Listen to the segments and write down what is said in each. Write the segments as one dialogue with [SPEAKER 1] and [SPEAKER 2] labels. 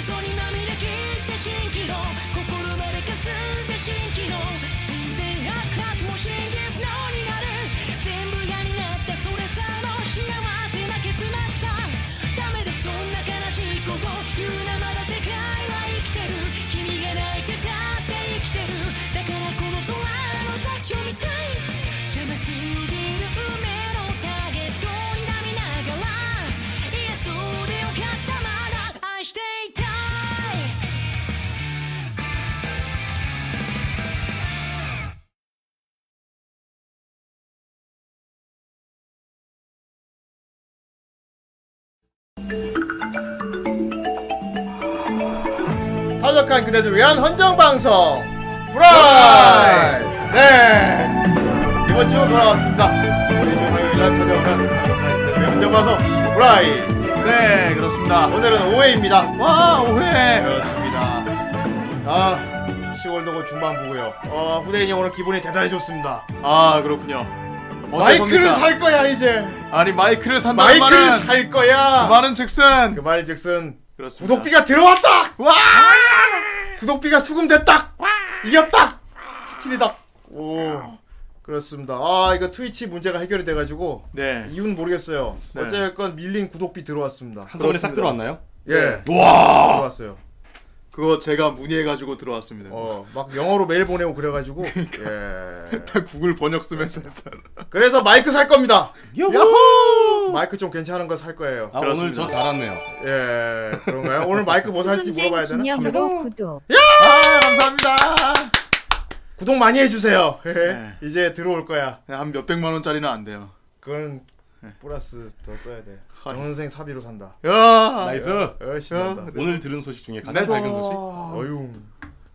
[SPEAKER 1] 涙切って蜃気楼心までかすんで蜃気楼全然白白も真偽不能になる全部嫌になったそれさも幸せな結末だダメだそんな悲しいこと言うなまだ世界は生きてる君が泣いてたって生きてるだからこの空の先を見たい邪魔すぎる運命のターゲットになりながらいやそうでよかったまだ愛していたい
[SPEAKER 2] 탈락한 그대들 위한 헌정 방송 후라이. 네 이번 주 돌아왔습니다. 우리 주 화요일날 찾아오는 탈락한 그대들 위한 헌정 방송 후라이. 네 그렇습니다. 오늘은 5회입니다. 와 5회 그렇습니다. 아 10월 도고 중반부고요. 어 후대인이 오늘 기분이 대단히 좋습니다.
[SPEAKER 3] 아 그렇군요.
[SPEAKER 2] 마이크를
[SPEAKER 3] 어째서입니까?
[SPEAKER 2] 살 거야 이제.
[SPEAKER 3] 아니 마이크를 산다는
[SPEAKER 2] 마이크를
[SPEAKER 3] 말은
[SPEAKER 2] 살 거야.
[SPEAKER 3] 말은 즉슨
[SPEAKER 2] 그 말인즉슨
[SPEAKER 3] 그렇습니다.
[SPEAKER 2] 구독비가 들어왔다. 와! 구독비가 수금됐다. 이겼다. 치킨이다. 오. 그렇습니다. 아, 이거 트위치 문제가 해결이 돼 가지고
[SPEAKER 3] 네.
[SPEAKER 2] 이유는 모르겠어요.
[SPEAKER 3] 네.
[SPEAKER 2] 어쨌건 밀린 구독비 들어왔습니다.
[SPEAKER 4] 한꺼번에 싹 들어왔나요?
[SPEAKER 2] 예.
[SPEAKER 4] 와.
[SPEAKER 2] 들어왔어요.
[SPEAKER 3] 그거 제가 문의해가지고 들어왔습니다.
[SPEAKER 2] 어, 막 영어로 메일 보내고 그래 가지고 예.
[SPEAKER 3] 구글 번역 쓰면서 했어요.
[SPEAKER 2] 그래서 마이크 살 겁니다.
[SPEAKER 3] 야호!
[SPEAKER 2] 마이크 좀 괜찮은 거 살 거예요.
[SPEAKER 4] 아
[SPEAKER 3] 그렇습니다.
[SPEAKER 4] 오늘 저 잘았네요.
[SPEAKER 2] 예. 그런가요? 오늘 마이크 뭐 살지 물어봐야 되나?
[SPEAKER 5] 기념으로 구독.
[SPEAKER 3] 아 감사합니다.
[SPEAKER 2] 구독 많이 해 주세요. 예.
[SPEAKER 3] 네.
[SPEAKER 2] 이제 들어올 거야.
[SPEAKER 3] 한 몇백만 원짜리는 안 돼요.
[SPEAKER 2] 그건
[SPEAKER 3] 네.
[SPEAKER 2] 플러스 더 써야 돼. 정선생 사비로 산다.
[SPEAKER 3] 야.
[SPEAKER 4] 나이스.
[SPEAKER 2] 어, 신난다.
[SPEAKER 4] 오늘 들은 소식 중에 가장 밝은 소식.
[SPEAKER 2] 어휴.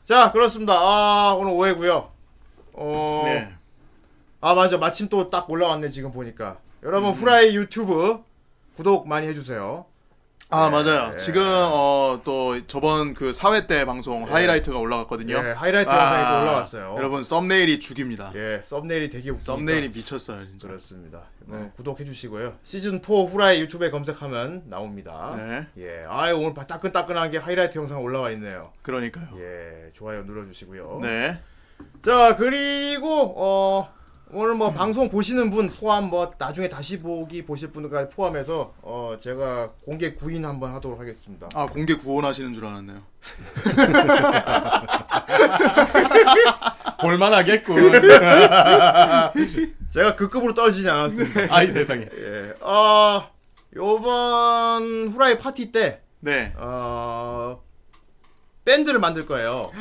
[SPEAKER 2] 자, 그렇습니다. 아, 오늘 오해고요. 어.
[SPEAKER 3] 네.
[SPEAKER 2] 아, 맞아. 마침 또 딱 올라왔네, 지금 보니까. 여러분, 후라이 유튜브 구독 많이 해 주세요. 네.
[SPEAKER 3] 아 맞아요. 지금 어, 또 저번 그 사회 때 방송 하이라이트가 올라갔거든요. 아,
[SPEAKER 2] 예, 네. 하이라이트 영상이 또 올라왔어요.
[SPEAKER 3] 여러분 썸네일이 죽입니다.
[SPEAKER 2] 예, 썸네일이 되게 웃기니까.
[SPEAKER 3] 썸네일이 네. 미쳤어요 진짜.
[SPEAKER 2] 그렇습니다. 뭐, 구독해 주시고요. 시즌 4 후라이 유튜브에 검색하면 나옵니다.
[SPEAKER 3] 네.
[SPEAKER 2] 예. 아, 오늘 따끈따끈한 게 하이라이트 영상 올라와 있네요.
[SPEAKER 3] 그러니까요.
[SPEAKER 2] 예, 좋아요 눌러 주시고요.
[SPEAKER 3] 어. 네.
[SPEAKER 2] 자 그리고 어 오늘 뭐 방송 보시는 분 포함 뭐 나중에 다시 보기 보실 분까지 포함해서 어 제가 공개 구인 한번 하도록 하겠습니다.
[SPEAKER 3] 아 공개 구원하시는 줄 알았네요.
[SPEAKER 4] 볼만하겠군.
[SPEAKER 2] 제가 그 급으로 떨어지지 않았습니다.
[SPEAKER 4] 아이 세상에.
[SPEAKER 2] 예. 아 요번 후라이 파티
[SPEAKER 3] 네.
[SPEAKER 2] 때어 밴드를 만들 거예요.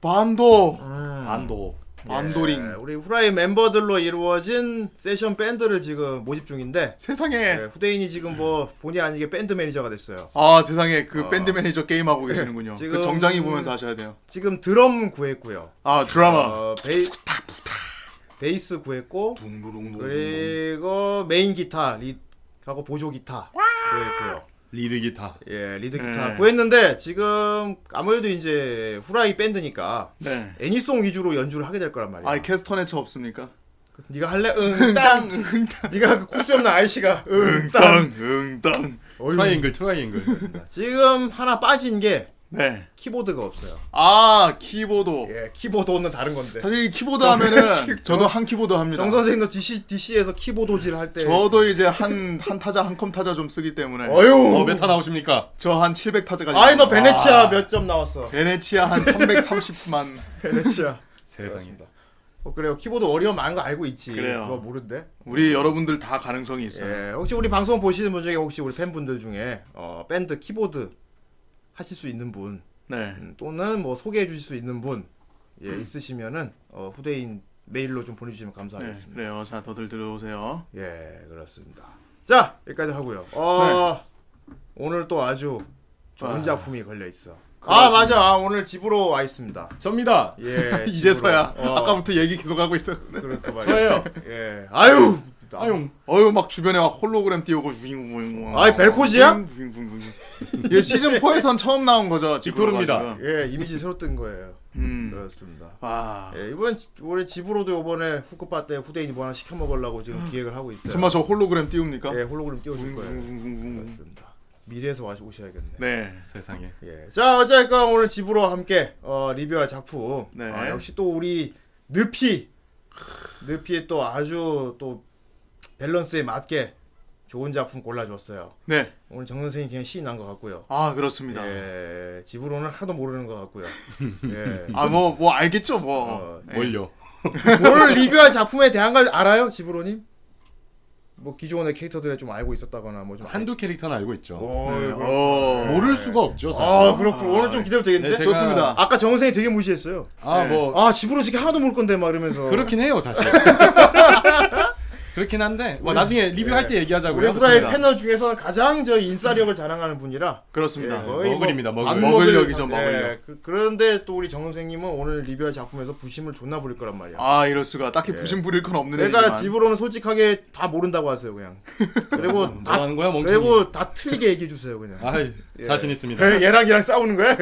[SPEAKER 3] 반도
[SPEAKER 4] 반도.
[SPEAKER 3] 반도링.
[SPEAKER 2] 예, 우리 후라이 멤버들로 이루어진 세션 밴드를 지금 모집 중인데
[SPEAKER 3] 세상에.
[SPEAKER 2] 예, 후대인이 지금 뭐 본의 아니게 밴드 매니저가 됐어요.
[SPEAKER 3] 아 세상에 그
[SPEAKER 2] 어.
[SPEAKER 3] 밴드 매니저 게임 하고 계시는군요.
[SPEAKER 2] 지금-
[SPEAKER 3] 그 정장이 보면서 하셔야 돼요.
[SPEAKER 2] 지금 드럼 구했고요.
[SPEAKER 3] 아 드라마.
[SPEAKER 2] 어, 베이, 베이스 구했고
[SPEAKER 3] 둥루룽
[SPEAKER 2] 그리고 메인 기타 리하고 보조 기타 구했고요.
[SPEAKER 4] 리드 기타.
[SPEAKER 2] 예, 리드 기타
[SPEAKER 3] 네.
[SPEAKER 2] 구했는데 지금 아무래도 이제 후라이 밴드니까
[SPEAKER 3] 네.
[SPEAKER 2] 애니송 위주로 연주를 하게 될 거란 말이야.
[SPEAKER 3] 아이 캐스터네처 없습니까?
[SPEAKER 2] 네가 할래? 그- 응, 땅. 네가 그 코스 없는 아이씨가 응, 땅.
[SPEAKER 3] 응땅.
[SPEAKER 2] 어휴.
[SPEAKER 4] 트라이앵글 트라이앵글.
[SPEAKER 2] 지금 하나 빠진 게
[SPEAKER 3] 네.
[SPEAKER 2] 키보드가 없어요.
[SPEAKER 3] 아 키보드.
[SPEAKER 2] 예, 키보드는 다른 건데.
[SPEAKER 3] 사실 이 키보드 하면은 저도 한 키보드 합니다.
[SPEAKER 2] 정 선생님도 DC DC에서 키보드질 할 때.
[SPEAKER 3] 저도 이제 한, 한 타자, 한 컴 타자 좀 쓰기 때문에.
[SPEAKER 2] 어휴.
[SPEAKER 4] 어몇타 나오십니까?
[SPEAKER 3] 저 한 700타자까지.
[SPEAKER 2] 아이 너 베네치아 몇 점 나왔어?
[SPEAKER 3] 베네치아 한 330만.
[SPEAKER 2] 베네치아.
[SPEAKER 4] 세상에.
[SPEAKER 2] 어, 그래요. 키보드 어려움 많은 거 알고 있지.
[SPEAKER 3] 그래요.
[SPEAKER 2] 그거 모른데.
[SPEAKER 3] 우리 여러분들 다 가능성이 있어요.
[SPEAKER 2] 예. 혹시 우리 방송 보시는 분 중에 혹시 우리 팬분들 중에 어, 밴드 키보드 하실 수 있는 분
[SPEAKER 3] 네.
[SPEAKER 2] 음, 또는 뭐 소개해 주실 수 있는 분 예, 있으시면은 어, 후대인 메일로 좀 보내주시면
[SPEAKER 3] 네.
[SPEAKER 2] 감사하겠습니다.
[SPEAKER 3] 그래요. 자, 더들 들어오세요.
[SPEAKER 2] 예, 그렇습니다. 자, 여기까지 하고요. 어, 오늘 또 아주 좋은
[SPEAKER 3] 네. 아.
[SPEAKER 2] 작품이 걸려 있어. 아 맞아, 아, 오늘 집으로 와 있습니다.
[SPEAKER 4] 접니다.
[SPEAKER 2] 예,
[SPEAKER 3] 이제서야.
[SPEAKER 2] 집으로. 어,
[SPEAKER 3] 아까부터 얘기 계속 하고 있어.
[SPEAKER 2] 그럴까 봐요.
[SPEAKER 4] 저예요.
[SPEAKER 2] 예, 아유,
[SPEAKER 4] 아용.
[SPEAKER 3] 어휴 막 주변에 막 홀로그램 띄우고 윙, 윙, 윙.
[SPEAKER 2] 아이, 벨코지야? 네.
[SPEAKER 3] 윙, 윙, 윙, 윙. 얘 시즌 4에선 처음 나온 거죠. 집으로가
[SPEAKER 4] 빅토르입니다.
[SPEAKER 3] 지금.
[SPEAKER 2] 예, 이미지 새로 뜬 거예요. 네.
[SPEAKER 3] 음.
[SPEAKER 2] 그렇습니다.
[SPEAKER 3] 와.
[SPEAKER 2] 예, 이번 지- 올해 집으로도 이번에 후쿠파 때 후대인이 뭐 하나 시켜 먹으려고 지금 기획을 하고 있어요.
[SPEAKER 3] 설마 저 홀로그램 띄웁니까?
[SPEAKER 2] 예, 홀로그램 띄워줄
[SPEAKER 3] 윙, 윙,
[SPEAKER 2] 거예요.
[SPEAKER 3] 윙, 윙, 윙.
[SPEAKER 2] 그렇습니다. 미래에서 와서 오셔야겠네.
[SPEAKER 3] 네.
[SPEAKER 4] 세상에.
[SPEAKER 2] 예. 자, 어쨌건 오늘 집으로 함께 어, 리뷰할 작품.
[SPEAKER 3] 네.
[SPEAKER 2] 아, 역시 또 우리 느피 느피의 또 아주 또 밸런스에 맞게 좋은 작품 골라줬어요.
[SPEAKER 3] 네.
[SPEAKER 2] 오늘 정 선생님 그냥 신이 난 것 같고요.
[SPEAKER 3] 아 그렇습니다.
[SPEAKER 2] 예, 집으로는 하도 모르는 것 같고요. 예.
[SPEAKER 3] 아 뭐 뭐 알겠죠 뭐.
[SPEAKER 2] 어,
[SPEAKER 3] 예.
[SPEAKER 4] 뭘요?
[SPEAKER 2] 오늘 리뷰할 작품에 대한 걸 알아요, 집으로님? 뭐 기존의 캐릭터들에 좀 알고 있었다거나 뭐 좀.
[SPEAKER 4] 한두 캐릭터는 알고 있죠.
[SPEAKER 2] 오,
[SPEAKER 3] 네.
[SPEAKER 2] 그렇-
[SPEAKER 3] 어.
[SPEAKER 4] 모를 수가 없죠, 사실.
[SPEAKER 2] 아 그렇군. 오늘 좀 기대도 되겠는데.
[SPEAKER 4] 네, 제가-
[SPEAKER 2] 좋습니다. 아까 정 선생이 되게 무시했어요.
[SPEAKER 4] 아, 뭐
[SPEAKER 2] 아 어. 집으로 지금 하나도 모를 건데 막 이러면서.
[SPEAKER 4] 그렇긴 해요, 사실. 그렇긴 한데. 뭐 나중에 리뷰할 때
[SPEAKER 2] 네. 우리
[SPEAKER 4] 얘기하자고요.
[SPEAKER 2] 후라이
[SPEAKER 3] 그렇습니다.
[SPEAKER 2] 패널 중에서 가장 저 인싸력을 자랑하는 분이라
[SPEAKER 3] 그렇습니다.
[SPEAKER 2] 예, 거의 뭐
[SPEAKER 4] 머글입니다, 머글.
[SPEAKER 2] 안
[SPEAKER 3] 머글력이죠,
[SPEAKER 2] 먹을 상- 예,
[SPEAKER 3] 머글력.
[SPEAKER 2] 그, 그런데 또 우리 정 선생님은 오늘 리뷰할 작품에서 부심을 존나 부릴 거란 말이야.
[SPEAKER 3] 아 이럴 수가. 딱히 부심 부릴 건 없는
[SPEAKER 2] 네. 내가
[SPEAKER 3] 애지만.
[SPEAKER 2] 집으로는 솔직하게 다 모른다고 하세요 그냥. 그리고
[SPEAKER 4] 뭐
[SPEAKER 2] 다
[SPEAKER 4] 하는 거야, 멍청이.
[SPEAKER 2] 그리고 다 틀리게 얘기해 주세요 그냥.
[SPEAKER 4] 아, 자신 있습니다.
[SPEAKER 2] 에, 얘랑 얘랑 싸우는 거야?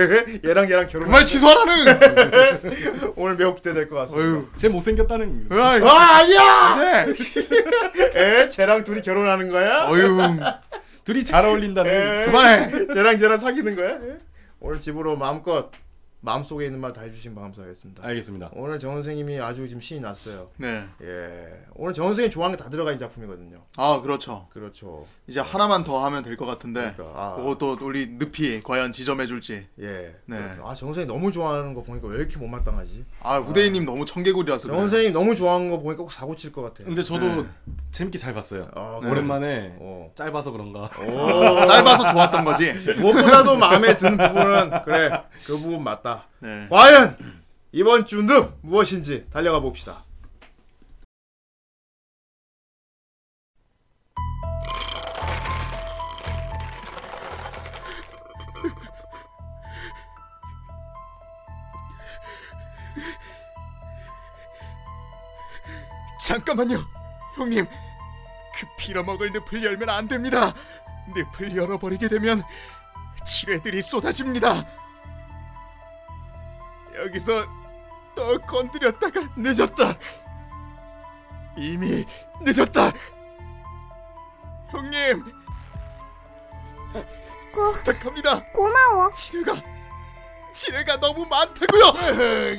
[SPEAKER 2] 얘랑 얘랑 결혼.
[SPEAKER 3] 그말 취소하라는.
[SPEAKER 2] 오늘 매우 기대될 것 같습니다.
[SPEAKER 3] 어휴.
[SPEAKER 4] 쟤 못생겼다는. 거.
[SPEAKER 3] 으아이.
[SPEAKER 2] 아 아니야!
[SPEAKER 3] 네.
[SPEAKER 2] 에 쟤랑 둘이 결혼하는 거야?
[SPEAKER 3] 어휴.
[SPEAKER 4] 둘이 잘 어울린다는.
[SPEAKER 2] 에
[SPEAKER 3] 그만해.
[SPEAKER 2] 쟤랑 쟤랑 사귀는 거야? 에? 오늘 집으로 마음껏 마음 속에 있는 말 다 해주신 바 감사하겠습니다.
[SPEAKER 4] 알겠습니다.
[SPEAKER 2] 오늘 정 선생님이 아주 지금 신이 났어요.
[SPEAKER 3] 네.
[SPEAKER 2] 예, 오늘 정 선생님 좋아하는 게 다 들어가 있는 작품이거든요.
[SPEAKER 3] 아 그렇죠.
[SPEAKER 2] 그렇죠.
[SPEAKER 3] 이제 하나만 더 하면 될 것 같은데.
[SPEAKER 2] 그러니까, 아.
[SPEAKER 3] 그것도 우리 늪이 과연 지점해줄지.
[SPEAKER 2] 예.
[SPEAKER 3] 네.
[SPEAKER 2] 그래서 아, 정 선생님 너무 좋아하는 거 보니까 왜 이렇게 못마땅하지?
[SPEAKER 3] 아 후대인님 너무 청개구리라서.
[SPEAKER 2] 정
[SPEAKER 3] 그래요. 음.
[SPEAKER 2] 선생님 너무 좋아하는 거 보니까 꼭 사고 칠 것 같아.
[SPEAKER 4] 근데
[SPEAKER 3] 네.
[SPEAKER 4] 저도 재밌게 잘 봤어요.
[SPEAKER 2] 아,
[SPEAKER 4] 네. 오랜만에
[SPEAKER 2] 어.
[SPEAKER 4] 짧아서 그런가.
[SPEAKER 2] 오.
[SPEAKER 3] 짧아서 좋았던 거지.
[SPEAKER 2] 무엇보다도 마음에 드는 부분은 그래 그 부분 맞다.
[SPEAKER 3] 네.
[SPEAKER 2] 과연 이번 주는 무엇인지 달려가 봅시다.
[SPEAKER 3] 잠깐만요, 형님. 그 빌어먹을 늪을 열면 안 됩니다. 늪을 열어버리게 되면 지뢰들이 쏟아집니다. 여기서 또 건드렸다가 늦었다. 이미 늦었다. 형님,
[SPEAKER 5] 고,
[SPEAKER 3] 부탁합니다.
[SPEAKER 5] 고마워.
[SPEAKER 3] 지뢰가 지뢰가 너무 많다고요.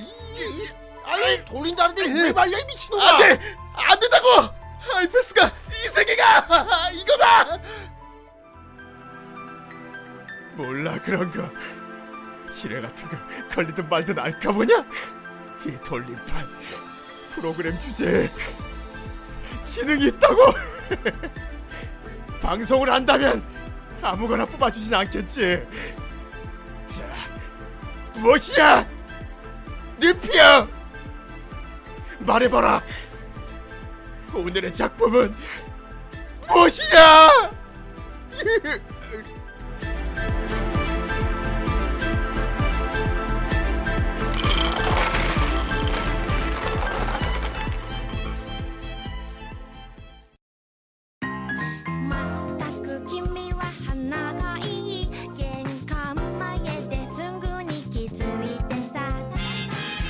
[SPEAKER 2] 아니 돌린다는데 왜 말려 이 미친놈아!
[SPEAKER 3] 안돼, 안 된다고. 하이패스가 이 세계가 이거다.
[SPEAKER 2] 몰라 그런 거 지뢰 같은 거 걸리든 말든 알까 보냐 이 돌림판 프로그램 주제에 지능이 있다고 방송을 한다면 아무거나 뽑아주진 않겠지 자 무엇이야 늪이야 말해봐라 오늘의 작품은 무엇이야
[SPEAKER 5] 全く君は花がいい。玄関前ですぐに気づいてさ。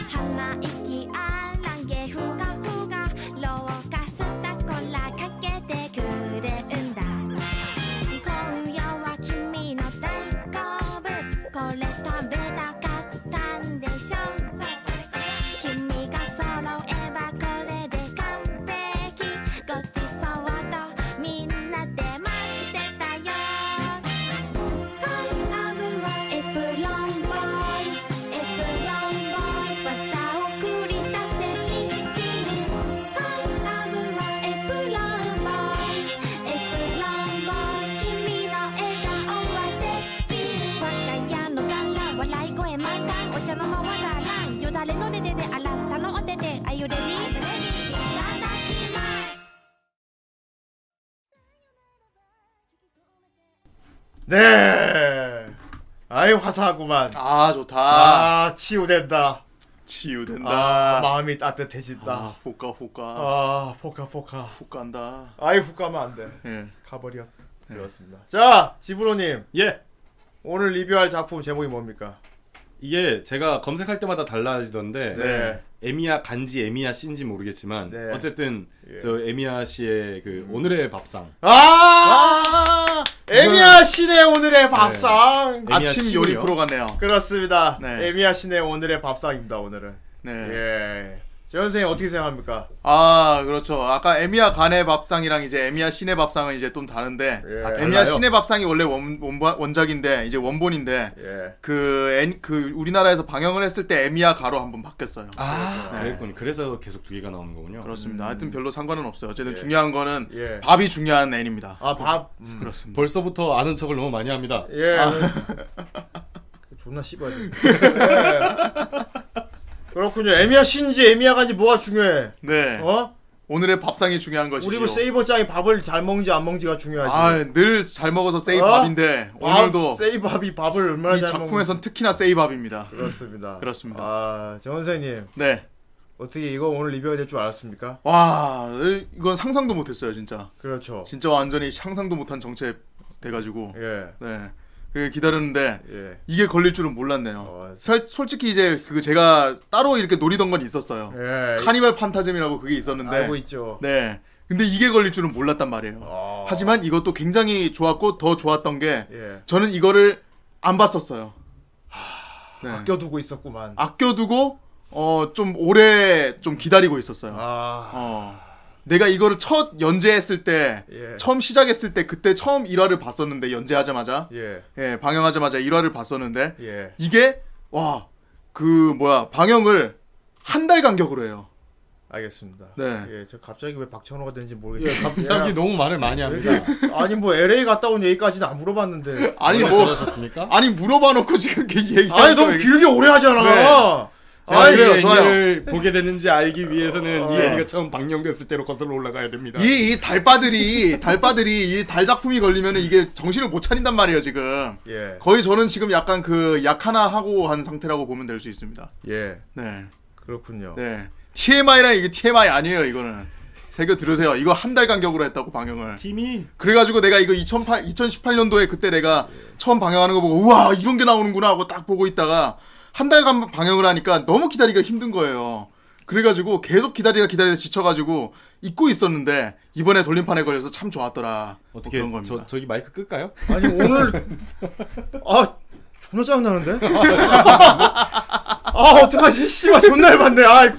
[SPEAKER 5] 鼻息あらげふがふが。老化したこらかけてくれるんだ。今夜は君の大好物。これ食べたかったんでしょ君が揃えばこれで完璧ごちそうとみんなで待ってたよエプロンボーイエプロンボーイ技を繰り出せキッチンエプロンボーイエプロンボーイ君の笑顔は絶品我が家の観覧笑い声満タンお茶の間はラランよだれのレレで洗ったのお手であゆれにいただきます
[SPEAKER 2] 네. 아이 화사하구만.
[SPEAKER 3] 아 좋다.
[SPEAKER 2] 아, 치유된다.
[SPEAKER 3] 치유된다.
[SPEAKER 2] 아, 마음이 따뜻해진다.
[SPEAKER 3] 아,
[SPEAKER 2] 아,
[SPEAKER 3] 후까 후까
[SPEAKER 2] 포카 포카.
[SPEAKER 3] 후까한다.
[SPEAKER 2] 아이 훅 가면 안 돼.
[SPEAKER 3] 예.
[SPEAKER 2] 가버려. 네. 그렇습니다. 자, 지브로님
[SPEAKER 4] 예.
[SPEAKER 2] 오늘 리뷰할 작품 제목이 뭡니까?
[SPEAKER 4] 이게 제가 검색할 때마다 달라지던데
[SPEAKER 2] 네.
[SPEAKER 4] 에미야 간지 에미야 씨인지 모르겠지만
[SPEAKER 2] 네.
[SPEAKER 4] 어쨌든
[SPEAKER 2] 예.
[SPEAKER 3] 음.
[SPEAKER 4] 저 에미야 씨의 그 오늘의 밥상
[SPEAKER 2] 아, 에미야 씨네 오늘의 밥상.
[SPEAKER 4] 네.
[SPEAKER 3] 아침 요리
[SPEAKER 4] 씨고요.
[SPEAKER 3] 프로 같네요.
[SPEAKER 2] 그렇습니다.
[SPEAKER 3] 네.
[SPEAKER 2] 에미야 씨네 오늘의 밥상입니다. 오늘은.
[SPEAKER 3] 네.
[SPEAKER 2] 예. 저 선생님 어떻게 생각합니까?
[SPEAKER 3] 아 그렇죠. 아까 에미야 간의 밥상이랑 이제 에미야 신의 밥상은 이제 좀 다른데
[SPEAKER 2] 예.
[SPEAKER 3] 아,
[SPEAKER 4] 달라요?
[SPEAKER 3] 에미야 신의 밥상이 원래 원, 원, 원작인데 이제 원본인데
[SPEAKER 2] 예.
[SPEAKER 3] 그, 엔, 그 우리나라에서 방영을 했을 때 에미야 가로 한번 바뀌었어요.
[SPEAKER 4] 아,
[SPEAKER 3] 네.
[SPEAKER 4] 그랬군요. 그래서 계속 두 개가 나오는 거군요.
[SPEAKER 3] 그렇습니다. 하여튼 별로 상관은 없어요.
[SPEAKER 2] 음.
[SPEAKER 3] 어쨌든
[SPEAKER 2] 예.
[SPEAKER 3] 중요한 거는
[SPEAKER 2] 예.
[SPEAKER 3] 밥이 중요한 애입니다. 음.
[SPEAKER 2] 아 밥.
[SPEAKER 3] 그렇습니다.
[SPEAKER 4] 벌써부터 아는 척을 너무 많이 합니다.
[SPEAKER 2] 예.
[SPEAKER 3] 아.
[SPEAKER 2] 그 존나 씹어야 돼. 예. 그렇군요. 에미야 씨인지 에미야 간지 뭐가 중요해?
[SPEAKER 3] 네.
[SPEAKER 2] 어?
[SPEAKER 3] 오늘의 밥상이 중요한 것이죠.
[SPEAKER 2] 우리 뭐 세이버짱이 밥을 잘 먹는지 안 먹는지가 중요하지.
[SPEAKER 3] 아늘 잘 먹어서 세이
[SPEAKER 2] 어?
[SPEAKER 3] 밥인데 오늘도
[SPEAKER 2] 세이밥이 밥을 얼마나
[SPEAKER 3] 이
[SPEAKER 2] 잘 먹는지.
[SPEAKER 3] 작품에선 특히나 세이 밥입니다.
[SPEAKER 2] 그렇습니다.
[SPEAKER 3] 그렇습니다.
[SPEAKER 2] 아, 정 선생님.
[SPEAKER 3] 네.
[SPEAKER 2] 어떻게 이거 오늘 리뷰가 될 줄 알았습니까?
[SPEAKER 3] 와 으, 이건 상상도 못했어요 진짜.
[SPEAKER 2] 그렇죠.
[SPEAKER 3] 진짜 완전히 상상도 못한 정체 돼가지고
[SPEAKER 2] 예.
[SPEAKER 3] 네. 그래 기다렸는데
[SPEAKER 2] 예.
[SPEAKER 3] 이게 걸릴 줄은 몰랐네요.
[SPEAKER 2] 어.
[SPEAKER 3] 설- 솔직히 이제 그 제가 따로 이렇게 노리던 건 있었어요.
[SPEAKER 2] 예.
[SPEAKER 3] 카니발 판타즘이라고 그게 있었는데
[SPEAKER 2] 알고 있죠.
[SPEAKER 3] 네. 근데 이게 걸릴 줄은 몰랐단 말이에요.
[SPEAKER 2] 아.
[SPEAKER 3] 하지만 이것도 굉장히 좋았고 더 좋았던 게
[SPEAKER 2] 예.
[SPEAKER 3] 저는 이거를 안 봤었어요. 네.
[SPEAKER 2] 아껴두고 있었구만.
[SPEAKER 3] 아껴두고 어, 좀 오래 좀 기다리고 있었어요.
[SPEAKER 2] 아.
[SPEAKER 3] 어. 내가 이거를 첫 연재했을 때
[SPEAKER 2] 예.
[SPEAKER 3] 처음 시작했을 때 그때 처음 1화를 봤었는데 연재하자마자
[SPEAKER 2] 예.
[SPEAKER 3] 예, 방영하자마자 1화를 봤었는데
[SPEAKER 2] 예.
[SPEAKER 3] 이게 와 그 뭐야 방영을 한 달 간격으로 해요.
[SPEAKER 2] 알겠습니다.
[SPEAKER 3] 네.
[SPEAKER 2] 예. 저 갑자기 왜 박찬호가 되는지 모르겠어요.
[SPEAKER 4] 예, 갑자기 너무 말을
[SPEAKER 3] 예.
[SPEAKER 4] 많이 합니다.
[SPEAKER 2] 아니 뭐 LA 갔다 온 얘기까지는 안 물어봤는데.
[SPEAKER 3] 아니
[SPEAKER 4] 원래
[SPEAKER 3] 뭐
[SPEAKER 4] 잘하셨습니까?
[SPEAKER 3] 아니 물어봐 놓고 지금 이렇게 얘기하니까
[SPEAKER 2] 아니 너무 길게 오래 하잖아.
[SPEAKER 3] 네.
[SPEAKER 4] 제가
[SPEAKER 3] 아이,
[SPEAKER 4] 이
[SPEAKER 3] 그래요, 좋아요.
[SPEAKER 4] 애니를 보게 됐는지 알기 위해서는 이
[SPEAKER 2] 어.
[SPEAKER 4] 애니가 처음 방영됐을 때로 거슬러 올라가야 됩니다.
[SPEAKER 3] 이, 이 달빠들이 달빠들이 이 달 작품이 걸리면 이게 정신을 못 차린단 말이에요 지금
[SPEAKER 2] 예.
[SPEAKER 3] 거의 저는 지금 약간 그 약 하나 하고 한 상태라고 보면 될 수 있습니다
[SPEAKER 2] 예.
[SPEAKER 3] 네네 네.
[SPEAKER 2] 그렇군요.
[SPEAKER 3] TMI랑 이게 TMI 아니에요 이거는 새겨 들으세요 이거 한 달 간격으로 했다고 방영을
[SPEAKER 4] 팀이
[SPEAKER 3] 그래가지고 내가 이거 2008 2018년도에 그때 내가 처음 방영하는 거 보고 우와 이런 게 나오는구나 하고 딱 보고 있다가 한 달간 방영을 하니까 너무 기다리기가 힘든 거예요. 그래가지고 계속 기다리다 기다리다 지쳐가지고 잊고 있었는데 이번에 돌림판에 걸려서 참 좋았더라. 뭐
[SPEAKER 4] 어떻게
[SPEAKER 3] 그런 겁니다.
[SPEAKER 4] 저 저기 마이크 끌까요?
[SPEAKER 2] 아니 오늘 아 존나 짜증 나는데. 아 어떡하지 씨발 존나 열받네. 아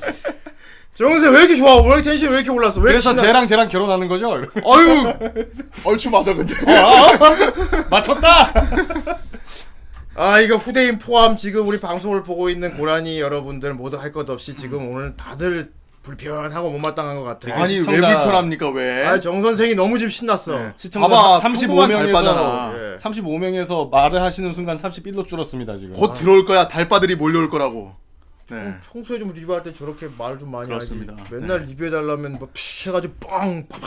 [SPEAKER 2] 정은세 왜 이렇게 좋아? 왜 이렇게 텐션이 왜 이렇게 올랐어? 왜
[SPEAKER 4] 그래서
[SPEAKER 2] 이렇게 신나-
[SPEAKER 4] 쟤랑 쟤랑 결혼하는 거죠? 이러면.
[SPEAKER 3] 아유 얼추 맞아 근데.
[SPEAKER 4] 어, 맞췄다.
[SPEAKER 2] 아 이거 후대인 포함 지금 우리 방송을 보고 있는 고라니 여러분들 모두 할 것 없이 지금 오늘 다들 불편하고 못마땅한 것 같아.
[SPEAKER 3] 음. 아니 왜
[SPEAKER 4] 시청자-
[SPEAKER 3] 불편합니까 왜?
[SPEAKER 2] 아, 정 선생이 너무 지금 신났어.
[SPEAKER 3] 네.
[SPEAKER 4] 시청자
[SPEAKER 3] 봐봐,
[SPEAKER 4] 35명에서 네.
[SPEAKER 3] 달빠잖아.
[SPEAKER 2] 예.
[SPEAKER 4] 35명에서 말을 하시는 순간 31로 줄었습니다 지금.
[SPEAKER 3] 곧 들어올 거야 달빠들이 몰려올 거라고. 네.
[SPEAKER 2] 평소에 좀 리뷰할 때 저렇게 말을 좀 많이
[SPEAKER 3] 그렇습니다. 네.
[SPEAKER 2] 하지. 맨날 리뷰해달라면 뭐피쉬 해가지고 뻥! 팍!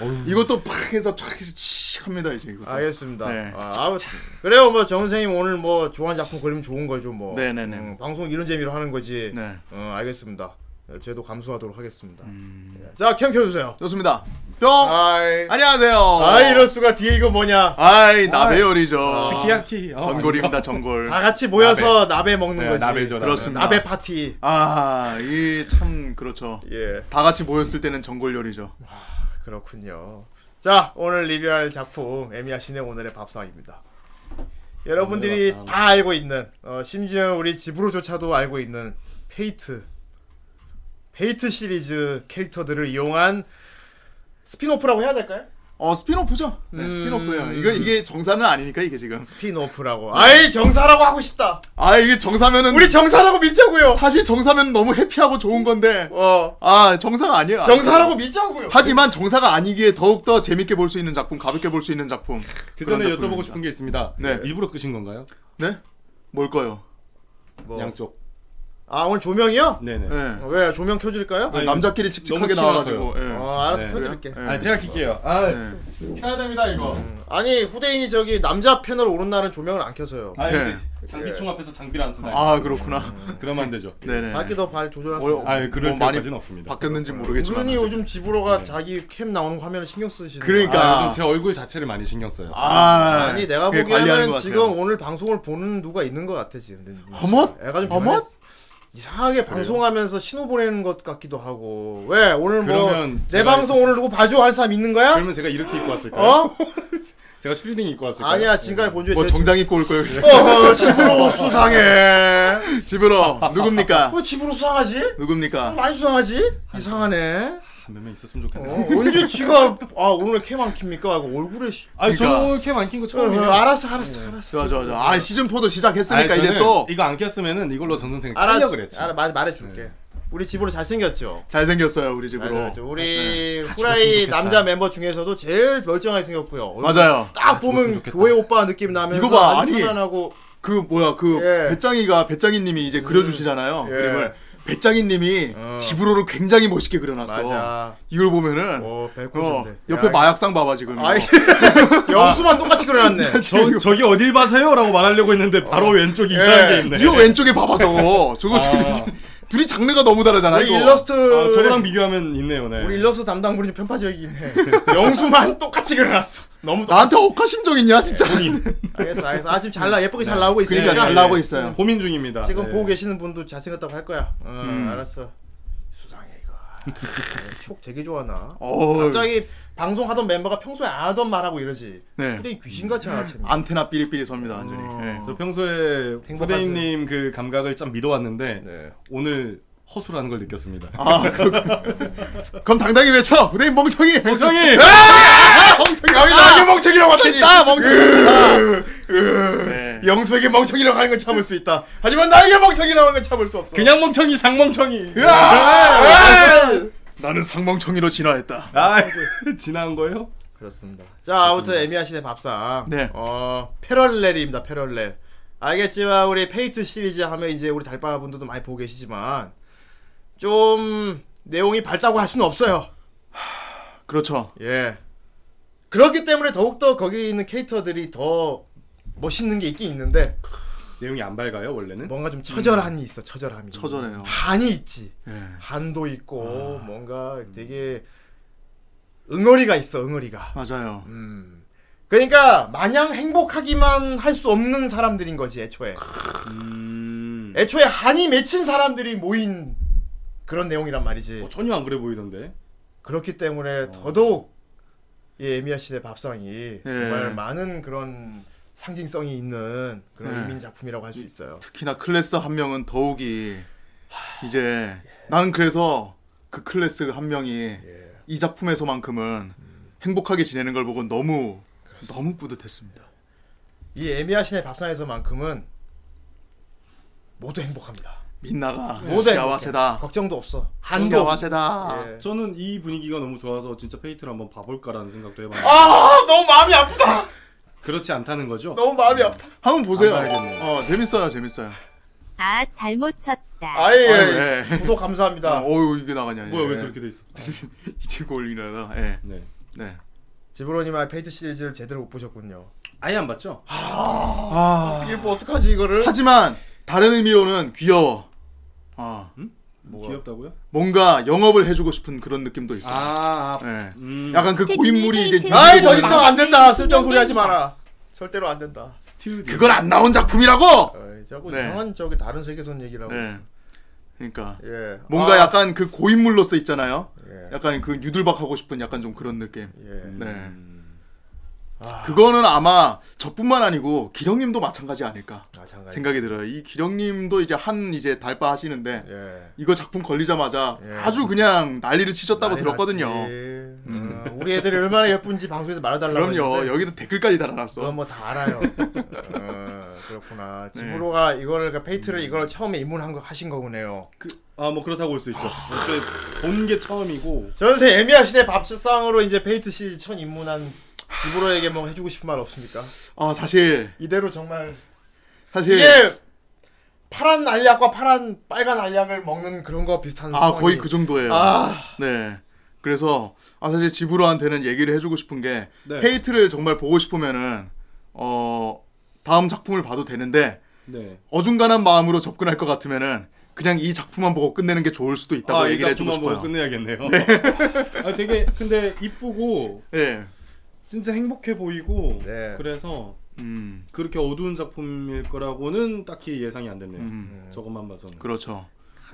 [SPEAKER 4] 음.
[SPEAKER 3] 이것도 팍 해서 촥 해서 치익 합니다 이제 이것도.
[SPEAKER 2] 알겠습니다.
[SPEAKER 3] 네.
[SPEAKER 2] 아, 아무- 그래요, 뭐, 정 선생님 오늘 뭐, 좋아하는 작품 그리면 좋은 거죠, 뭐.
[SPEAKER 3] 네네네.
[SPEAKER 2] 음, 방송 이런 재미로 하는 거지.
[SPEAKER 3] 네.
[SPEAKER 2] 어, 알겠습니다. 어, 저도 감수하도록 하겠습니다.
[SPEAKER 3] 음.
[SPEAKER 2] 예. 자, 캠 켜주세요.
[SPEAKER 3] 좋습니다. 뿅.
[SPEAKER 2] 아이.
[SPEAKER 3] 안녕하세요.
[SPEAKER 2] 아, 이럴수가 뒤에 이거 뭐냐.
[SPEAKER 3] 아이 나베요리죠.
[SPEAKER 4] 스키야키. 어,
[SPEAKER 3] 전골입니다 전골.
[SPEAKER 2] 다 같이 모여서 나베, 먹는
[SPEAKER 4] 네,
[SPEAKER 2] 거지.
[SPEAKER 4] 나베죠. 나베.
[SPEAKER 3] 그렇습니다.
[SPEAKER 2] 나베 파티.
[SPEAKER 3] 아이 참 그렇죠.
[SPEAKER 2] 예.
[SPEAKER 3] 다 같이 모였을 때는 전골 요리죠.
[SPEAKER 2] 그렇군요. 자, 오늘 리뷰할 작품 에미야 신의 오늘의 밥상입니다. 여러분들이
[SPEAKER 4] 밥상.
[SPEAKER 2] 다 알고 있는 어, 심지어 우리 집으로조차도 알고 있는 페이트 페이트 시리즈 캐릭터들을 이용한 스피노프라고 해야 될까요?
[SPEAKER 3] 어 스피노프죠. 네, 스피노프예요. 이거 이게 정사는 아니니까 이게 지금.
[SPEAKER 2] 스피노프라고. 아이 정사라고 하고 싶다.
[SPEAKER 3] 아 이게 정사면은
[SPEAKER 2] 우리 정사라고 믿자고요.
[SPEAKER 3] 사실 정사면 너무 해피하고 좋은 건데
[SPEAKER 2] 어
[SPEAKER 3] 아 정사가 아니야.
[SPEAKER 2] 정사라고 믿자고요.
[SPEAKER 3] 하지만 정사가 아니기에 더욱 더 재밌게 볼 수 있는 작품, 가볍게 볼 수 있는 작품.
[SPEAKER 4] 그 전에
[SPEAKER 3] 그런
[SPEAKER 4] 여쭤보고
[SPEAKER 3] 작품입니다.
[SPEAKER 4] 싶은 게 있습니다.
[SPEAKER 3] 네.
[SPEAKER 4] 일부러 끄신 건가요?
[SPEAKER 3] 네? 뭘까요?
[SPEAKER 2] 뭐.
[SPEAKER 4] 양쪽.
[SPEAKER 2] 아 오늘 조명이요?
[SPEAKER 4] 네네.
[SPEAKER 3] 네.
[SPEAKER 2] 어, 왜 조명 켜줄까요?
[SPEAKER 4] 아니,
[SPEAKER 3] 남자끼리
[SPEAKER 4] 너무
[SPEAKER 3] 칙칙하게
[SPEAKER 4] 티나서요.
[SPEAKER 3] 나와가지고. 예.
[SPEAKER 2] 어 알아서
[SPEAKER 4] 네.
[SPEAKER 2] 켜드릴게.
[SPEAKER 3] 그래요?
[SPEAKER 4] 아 제가 킬게요. 아
[SPEAKER 3] 네.
[SPEAKER 4] 켜야 됩니다 이거.
[SPEAKER 3] 음.
[SPEAKER 2] 아니 후대인이 저기 남자 패널 오른 날은 조명을 안 켜서요.
[SPEAKER 4] 아
[SPEAKER 3] 네.
[SPEAKER 4] 이제 장비총 앞에서 장비를 안 쓰나요?
[SPEAKER 3] 아 그렇구나.
[SPEAKER 4] 그러면 안 되죠.
[SPEAKER 3] 네네.
[SPEAKER 2] 밝게 더 발 조절하세요.
[SPEAKER 3] 월-
[SPEAKER 4] 아 그럴
[SPEAKER 3] 뭐 많이
[SPEAKER 4] 때까지는 없습니다.
[SPEAKER 3] 바뀌었는지 모르겠지만.
[SPEAKER 2] 그러니 요즘 집으로가 자기 캠 나오는 화면을 신경 쓰시는.
[SPEAKER 3] 네. 그러니까.
[SPEAKER 4] 아, 요즘 제 얼굴 자체를 많이 신경 써요.
[SPEAKER 3] 아,
[SPEAKER 2] 아니 내가
[SPEAKER 3] 그게 관리하는
[SPEAKER 2] 보기에는
[SPEAKER 3] 것
[SPEAKER 2] 지금
[SPEAKER 3] 같아요.
[SPEAKER 2] 오늘 방송을 보는 누가 있는 것 같아 지금.
[SPEAKER 3] 어머?
[SPEAKER 2] 애가 좀
[SPEAKER 3] 어머?
[SPEAKER 2] 변했- 이상하게 방송하면서 신호 보내는 것 같기도 하고. 왜 오늘 뭐
[SPEAKER 4] 그러면
[SPEAKER 2] 내
[SPEAKER 4] 제가
[SPEAKER 2] 방송 오늘 누구 봐줘 하는 사람 있는 거야?
[SPEAKER 4] 그러면 제가 이렇게 입고 왔을까요?
[SPEAKER 2] 어?
[SPEAKER 4] 제가 추리닝 입고 왔을까요?
[SPEAKER 2] 아니야 지금까지 본 중에
[SPEAKER 3] 뭐
[SPEAKER 2] 제일
[SPEAKER 3] 정장 입고 올 거예요. 그래서.
[SPEAKER 2] 어, 집으로 수상해.
[SPEAKER 3] 집으로 누굽니까?
[SPEAKER 2] 왜 집으로 어, 수상하지?
[SPEAKER 3] 누굽니까?
[SPEAKER 2] 많이 수상하지? 이상하네.
[SPEAKER 4] 몇명 있었으면 좋겠네.
[SPEAKER 2] 어, 언제 지가 아 오늘 캠안 킵니까? 하고 얼굴에 씨.
[SPEAKER 4] 아니
[SPEAKER 3] 그러니까.
[SPEAKER 4] 저캠 안 낀
[SPEAKER 2] 어,
[SPEAKER 4] 거
[SPEAKER 2] 어,
[SPEAKER 4] 처음이에요.
[SPEAKER 2] 알았어, 알았어, 알았어.
[SPEAKER 3] 좋아 좋아 좋아. 아 시즌 4도 시작했으니까
[SPEAKER 4] 아니,
[SPEAKER 3] 이제
[SPEAKER 4] 저는
[SPEAKER 3] 또
[SPEAKER 4] 이거 안 꼈으면은 이걸로 전 선생님
[SPEAKER 2] 알아,
[SPEAKER 4] 알려 그랬죠.
[SPEAKER 2] 알아, 말 말해줄게. 우리 집으로 잘생겼죠.
[SPEAKER 3] 잘생겼어요 우리 집으로.
[SPEAKER 2] 맞아, 맞아. 우리
[SPEAKER 4] 줬으면
[SPEAKER 2] 후라이
[SPEAKER 4] 좋겠다.
[SPEAKER 2] 남자 멤버 중에서도 제일 멀쩡하게 생겼고요. 얼굴
[SPEAKER 3] 맞아요.
[SPEAKER 2] 딱
[SPEAKER 4] 줬으면
[SPEAKER 2] 보면
[SPEAKER 4] 좋겠다.
[SPEAKER 2] 교회 오빠 느낌 나면서
[SPEAKER 3] 이거 봐,
[SPEAKER 2] 아주
[SPEAKER 3] 아니.
[SPEAKER 2] 편안하고
[SPEAKER 3] 그 뭐야 그
[SPEAKER 2] 예.
[SPEAKER 3] 배짱이가 배짱이님이 이제 그려주시잖아요
[SPEAKER 2] 예. 어.
[SPEAKER 3] 그림을. 배짱이님이 집으로를 굉장히 멋있게 그려놨어.
[SPEAKER 2] 맞아.
[SPEAKER 3] 이걸 보면은
[SPEAKER 2] 어,
[SPEAKER 3] 어,
[SPEAKER 2] 벨코인데.
[SPEAKER 3] 옆에 마약상 봐봐 지금. 이거.
[SPEAKER 2] 아이 영수만 똑같이 그려놨네.
[SPEAKER 4] 저 저기 어딜 봐세요라고 말하려고 했는데
[SPEAKER 2] 어.
[SPEAKER 4] 바로 왼쪽 이상한
[SPEAKER 2] 예.
[SPEAKER 4] 게 있네.
[SPEAKER 3] 예. 이거 왼쪽에 봐봐 저거. 저거 지금 둘이 장르가 너무 다르잖아.
[SPEAKER 2] 우리
[SPEAKER 3] 이거.
[SPEAKER 2] 아. 일러스트
[SPEAKER 4] 아, 저랑 비교하면 있네요, 네.
[SPEAKER 2] 우리 일러스트 담당 분이 편파적이긴 해. 영수만 똑같이 그려놨어. 너무 똑같.
[SPEAKER 3] 나한테 억하심정 있냐 진짜.
[SPEAKER 2] 알겠어, 알겠어. 아 지금 잘나 예쁘게 잘 나오고 있으니까.
[SPEAKER 3] 그러니까 잘 나오고 있어요.
[SPEAKER 4] 네, 고민 중입니다.
[SPEAKER 2] 지금
[SPEAKER 4] 네.
[SPEAKER 2] 보고 계시는 분도 잘생겼다고 할 거야. 어, 알았어. 수상해 이거. 촉 되게 좋아하나.
[SPEAKER 3] 어,
[SPEAKER 2] 갑자기 방송 하던 멤버가 평소에 안 하던 말하고 이러지. 어.
[SPEAKER 3] 네.
[SPEAKER 2] 근데 귀신같이 알아챘네.
[SPEAKER 3] 안테나 삐리삐리 섭니다 완전히. 예.
[SPEAKER 4] 저 평소에 후배님 그 감각을 참 믿어왔는데
[SPEAKER 2] 네.
[SPEAKER 4] 오늘 허술한 걸 느꼈습니다.
[SPEAKER 3] 아, 그, 그럼 당당히 외쳐! 후대인 멍청이!
[SPEAKER 2] 그- 예?
[SPEAKER 4] 정이
[SPEAKER 3] 아, 멍청이!
[SPEAKER 2] 아, 이게
[SPEAKER 3] 갑니다!
[SPEAKER 2] 멍청이라고 하다니.
[SPEAKER 3] 됐다! 멍청이!
[SPEAKER 2] 네. 영수에게 멍청이라고 하는 건 참을 수 있다. 하지만 나에게 멍청이라고 하는 건 참을 수 없어. 아!
[SPEAKER 4] 그냥 멍청이 상멍청이.
[SPEAKER 2] 예? 에이!
[SPEAKER 3] 나는 상멍청이로 진화했다.
[SPEAKER 4] 아 지나간 거예요?
[SPEAKER 2] 그렇습니다. 자, 아무튼 에미아 씨의 밥상.
[SPEAKER 3] 네.
[SPEAKER 2] 어, 패럴렐입니다. 패럴렐. 알겠지만 우리 페이트 시리즈 하면 이제 우리 달바 분들도 많이 보고 계시지만 좀 내용이 밝다고 할 수는 없어요.
[SPEAKER 3] 그렇죠.
[SPEAKER 2] 예. 그렇기 때문에 더욱더 거기 있는 캐릭터들이 더 멋있는 게 있긴 있는데
[SPEAKER 4] 내용이 안 밝아요 원래는?
[SPEAKER 2] 뭔가 좀 처절함이 있어. 처절함이.
[SPEAKER 3] 처절해요.
[SPEAKER 2] 한이 있지.
[SPEAKER 3] 예.
[SPEAKER 2] 한도 있고 뭔가 되게 응어리가 있어. 응어리가.
[SPEAKER 3] 맞아요.
[SPEAKER 2] 음. 그러니까 마냥 행복하기만 할 수 없는 사람들인 거지 애초에.
[SPEAKER 4] 음.
[SPEAKER 2] 애초에 한이 맺힌 사람들이 모인 그런 내용이란 말이지.
[SPEAKER 4] 어, 전혀 안 그래 보이던데.
[SPEAKER 2] 그렇기
[SPEAKER 3] 어.
[SPEAKER 2] 때문에 더더욱 이 에미야 시대
[SPEAKER 3] 예.
[SPEAKER 2] 밥상이 정말 많은 그런 상징성이 있는 그런
[SPEAKER 3] 예.
[SPEAKER 2] 의미 있는 작품이라고 할 수 있어요.
[SPEAKER 3] 특히나 클래스 한 명은 더욱이 이제 나는 그래서 그 클래스 한 명이 이 작품에서만큼은 행복하게 지내는 걸 보고 너무 너무 뿌듯했습니다.
[SPEAKER 2] 이 에미야 시대 밥상에서만큼은 모두 행복합니다.
[SPEAKER 3] 민나가
[SPEAKER 4] 네.
[SPEAKER 2] 모두 행복해.
[SPEAKER 3] 예, 야와세다.
[SPEAKER 2] 걱정도 없어. 한도 없어.
[SPEAKER 3] 야와세다.
[SPEAKER 2] 예.
[SPEAKER 4] 저는 이 분위기가 너무 좋아서 진짜 페이트를 한번 봐볼까라는 생각도 해봤는데
[SPEAKER 2] 아 너무 마음이 아프다.
[SPEAKER 4] 그렇지 않다는 거죠?
[SPEAKER 2] 너무 마음이 아파.
[SPEAKER 3] 한번 보세요.
[SPEAKER 4] 안 봐야겠네요.
[SPEAKER 3] 어 재밌어요, 재밌어요.
[SPEAKER 6] 아, 잘못 쳤다.
[SPEAKER 2] 아예
[SPEAKER 3] 아유,
[SPEAKER 2] 예.
[SPEAKER 3] 예.
[SPEAKER 2] 구독 감사합니다.
[SPEAKER 3] 어유 이게 나가냐?
[SPEAKER 4] 뭐야 왜
[SPEAKER 3] 이게.
[SPEAKER 4] 저렇게 돼 있어?
[SPEAKER 3] 이치고 올리나다. 예.
[SPEAKER 4] 네.
[SPEAKER 3] 네.
[SPEAKER 2] 지브로님아 페이트 시리즈를 제대로 못 보셨군요.
[SPEAKER 4] 아예 안 봤죠?
[SPEAKER 3] 아.
[SPEAKER 2] 이게 뭐 어떡하지 이거를?
[SPEAKER 3] 하지만 다른 의미로는 귀여워. 어.
[SPEAKER 4] 음? 귀엽다고요?
[SPEAKER 3] 뭔가 영업을 해주고 싶은 그런 느낌도 있어.
[SPEAKER 4] 아,
[SPEAKER 3] 예.
[SPEAKER 4] 음.
[SPEAKER 3] 약간 그 고인물이 이제
[SPEAKER 2] 아이 더
[SPEAKER 3] 뒤집어보면
[SPEAKER 2] 이상 안 된다. 쓸데없는 소리 하지 마라. 절대로 안 된다.
[SPEAKER 4] 스튜디오.
[SPEAKER 3] 그걸 안 나온 작품이라고.
[SPEAKER 2] 어이, 자꾸
[SPEAKER 3] 네.
[SPEAKER 2] 이상한 저기 다른 세계선 얘기라고.
[SPEAKER 3] 네. 그러니까
[SPEAKER 2] 예.
[SPEAKER 3] 뭔가
[SPEAKER 2] 아,
[SPEAKER 3] 약간 그 고인물로서 있잖아요.
[SPEAKER 2] 예.
[SPEAKER 3] 약간 그 유들박 하고 싶은 약간 좀 그런 느낌.
[SPEAKER 2] 예.
[SPEAKER 3] 네.
[SPEAKER 2] 아.
[SPEAKER 3] 그거는 아마 저뿐만 아니고 기령님도 마찬가지 아닐까
[SPEAKER 2] 아 잠깐.
[SPEAKER 3] 생각이 들어요. 이 기령님도 이제 한 이제 달바 하시는데
[SPEAKER 2] 예.
[SPEAKER 3] 이거 작품 걸리자마자
[SPEAKER 2] 예.
[SPEAKER 3] 아주 그냥 난리를 치셨다고
[SPEAKER 2] 난리
[SPEAKER 3] 들었거든요.
[SPEAKER 2] 났지. 음, 우리 애들이 얼마나 예쁜지 방송에서 말해달라고.
[SPEAKER 3] 그럼요.
[SPEAKER 2] 했는데
[SPEAKER 3] 여기도 댓글까지
[SPEAKER 2] 예. 그건
[SPEAKER 3] 달아놨어.
[SPEAKER 2] 뭐 다 알아요. 어, 그렇구나.
[SPEAKER 3] 네.
[SPEAKER 2] 지브로가 이거를 그러니까 페이트를 이걸 처음에 입문한 거 하신 거군요.
[SPEAKER 4] 아, 뭐 그렇다고 볼 수 있죠. 어째 본게 처음이고.
[SPEAKER 2] 전세 애미야 시대 밥상으로 이제 페이트 시리즈 첫 입문한 지브로에게 뭐 해주고 싶은 말 없습니까?
[SPEAKER 3] 아 사실
[SPEAKER 2] 이대로 정말
[SPEAKER 3] 사실
[SPEAKER 2] 이게 파란 알약과 파란 빨간 알약을 먹는 그런 거 비슷한
[SPEAKER 3] 아
[SPEAKER 2] 상황이-
[SPEAKER 3] 거의 그 정도예요.
[SPEAKER 2] 아
[SPEAKER 3] 네. 그래서 아 사실 지브로한테는 얘기를 해주고 싶은 게
[SPEAKER 4] 네.
[SPEAKER 3] 페이트를 정말 보고 싶으면은 어 다음 작품을 봐도 되는데
[SPEAKER 4] 네.
[SPEAKER 3] 어중간한 마음으로 접근할 것 같으면은 그냥 이 작품만 보고 끝내는 게 좋을 수도 있다고
[SPEAKER 4] 아, 이
[SPEAKER 3] 얘기를 해주고
[SPEAKER 4] 작품만 보고
[SPEAKER 3] 싶어요.
[SPEAKER 4] 끝내야겠네요. 아, 되게 근데 이쁘고
[SPEAKER 3] 예.
[SPEAKER 4] 진짜 행복해 보이고
[SPEAKER 2] 네.
[SPEAKER 4] 그래서
[SPEAKER 3] 음.
[SPEAKER 4] 그렇게 어두운 작품일 거라고는 딱히 예상이 안 됐네요. 네.
[SPEAKER 3] 음.
[SPEAKER 4] 저것만 봐서는.
[SPEAKER 3] 그렇죠.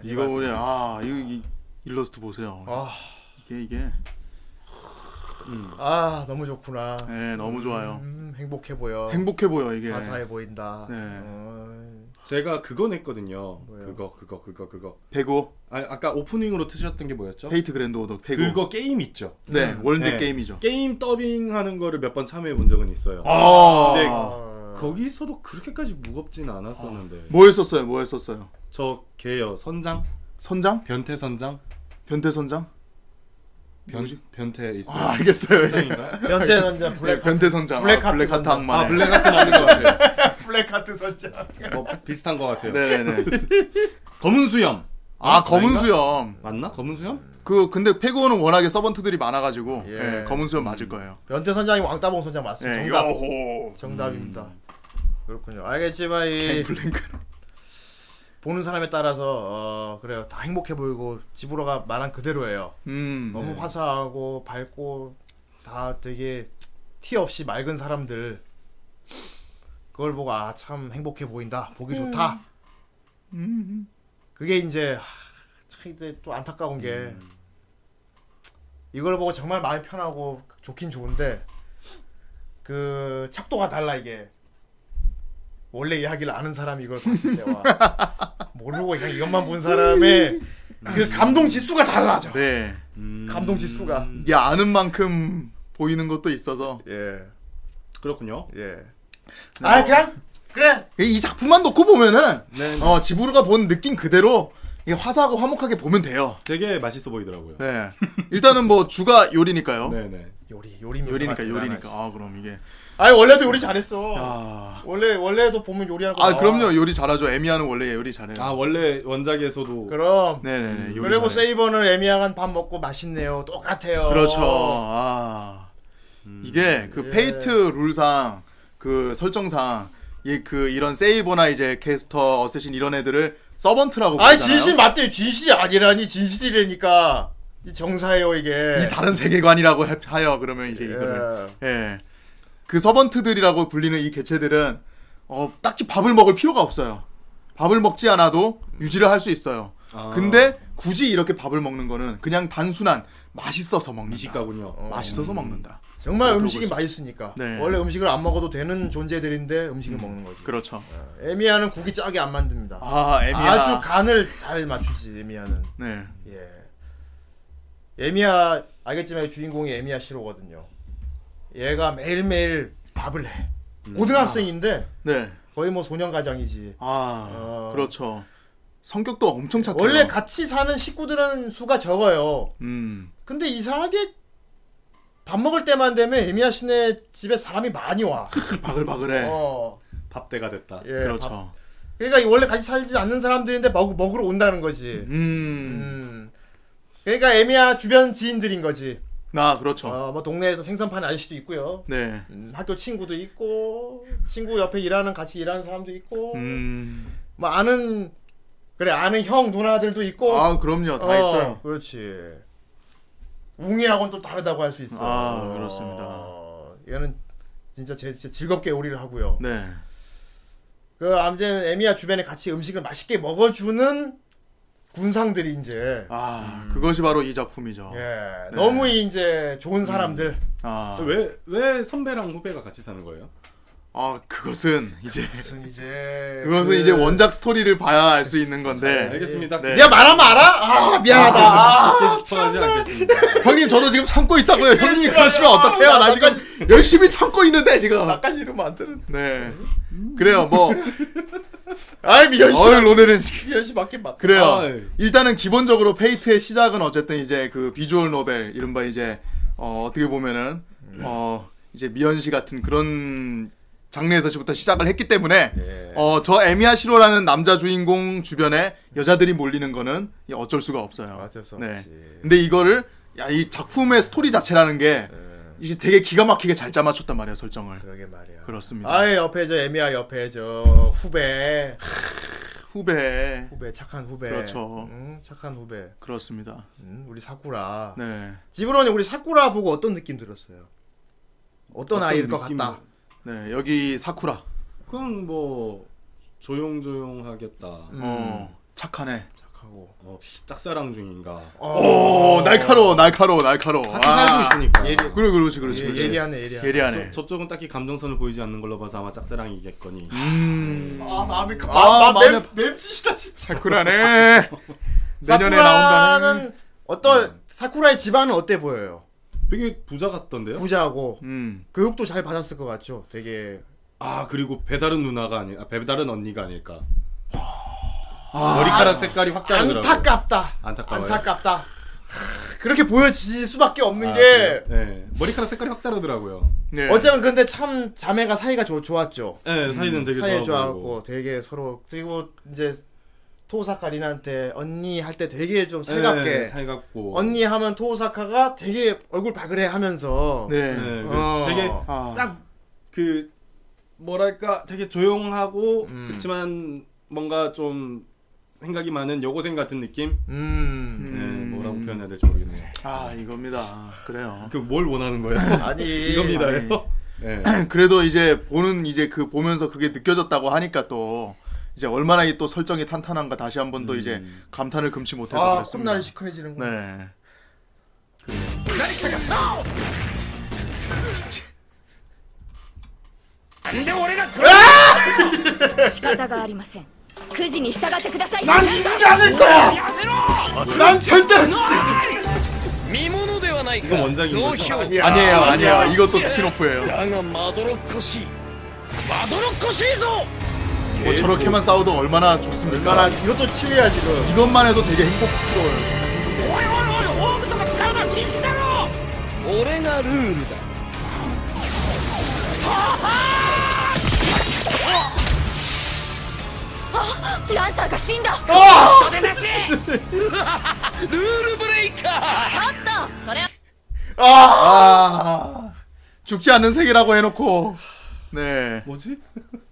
[SPEAKER 3] 이거
[SPEAKER 4] 아.
[SPEAKER 3] 뭐냐? 아, 이거 이, 일러스트 보세요.
[SPEAKER 2] 아.
[SPEAKER 3] 이게 이게
[SPEAKER 4] 음.
[SPEAKER 2] 아 너무 좋구나.
[SPEAKER 3] 네, 너무 좋아요.
[SPEAKER 2] 음, 행복해 보여.
[SPEAKER 3] 행복해 보여 이게.
[SPEAKER 4] 아,
[SPEAKER 2] 화사해 보인다.
[SPEAKER 3] 네.
[SPEAKER 2] 어,
[SPEAKER 4] 제가 그거 냈거든요.
[SPEAKER 2] 뭐요?
[SPEAKER 4] 그거 그거 그거 그거.
[SPEAKER 3] 배구,
[SPEAKER 4] 아 아까 오프닝으로 트셨던 게 뭐였죠?
[SPEAKER 3] 페이트 그랜드 오더 배구.
[SPEAKER 4] 그거 게임 있죠.
[SPEAKER 3] 네, 월드
[SPEAKER 4] 네.
[SPEAKER 3] 게임이죠.
[SPEAKER 4] 게임 더빙하는 거를 몇 번 참여해 본 적은 있어요.
[SPEAKER 3] 아,
[SPEAKER 4] 네.
[SPEAKER 2] 어,
[SPEAKER 4] 거기서도 그렇게까지 무겁진 않았었는데.
[SPEAKER 3] 뭐 했었어요? 뭐 했었어요?
[SPEAKER 4] 저 개요 선장
[SPEAKER 3] 선장?
[SPEAKER 4] 변태 선장
[SPEAKER 3] 변태 선장?
[SPEAKER 4] 변 변태 있어요.
[SPEAKER 3] 아, 알겠어요.
[SPEAKER 4] 선장인가?
[SPEAKER 2] 변태 선장
[SPEAKER 3] 네,
[SPEAKER 2] 블랙
[SPEAKER 3] 변태 선장.
[SPEAKER 2] 블랙 하트
[SPEAKER 3] 블랙 하트, 블랙 하트
[SPEAKER 2] 선장.
[SPEAKER 3] 악마.
[SPEAKER 4] 아 블랙 같은 맞는 것 같아요.
[SPEAKER 3] 예.
[SPEAKER 2] 블랙 하트 선장.
[SPEAKER 4] 뭐 비슷한 것 같아요.
[SPEAKER 3] 네네네.
[SPEAKER 4] 검은 수염
[SPEAKER 3] 아,
[SPEAKER 4] 아닌가?
[SPEAKER 3] 검은 수염.
[SPEAKER 4] 맞나? 검은 수염?
[SPEAKER 3] 그 근데 페고는 워낙에 서번트들이 많아가지고
[SPEAKER 2] 예.
[SPEAKER 3] 예, 검은 수염 맞을 거예요.
[SPEAKER 2] 변태 선장이 왕따봉 선장
[SPEAKER 3] 예,
[SPEAKER 2] 맞습니다. 정답.
[SPEAKER 3] 요호.
[SPEAKER 2] 정답입니다. 그렇군요. 알겠지만 이 보는 사람에 따라서 어, 그래요. 다 행복해 보이고 지브로가 말한 그대로예요.
[SPEAKER 3] 음.
[SPEAKER 2] 너무 화사하고 밝고 다 되게 티 없이 맑은 사람들 그걸 보고 아 참 행복해 보인다 보기 좋다 그게 이제 하, 참 이게 또 안타까운 게 이걸 보고 정말 마음이 편하고 좋긴 좋은데 그 척도가 달라 이게 원래 이야기를 아는 사람이 이걸 봤을 때와 모르고 그냥 이것만 본 사람의 그 감동 지수가 달라져
[SPEAKER 3] 네.
[SPEAKER 2] 감동 지수가
[SPEAKER 3] 이게 아는 만큼 보이는 것도 있어서
[SPEAKER 2] 예
[SPEAKER 4] 그렇군요.
[SPEAKER 2] 예. 아 그냥 그래
[SPEAKER 3] 이 작품만 놓고 보면은
[SPEAKER 4] 네.
[SPEAKER 3] 어 지브루가 본 느낌 그대로 이게 화사하고 화목하게 보면 돼요.
[SPEAKER 4] 되게 맛있어 보이더라고요.
[SPEAKER 3] 네. 일단은 뭐 주가 요리니까요.
[SPEAKER 4] 네네.
[SPEAKER 2] 요리 요리 묘사가
[SPEAKER 3] 요리니까
[SPEAKER 2] 대단하지.
[SPEAKER 3] 요리니까. 아 그럼 이게
[SPEAKER 2] 아니 원래도 요리 잘했어.
[SPEAKER 3] 아,
[SPEAKER 2] 원래 원래도 보면 요리하는 거.
[SPEAKER 3] 아
[SPEAKER 2] 나와.
[SPEAKER 3] 그럼요 요리 잘하죠. 에미아는 원래 요리 잘해요.
[SPEAKER 4] 아 원래 원작에서도
[SPEAKER 2] 그럼
[SPEAKER 3] 네네네. 요리
[SPEAKER 2] 그리고
[SPEAKER 3] 잘해요.
[SPEAKER 2] 세이버는 애미양한 밥 먹고 맛있네요. 똑같아요.
[SPEAKER 3] 그렇죠. 아 이게 그
[SPEAKER 2] 어. 예.
[SPEAKER 3] 페이트 룰상 그 설정상 이 그 이런 세이버나 이제 캐스터 어쌔신 이런 애들을 서번트라고
[SPEAKER 2] 아니
[SPEAKER 3] 부르잖아요.
[SPEAKER 2] 진실 맞대요. 진실이 아니라니 진실이라니까 이 정사예요 이게.
[SPEAKER 3] 이 다른 세계관이라고 해- 하여 그러면 이제 이거를
[SPEAKER 2] 예.
[SPEAKER 3] 예. 그 서번트들이라고 불리는 이 개체들은 어, 딱히 밥을 먹을 필요가 없어요. 밥을 먹지 않아도 유지를 할 수 있어요.
[SPEAKER 4] 아.
[SPEAKER 3] 근데 굳이 이렇게 밥을 먹는 거는 그냥 단순한 맛있어서 먹는다.
[SPEAKER 4] 미식가군요.
[SPEAKER 3] 맛있어서 먹는다.
[SPEAKER 2] 정말
[SPEAKER 3] 그렇다고
[SPEAKER 2] 음식이
[SPEAKER 3] 보죠.
[SPEAKER 2] 맛있으니까.
[SPEAKER 3] 네.
[SPEAKER 2] 원래 음식을 안 먹어도 되는 존재들인데 음식을 먹는 거지.
[SPEAKER 3] 그렇죠.
[SPEAKER 2] 애미야는 국이 짜게 안 만듭니다.
[SPEAKER 3] 아, 에미야.
[SPEAKER 2] 아주 간을 잘 맞추지 애미야는.
[SPEAKER 3] 네.
[SPEAKER 2] 예. 에미야 알겠지만 주인공이 에미야 씨로거든요. 얘가 매일매일 밥을 해.
[SPEAKER 3] 음.
[SPEAKER 2] 고등학생인데
[SPEAKER 3] 네.
[SPEAKER 2] 거의 뭐 소년가장이지.
[SPEAKER 3] 아,
[SPEAKER 2] 어.
[SPEAKER 3] 그렇죠. 성격도 엄청 착해요.
[SPEAKER 2] 원래 같이 사는 식구들은 수가 적어요.
[SPEAKER 3] 음.
[SPEAKER 2] 근데 이상하게 밥 먹을 때만 되면 에미야 씨네 집에 사람이 많이 와.
[SPEAKER 3] 바글바글해.
[SPEAKER 2] 어.
[SPEAKER 4] 밥대가 됐다.
[SPEAKER 2] 예.
[SPEAKER 3] 네. 그렇죠.
[SPEAKER 2] 밥- 그러니까 이 원래 같이 살지 않는 사람들인데 먹, 먹으러 온다는 거지.
[SPEAKER 3] 음.
[SPEAKER 2] 음. 그러니까 에미야 주변 지인들인 거지.
[SPEAKER 3] 나 그렇죠.
[SPEAKER 2] 어, 뭐 동네에서 생선 파는 아저씨도 있고요.
[SPEAKER 3] 네.
[SPEAKER 2] 음, 학교 친구도 있고 친구 옆에 일하는 같이 일하는 사람도 있고
[SPEAKER 3] 음.
[SPEAKER 2] 뭐 아는 그래 아는 형 누나들도 있고
[SPEAKER 3] 아, 그럼요. 다
[SPEAKER 2] 어,
[SPEAKER 3] 있어요.
[SPEAKER 2] 그렇지 웅이하고는 또 다르다고 할 수 있어
[SPEAKER 3] 아, 그렇습니다.
[SPEAKER 2] 어, 얘는 진짜 제, 제 즐겁게 요리를 하고요
[SPEAKER 3] 네.
[SPEAKER 2] 그 아무튼 에미야 주변에 같이 음식을 맛있게 먹어주는 군상들이 이제
[SPEAKER 3] 아, 그것이 바로 이 작품이죠.
[SPEAKER 2] 예
[SPEAKER 3] 네.
[SPEAKER 2] 너무 이제 좋은 사람들
[SPEAKER 3] 아,
[SPEAKER 4] 왜왜 선배랑 후배가 같이 사는 거예요?
[SPEAKER 3] 아, 그것은 이제
[SPEAKER 2] 무슨 이제
[SPEAKER 3] 그것은
[SPEAKER 2] 그-
[SPEAKER 3] 이제 원작 스토리를 봐야 알 수 있는 건데.
[SPEAKER 4] 아, 알겠습니다.
[SPEAKER 3] 네.
[SPEAKER 2] 네가 말하면 알아? 아 미안하다 아.
[SPEAKER 4] 깊게 싶어하지 않겠습니다.
[SPEAKER 3] 형님 저도 지금 참고 있다고요. 형님 그러시면 어떡해요? 나 지금 열심히 참고 있는데 지금.
[SPEAKER 2] 나까지 이러면 안 되는데.
[SPEAKER 3] 네. 그래요. 뭐
[SPEAKER 2] 아이 미연 씨,
[SPEAKER 3] 어이 뭐, 로네는
[SPEAKER 2] 미연 씨 맞긴 맞.
[SPEAKER 3] 그래요.
[SPEAKER 2] 예.
[SPEAKER 4] 아이.
[SPEAKER 3] 일단은 기본적으로 페이트의 시작은 어쨌든 이제 그 비주얼 노벨 이른바 이제 어, 어떻게 보면은 어 이제 미연 씨 같은 그런 장르에서부터 시작을 했기 때문에
[SPEAKER 2] 예.
[SPEAKER 3] 어저 에미야 시로라는 남자 주인공 주변에 여자들이 몰리는 거는 이 어쩔 수가 없어요.
[SPEAKER 2] 아, 어쩔 수
[SPEAKER 3] 네.
[SPEAKER 2] 없지.
[SPEAKER 3] 근데 이거를 야 이 작품의 스토리 자체라는 게
[SPEAKER 2] 예.
[SPEAKER 3] 이제 되게 기가 막히게 잘 짜맞췄단 말이에요 설정을.
[SPEAKER 2] 그러게 말이야.
[SPEAKER 3] 그렇습니다.
[SPEAKER 2] 아이 옆에 저 에미야 옆에 저 후배,
[SPEAKER 3] 후배
[SPEAKER 2] 후배 착한 후배.
[SPEAKER 3] 그렇죠.
[SPEAKER 2] 응, 착한 후배.
[SPEAKER 3] 그렇습니다.
[SPEAKER 2] 응, 우리 사쿠라.
[SPEAKER 3] 네.
[SPEAKER 2] 지브론이 우리 사쿠라 보고 어떤 느낌 들었어요? 어떤,
[SPEAKER 4] 어떤
[SPEAKER 2] 아이일 것
[SPEAKER 4] 느낌을-
[SPEAKER 2] 같다.
[SPEAKER 3] 네 여기 사쿠라.
[SPEAKER 4] 그건 뭐 조용조용하겠다.
[SPEAKER 2] 음.
[SPEAKER 3] 어 착하네.
[SPEAKER 4] 하고 어, 짝사랑 중인가
[SPEAKER 2] 어,
[SPEAKER 3] 오 어, 날카로워 날카로워 날카로워.
[SPEAKER 4] 같이
[SPEAKER 3] 아.
[SPEAKER 4] 살고 있으니까
[SPEAKER 2] 예리
[SPEAKER 3] 그래 그렇지 그렇지
[SPEAKER 2] 예,
[SPEAKER 3] 그렇지.
[SPEAKER 2] 예리하네 예리하네
[SPEAKER 3] 예리하네.
[SPEAKER 4] 저쪽은 딱히 감정선을 보이지 않는 걸로 봐서 아마 짝사랑이겠거니
[SPEAKER 2] 음. 아 마음이 가-
[SPEAKER 3] 아,
[SPEAKER 2] 아,
[SPEAKER 3] 마음이
[SPEAKER 2] 맘 맵지시다 진짜
[SPEAKER 3] 사쿠라네. 내년에 나온다는. 음.
[SPEAKER 2] 사쿠라는 어떤 사쿠라의 집안은 어때 보여요?
[SPEAKER 4] 되게 부자 같던데요?
[SPEAKER 2] 부자고
[SPEAKER 3] 음.
[SPEAKER 2] 교육도 잘 받았을 것 같죠. 되게
[SPEAKER 4] 아 그리고 배달은 누나가 아니 아, 배달은 언니가 아닐까 머리카락 색깔이 확 다르더라고
[SPEAKER 2] 아, 안타깝다.
[SPEAKER 4] 안타까워요.
[SPEAKER 2] 안타깝다. 하, 그렇게 보여질 수밖에 없는
[SPEAKER 4] 아,
[SPEAKER 2] 게
[SPEAKER 4] 그래요? 네. 머리카락 색깔이 확 다르더라고요
[SPEAKER 3] 네.
[SPEAKER 2] 어쨌든 근데 참 자매가 사이가 좋, 좋았죠.
[SPEAKER 4] 네 사이는 되게
[SPEAKER 2] 음, 사이
[SPEAKER 4] 좋아 보이고
[SPEAKER 2] 좋았고 되게 서로 그리고 이제 토사카 리나한테 언니 할 때 되게 좀 살갑게
[SPEAKER 4] 네, 살갑고
[SPEAKER 2] 언니 하면 토사카가 되게 얼굴 바그레 하면서
[SPEAKER 3] 네.
[SPEAKER 4] 네, 그
[SPEAKER 2] 어.
[SPEAKER 4] 되게
[SPEAKER 3] 아.
[SPEAKER 4] 딱 그 뭐랄까 되게 조용하고 그렇지만 뭔가 좀 생각이 많은 여고생 같은 느낌
[SPEAKER 2] 음
[SPEAKER 4] 네, 뭐라고 표현해야 될지 모르겠네요
[SPEAKER 3] 아 이겁니다. 그래요.
[SPEAKER 4] 그 뭘 원하는 거예요
[SPEAKER 2] 아니
[SPEAKER 4] 이겁니다요 네.
[SPEAKER 3] 그래도 이제 보는 이제 그 보면서 그게 느껴졌다고 하니까 또 이제 얼마나 이 또 설정이 탄탄한가 다시 한 번 또 이제 감탄을 금치 못해서
[SPEAKER 2] 음. 아
[SPEAKER 3] 그랬습니다.
[SPEAKER 2] 콧날이 시큰해지는 거.
[SPEAKER 3] 네.
[SPEAKER 7] 仕方がありません9時に従ってください
[SPEAKER 2] 난 죽지 않을 거야. 난 절대로 죽지.
[SPEAKER 8] 見物ではないか
[SPEAKER 4] もう원작인
[SPEAKER 8] 増
[SPEAKER 4] 거
[SPEAKER 8] 評
[SPEAKER 4] 죠
[SPEAKER 3] 아니에요, 아니에요. 이것도 스피노프예요.
[SPEAKER 8] だがまどろっこしいまどろっこしいぞ
[SPEAKER 3] 뭐 저렇게만 싸워도 얼마나 좋습니까?
[SPEAKER 2] 얼마나 이것도 치유야 지금.
[SPEAKER 3] 이것만 해도 되게 행복스러워요.
[SPEAKER 8] おいおいおいホームとか使うのは禁止だろ俺がルールだ
[SPEAKER 7] ランサーが死んだ
[SPEAKER 8] ルールブレイカー
[SPEAKER 3] 아 죽지 않는 세계라고 해놓고 네
[SPEAKER 4] 뭐지?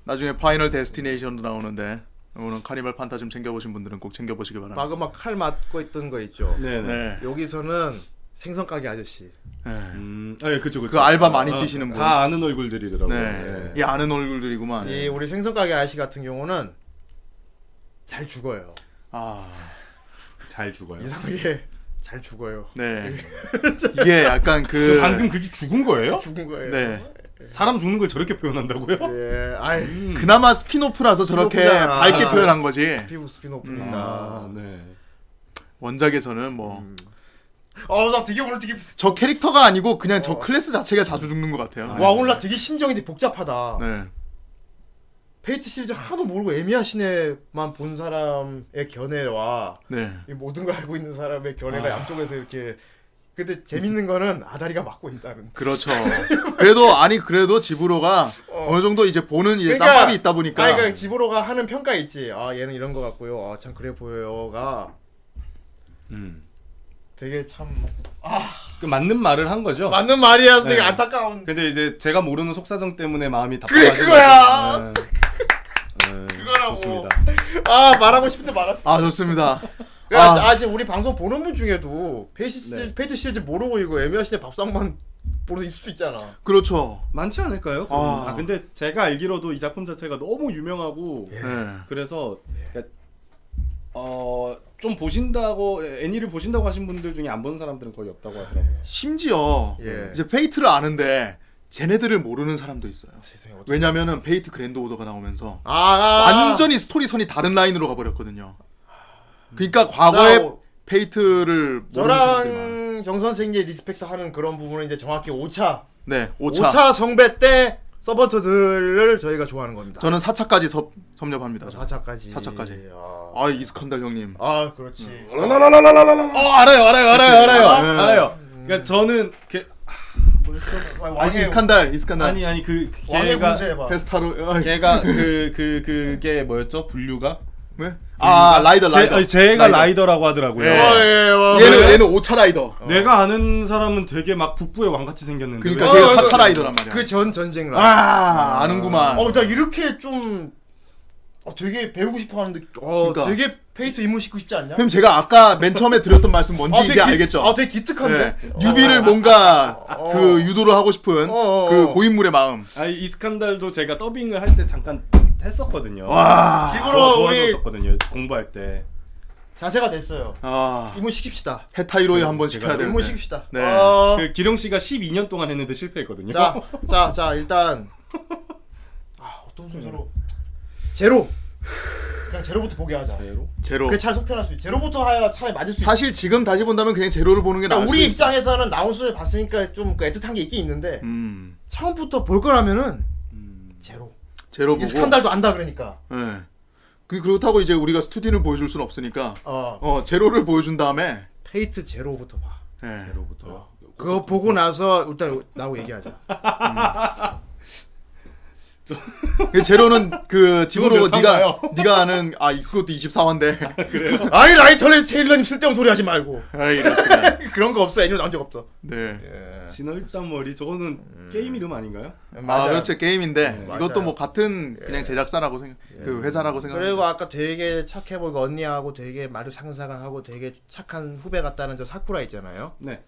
[SPEAKER 3] 나중에 파이널 데스티네이션도 나오는데 오늘 카니발 판타즘 챙겨보신 분들은 꼭 챙겨보시기 바랍니다.
[SPEAKER 2] 방금 막 칼 맞고 있던 거 있죠.
[SPEAKER 4] 네네
[SPEAKER 3] 네.
[SPEAKER 2] 여기서는 생선 가게 아저씨. 네.
[SPEAKER 4] 음, 아, 예, 그쵸, 그쵸.
[SPEAKER 3] 그 알바 많이 뛰시는 분.
[SPEAKER 4] 다 아는 얼굴들이더라고요.
[SPEAKER 3] 네.
[SPEAKER 4] 예.
[SPEAKER 3] 이 아는 네. 얼굴들이구만.
[SPEAKER 2] 이 우리 생선 가게 아저씨 같은 경우는 잘 죽어요.
[SPEAKER 3] 아,
[SPEAKER 4] 잘 죽어요.
[SPEAKER 2] 이상하게 잘 죽어요.
[SPEAKER 3] 네. 이게 약간 그.
[SPEAKER 4] 방금 그게 죽은 거예요?
[SPEAKER 2] 죽은 거예요.
[SPEAKER 3] 네.
[SPEAKER 4] 사람 죽는 걸 저렇게 표현한다고요?
[SPEAKER 2] 예, 아이
[SPEAKER 3] 그나마 스피노프라서 저렇게
[SPEAKER 2] 스피노프잖아.
[SPEAKER 3] 밝게 표현한 거지.
[SPEAKER 2] 피부 스피노프니까.
[SPEAKER 4] 아, 네.
[SPEAKER 3] 원작에서는 뭐.
[SPEAKER 2] 음.
[SPEAKER 3] 음.
[SPEAKER 2] 어, 나 되게 오늘 되게
[SPEAKER 3] 저 캐릭터가 아니고 그냥 저 클래스 자체가 자주 죽는 것 같아요.
[SPEAKER 2] 어. 와 오늘 나 되게 심정이 되게 복잡하다.
[SPEAKER 3] 네.
[SPEAKER 2] 페이트 시리즈 하나도 모르고 애미아시네만 본 사람의 견해와
[SPEAKER 3] 네.
[SPEAKER 2] 이 모든 걸 알고 있는 사람의 견해가
[SPEAKER 3] 아.
[SPEAKER 2] 양쪽에서 이렇게 근데 재밌는 거는 아다리가 막고 있다는
[SPEAKER 3] 그렇죠. 그래도, 아니, 그래도 지브로가 어. 느 정도 이제 보는 이제
[SPEAKER 2] 그러니까-
[SPEAKER 3] 짬밥이 있다 보니까.
[SPEAKER 2] 아니, 그러니까 지브로가 하는 평가 있지 아 얘는 이런 거 같고요 아 참 그래 보여요가
[SPEAKER 4] 음.
[SPEAKER 2] 되게 참
[SPEAKER 4] 그 맞는 말을 한 거죠.
[SPEAKER 2] 맞는 말이야 되게
[SPEAKER 4] 네.
[SPEAKER 2] 안타까운
[SPEAKER 4] 근데 이제 제가 모르는 속사정 때문에 마음이 답답하신
[SPEAKER 2] 그래, 그거야!
[SPEAKER 4] 거죠. 네. 네,
[SPEAKER 2] 그거라고.
[SPEAKER 4] 좋습니다.
[SPEAKER 2] 아 말하고 싶은데 말았어
[SPEAKER 3] 아, 좋습니다.
[SPEAKER 2] 그러니까
[SPEAKER 3] 아. 네.
[SPEAKER 2] 아, 지금 우리 방송 보는 분 중에도 페이트 시리즈, 페이트 시리즈 모르고 이거 애미아시네 밥상만 보러 있을 수 있잖아
[SPEAKER 3] 그렇죠.
[SPEAKER 4] 많지 않을까요?
[SPEAKER 3] 아.
[SPEAKER 4] 아, 근데 제가 알기로도 이 작품 자체가 너무 유명하고
[SPEAKER 2] 예.
[SPEAKER 3] 네.
[SPEAKER 4] 그래서 그러니까 어, 좀 보신다고 애니를 보신다고 하신 분들 중에 안 본 사람들은 거의 없다고 하더라고요.
[SPEAKER 3] 심지어
[SPEAKER 2] 예.
[SPEAKER 3] 이제 페이트를 아는데 쟤네들을 모르는 사람도 있어요. 왜냐면은 페이트 그랜드 오더가 나오면서
[SPEAKER 2] 아, 아, 아.
[SPEAKER 3] 완전히 스토리선이 다른 라인으로 가버렸거든요. 그러니까 과거의
[SPEAKER 2] 자, 어,
[SPEAKER 3] 페이트를 모르는 사람들이 많아요.
[SPEAKER 2] 저랑 정 선생님이 리스펙트 하는 그런 부분은 이제 정확히 5차
[SPEAKER 3] 네, 5차.
[SPEAKER 2] 5차, 성배 때 서버터들을 저희가 좋아하는 겁니다.
[SPEAKER 3] 저는 4차까지 섭, 섭렵합니다.
[SPEAKER 2] 4차까지.
[SPEAKER 3] 4차까지. 음.
[SPEAKER 2] 아,
[SPEAKER 3] 아, 이스칸달 형님.
[SPEAKER 2] 아, 그렇지.
[SPEAKER 4] 어 알아요 알아요 알아요 알아요 알아요. 그러니까 저는 걔,
[SPEAKER 2] 와,
[SPEAKER 3] 아,
[SPEAKER 2] 그렇죠. 왕의,
[SPEAKER 3] 이스칸달, 이스칸달.
[SPEAKER 4] 아니 아니 그
[SPEAKER 2] 왕의
[SPEAKER 4] 걔가
[SPEAKER 2] 군세 해봐.
[SPEAKER 3] 페스타로. 아,
[SPEAKER 4] 걔가 그 그 그게 뭐였죠 분류가?
[SPEAKER 3] 왜? 아, 라이더,
[SPEAKER 4] 제,
[SPEAKER 3] 라이더.
[SPEAKER 4] 아니, 제가
[SPEAKER 3] 라이더.
[SPEAKER 4] 라이더. 라고 하더라고요. 네.
[SPEAKER 3] 예.
[SPEAKER 2] 어, 예, 와,
[SPEAKER 3] 얘는, 얘는 5차 라이더.
[SPEAKER 4] 내가 아는 사람은 되게 막 북부의 왕같이 생겼는데
[SPEAKER 3] 그러니까
[SPEAKER 4] 왜-
[SPEAKER 2] 어,
[SPEAKER 3] 걔가
[SPEAKER 2] 어,
[SPEAKER 3] 4차
[SPEAKER 2] 어,
[SPEAKER 3] 라이더란 말이야.
[SPEAKER 2] 그 전 전쟁 라.
[SPEAKER 3] 아, 아는구만.
[SPEAKER 2] 어, 나 이렇게 좀 어, 되게 배우고 싶어 하는데 어,
[SPEAKER 3] 그러니까.
[SPEAKER 2] 되게 페이트 입문 시키고 싶지 않냐?
[SPEAKER 3] 그럼 제가 아까 맨 처음에 드렸던 말씀 뭔지
[SPEAKER 2] 아, 되게
[SPEAKER 3] 이제
[SPEAKER 2] 기-
[SPEAKER 3] 알겠죠?
[SPEAKER 2] 아, 되게 기특한데.
[SPEAKER 3] 네. 뉴비를 뭔가 그 유도를 하고 싶은
[SPEAKER 2] 어, 어,
[SPEAKER 3] 그
[SPEAKER 2] 어.
[SPEAKER 3] 고인물의 마음.
[SPEAKER 4] 아니 이스칸달도 제가 더빙을 할 때 잠깐 했었거든요.
[SPEAKER 3] 와.
[SPEAKER 2] 집으로
[SPEAKER 4] 도와줬었거든요,
[SPEAKER 2] 우리
[SPEAKER 4] 공부할 때.
[SPEAKER 2] 자세가 됐어요.
[SPEAKER 3] 아
[SPEAKER 2] 입문시킵시다.
[SPEAKER 3] 해타이로에 한번 시켜야 되는데.
[SPEAKER 2] 네, 입문시킵시다.
[SPEAKER 3] 네.
[SPEAKER 2] 어,
[SPEAKER 4] 그 기룡 씨가 12년 동안 했는데 실패했거든요.
[SPEAKER 2] 자, 자, 자, 일단 아, 어떤 순서로? 제로. 그냥 제로부터 보게 하자.
[SPEAKER 4] 제로.
[SPEAKER 3] 제로.
[SPEAKER 2] 그게 차라리 속 편할 수 있어. 제로부터 하야 차라리 맞을 수 있어.
[SPEAKER 3] 사실 지금 다시 본다면 그냥 제로를 보는 게 나을
[SPEAKER 2] 그러니까 우리
[SPEAKER 3] 수 있-
[SPEAKER 2] 입장에서는 나온 순위 봤으니까 좀그 애틋한 게 있긴 있는데
[SPEAKER 3] 음,
[SPEAKER 2] 처음부터 볼 거라면은 제로.
[SPEAKER 3] 제로 보고.
[SPEAKER 2] 이 스칸달도 안다 그러니까.
[SPEAKER 3] 예. 그 그렇다고 이제 우리가 스튜디오를 보여줄 순 없으니까
[SPEAKER 2] 어,
[SPEAKER 3] 어 제로를 보여준 다음에
[SPEAKER 2] 페이트 제로부터 봐.
[SPEAKER 3] 예.
[SPEAKER 4] 제로부터.
[SPEAKER 2] 그거 보고 나서 일단 나하고 얘기하자.
[SPEAKER 3] 그 제로는 그 집으로
[SPEAKER 4] 그건 몇
[SPEAKER 3] 네가
[SPEAKER 4] 탄가요?
[SPEAKER 3] 네가 아는 아 이것도 24화인데 그래요?
[SPEAKER 2] 아이 라이터리 테일러님 쓸데없는 소리 하지 말고
[SPEAKER 3] 아 이러시네.
[SPEAKER 2] 그런 거 없어 애니로 나온 적 없어.
[SPEAKER 3] 네.
[SPEAKER 2] 예.
[SPEAKER 4] 진월단 머리 저거는
[SPEAKER 2] 음.
[SPEAKER 4] 게임 이름 아닌가요?
[SPEAKER 3] 아 그렇지 게임인데
[SPEAKER 9] 네,
[SPEAKER 3] 이것도
[SPEAKER 2] 맞아요.
[SPEAKER 3] 뭐 같은
[SPEAKER 9] 예.
[SPEAKER 3] 그냥 제작사라고 생각 그 회사라고 생각.
[SPEAKER 2] 그리고 아까 되게 착해 보이고 언니하고 되게 말을 상상하고 되게 착한 후배 같다는 저 사쿠라 있잖아요.
[SPEAKER 4] 네.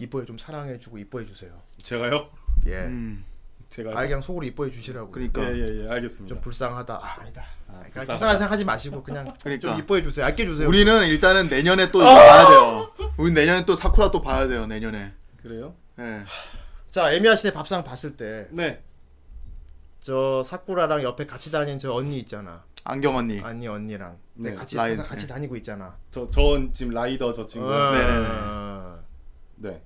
[SPEAKER 2] 이뻐요 좀 사랑해주고 이뻐해 주세요.
[SPEAKER 4] 제가요?
[SPEAKER 2] 예.
[SPEAKER 3] 음,
[SPEAKER 4] 제가.
[SPEAKER 2] 아 그냥 속으로 이뻐해 주시라고.
[SPEAKER 3] 그러니까
[SPEAKER 4] 예예예
[SPEAKER 2] 좀
[SPEAKER 4] 알겠습니다.
[SPEAKER 2] 불쌍하다. 아, 아니다. 그러니까
[SPEAKER 4] 불쌍하다.
[SPEAKER 2] 불쌍한 생각하지 마시고 그냥
[SPEAKER 3] 그러니까.
[SPEAKER 2] 좀 이뻐해 주세요. 아껴
[SPEAKER 9] 예.
[SPEAKER 2] 주세요.
[SPEAKER 3] 우리는 일단은 내년에
[SPEAKER 9] 아!
[SPEAKER 3] 또 이거 봐야 돼요. 우리 내년에 또 사쿠라 또 봐야 돼요 내년에.
[SPEAKER 4] 그래요?
[SPEAKER 3] 예.
[SPEAKER 2] 자 에미아 씨네 밥상 봤을
[SPEAKER 4] 네.
[SPEAKER 2] 때 저 사쿠라랑 옆에 같이 다닌 저 언니 있잖아.
[SPEAKER 3] 안경 언니.
[SPEAKER 2] 언니 언니랑
[SPEAKER 4] 네.
[SPEAKER 2] 같이
[SPEAKER 3] 라인,
[SPEAKER 2] 항상 같이 다니고 있잖아.
[SPEAKER 4] 저전 지금 라이더 저 친구.
[SPEAKER 2] 어,
[SPEAKER 3] 네네네.
[SPEAKER 4] 네.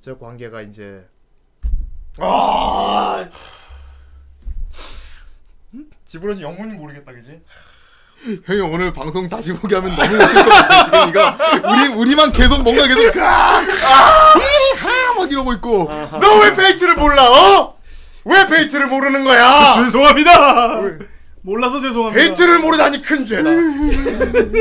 [SPEAKER 2] 저 관계가 이제
[SPEAKER 9] 지브러지 영문인 모르겠다 그지?
[SPEAKER 3] 형이 오늘 방송 다시 보게 하면 너무 웃길 것 같아 지금 이거 우리 우리만 계속 뭔가 계속 아막 이러고 있고
[SPEAKER 9] 너 왜 페이트를 몰라? 어? 왜 페이트를 모르는
[SPEAKER 3] 그
[SPEAKER 9] 거야?
[SPEAKER 4] 아! 죄송합니다. 몰라서 죄송합니다.
[SPEAKER 9] 페이트를 모르다니 큰 죄다.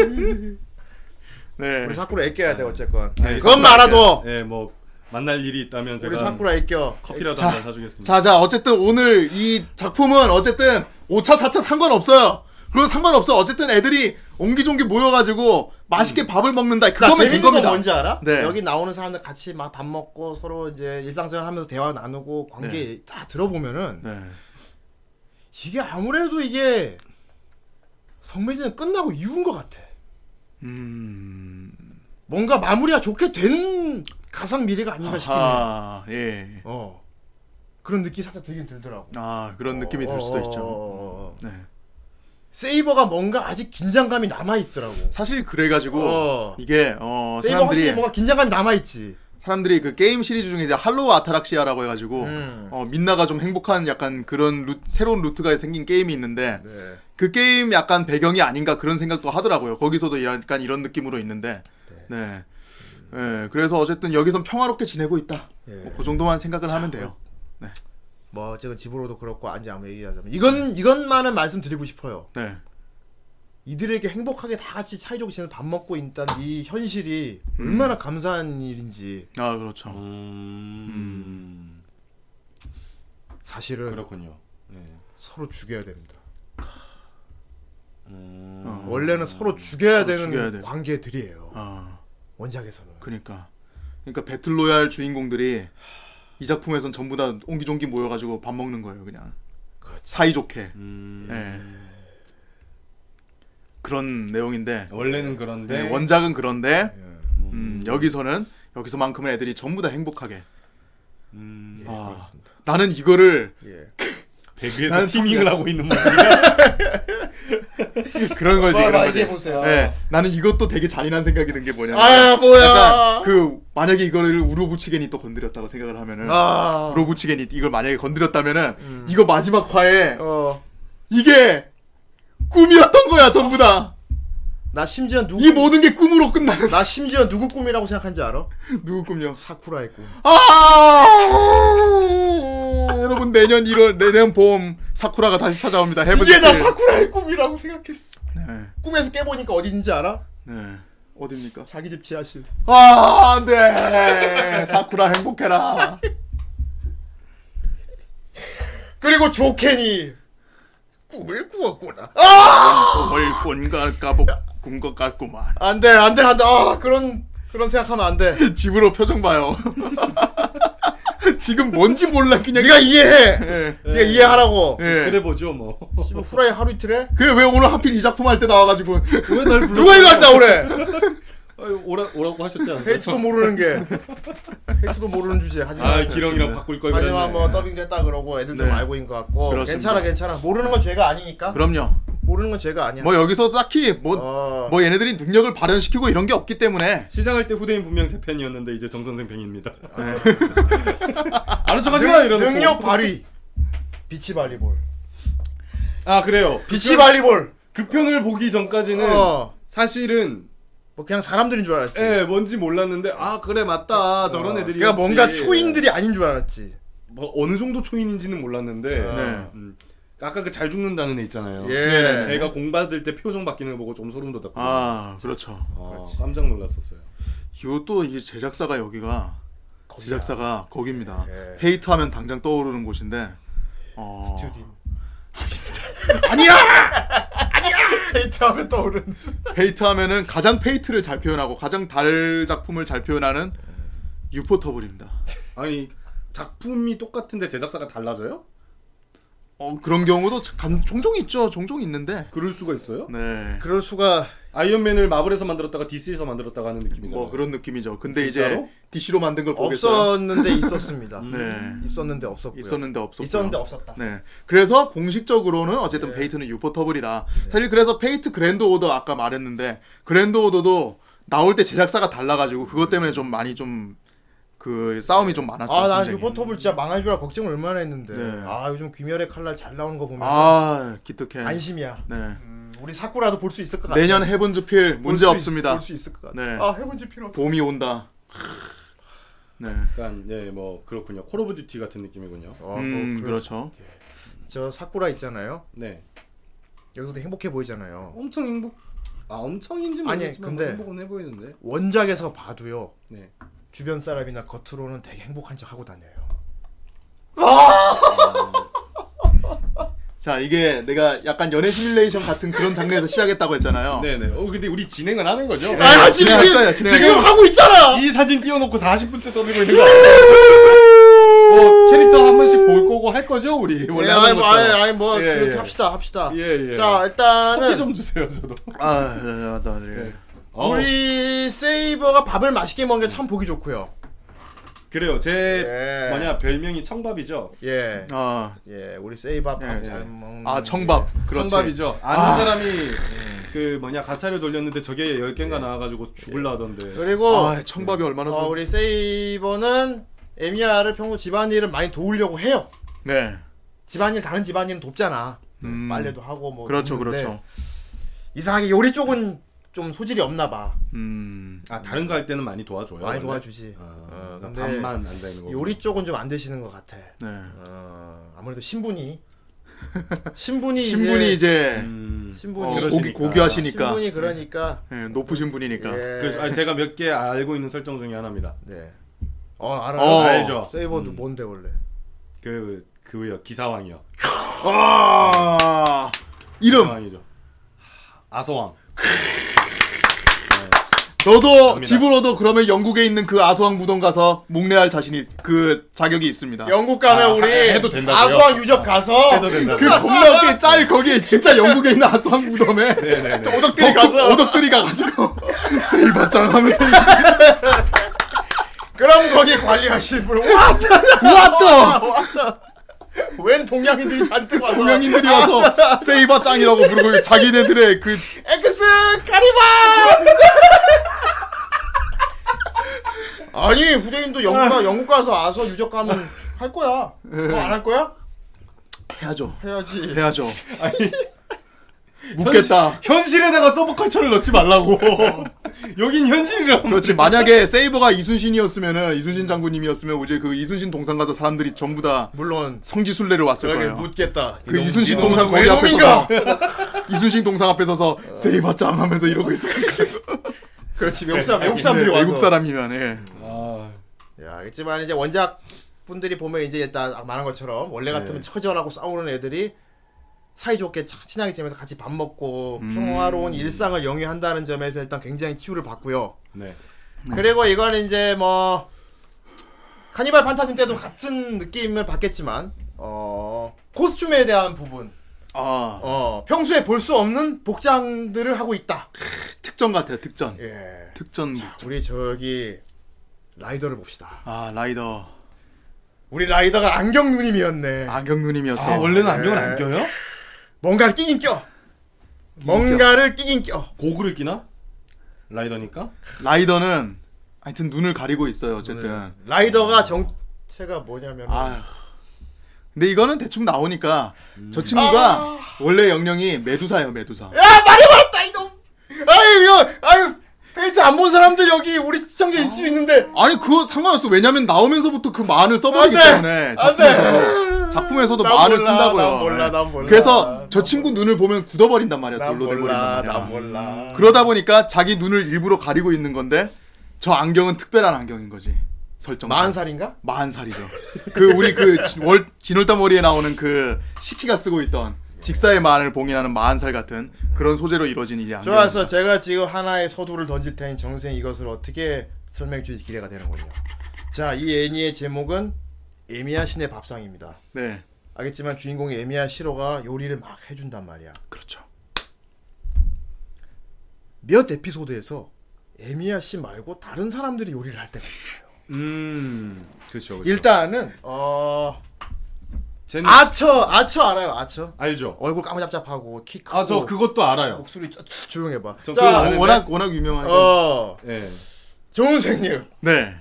[SPEAKER 3] 네
[SPEAKER 2] 음. 우리 사쿠라 애껴야 돼 어쨌건.
[SPEAKER 3] 네,
[SPEAKER 2] 그건
[SPEAKER 3] 사쿠라
[SPEAKER 2] 알아도
[SPEAKER 4] 예, 뭐 만날 일이 있다면 제가
[SPEAKER 2] 우리 사쿠라 애껴.
[SPEAKER 4] 커피라도
[SPEAKER 3] 자,
[SPEAKER 4] 한잔 사주겠습니다.
[SPEAKER 3] 자자 어쨌든 오늘 이 작품은 어쨌든 5차 4차 상관없어요 그건 상관없어 어쨌든 애들이 옹기종기 모여가지고 맛있게 밥을 먹는다
[SPEAKER 2] 음. 자,
[SPEAKER 3] 그거면 된
[SPEAKER 2] 재밌는 건
[SPEAKER 3] 겁니다
[SPEAKER 2] 뭔지 알아?
[SPEAKER 3] 네.
[SPEAKER 2] 여기 나오는 사람들 같이 막 밥 먹고 서로 이제 일상생활 하면서 대화 나누고 관계 다 들어보면은
[SPEAKER 3] 네.
[SPEAKER 2] 이게 아무래도 이게 성매진은 끝나고 이후인 것 같아.
[SPEAKER 3] 음
[SPEAKER 2] 뭔가 마무리가 좋게 된 가상 미래가 아닌가 싶긴 해.
[SPEAKER 3] 아하 예아
[SPEAKER 2] 어. 그런 느낌이 살짝 들긴 들더라고.
[SPEAKER 3] 아, 그런 느낌이 들 수도 있죠
[SPEAKER 2] 있죠.
[SPEAKER 3] 네
[SPEAKER 2] 세이버가 뭔가 아직 긴장감이 남아있더라고.
[SPEAKER 3] 사실 그래가지고
[SPEAKER 2] 어.
[SPEAKER 3] 이게 어
[SPEAKER 2] 세이버 확실히
[SPEAKER 3] 사람들이
[SPEAKER 2] 뭔가 긴장감이 남아있지.
[SPEAKER 3] 사람들이 그 게임 시리즈 중에 이제 할로우 아타락시아라고 해가지고 어, 민나가 좀 행복한 약간 그런 루, 새로운 루트가 생긴 게임이 있는데
[SPEAKER 2] 네.
[SPEAKER 3] 그 게임 약간 배경이 아닌가 그런 생각도 하더라고요. 거기서도 약간 이런 느낌으로 있는데 네. 예, 그래서 어쨌든 여기선 평화롭게 지내고 있다. 뭐그 정도만 생각을 하면 돼요.
[SPEAKER 2] 뭐 어쨌든 집으로도 그렇고 안지 아무 얘기하자면 이건 이것만은 말씀드리고 싶어요.
[SPEAKER 3] 네.
[SPEAKER 2] 이들에게 행복하게 다 같이 차이좋게 지내서 밥 먹고 있다는 이 현실이
[SPEAKER 3] 음.
[SPEAKER 2] 얼마나 감사한 일인지
[SPEAKER 3] 아 그렇죠.
[SPEAKER 4] 음.
[SPEAKER 2] 사실은
[SPEAKER 4] 그렇군요. 예.
[SPEAKER 2] 서로 죽여야 됩니다.
[SPEAKER 4] 음.
[SPEAKER 2] 원래는 서로 죽여야
[SPEAKER 3] 어. 서로
[SPEAKER 2] 되는
[SPEAKER 3] 죽여야 돼요.
[SPEAKER 2] 관계들이에요.
[SPEAKER 3] 아
[SPEAKER 2] 원작에서는.
[SPEAKER 3] 그러니까 그러니까 배틀로얄 주인공들이 이 작품에선 전부 다 옹기종기 모여가지고 밥 먹는 거예요 그냥 그렇죠. 사이좋게.
[SPEAKER 4] 음.
[SPEAKER 3] 예. 그런 내용인데
[SPEAKER 4] 원래는 그런데
[SPEAKER 3] 네, 원작은 그런데 음, 여기서는 여기서만큼은 애들이 전부 다 행복하게
[SPEAKER 2] 예,
[SPEAKER 4] 음.
[SPEAKER 3] 아, 나는 이거를
[SPEAKER 4] 배그에서
[SPEAKER 3] 나는
[SPEAKER 4] 팀밍을
[SPEAKER 3] 참견.
[SPEAKER 4] 하고 있는 모습이야.
[SPEAKER 3] 그런 거지 그런 거지
[SPEAKER 9] 보세요.
[SPEAKER 3] 네, 나는 이것도 되게 잔인한 생각이 든 게 뭐냐면
[SPEAKER 2] 아
[SPEAKER 3] 약간
[SPEAKER 2] 뭐야?
[SPEAKER 3] 그 만약에 이거를 우로부치겐이 또 건드렸다고 생각을 하면은
[SPEAKER 2] 아
[SPEAKER 3] 우로부치겐이 이걸 만약에 건드렸다면은 이거 마지막 화에
[SPEAKER 2] 어.
[SPEAKER 3] 이게 꿈이었던 거야 전부 다 이
[SPEAKER 2] 나 심지어 누구
[SPEAKER 3] 모든 게 꿈으로 끝나는
[SPEAKER 2] 나 심지어 누구 꿈이라고 생각한지 알아?
[SPEAKER 3] 누구 꿈이야
[SPEAKER 2] 사쿠라의 꿈.
[SPEAKER 3] 아! 여러분 내년 1월 내년 봄 사쿠라가 다시 찾아옵니다. 해븐
[SPEAKER 2] 이게 나
[SPEAKER 3] 스테이.
[SPEAKER 2] 사쿠라의 꿈이라고 생각했어.
[SPEAKER 3] 네.
[SPEAKER 2] 꿈에서 깨보니까 어딘지 알아?
[SPEAKER 3] 네. 어딥니까?
[SPEAKER 2] 자기 집 지하실.
[SPEAKER 3] 아, 안 돼. 사쿠라 행복해라.
[SPEAKER 2] 그리고 조켄이 꿈을 꾸었구나. 아!
[SPEAKER 3] 꿈을 꾼 걸까 보- 꾼것 같구만.
[SPEAKER 2] 안 돼, 안 돼, 안 돼. 아, 그런, 그런 생각하면 안 돼.
[SPEAKER 3] 집으로 표정 봐요. 지금 뭔지 몰라 그냥.
[SPEAKER 2] 네가 이해해.
[SPEAKER 3] 예.
[SPEAKER 2] 네가 이해하라고.
[SPEAKER 3] 예.
[SPEAKER 4] 그래 보죠 뭐.
[SPEAKER 2] 씨발 후라이 하루 이틀 해?
[SPEAKER 3] 그게 왜 오늘 하필 이 작품 할 때 나와가지고
[SPEAKER 4] 왜 날 불러?
[SPEAKER 2] 누가 아, 이거 한다 그래?
[SPEAKER 4] 오라 오라고 하셨지 않습니까?
[SPEAKER 2] 페이트도 모르는 게. 페이트도 모르는 주제 하지 마.
[SPEAKER 4] 아 기령이랑 바꿀 걸
[SPEAKER 2] 하지만
[SPEAKER 4] 그랬네.
[SPEAKER 2] 뭐 더빙 됐다 그러고 애들 좀
[SPEAKER 3] 네.
[SPEAKER 2] 알고 있는 것 같고
[SPEAKER 3] 그렇습니다.
[SPEAKER 2] 괜찮아 괜찮아 모르는 건 죄가 아니니까
[SPEAKER 3] 그럼요.
[SPEAKER 2] 모르는 건 죄가 아니야
[SPEAKER 3] 뭐 여기서 딱히 뭐 뭐
[SPEAKER 2] 어.
[SPEAKER 3] 얘네들이 능력을 발현시키고 이런 게 없기 때문에
[SPEAKER 4] 시작할 때 후대인 분명 세 편이었는데 이제 정 선생 편입니다. 아는 척하지 마 이런
[SPEAKER 2] 네. 능력 발휘 비치 발리볼
[SPEAKER 4] 아 그래요.
[SPEAKER 2] 비치 발리볼
[SPEAKER 4] 그 편을 보기 전까지는
[SPEAKER 2] 어.
[SPEAKER 4] 사실은
[SPEAKER 2] 뭐 그냥 사람들인 줄 알았지
[SPEAKER 4] 예 뭔지 몰랐는데 아 그래 맞다 저런 애들이
[SPEAKER 2] 그러니까
[SPEAKER 3] 예.
[SPEAKER 2] 뭔가 초인들이 아닌 줄 알았지
[SPEAKER 4] 뭐 어느 정도 초인인지는 몰랐는데
[SPEAKER 2] 네.
[SPEAKER 4] 음. 아까 그 잘 죽는다는 애 있잖아요.
[SPEAKER 2] 예.
[SPEAKER 4] 네. 걔가 공 받을 때 표정 바뀌는 거 보고 좀 소름 돋았고 아,
[SPEAKER 3] 아 그렇죠.
[SPEAKER 4] 깜짝 놀랐었어요.
[SPEAKER 3] 이것도 이 제작사가 여기가 제작사가 거기입니다. 페이트 하면 당장 떠오르는 곳인데 어...
[SPEAKER 2] 예. 스튜디오.
[SPEAKER 3] 아니야!
[SPEAKER 2] 페이트 하면 그 떠오르는
[SPEAKER 3] 페이트 하면은 가장 페이트를 잘 표현하고 가장 달 작품을 잘 표현하는 유포터블입니다.
[SPEAKER 4] 아니 작품이 똑같은데 제작사가 달라져요?
[SPEAKER 3] 어, 그런 경우도 간, 종종 있죠. 종종 있는데.
[SPEAKER 4] 그럴 수가 있어요?
[SPEAKER 3] 네.
[SPEAKER 2] 그럴 수가
[SPEAKER 4] 아이언맨을 마블에서 만들었다가 DC에서 만들었다가 하는 느낌이잖아요.
[SPEAKER 3] 뭐 그런 느낌이죠. 근데
[SPEAKER 4] 진짜로?
[SPEAKER 3] 이제 DC로 만든 걸 보겠어요.
[SPEAKER 2] 없었는데 있었습니다
[SPEAKER 3] 네.
[SPEAKER 2] 있었는데 없었고요
[SPEAKER 3] 있었는데 없었고.
[SPEAKER 2] 있었는데 없었다
[SPEAKER 3] 네. 그래서 공식적으로는
[SPEAKER 2] 네.
[SPEAKER 3] 어쨌든 페이트는 유포터블이다. 사실 그래서 페이트 그랜드 오더 아까 말했는데 그랜드 오더도 나올 때 제작사가 달라가지고 그것 때문에 좀 많이 좀 그 싸움이 좀 많았어요.
[SPEAKER 2] 음. 아나
[SPEAKER 3] 굉장히.
[SPEAKER 2] 유포터블 진짜 망할 줄 알고 걱정을 얼마나 했는데
[SPEAKER 3] 네.
[SPEAKER 2] 아 요즘 귀멸의 칼날 잘 나오는 거 보면
[SPEAKER 3] 아 기특해.
[SPEAKER 2] 안심이야
[SPEAKER 3] 네.
[SPEAKER 2] 음, 우리 사쿠라도 볼 수 있을 것 같아
[SPEAKER 3] 내년 해븐즈필 문제 없습니다.
[SPEAKER 2] 볼수 있을 것 같아
[SPEAKER 3] 네.
[SPEAKER 2] 아 해본지 필요 아, 없
[SPEAKER 3] 봄이 온다. 네.
[SPEAKER 4] 약간 예뭐 그렇군요. 콜 오브 듀티 같은 느낌이군요.
[SPEAKER 2] 어,
[SPEAKER 3] 음,
[SPEAKER 2] 또 그럴 수-
[SPEAKER 3] 그렇죠.
[SPEAKER 2] 저 사쿠라 있잖아요.
[SPEAKER 4] 네.
[SPEAKER 2] 여기서도 행복해 보이잖아요.
[SPEAKER 4] 엄청 행복. 아 엄청인지
[SPEAKER 2] 아니,
[SPEAKER 4] 모르겠지만
[SPEAKER 2] 근데-
[SPEAKER 4] 행복은 해보이는데.
[SPEAKER 2] 원작에서 봐도요.
[SPEAKER 4] 네.
[SPEAKER 2] 주변 사람이나 겉으로는 되게 행복한 척 하고 다녀요.
[SPEAKER 3] 자, 이게 내가 약간 연애 시뮬레이션 같은 그런 장르에서 시작했다고 했잖아요.
[SPEAKER 4] 네네. 어 근데 우리 진행을 하는 거죠?
[SPEAKER 2] 아,
[SPEAKER 3] 네, 진행할 거예요, 진행할 거예요.
[SPEAKER 2] 하고 있잖아.
[SPEAKER 4] 이 사진 띄워놓고 40분째 떠들고 있는 거. 아니에요? 뭐 캐릭터 한 번씩 볼 거고 할 거죠 우리 원래
[SPEAKER 2] 예,
[SPEAKER 4] 하는
[SPEAKER 2] 아니 뭐, 아니,
[SPEAKER 4] 것처럼.
[SPEAKER 2] 아니 뭐
[SPEAKER 4] 예,
[SPEAKER 2] 그렇게
[SPEAKER 4] 예.
[SPEAKER 2] 합시다, 합시다.
[SPEAKER 4] 예 예.
[SPEAKER 2] 자
[SPEAKER 4] 커피
[SPEAKER 2] 일단은
[SPEAKER 4] 좀 주세요 저도.
[SPEAKER 3] 아, 네, 네, 네, 네.
[SPEAKER 4] 어,
[SPEAKER 2] 우리 세이버가 밥을 맛있게 먹는 게 참 보기 좋고요.
[SPEAKER 4] 그래요 제
[SPEAKER 2] 예.
[SPEAKER 4] 뭐냐 별명이 청밥이죠.
[SPEAKER 2] 예.
[SPEAKER 3] 아,
[SPEAKER 2] 예, 우리 세이버
[SPEAKER 3] 예,
[SPEAKER 2] 밥잘
[SPEAKER 4] 예.
[SPEAKER 2] 먹는.
[SPEAKER 3] 아 청밥.
[SPEAKER 2] 네.
[SPEAKER 3] 그렇지.
[SPEAKER 4] 청밥이죠. 아는 사람이
[SPEAKER 2] 예.
[SPEAKER 4] 그 뭐냐 가차를 돌렸는데 저게 10개인가 나와가지고 죽을라 하던데.
[SPEAKER 2] 그리고
[SPEAKER 3] 아, 청밥이 얼마나 좋은.
[SPEAKER 2] 어, 우리 세이버는 에미야를 평소 집안일을 많이 도우려고 해요.
[SPEAKER 3] 네.
[SPEAKER 2] 집안일 다른 집안일은 돕잖아.
[SPEAKER 3] 음.
[SPEAKER 2] 빨래도 하고 뭐
[SPEAKER 3] 그렇죠,
[SPEAKER 2] 돕는데
[SPEAKER 3] 그렇죠.
[SPEAKER 2] 이상하게 요리 쪽은 좀 소질이 없나 봐.
[SPEAKER 3] 음.
[SPEAKER 4] 아 다른 거 할 때는 많이 도와줘요.
[SPEAKER 2] 많이
[SPEAKER 4] 원래?
[SPEAKER 2] 도와주지. 음,
[SPEAKER 4] 아,
[SPEAKER 2] 근데
[SPEAKER 4] 그러니까 반만 안 되는 거.
[SPEAKER 2] 요리 쪽은 좀 안 되시는 것 같아.
[SPEAKER 3] 네.
[SPEAKER 2] 어, 아무래도 신분이 신분이
[SPEAKER 3] 신분이
[SPEAKER 2] 이제
[SPEAKER 3] 이제
[SPEAKER 4] 음.
[SPEAKER 2] 신분이
[SPEAKER 3] 어, 고기,
[SPEAKER 4] 그러시니까.
[SPEAKER 3] 고귀하시니까
[SPEAKER 2] 신분이 그러니까
[SPEAKER 3] 예, 높으신 분이니까
[SPEAKER 2] 예.
[SPEAKER 4] 그, 아, 제가 몇 개 알고 있는 설정 중에 하나입니다.
[SPEAKER 2] 네. 어 알아요.
[SPEAKER 3] 어,
[SPEAKER 4] 알죠.
[SPEAKER 2] 세이버도
[SPEAKER 4] 음.
[SPEAKER 2] 뭔데 원래?
[SPEAKER 4] 그 그요 기사왕이요.
[SPEAKER 3] 아 이름
[SPEAKER 4] 기사왕이죠. 아서왕.
[SPEAKER 3] 너도
[SPEAKER 4] 갑니다.
[SPEAKER 3] 집으로도 그러면 영국에 있는 그 아소왕 무덤 가서 목례할 자신이 그 자격이 있습니다.
[SPEAKER 2] 영국 가면
[SPEAKER 4] 아,
[SPEAKER 2] 우리
[SPEAKER 4] 해- 해도 된다고요?
[SPEAKER 2] 아수왕 유적 가서
[SPEAKER 4] 해도 된다.
[SPEAKER 3] 그 겁나 웃긴 짤 거기에 진짜 영국에 있는 아소왕 무덤에
[SPEAKER 4] 네네네.
[SPEAKER 3] 어,
[SPEAKER 2] 오덕들이
[SPEAKER 3] 그,
[SPEAKER 2] 가서
[SPEAKER 3] 오덕들이 가가지고 세이바짱 하면서
[SPEAKER 2] 그럼 거기 관리하실 분 와!
[SPEAKER 3] 왔다
[SPEAKER 2] 웬 동양인들이 잔뜩 와서
[SPEAKER 3] 동양인들이 와서 세이바짱이라고 부르고 자기네들의 그
[SPEAKER 2] 엑스 카리바! 아니 후대인도 영국 가 영국 가서 아서 유적 가면 할 거야. 뭐 안 할 거야?
[SPEAKER 3] 해야죠
[SPEAKER 2] 해야지.
[SPEAKER 3] 해야죠 묻겠다
[SPEAKER 4] 현실에다가 서브컬처를 넣지 말라고. 여긴 현실이라고.
[SPEAKER 3] 그렇지 만약에 세이버가 이순신이었으면은 이순신 장군님이었으면 이제 그 이순신 동상 가서 사람들이 전부 다
[SPEAKER 2] 물론
[SPEAKER 3] 성지순례를 왔을
[SPEAKER 2] 그렇게 뭐,
[SPEAKER 3] 거예요
[SPEAKER 2] 묻겠다.
[SPEAKER 3] 그 이순신 동상 거기 앞에 서서 이순신 동상 앞에 서서 세이바짱 하면서 이러고 있었을 거예요
[SPEAKER 2] 그렇지 외국 사람 외국 사람들이
[SPEAKER 3] 네,
[SPEAKER 2] 와서.
[SPEAKER 3] 외국 사람이면 예.
[SPEAKER 4] 아,
[SPEAKER 2] 야, 알겠지만 이제 원작 분들이 보면 이제 일단 아까 말한 것처럼
[SPEAKER 3] 네.
[SPEAKER 2] 원래 같으면 처지원하고 싸우는 애들이 사이좋게 차- 친하게 지내면서 같이 밥 먹고
[SPEAKER 3] 음.
[SPEAKER 2] 평화로운 일상을 영위한다는 점에서 일단 굉장히 치유를 받고요.
[SPEAKER 4] 네.
[SPEAKER 2] 그리고 이건 이제 뭐 카니발 판타즘 때도 같은 느낌을 받겠지만 어 코스튬에 대한 부분
[SPEAKER 3] 아
[SPEAKER 2] 어 평소에 볼 수 없는 복장들을 하고 있다.
[SPEAKER 3] 특전 같아요 특전
[SPEAKER 2] 예.
[SPEAKER 3] 특전
[SPEAKER 2] 우리 저기 라이더를 봅시다.
[SPEAKER 3] 아 라이더
[SPEAKER 2] 우리 라이더가 안경 누님이었네.
[SPEAKER 3] 안경 누님이었어
[SPEAKER 4] 아, 원래는 안경을 안 껴요?
[SPEAKER 2] 뭔가를 끼긴 껴. 뭔가를 끼긴 껴.
[SPEAKER 4] 고글을 끼나? 라이더니까?
[SPEAKER 3] 라이더는 하여튼 눈을 가리고 있어요 어쨌든
[SPEAKER 2] 네. 라이더가 정체가 뭐냐면
[SPEAKER 3] 아 근데 이거는 대충 나오니까 저 친구가
[SPEAKER 2] 아.
[SPEAKER 3] 원래 영령이 메두사예요 메두사
[SPEAKER 2] 야 말해버렸다 이놈. 아유 이거 아유 페이트 안 본 사람들 여기 우리 시청자 있을 수 있는데
[SPEAKER 3] 아니 그거 상관없어 왜냐면 나오면서부터 그 만을 써버리기
[SPEAKER 2] 안 돼!
[SPEAKER 3] 때문에
[SPEAKER 2] 안
[SPEAKER 3] 작품에서도 작품에서도
[SPEAKER 2] 난
[SPEAKER 3] 만을
[SPEAKER 2] 몰라,
[SPEAKER 3] 쓴다고요 네.
[SPEAKER 2] 난 몰라, 난 몰라.
[SPEAKER 3] 그래서
[SPEAKER 2] 난
[SPEAKER 3] 저 친구 눈을 보면 굳어버린단 말이야
[SPEAKER 2] 난
[SPEAKER 3] 돌로
[SPEAKER 2] 몰라, 난
[SPEAKER 3] 돼버린단 말이야
[SPEAKER 2] 몰라.
[SPEAKER 3] 그러다 보니까 자기 눈을 일부러 가리고 있는 건데 저 안경은 특별한 안경인 거지 설정
[SPEAKER 2] 마흔 살인가?
[SPEAKER 3] 마흔 살이죠. 그 우리 그월 진월달 머리에 나오는 그 시키가 쓰고 있던 직사의 마흔을 봉인하는 마흔 살 같은 그런 소재로 이루어진 일이 아니에요.
[SPEAKER 2] 좋아서 제가 지금 하나의 서두를 던질 테니 정생 이것을 어떻게 설명해 주실 기대가 되는 거죠. 자, 이 애니의 제목은 에미야 신의 밥상입니다.
[SPEAKER 3] 네,
[SPEAKER 2] 알겠지만 주인공 에미야 시로가 요리를 막 해준단 말이야.
[SPEAKER 3] 그렇죠.
[SPEAKER 2] 몇 에피소드에서 에미야 씨 말고 다른 사람들이 요리를 할 때가 있어요.
[SPEAKER 4] 음, 그렇죠. 그렇죠.
[SPEAKER 2] 일단은 어
[SPEAKER 4] 쟤는
[SPEAKER 2] 아처 아처 알아요 아처
[SPEAKER 4] 알죠.
[SPEAKER 2] 얼굴 까무잡잡하고 키 크고
[SPEAKER 4] 아, 저 그것도 알아요.
[SPEAKER 2] 목소리 조- 조용해 봐.
[SPEAKER 4] 저 그거
[SPEAKER 2] 자,
[SPEAKER 4] 아는데?
[SPEAKER 3] 워낙 워낙 유명하니까.
[SPEAKER 2] 어
[SPEAKER 4] 예.
[SPEAKER 2] 좋은 생님
[SPEAKER 3] 네,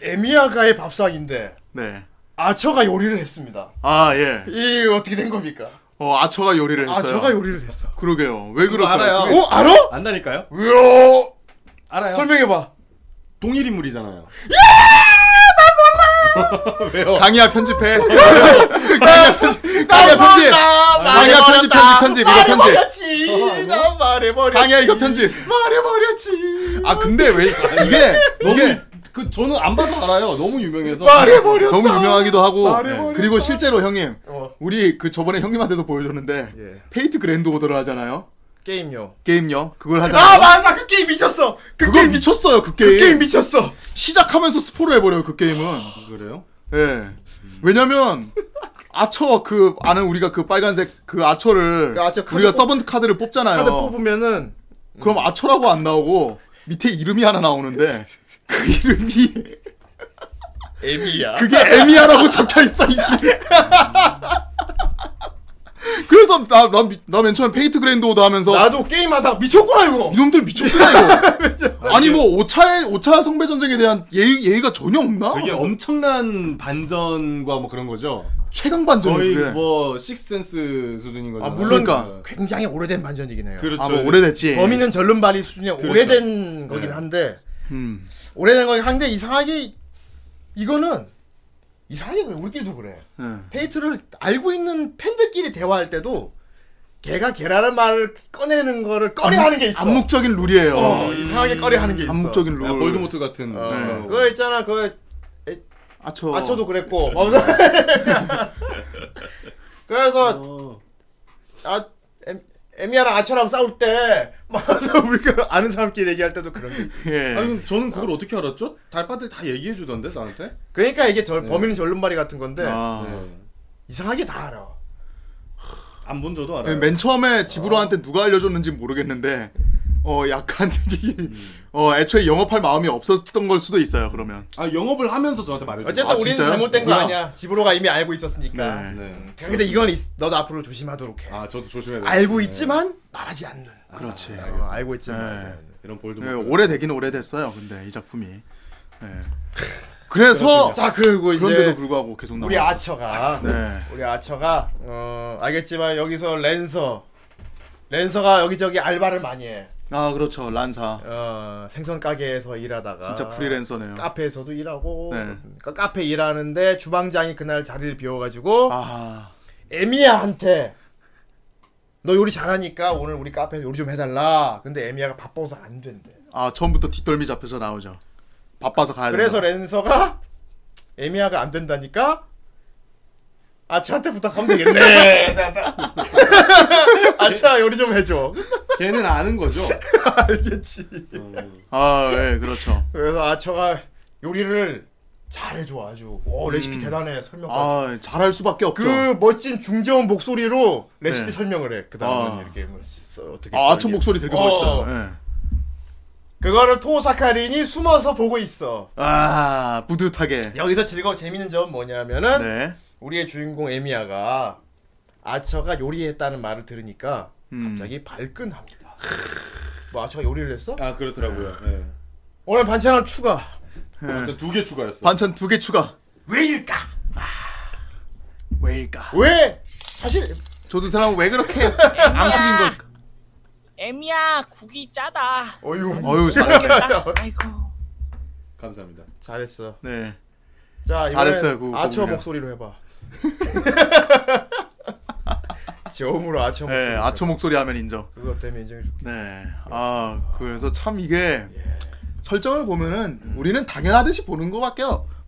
[SPEAKER 2] 에미야가의 밥상인데
[SPEAKER 3] 네.
[SPEAKER 2] 아처가 요리를 했습니다.
[SPEAKER 3] 아 예.
[SPEAKER 2] 이 어떻게 된 겁니까?
[SPEAKER 3] 어 아처가 요리를 했어요.
[SPEAKER 2] 아처가 요리를 했어.
[SPEAKER 3] 그러게요. 왜 그럴까요?
[SPEAKER 4] 알아요.
[SPEAKER 3] 그게-
[SPEAKER 2] 어 알아?
[SPEAKER 4] 안다니까요?
[SPEAKER 2] 으어
[SPEAKER 4] 알아요.
[SPEAKER 2] 설명해봐.
[SPEAKER 4] 동일 인물이잖아요. 왜요?
[SPEAKER 3] 강의야 편집해. 강의야 편집. 강의야 편집.
[SPEAKER 2] 아,
[SPEAKER 3] 강의야 편집 편집 편집 이거 편집.
[SPEAKER 2] 말해버렸지. 나 말해버렸지.
[SPEAKER 3] 강의야 이거 편집.
[SPEAKER 2] 말해버렸지.
[SPEAKER 3] 아 근데 왜 이게 이게
[SPEAKER 4] 그 저는 안 봐도 알아요. 너무 유명해서.
[SPEAKER 2] 말해버렸다.
[SPEAKER 3] 너무 유명하기도 하고
[SPEAKER 2] 말해버렸다.
[SPEAKER 3] 그리고 실제로 형님
[SPEAKER 2] 어.
[SPEAKER 3] 우리 그 저번에 형님한테도 보여줬는데
[SPEAKER 2] 예.
[SPEAKER 3] 페이트 그랜드 오더를 하잖아요
[SPEAKER 2] 게임요.
[SPEAKER 3] 게임요 그걸
[SPEAKER 2] 아
[SPEAKER 3] 하잖아요
[SPEAKER 2] 맞다 그 게임 미쳤어. 그
[SPEAKER 3] 그거
[SPEAKER 2] 게임 미쳤어.
[SPEAKER 3] 미쳤어요 그
[SPEAKER 2] 그
[SPEAKER 3] 게임
[SPEAKER 2] 게임 미쳤어. 아.
[SPEAKER 3] 시작하면서 스포를 해버려요 그 게임은
[SPEAKER 4] 아, 그래요?
[SPEAKER 3] 예 왜냐면 아처 그 아는 우리가 그 빨간색 그 아처를
[SPEAKER 2] 그 아처 카드
[SPEAKER 3] 우리가
[SPEAKER 2] 뽑-
[SPEAKER 3] 서번트 카드를 뽑잖아요
[SPEAKER 2] 카드 뽑으면은
[SPEAKER 3] 그럼 아처라고 안 나오고 밑에 이름이 하나 나오는데 그 이름이
[SPEAKER 2] 에미야.
[SPEAKER 3] 그게 에미야라고 적혀 있어. 이 새끼. 그래서 나나맨 처음 페이트 그랜드 오더 하면서
[SPEAKER 2] 어. 나도 게임하다 미쳤구나 이거.
[SPEAKER 3] 이놈들 미쳤구나 이거. 아니 뭐 5차에 5차 성배 전쟁에 대한 예의 예의가 전혀 없나?
[SPEAKER 4] 그게 엄청난 반전과 뭐 그런 거죠.
[SPEAKER 3] 최강 반전
[SPEAKER 4] 거의
[SPEAKER 3] 그게.
[SPEAKER 4] 뭐 식센스 수준인 거죠.
[SPEAKER 2] 아 물론
[SPEAKER 3] 그러니까.
[SPEAKER 2] 굉장히 오래된 그러니까. 반전이긴 해요.
[SPEAKER 4] 그렇죠.
[SPEAKER 3] 아, 뭐 오래됐지.
[SPEAKER 2] 범인은 절름발이 수준의
[SPEAKER 4] 그렇죠.
[SPEAKER 2] 오래된 거긴 한데
[SPEAKER 3] 음.
[SPEAKER 2] 오래된 거긴 한데 이상하게 이거는 이상하게 그래 우리끼리도 그래
[SPEAKER 3] 예.
[SPEAKER 2] 페이트를 알고 있는 팬들끼리 대화할 때도 걔가 걔라는 말을 꺼내는 거를 꺼려하는 게 있어
[SPEAKER 3] 암묵적인 룰이에요.
[SPEAKER 2] 어, 이상하게 꺼려하는 게 있어
[SPEAKER 3] 암묵적인
[SPEAKER 4] 야,
[SPEAKER 3] 룰.
[SPEAKER 4] 네, 볼드모트 같은.
[SPEAKER 2] 어,
[SPEAKER 3] 네.
[SPEAKER 2] 그거 있잖아 그거
[SPEAKER 3] 아처.
[SPEAKER 2] 아처도 그랬고 맞아. 그래서
[SPEAKER 4] 어.
[SPEAKER 2] 아 엠- 에미야랑 아처랑 싸울 때 맞아 우리가 아는 사람끼리 얘기할 때도 그런 게 있어
[SPEAKER 3] 예.
[SPEAKER 4] 아니 저는 그걸 어떻게 알았죠? 달빠들 다 얘기해 주던데 나한테.
[SPEAKER 2] 그러니까 이게 절, 범인은 절름발이 같은 건데
[SPEAKER 3] 네. 아.
[SPEAKER 4] 네.
[SPEAKER 2] 이상하게 다 알아.
[SPEAKER 4] 안본 저도
[SPEAKER 3] 예,
[SPEAKER 4] 알아요.
[SPEAKER 3] 맨 처음에 지브로한테 누가 알려줬는지 모르겠는데 어 약간 이- 어 애초에 영업할 마음이 없었던 걸 수도 있어요 그러면.
[SPEAKER 4] 아 영업을 하면서 저한테 말해줘.
[SPEAKER 2] 어쨌든
[SPEAKER 3] 아,
[SPEAKER 2] 우리는
[SPEAKER 3] 진짜요?
[SPEAKER 2] 잘못된 거
[SPEAKER 3] 뭐야?
[SPEAKER 2] 아니야. 집으로가 이미 알고 있었으니까.
[SPEAKER 3] 네.
[SPEAKER 4] 네.
[SPEAKER 2] 근데 이건 있- 너도 앞으로 조심하도록 해.
[SPEAKER 4] 아 저도 조심해야 돼.
[SPEAKER 2] 알고
[SPEAKER 3] 네.
[SPEAKER 2] 있지만 말하지 않는.
[SPEAKER 3] 그렇지.
[SPEAKER 2] 어, 알고 있지만.
[SPEAKER 3] 예,
[SPEAKER 4] 이런
[SPEAKER 2] 네,
[SPEAKER 4] 볼드모트.
[SPEAKER 3] 오래되긴 오래됐어요. 근데 이 작품이. 예. 그래서
[SPEAKER 2] 어, 자 그리고
[SPEAKER 3] 그러니까 그런데도
[SPEAKER 2] 이제
[SPEAKER 3] 불구하고 계속 나와.
[SPEAKER 2] 우리 아처가
[SPEAKER 3] 네.
[SPEAKER 2] 우리 아처가 어 알겠지만 여기서 랜서 랜서가 여기저기 알바를 많이 해.
[SPEAKER 3] 아 그렇죠. 란사.
[SPEAKER 2] 어 생선 가게에서 일하다가
[SPEAKER 3] 진짜 프리랜서네요.
[SPEAKER 2] 카페에서도 일하고
[SPEAKER 3] 네.
[SPEAKER 2] 그 카페 일하는데 주방장이 그날 자리를 비워가지고
[SPEAKER 3] 아
[SPEAKER 2] 에미야한테 너 요리 잘하니까 오늘 우리 카페에서 요리 좀 해달라. 근데 에미야가 바빠서 안 된대.
[SPEAKER 3] 아 처음부터 뒷덜미 잡혀서 나오죠. 바빠서 가야 돼.
[SPEAKER 2] 그래서 랜서가 에미야가 안 된다니까 아차한테 부탁하면 되겠네. 아차 요리 좀 해줘.
[SPEAKER 4] 걔는 아는 거죠.
[SPEAKER 2] 알겠지.
[SPEAKER 3] 아예 그렇죠.
[SPEAKER 2] 그래서 아처가 요리를 잘해줘 아주. 오 레시피 대단해 설명까지.
[SPEAKER 3] 음. 아 잘할 수밖에 없죠.
[SPEAKER 2] 그 멋진 중저음 목소리로 레시피
[SPEAKER 3] 네.
[SPEAKER 2] 설명을 해. 그 다음은
[SPEAKER 3] 아.
[SPEAKER 2] 이렇게 뭐 써, 어떻게.
[SPEAKER 3] 아
[SPEAKER 2] 써야지.
[SPEAKER 3] 아촌 목소리 되게
[SPEAKER 2] 어.
[SPEAKER 3] 멋있어요. 예.
[SPEAKER 2] 그거를 토사카린이 숨어서 보고 있어.
[SPEAKER 3] 아 뿌듯하게.
[SPEAKER 2] 여기서 즐거운 재밌는 점 뭐냐면은
[SPEAKER 3] 네.
[SPEAKER 2] 우리의 주인공 에미야가 아처가 요리했다는 말을 들으니까
[SPEAKER 3] 음.
[SPEAKER 2] 갑자기 발끈합니다. 뭐 아처가 요리를 했어?
[SPEAKER 4] 아 그렇더라고요. 예.
[SPEAKER 2] 오늘 반찬 하나 추가.
[SPEAKER 4] 진짜 두개 추가했어.
[SPEAKER 3] 반찬 두 개 추가.
[SPEAKER 2] 왜일까?
[SPEAKER 3] 아, 왜일까?
[SPEAKER 2] 왜? 사실
[SPEAKER 3] 저도 사람 왜 그렇게 앙숙인 걸까?
[SPEAKER 8] 에미야 국이 짜다.
[SPEAKER 2] 어유
[SPEAKER 3] 어유 잘했네.
[SPEAKER 8] 아이고.
[SPEAKER 4] 감사합니다.
[SPEAKER 2] 잘했어.
[SPEAKER 3] 네.
[SPEAKER 2] 자
[SPEAKER 3] 잘했어요,
[SPEAKER 2] 이번엔
[SPEAKER 3] 그거
[SPEAKER 2] 아처
[SPEAKER 3] 보면요.
[SPEAKER 2] 목소리로 해봐. 저음으로 아처 목소리.
[SPEAKER 3] 네. 아초 목소리 하면 인정.
[SPEAKER 2] 그거 때문에 인정해줄게.
[SPEAKER 3] 네. 아 그래서 참 이게 설정을 보면은 우리는 당연하듯이 보는 거밖에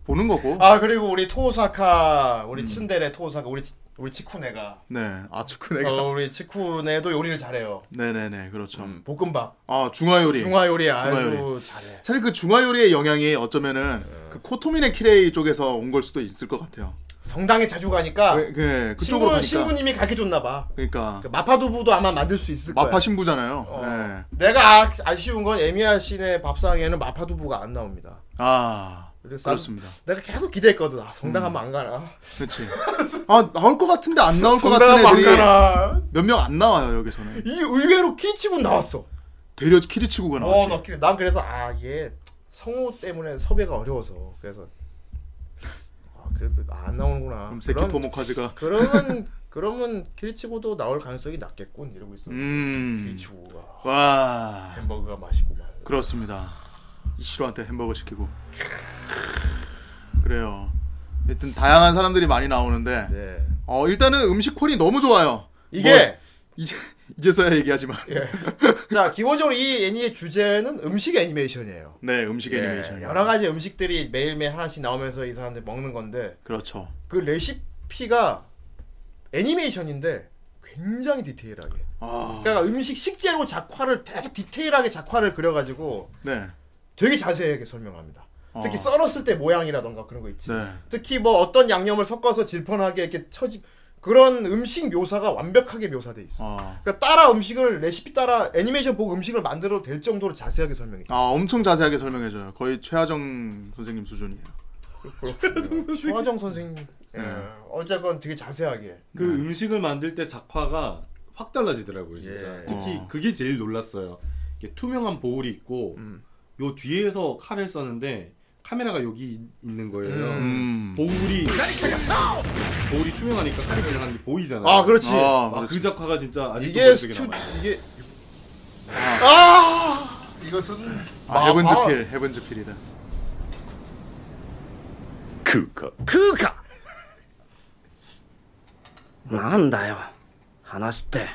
[SPEAKER 3] 보는 거고.
[SPEAKER 2] 아 그리고 우리 토사카
[SPEAKER 3] 음.
[SPEAKER 2] 우리 츤데레 토사카 우리 치- 우리 치쿠네가
[SPEAKER 3] 네. 아츠쿠네가.
[SPEAKER 2] 어, 우리 치쿠네도 요리를 잘해요.
[SPEAKER 3] 네네네 그렇죠.
[SPEAKER 2] 볶음밥
[SPEAKER 3] 아 중화 요리.
[SPEAKER 2] 중화 요리 아주
[SPEAKER 3] 중화
[SPEAKER 2] 잘해.
[SPEAKER 3] 사실 그 중화 요리의 영향이 어쩌면은 그 코토미네 키레이 쪽에서 온 걸 수도 있을 것 같아요.
[SPEAKER 2] 성당에 자주 가니까
[SPEAKER 3] 그, 그 그쪽으로
[SPEAKER 2] 아. 신부
[SPEAKER 3] 가니까.
[SPEAKER 2] 신부님이 가르쳐 줬나 봐.
[SPEAKER 3] 그러니까
[SPEAKER 2] 그 마파두부도 아마 만들 수 있을
[SPEAKER 3] 마파
[SPEAKER 2] 거야.
[SPEAKER 3] 신부잖아요.
[SPEAKER 2] 어.
[SPEAKER 3] 네.
[SPEAKER 2] 내가 아, 쉬운건 에미야 씨네 밥상에는 마파두부가 안 나옵니다.
[SPEAKER 3] 아
[SPEAKER 2] 그래서 난-
[SPEAKER 3] 그렇습니다. 음.
[SPEAKER 2] 내가 계속 기대했거든. 아, 성당 하면 안 가나?
[SPEAKER 3] 그렇지. 아 나올 것 같은데 안 나올 것
[SPEAKER 2] 성당
[SPEAKER 3] 같은
[SPEAKER 2] 하면 안
[SPEAKER 3] 애들이
[SPEAKER 2] 가나?
[SPEAKER 3] 몇 명 안 나와요 여기서는.
[SPEAKER 2] 이 의외로 키치군 나왔어.
[SPEAKER 3] 되려 키리치구가
[SPEAKER 2] 어,
[SPEAKER 3] 그 나왔지.
[SPEAKER 2] 나, 키- 난 그래서 아, 이게 성우 때문에 섭외가 어려워서 그래서 아, 그래도 아, 안 나오는구나.
[SPEAKER 3] 그럼 세키
[SPEAKER 2] 그럼-
[SPEAKER 3] 토모카즈가
[SPEAKER 2] 그러면 그러면 키리치고도 나올 가능성이 낮겠군 이러고 있어.
[SPEAKER 3] 음.
[SPEAKER 2] 키리치고가
[SPEAKER 3] 와
[SPEAKER 2] 햄버거가 맛있고만.
[SPEAKER 3] 그렇습니다. 이시로한테 햄버거 시키고. 그래요. 하여튼 다양한 사람들이 많이 나오는데
[SPEAKER 2] 네.
[SPEAKER 3] 어 일단은 음식 콜이 너무 좋아요.
[SPEAKER 2] 이게 예.
[SPEAKER 3] 뭐, 이제 이제서야 얘기하지만
[SPEAKER 2] 자 기본적으로 이 애니의 주제는 음식 애니메이션이에요.
[SPEAKER 3] 네 음식 애니메이션
[SPEAKER 2] 예, 여러 가지 음식들이 매일매일 하나씩 나오면서 이 사람들 먹는 건데
[SPEAKER 3] 그렇죠.
[SPEAKER 2] 그 레시피가 애니메이션인데 굉장히 디테일하게.
[SPEAKER 3] 아,
[SPEAKER 2] 그러니까 음식 식재료 작화를 되게 디테일하게 작화를 그려가지고
[SPEAKER 3] 네,
[SPEAKER 2] 되게 자세하게 설명합니다. 특히
[SPEAKER 3] 어.
[SPEAKER 2] 썰었을 때 모양이라던가 그런 거 있지.
[SPEAKER 3] 네,
[SPEAKER 2] 특히 뭐 어떤 양념을 섞어서 질펀하게 이렇게 처지 그런 음식 묘사가 완벽하게 묘사돼 있어.
[SPEAKER 3] 어.
[SPEAKER 2] 그러니까 따라 음식을 레시피 따라 애니메이션 보고 음식을 만들어도 될 정도로 자세하게 설명해.
[SPEAKER 3] 아 엄청 자세하게 설명해줘요. 거의 최하정 선생님 수준이에요.
[SPEAKER 2] 최화정 선생님. 예. 어쨌건 되게 자세하게.
[SPEAKER 4] 그
[SPEAKER 3] 네.
[SPEAKER 4] 음식을 만들 때 작화가 확 달라지더라고요, 진짜. 특히
[SPEAKER 3] 어.
[SPEAKER 4] 그게 제일 놀랐어요. 이게 투명한 보울이 있고
[SPEAKER 3] 음.
[SPEAKER 4] 요 뒤에서 칼을 썼는데 카메라가 여기 이- 있는 거예요.
[SPEAKER 3] 음.
[SPEAKER 4] 보울이 보울이 투명하니까 칼이 지나가는 게 보이잖아요.
[SPEAKER 2] 아 그렇지.
[SPEAKER 3] 아,
[SPEAKER 4] 아, 그
[SPEAKER 3] 그렇지.
[SPEAKER 4] 작화가 진짜 아직도
[SPEAKER 2] 이게
[SPEAKER 4] 머릿속에
[SPEAKER 2] 스튜
[SPEAKER 4] 남아요.
[SPEAKER 2] 이게 아, 이것은
[SPEAKER 3] 아, 헤븐즈
[SPEAKER 2] 아,
[SPEAKER 3] 필, 헤븐즈 필이다.
[SPEAKER 8] 그가. なんだよ話って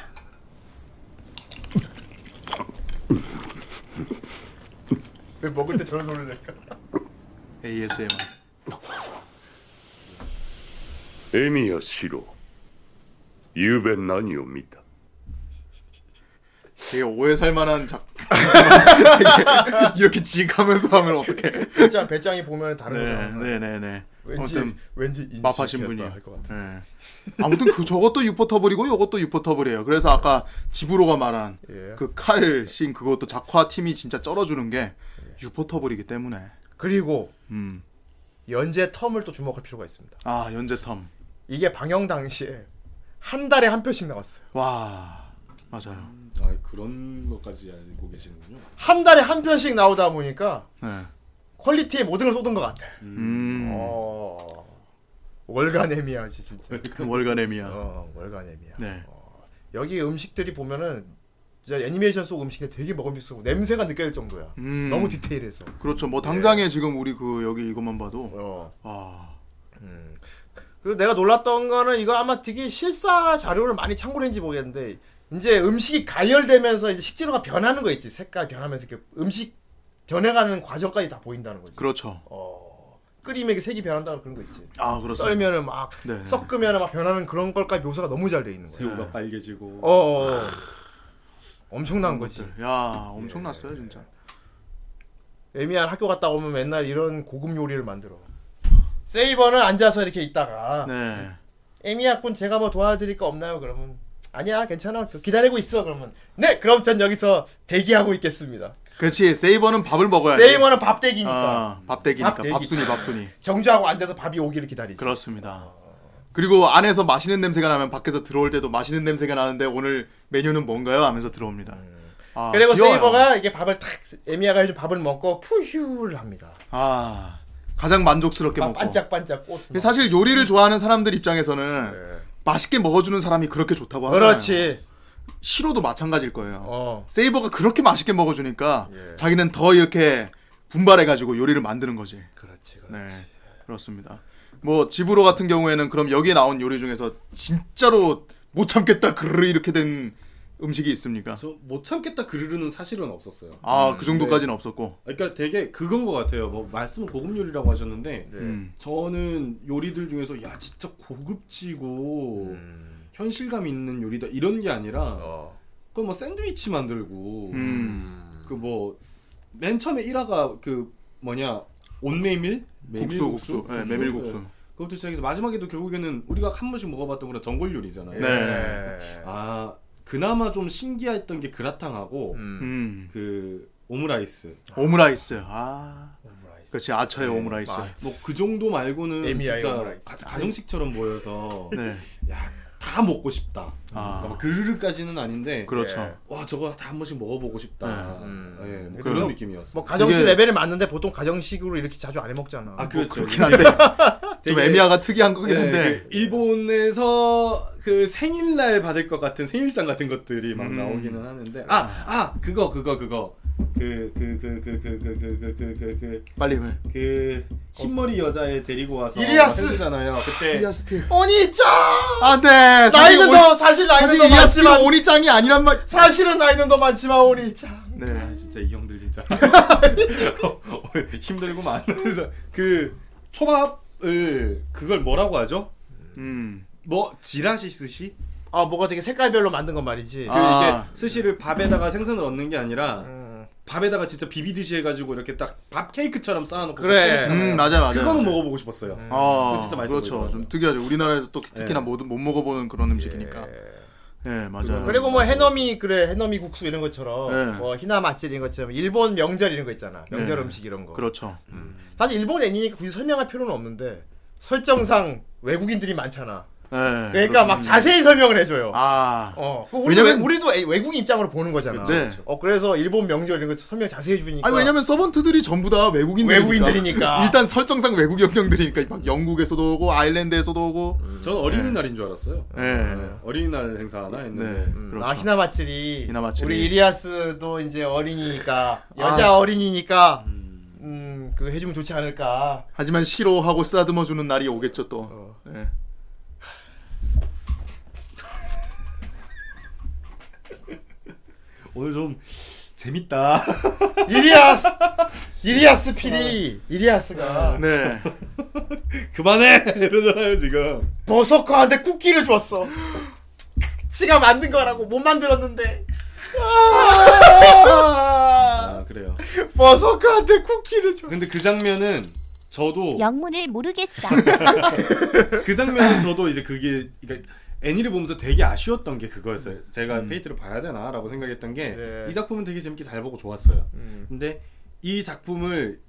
[SPEAKER 2] 왜 먹을 때 저런 소리를 낼까?
[SPEAKER 3] ASMR.
[SPEAKER 10] エミヤシロ昨べ何を見た
[SPEAKER 3] 되게 오해 살만한 작. 이렇게 직하면서 하면 어떡해?
[SPEAKER 2] 배짱 배짱이 보면 다른
[SPEAKER 3] 네,
[SPEAKER 2] 거잖아.
[SPEAKER 3] 네, 네, 네.
[SPEAKER 2] 왠지
[SPEAKER 3] 아무튼
[SPEAKER 2] 왠지
[SPEAKER 3] 마파신
[SPEAKER 2] 인식했다
[SPEAKER 3] 분이.
[SPEAKER 2] 할것 같아.
[SPEAKER 3] 네. 아무튼 그 저것도 유포터블이고 요것도 유포터블이에요. 그래서 아까 지브로가 말한
[SPEAKER 2] 예.
[SPEAKER 3] 그 칼 씬 그것도 작화 팀이 진짜 쩔어주는 게
[SPEAKER 2] 예.
[SPEAKER 3] 유포터블이기 때문에.
[SPEAKER 2] 그리고
[SPEAKER 3] 음.
[SPEAKER 2] 연재 텀을 또 주목할 필요가 있습니다.
[SPEAKER 3] 아 연재텀.
[SPEAKER 2] 이게 방영 당시에 한 달에 한 편씩 나왔어요.
[SPEAKER 3] 와 맞아요.
[SPEAKER 4] 아, 그런 것까지 알고 계시는군요.
[SPEAKER 2] 한 달에 한 편씩 나오다 보니까
[SPEAKER 3] 네.
[SPEAKER 2] 퀄리티에 모든 걸 쏟은 것 같아.
[SPEAKER 3] 음.
[SPEAKER 2] 어... 월간 에미야지 진짜.
[SPEAKER 3] 월간 에미야.
[SPEAKER 2] 어, 월간 에미야.
[SPEAKER 3] 네.
[SPEAKER 2] 여기 음식들이 보면은 진짜 애니메이션 속 음식에 되게 먹음직스럽고 냄새가 느껴질 정도야.
[SPEAKER 3] 음.
[SPEAKER 2] 너무 디테일해서. 예.
[SPEAKER 3] 그렇죠. 뭐 당장에 지금 우리 그 여기 이것만 봐도
[SPEAKER 2] 어.
[SPEAKER 3] 아
[SPEAKER 2] 그 내가 놀랐던 거는 이거 아마 되게 실사 자료를 많이 참고를 했는지 모르겠는데 이제 음식이 가열되면서 이제 식재료가 변하는 거 있지 색깔 변하면서 이렇게 음식 변해가는 과정까지 다 보인다는 거지
[SPEAKER 3] 그렇죠.
[SPEAKER 2] 끓이면 이게 색이 변한다는 그런 거 있지
[SPEAKER 3] 아 그렇죠.
[SPEAKER 2] 썰면은 막
[SPEAKER 3] 네.
[SPEAKER 2] 섞으면은 막 변하는 그런 걸까지 묘사가 너무 잘 돼 있는 거야
[SPEAKER 4] 새우가 빨개지고
[SPEAKER 2] 어, 어 어. 엄청난 거지
[SPEAKER 3] 야 엄청났어요 진짜.
[SPEAKER 2] 애매한 학교 갔다 오면 맨날 이런 고급 요리를 만들어 세이버는 앉아서 이렇게 있다가
[SPEAKER 3] 네.
[SPEAKER 2] 에미야군 제가 뭐 도와드릴 거 없나요? 그러면 아니야 괜찮아 기다리고 있어 그러면 네 그럼 전 여기서 대기하고 있겠습니다.
[SPEAKER 3] 그렇지. 세이버는 밥을 먹어야지.
[SPEAKER 2] 세이버는 밥대기니까
[SPEAKER 3] 네. 아, 밥대기니까
[SPEAKER 2] 밥대기.
[SPEAKER 3] 밥순이 밥순이.
[SPEAKER 2] 정주하고 앉아서 밥이 오기를 기다리지.
[SPEAKER 3] 그렇습니다. 그리고 안에서 맛있는 냄새가 나면 밖에서 들어올 때도 맛있는 냄새가 나는데 오늘 메뉴는 뭔가요? 하면서 들어옵니다. 아,
[SPEAKER 2] 그리고
[SPEAKER 3] 귀여워요.
[SPEAKER 2] 세이버가 이게 밥을 탁 에미야가 해준 밥을 먹고 푸휴를 합니다.
[SPEAKER 3] 아 가장 만족스럽게
[SPEAKER 2] 막
[SPEAKER 3] 먹고.
[SPEAKER 2] 아,
[SPEAKER 3] 그
[SPEAKER 2] 반짝반짝 꽃. 막.
[SPEAKER 3] 사실 요리를 좋아하는 사람들 입장에서는 맛있게 먹어주는 사람이 그렇게 좋다고 하잖아요.
[SPEAKER 2] 그렇지.
[SPEAKER 3] 시로도 마찬가지일 거예요.
[SPEAKER 2] 어.
[SPEAKER 3] 세이버가 그렇게 맛있게 먹어주니까
[SPEAKER 2] 예.
[SPEAKER 3] 자기는 더 이렇게 분발해가지고 요리를 만드는 거지.
[SPEAKER 4] 그렇지.
[SPEAKER 3] 네, 그렇습니다. 뭐 집으로 같은 경우에는 그럼 여기에 나온 요리 중에서 진짜로 못 참겠다 그르르 이렇게 된 음식이 있습니까?
[SPEAKER 4] 저못 참겠다 그르르는 사실은 없었어요.
[SPEAKER 3] 아
[SPEAKER 2] 음,
[SPEAKER 3] 그
[SPEAKER 2] 네.
[SPEAKER 3] 정도까지는 없었고.
[SPEAKER 4] 그러니까 되게 그건 것 같아요. 뭐 말씀은 고급 요리라고 하셨는데
[SPEAKER 2] 네.
[SPEAKER 3] 음.
[SPEAKER 4] 저는 요리들 중에서 야 진짜 고급지고 음. 현실감 있는 요리다 이런 게 아니라
[SPEAKER 2] 어.
[SPEAKER 4] 그 뭐 샌드위치 만들고
[SPEAKER 3] 음.
[SPEAKER 4] 그 뭐 맨 처음에 1화가 그 뭐냐 온메밀
[SPEAKER 3] 국수, 국수. 네, 메밀국수.
[SPEAKER 4] 그것부터 시작해서 마지막에도 결국에는 우리가 한 번씩 먹어봤던 그런 전골 요리잖아요.
[SPEAKER 3] 네.
[SPEAKER 2] 음.
[SPEAKER 4] 아 그나마 좀 신기했던 게 그라탕하고
[SPEAKER 3] 음.
[SPEAKER 4] 그 오므라이스.
[SPEAKER 3] 오므라이스. 아.
[SPEAKER 2] 네,
[SPEAKER 3] 그렇지 아처의 오므라이스.
[SPEAKER 4] 뭐 그 정도 말고는
[SPEAKER 2] AMI
[SPEAKER 4] 진짜
[SPEAKER 2] 오므라이스.
[SPEAKER 4] 가, 가정식처럼 보여서
[SPEAKER 3] 네.
[SPEAKER 4] 다 먹고 싶다.
[SPEAKER 3] 아.
[SPEAKER 4] 그러니까 뭐 그르르까지는 아닌데
[SPEAKER 3] 그렇죠. 네.
[SPEAKER 2] 예.
[SPEAKER 4] 와 저거 다 한 번씩 먹어보고 싶다. 예, 뭐
[SPEAKER 3] 음. 그럼-
[SPEAKER 4] 그런 느낌이었어.
[SPEAKER 2] 뭐 가정식
[SPEAKER 3] 그게-
[SPEAKER 2] 레벨이 맞는데 보통 가정식으로 이렇게 자주 안 해 먹잖아.
[SPEAKER 4] 아 그렇죠.
[SPEAKER 3] 그렇긴 한데 좀
[SPEAKER 4] 되게-
[SPEAKER 3] 에미아가 특이한
[SPEAKER 4] 예,
[SPEAKER 3] 거긴
[SPEAKER 2] 네,
[SPEAKER 3] 한데.
[SPEAKER 4] 그 일본에서 그 생일날 받을 것 같은 생일상 같은 것들이 막 나오기는 하는데 아 아 그거 그거 그거 그 그 그 그 그 그 그 그 그 그그
[SPEAKER 3] 빨리 해.
[SPEAKER 2] 네.
[SPEAKER 4] 그 흰머리 여자애 데리고 와서
[SPEAKER 2] 이리아스!
[SPEAKER 4] 잖아요 그때
[SPEAKER 3] 이아스필.
[SPEAKER 2] 오니짱
[SPEAKER 3] 안돼.
[SPEAKER 2] 나이는 더 사실 나이는
[SPEAKER 3] 네. 사실
[SPEAKER 2] 더
[SPEAKER 3] 이아스필
[SPEAKER 2] 많지만
[SPEAKER 3] 오니짱이 아니란 말.
[SPEAKER 2] 사실은 나이는 더 많지만 오니짱.
[SPEAKER 3] 네.
[SPEAKER 4] 아 진짜 이 형들 진짜 어, 힘들구만 그래서 그 초밥을 그걸 뭐라고 하죠?
[SPEAKER 3] 음.
[SPEAKER 4] 뭐 지라시 스시?
[SPEAKER 2] 아 뭐가 되게 색깔별로 만든 건 말이지.
[SPEAKER 4] 그
[SPEAKER 3] 아.
[SPEAKER 4] 이게 스시를 밥에다가 생선을 얹는 게 아니라
[SPEAKER 2] 음.
[SPEAKER 4] 밥에다가 진짜 비비듯이 해가지고 이렇게 딱 밥 케이크처럼 쌓아놓고
[SPEAKER 2] 그래.
[SPEAKER 4] 그렇게 먹잖아요.
[SPEAKER 3] 음 맞아 맞아.
[SPEAKER 4] 그거는 먹어보고 싶었어요.
[SPEAKER 3] 아,
[SPEAKER 4] 그거 진짜 맛있어
[SPEAKER 3] 그렇죠.
[SPEAKER 4] 보이더라고요.
[SPEAKER 3] 좀 특이하죠. 우리나라에서 또 특히나
[SPEAKER 4] 예.
[SPEAKER 3] 못, 못 먹어보는 그런 음식이니까. 예, 맞아요.
[SPEAKER 2] 그리고 뭐 해넘이 그래 해넘이 국수 이런 것처럼
[SPEAKER 3] 네.
[SPEAKER 2] 뭐 희나 맛집 이런 것처럼 일본 명절 이런 거 있잖아 명절
[SPEAKER 3] 네.
[SPEAKER 2] 음식 이런 거
[SPEAKER 3] 그렇죠.
[SPEAKER 2] 사실 일본 애니니까 굳이 설명할 필요는 없는데 설정상 외국인들이 많잖아
[SPEAKER 3] 예.
[SPEAKER 2] 그러니까 막 자세히 설명을 해줘요
[SPEAKER 3] 아,
[SPEAKER 2] 어 그 우리
[SPEAKER 3] 왜냐면-
[SPEAKER 2] 왜- 우리도 애- 외국인 입장으로 보는 거잖아
[SPEAKER 3] 네.
[SPEAKER 2] 어 그래서 일본 명절 이런 거 설명 자세히 해주니까
[SPEAKER 4] 그러니까
[SPEAKER 3] 아니 왜냐면 서번트들이 전부 다 외국인들이니까.
[SPEAKER 2] 외국인들이니까.
[SPEAKER 3] 일단 설정상 외국 영역들이니까 막 영국에서도 오고 아일랜드에서도 오고.
[SPEAKER 4] 전 어린이날인 줄 알았어요.
[SPEAKER 3] 예.
[SPEAKER 4] 네, 어린이날 행사 하나 했는데
[SPEAKER 3] 네. 그렇죠.
[SPEAKER 2] 아 희나 맛집이
[SPEAKER 3] 히나 마츠리. 아.
[SPEAKER 2] 우리 이리아스도 이제 어린이니까 여자 어린이니까
[SPEAKER 3] 음.
[SPEAKER 2] 음그 해주면 좋지 않을까
[SPEAKER 3] 하지만 싫어하고 쓰다듬어 주는 날이 오겠죠 또.
[SPEAKER 4] 어.
[SPEAKER 3] 예.
[SPEAKER 4] 오늘 좀 재밌다.
[SPEAKER 2] 이리아스 이리아스 필이 이리아스가
[SPEAKER 3] 네.
[SPEAKER 4] 그만해 이러잖아요 지금.
[SPEAKER 2] 버서커한테 쿠키를 줬어. 지가 만든 거라고 못 만들었는데
[SPEAKER 4] 아 그래요.
[SPEAKER 2] 버서커한테 쿠키를 줬어.
[SPEAKER 4] 근데 그 장면은 저도
[SPEAKER 6] 영문을 모르겠어.
[SPEAKER 4] 그 장면은 저도 이제 그게 그러니까 애니를 보면서 되게 아쉬웠던 게
[SPEAKER 2] 음.
[SPEAKER 4] 그거였어요. 제가 페이트를 봐야 되나라고 생각했던 게 이
[SPEAKER 2] 예.
[SPEAKER 4] 작품은 되게 재밌게 잘 보고 좋았어요.
[SPEAKER 2] 음.
[SPEAKER 4] 근데 이 작품을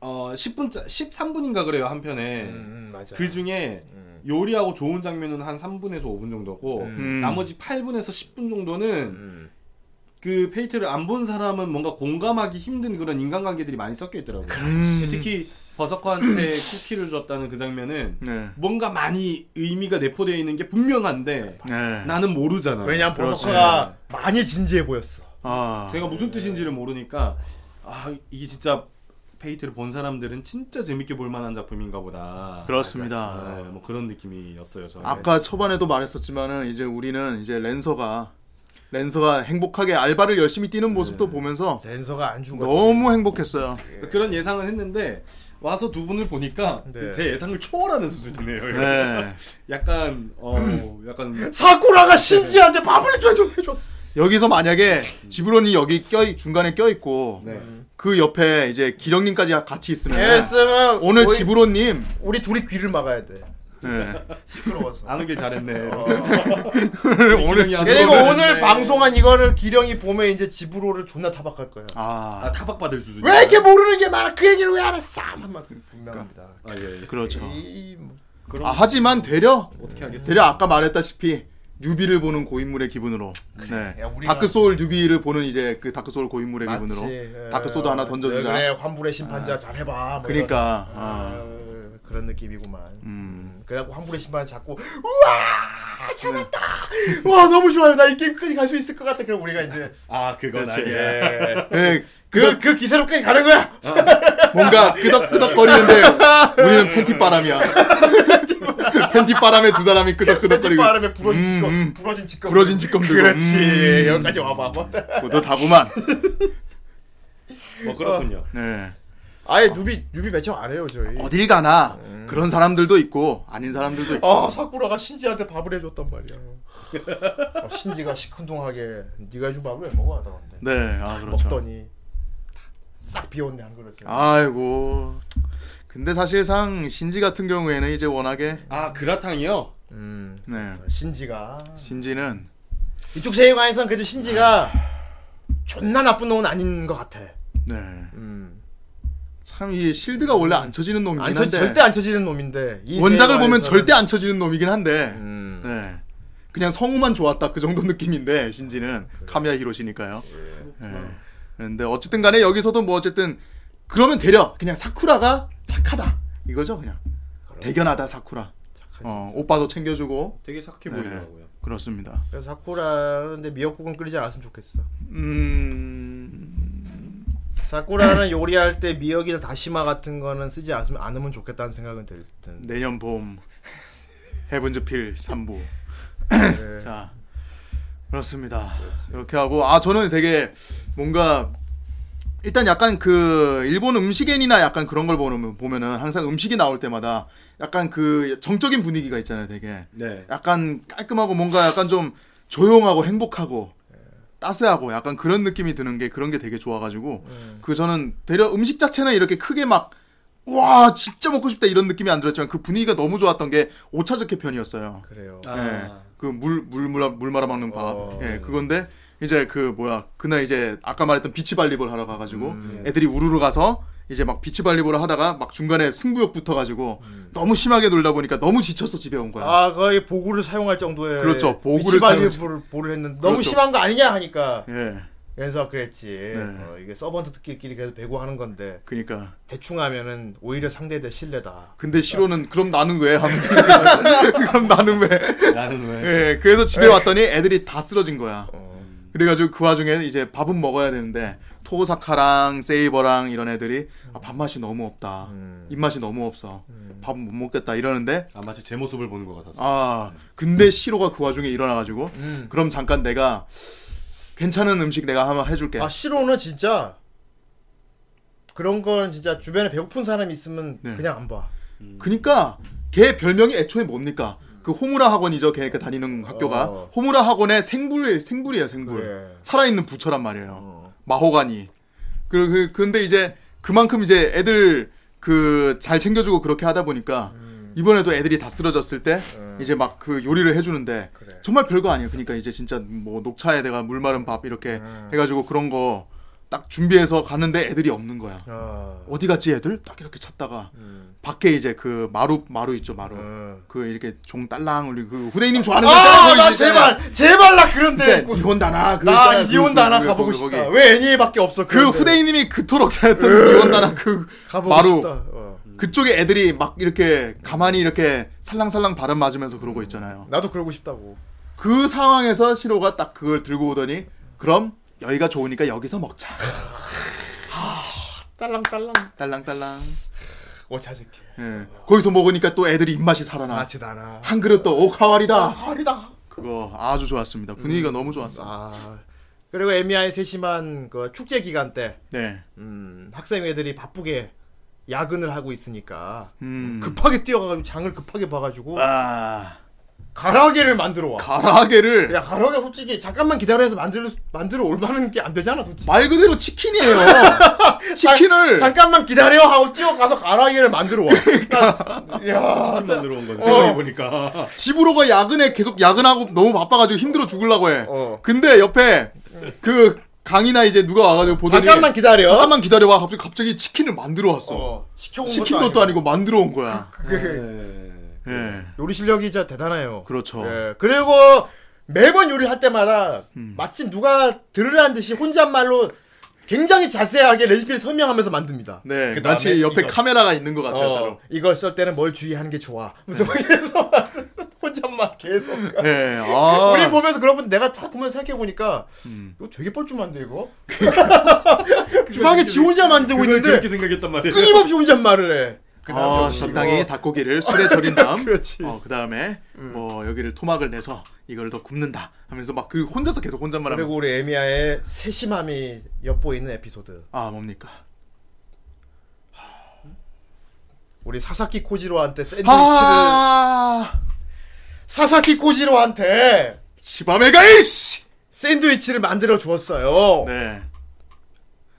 [SPEAKER 4] 어 10분짜 13분인가 그래요 한 편에
[SPEAKER 2] 음, 맞아.
[SPEAKER 4] 그 중에
[SPEAKER 2] 음.
[SPEAKER 4] 요리하고 좋은 장면은 한 3분에서 5분 정도고
[SPEAKER 3] 음.
[SPEAKER 4] 나머지 8분에서 10분 정도는
[SPEAKER 2] 음.
[SPEAKER 4] 그 페이트를 안 본 사람은 뭔가 공감하기 힘든 그런 인간관계들이 많이 섞여 있더라고요. 특히 버서커한테 쿠키를 줬다는 그 장면은
[SPEAKER 3] 네.
[SPEAKER 4] 뭔가 많이 의미가 내포되어 있는 게 분명한데
[SPEAKER 3] 네.
[SPEAKER 4] 나는 모르잖아.
[SPEAKER 2] 그, 왜냐면 버서커가 많이 진지해 보였어.
[SPEAKER 3] 아.
[SPEAKER 4] 제가 무슨 뜻인지를 모르니까 아 이게 진짜 페이트를 본 사람들은 진짜 재밌게 볼 만한 작품인가 보다.
[SPEAKER 3] 그렇습니다.
[SPEAKER 4] 네, 뭐 그런 느낌이었어요. 저는.
[SPEAKER 3] 아까 초반에도 말했었지만은 이제 우리는 이제 랜서가 랜서가 행복하게 알바를 열심히 뛰는 모습도 보면서
[SPEAKER 2] 랜서가 안 준 거지.
[SPEAKER 3] 너무 행복했어요.
[SPEAKER 4] 네. 그런 예상은 했는데 와서 두 분을 보니까
[SPEAKER 2] 네.
[SPEAKER 4] 제 예상을 초월하는 수준이네요. 이거
[SPEAKER 3] 네.
[SPEAKER 4] 약간 어 약간
[SPEAKER 2] 사쿠라가 신지한테 밥을 줘줘 해줬어.
[SPEAKER 3] 여기서 만약에 지브론이 여기 껴 있- 중간에 껴 있고
[SPEAKER 4] 네.
[SPEAKER 3] 그 옆에 이제 기령님까지 같이 있으면
[SPEAKER 2] 했으면
[SPEAKER 3] 네. 오늘
[SPEAKER 2] 거의
[SPEAKER 3] 지브론님
[SPEAKER 2] 우리 둘이 귀를 막아야 돼.
[SPEAKER 3] 네.
[SPEAKER 2] 시끄러워서.
[SPEAKER 4] 안 오길 잘했네.
[SPEAKER 3] 어. 오늘
[SPEAKER 4] 기령이 안
[SPEAKER 2] 그리고
[SPEAKER 4] 오길
[SPEAKER 2] 오늘
[SPEAKER 4] 잘했네.
[SPEAKER 2] 방송한 이거를 기령이 보면 이제 집으로를 존나 타박할 거야.
[SPEAKER 3] 아
[SPEAKER 4] 아 타박 받을 수준.
[SPEAKER 2] 왜 이렇게 모르는 게 많아? 그 얘기를 왜 안 했어? 한마디 분명합니다.
[SPEAKER 4] 아 예. 예.
[SPEAKER 3] 그렇죠.
[SPEAKER 2] 이 뭐,
[SPEAKER 4] 그럼
[SPEAKER 3] 아, 하지만 되려
[SPEAKER 4] 어떻게 하겠어?
[SPEAKER 3] 대략 아까 말했다시피 뉴비를 보는 고인물의 기분으로
[SPEAKER 2] 야,
[SPEAKER 3] 네.
[SPEAKER 2] 우리가-
[SPEAKER 3] 다크 소울 뉴비를 보는 이제 그 다크 소울 고인물의
[SPEAKER 2] 예. 네,
[SPEAKER 3] 기분으로 다크 소드 하나 던져주자. 아.
[SPEAKER 2] 그래, 그래 환불의 심판자 잘 해봐. 뭐
[SPEAKER 3] 그러니까
[SPEAKER 2] 이런-
[SPEAKER 3] 아,
[SPEAKER 2] 아, 그런 느낌이구만.
[SPEAKER 3] 음.
[SPEAKER 2] 그래갖고 환불의 심판 자꾸 우와 잡았다. 와 너무 좋아요. 나 이 게임까지 갈 수 있을 것 같아. 그럼 우리가 이제
[SPEAKER 4] 아 그건 아니야.
[SPEAKER 2] 예.
[SPEAKER 3] 예,
[SPEAKER 2] 그, 그 기세로까지 가는 거야.
[SPEAKER 3] 뭔가 끄덕끄덕거리는데 우리는 팬티 바람이야. 팬티 바람에 두 사람이 끄덕끄덕거리고
[SPEAKER 2] 바람에 부러진
[SPEAKER 3] 음,
[SPEAKER 2] 직검,
[SPEAKER 3] 음.
[SPEAKER 2] 부러진 직검,
[SPEAKER 3] 부러진 직검 들고.
[SPEAKER 2] 그렇지.
[SPEAKER 3] 음.
[SPEAKER 2] 여기까지 와봐. 뭐.
[SPEAKER 3] 뿌듯하구만.
[SPEAKER 4] 뭐 그렇군요.
[SPEAKER 3] 네.
[SPEAKER 2] 아예 누비 누비 매칭 안 해요 저희.
[SPEAKER 3] 어딜 가나 그런 사람들도 있고 아닌 사람들도 있어.
[SPEAKER 2] 아 사쿠라가 신지한테 밥을 해줬단 말이야. 어, 신지가 시큰둥하게 네가 해준 밥을 왜 먹어 하던데
[SPEAKER 3] 네, 아 그렇죠.
[SPEAKER 2] 먹더니 싹 비웠네 한 그릇에.
[SPEAKER 3] 아이고. 근데 사실상 신지 같은 경우에는 이제 워낙에
[SPEAKER 4] 아 그라탕이요?
[SPEAKER 2] 음,
[SPEAKER 3] 네.
[SPEAKER 2] 신지가
[SPEAKER 3] 신지는
[SPEAKER 2] 이쪽 세계관에선 그래도 신지가 존나 나쁜 놈은 아닌 것 같아.
[SPEAKER 3] 네.
[SPEAKER 2] 음.
[SPEAKER 3] 참 이 실드가 원래 안 쳐지는 놈이긴
[SPEAKER 2] 안
[SPEAKER 3] 한데
[SPEAKER 2] 쳐, 절대 안 쳐지는 놈인데 이
[SPEAKER 3] 원작을 보면
[SPEAKER 2] 세계관에서는-
[SPEAKER 3] 절대 안 쳐지는 놈이긴 한데
[SPEAKER 2] 음.
[SPEAKER 3] 네. 그냥 성우만 좋았다 그 정도 느낌인데 신지는 카미야 히로시니까요. 네. 그런데 어쨌든 간에 여기서도 뭐 어쨌든 그러면 되려 그냥 사쿠라가 착하다 이거죠 그냥 그렇죠. 대견하다 사쿠라. 어, 오빠도 챙겨주고
[SPEAKER 4] 되게 착해
[SPEAKER 3] 네.
[SPEAKER 4] 보이더라고요.
[SPEAKER 3] 그렇습니다.
[SPEAKER 2] 그래서 사쿠라는 데 미역국은 끓이지 않았으면 좋겠어.
[SPEAKER 3] 음
[SPEAKER 2] 사쿠라는 요리할 때 미역이나 다시마 같은 거는 쓰지 않으면, 않으면 좋겠다는 생각은 들 듯.
[SPEAKER 3] 내년 봄 해븐즈필 3부 자 그렇습니다 이렇게 하고 아 저는 되게 뭔가 일단 약간 그 일본 음식엔이나 약간 그런 걸 보면 보면은 항상 음식이 나올 때마다 약간 그 정적인 분위기가 있잖아요 되게
[SPEAKER 4] 네.
[SPEAKER 3] 약간 깔끔하고 뭔가 약간 좀 조용하고 행복하고 따스하고 약간 그런 느낌이 드는 게 그런 게 되게 좋아가지고 그 저는 대려 음식 자체는 이렇게 크게 막 우와 진짜 먹고 싶다 이런 느낌이 안 들었지만 그 분위기가 너무 좋았던 게 오차즈케 편이었어요. 예.
[SPEAKER 2] 그래요.
[SPEAKER 4] 아.
[SPEAKER 3] 예그물물물 말아 말아먹는 밥. 예 그건데 이제 그 뭐야 그날 이제 아까 말했던 비치발리볼 하러 가가지고 애들이 우르르 가서 이제 막 비치발리볼 하다가 막 중간에 승부욕 붙어가지고 너무 심하게 놀다 보니까 너무 지쳐서 집에 온 거야.
[SPEAKER 2] 아 거의 보구를 사용할 정도의
[SPEAKER 3] 그렇죠. 보구를
[SPEAKER 2] 미치발리
[SPEAKER 3] 사용할
[SPEAKER 2] 보를- 보를 했는데 너무
[SPEAKER 3] 그렇죠.
[SPEAKER 2] 심한 거 아니냐 하니까
[SPEAKER 3] 예
[SPEAKER 2] 연서가 그랬지.
[SPEAKER 3] 네.
[SPEAKER 2] 어, 이게 서번트끼리 계속 배구하는 건데
[SPEAKER 3] 그니까.
[SPEAKER 2] 대충 하면은 오히려 상대에 대해 신뢰다.
[SPEAKER 3] 그러니까, 근데 시로는 그럼 나는 왜 하면서 그럼 나는 왜?
[SPEAKER 4] 나는 왜?
[SPEAKER 3] 예, 그래서 집에 왔더니 애들이 다 쓰러진 거야. 그래가지고 그 와중에 이제 밥은 먹어야 되는데 토사카랑 세이버랑 이런 애들이 아, 밥맛이 너무 없다.
[SPEAKER 2] 음.
[SPEAKER 3] 입맛이 너무 없어. 밥 못 먹겠다 이러는데
[SPEAKER 4] 아 마치 제 모습을 보는 것 같았어.
[SPEAKER 3] 아 근데 시로가 그 와중에 일어나가지고
[SPEAKER 2] 음.
[SPEAKER 3] 그럼 잠깐 내가 괜찮은 음식 내가 한번 해줄게.
[SPEAKER 2] 아 시로는 진짜 그런 건 진짜 주변에 배고픈 사람이 있으면
[SPEAKER 3] 네.
[SPEAKER 2] 그냥 안 봐.
[SPEAKER 3] 그니까 걔 그러니까 별명이 애초에 뭡니까? 그 호무라 학원이죠. 걔가 다니는 학교가
[SPEAKER 2] 어.
[SPEAKER 3] 호무라 학원의 생불 생불이에요. 생불
[SPEAKER 2] 그래. 어.
[SPEAKER 3] 살아있는 부처란 말이에요. 마호가니. 그, 그 그런데 이제 그만큼 이제 애들 그 잘 챙겨주고 그렇게 하다 보니까
[SPEAKER 2] 음.
[SPEAKER 3] 이번에도 애들이 다 쓰러졌을 때 이제 막 그 요리를 해주는데
[SPEAKER 2] 어. 그래.
[SPEAKER 3] 정말 별거 아니에요. 그러니까 이제 진짜 뭐 녹차에다가 물 마른 밥 이렇게
[SPEAKER 2] 음.
[SPEAKER 3] 해가지고 그런 거 딱 준비해서 가는데 애들이 없는 거야.
[SPEAKER 2] 어.
[SPEAKER 3] 어디 갔지 애들? 딱 이렇게 찾다가
[SPEAKER 2] 음.
[SPEAKER 3] 밖에 이제 그 마루 마루 있죠 마루.
[SPEAKER 2] 어.
[SPEAKER 3] 그 이렇게 종 딸랑 우리 그 후대인님 좋아하는 거 있잖아요.
[SPEAKER 2] 아,
[SPEAKER 3] 거기
[SPEAKER 2] 나
[SPEAKER 3] 있잖아요.
[SPEAKER 2] 제발 제발 나
[SPEAKER 3] 진짜
[SPEAKER 2] 그런데
[SPEAKER 3] 니혼다나 그
[SPEAKER 2] 나
[SPEAKER 3] 있잖아요.
[SPEAKER 2] 이혼다나
[SPEAKER 3] 그- 그-
[SPEAKER 2] 가보고
[SPEAKER 3] 거기- 거기.
[SPEAKER 2] 싶다. 왜 애니에밖에 없어?
[SPEAKER 3] 그 후대인님이 그토록 잘했던 니혼다나 그
[SPEAKER 2] 가보고
[SPEAKER 3] 마루
[SPEAKER 2] 싶다. 어.
[SPEAKER 3] 그쪽에 애들이 막 이렇게 가만히 이렇게 살랑살랑 바람 맞으면서 그러고 있잖아요.
[SPEAKER 2] 나도 그러고 싶다고.
[SPEAKER 3] 그 상황에서 시로가 딱 그걸 들고 오더니 그럼 여기가 좋으니까 여기서 먹자.
[SPEAKER 2] 딸랑딸랑.
[SPEAKER 3] 딸랑딸랑.
[SPEAKER 2] 오차즈케.
[SPEAKER 3] 예. 거기서 먹으니까 또 애들이 입맛이 살아나. 아,
[SPEAKER 2] 나치 다나.
[SPEAKER 3] 한 그릇 더 오카와리다.
[SPEAKER 2] 하리다.
[SPEAKER 3] 그거 아주 좋았습니다. 분위기가 너무 좋았어.
[SPEAKER 2] 음. 아. 그리고 에미아의 세심한 그 축제 기간 때
[SPEAKER 3] 네.
[SPEAKER 2] 음, 학생 애들이 바쁘게 야근을 하고 있으니까
[SPEAKER 3] 음.
[SPEAKER 2] 급하게 뛰어가가지고 장을 급하게 봐가지고
[SPEAKER 3] 아.
[SPEAKER 2] 가라게를 만들어 와.
[SPEAKER 3] 가라게를
[SPEAKER 2] 야 가라게 솔직히 잠깐만 기다려서 만들 만들어 올만한 게 안 되잖아 솔직히.
[SPEAKER 3] 말 그대로 치킨이에요.
[SPEAKER 2] 아,
[SPEAKER 3] 치킨을
[SPEAKER 2] 잠깐만 기다려 하고 뛰어가서 가라게를 만들어 와.
[SPEAKER 3] 그러니까.
[SPEAKER 2] 야
[SPEAKER 4] 치킨 만들어 온 건데 생각해 보니까
[SPEAKER 3] 집으로가 야근에 계속 야근하고 너무 바빠가지고 힘들어 죽으려고 해.
[SPEAKER 2] 어.
[SPEAKER 3] 근데 옆에 그 강이나 이제 누가 와가지고 보더니
[SPEAKER 2] 잠깐만 기다려.
[SPEAKER 3] 잠깐만 기다려봐. 갑자기 갑자기 치킨을 만들어 왔어.
[SPEAKER 2] 어, 시켜온
[SPEAKER 3] 시킨 것도 아니고 만들어 온 거야.
[SPEAKER 2] 그게
[SPEAKER 3] 예,
[SPEAKER 2] 네. 요리 실력이 진짜 대단해요.
[SPEAKER 3] 그렇죠.
[SPEAKER 2] 예, 그리고 매번 요리할 때마다
[SPEAKER 3] 음.
[SPEAKER 2] 마치 누가 들으라는 듯이 혼잣말로 굉장히 자세하게 레시피를 설명하면서 만듭니다.
[SPEAKER 3] 네,
[SPEAKER 2] 그다음에
[SPEAKER 3] 마치 옆에
[SPEAKER 2] 이거.
[SPEAKER 3] 카메라가 있는 것 같아요.
[SPEAKER 2] 어,
[SPEAKER 3] 따로.
[SPEAKER 2] 이걸 쓸 때는 뭘 주의하는 게 좋아. 무슨
[SPEAKER 3] 네.
[SPEAKER 2] 막 계속 혼잣말 계속.
[SPEAKER 3] 예, 아, 음.
[SPEAKER 2] 우리 뭐 보면서 그런 분 내가 다 보면서 생각해 보니까 이거 되게 뻘쭘한데 이거 주방에 지 혼자 만들고
[SPEAKER 4] 그걸
[SPEAKER 2] 있는데
[SPEAKER 4] 그렇게 생각했단
[SPEAKER 3] 네.
[SPEAKER 4] 말이야
[SPEAKER 2] 끊임없이 혼잣말을 해.
[SPEAKER 3] 아, 적당히 닭고기를 술에 절인 다음,
[SPEAKER 2] 그렇지.
[SPEAKER 3] 어, 그 다음에 뭐 여기를 토막을 내서 이걸 더 굽는다 하면서 막 그 혼자서 계속 혼잣말하면
[SPEAKER 2] 그리고 우리 에미야의 세심함이 엿보이는 에피소드.
[SPEAKER 3] 아 뭡니까?
[SPEAKER 2] 우리 사사키 코지로한테 샌드위치를
[SPEAKER 3] 아,
[SPEAKER 2] 사사키 코지로한테
[SPEAKER 3] 지밤에 가이씨.
[SPEAKER 2] 샌드위치를 만들어 주었어요.
[SPEAKER 3] 네,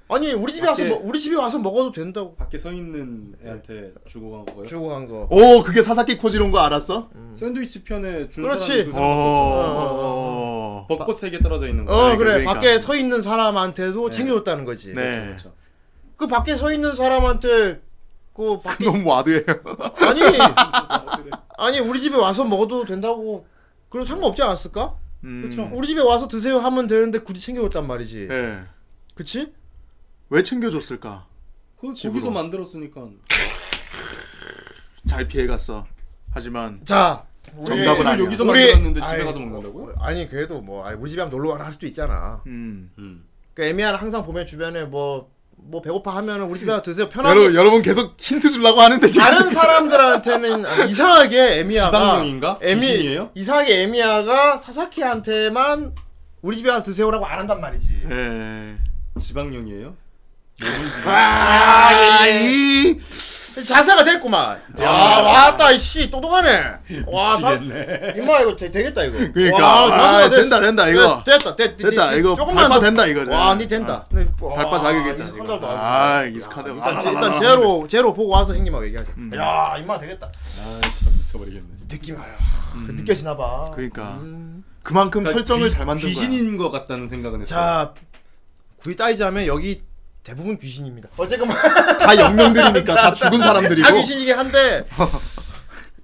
[SPEAKER 2] 아니 우리 집에 와서
[SPEAKER 4] 밖에-
[SPEAKER 2] 먹- 우리 집에 와서 먹어도 된다고
[SPEAKER 4] 밖에 서 있는 애한테 주고 간 거예요
[SPEAKER 2] 주고 간 거.
[SPEAKER 3] 오 그게 사사키 코지로인 거 알았어?
[SPEAKER 2] 음.
[SPEAKER 4] 샌드위치 편에 준
[SPEAKER 2] 그렇지.
[SPEAKER 4] 사람이 그
[SPEAKER 3] 어,
[SPEAKER 4] 사람
[SPEAKER 3] 어,
[SPEAKER 4] 벚꽃 세개 떨어져 있는 거
[SPEAKER 2] 어
[SPEAKER 3] 네,
[SPEAKER 2] 그래
[SPEAKER 3] 그러니까.
[SPEAKER 2] 밖에 서 있는 사람한테도 챙겨줬다는 거지. 그렇죠,
[SPEAKER 3] 네,
[SPEAKER 2] 그 밖에 서 있는 사람한테 그 밖에
[SPEAKER 3] 너무 와드예요.
[SPEAKER 2] 아니 아니 우리 집에 와서 먹어도 된다고 그럼 상관없지 않았을까?
[SPEAKER 4] 그렇죠
[SPEAKER 2] 우리 집에 와서 드세요 하면 되는데 굳이 챙겨줬단 말이지.
[SPEAKER 3] 음. 예,
[SPEAKER 2] 그치?
[SPEAKER 3] 왜 챙겨줬을까?
[SPEAKER 4] 그
[SPEAKER 3] 집으로.
[SPEAKER 4] 거기서 만들었으니까
[SPEAKER 3] 잘 피해갔어. 하지만
[SPEAKER 2] 자
[SPEAKER 3] 정답은
[SPEAKER 4] 집을
[SPEAKER 3] 아니야.
[SPEAKER 4] 여기서
[SPEAKER 2] 우리-
[SPEAKER 4] 만들었는데 집에
[SPEAKER 2] 아이,
[SPEAKER 4] 가서 먹는다고요?
[SPEAKER 2] 아니 그래도 뭐 아니, 우리 집에 하면 놀러 가나 할 수도 있잖아.
[SPEAKER 3] 음.
[SPEAKER 4] 음.
[SPEAKER 2] 그러니까 애매한 항상 보면 주변에 뭐, 뭐 배고파 하면은 우리 집에 와서 드세요 편하게
[SPEAKER 3] 여러분, 여러분 계속 힌트 주려고 하는데 지금
[SPEAKER 2] 다른 사람들한테는 아니, 이상하게 에미야가
[SPEAKER 4] 지방령인가?
[SPEAKER 2] 에미
[SPEAKER 4] 귀신이에요?
[SPEAKER 2] 이상하게 에미야가 사사키한테만 우리 집에 와서 드세요라고 안 한단 말이지.
[SPEAKER 3] 예.
[SPEAKER 4] 지방령이에요?
[SPEAKER 2] 아, 예.
[SPEAKER 3] 아이
[SPEAKER 2] 자세가 됐구만. 야 왔다 이씨 또동하네.
[SPEAKER 4] 아,
[SPEAKER 2] 와 사- 이마 이거 되, 되겠다 이거.
[SPEAKER 3] 그러니까.
[SPEAKER 2] 와,
[SPEAKER 3] 아,
[SPEAKER 2] 자세가 됐어.
[SPEAKER 3] 된다, 된다, 이거.
[SPEAKER 2] 됐, 됐다 됐, 됐,
[SPEAKER 3] 됐다
[SPEAKER 2] 됐,
[SPEAKER 3] 이거
[SPEAKER 2] 조금만
[SPEAKER 3] 발바
[SPEAKER 2] 더
[SPEAKER 3] 된다 이거
[SPEAKER 2] 네. 아, 와니 된다.
[SPEAKER 3] 발바 자격이다
[SPEAKER 2] 이거.
[SPEAKER 3] 아 익숙하다
[SPEAKER 2] 일단, 제- 일단 제로 제로 보고 와서 형님하고 얘기하자.
[SPEAKER 3] 음.
[SPEAKER 2] 야 이마 되겠다.
[SPEAKER 4] 아참 미쳐버리겠네
[SPEAKER 2] 느낌이 와요. 느껴지나 봐.
[SPEAKER 3] 음. 그러니까 그만큼
[SPEAKER 4] 그러니까
[SPEAKER 3] 설정을
[SPEAKER 4] 귀-
[SPEAKER 3] 잘 만든 거야
[SPEAKER 4] 귀신인 것 같다는 생각은 했어요
[SPEAKER 2] 자, 굳이 따지자면 여기 대부분 귀신입니다. 어쨌건 뭐,
[SPEAKER 3] 다 영명들이니까 다 죽은 사람들이고
[SPEAKER 2] 다 귀신이긴 한데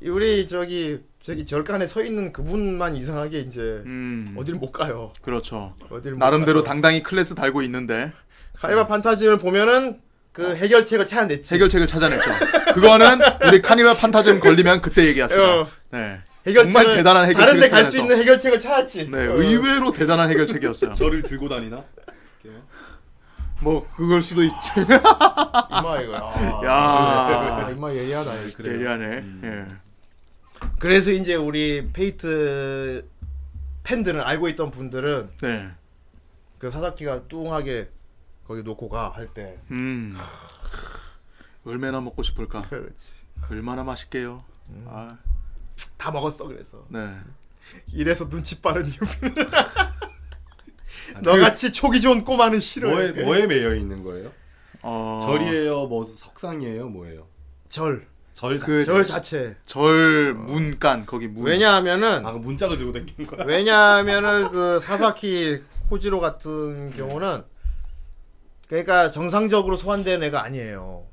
[SPEAKER 2] 우리 저기 저기 절간에 서 있는 그분만 이상하게 이제
[SPEAKER 3] 음
[SPEAKER 2] 어딜 못 가요.
[SPEAKER 3] 그렇죠
[SPEAKER 2] 어딜 못
[SPEAKER 3] 나름대로
[SPEAKER 2] 가서.
[SPEAKER 3] 당당히 클래스 달고 있는데
[SPEAKER 2] 카이바 판타지를 보면은
[SPEAKER 3] 어.
[SPEAKER 2] 그 해결책을 찾아냈지.
[SPEAKER 3] 해결책을 찾아냈죠 그거는 우리 카니발 판타즘 걸리면 그때 얘기합시다
[SPEAKER 2] 어.
[SPEAKER 3] 네
[SPEAKER 2] 해결책을
[SPEAKER 3] 정말 대단한 해결책을
[SPEAKER 2] 다른데 갈 수
[SPEAKER 3] 찾아서.
[SPEAKER 2] 있는 해결책을 찾았지.
[SPEAKER 3] 네,
[SPEAKER 2] 어.
[SPEAKER 3] 의외로 대단한 해결책이었어요.
[SPEAKER 4] 저를 들고 다니나?
[SPEAKER 3] 뭐 그걸 수도 있지.
[SPEAKER 2] 이마 이거. 야. 아,
[SPEAKER 3] 야,
[SPEAKER 2] 이마 예리하다.
[SPEAKER 3] 대리하네. 예.
[SPEAKER 2] 그래서 이제 우리 페이트 팬들은 알고 있던 분들은
[SPEAKER 3] 네.
[SPEAKER 2] 그 사사키가 뚱하게 거기 놓고 가 할 때.
[SPEAKER 3] 음. 얼마나 먹고 싶을까?
[SPEAKER 2] 그렇지.
[SPEAKER 3] 얼마나 맛있게요.
[SPEAKER 2] 음.
[SPEAKER 3] 아,
[SPEAKER 2] 다 먹었어 그래서.
[SPEAKER 3] 네.
[SPEAKER 2] 이래서 눈치 빠른 유빈. 아, 너같이 초기 좋은 꼬마는 싫어.
[SPEAKER 4] 뭐에, 뭐에 매여 있는 거예요?
[SPEAKER 3] 어,
[SPEAKER 4] 절이에요? 뭐 석상이에요? 뭐예요?
[SPEAKER 2] 절.
[SPEAKER 4] 절
[SPEAKER 3] 그-
[SPEAKER 4] 자체
[SPEAKER 2] 절 자체. 음.
[SPEAKER 3] 절 문간 거기 문.
[SPEAKER 2] 왜냐하면은
[SPEAKER 4] 아, 그 문짝을 들고 다니는 거야?
[SPEAKER 2] 왜냐하면은 그 사사키 코지로
[SPEAKER 3] 음.
[SPEAKER 2] 같은 경우는 그러니까 정상적으로 소환된 애가 아니에요.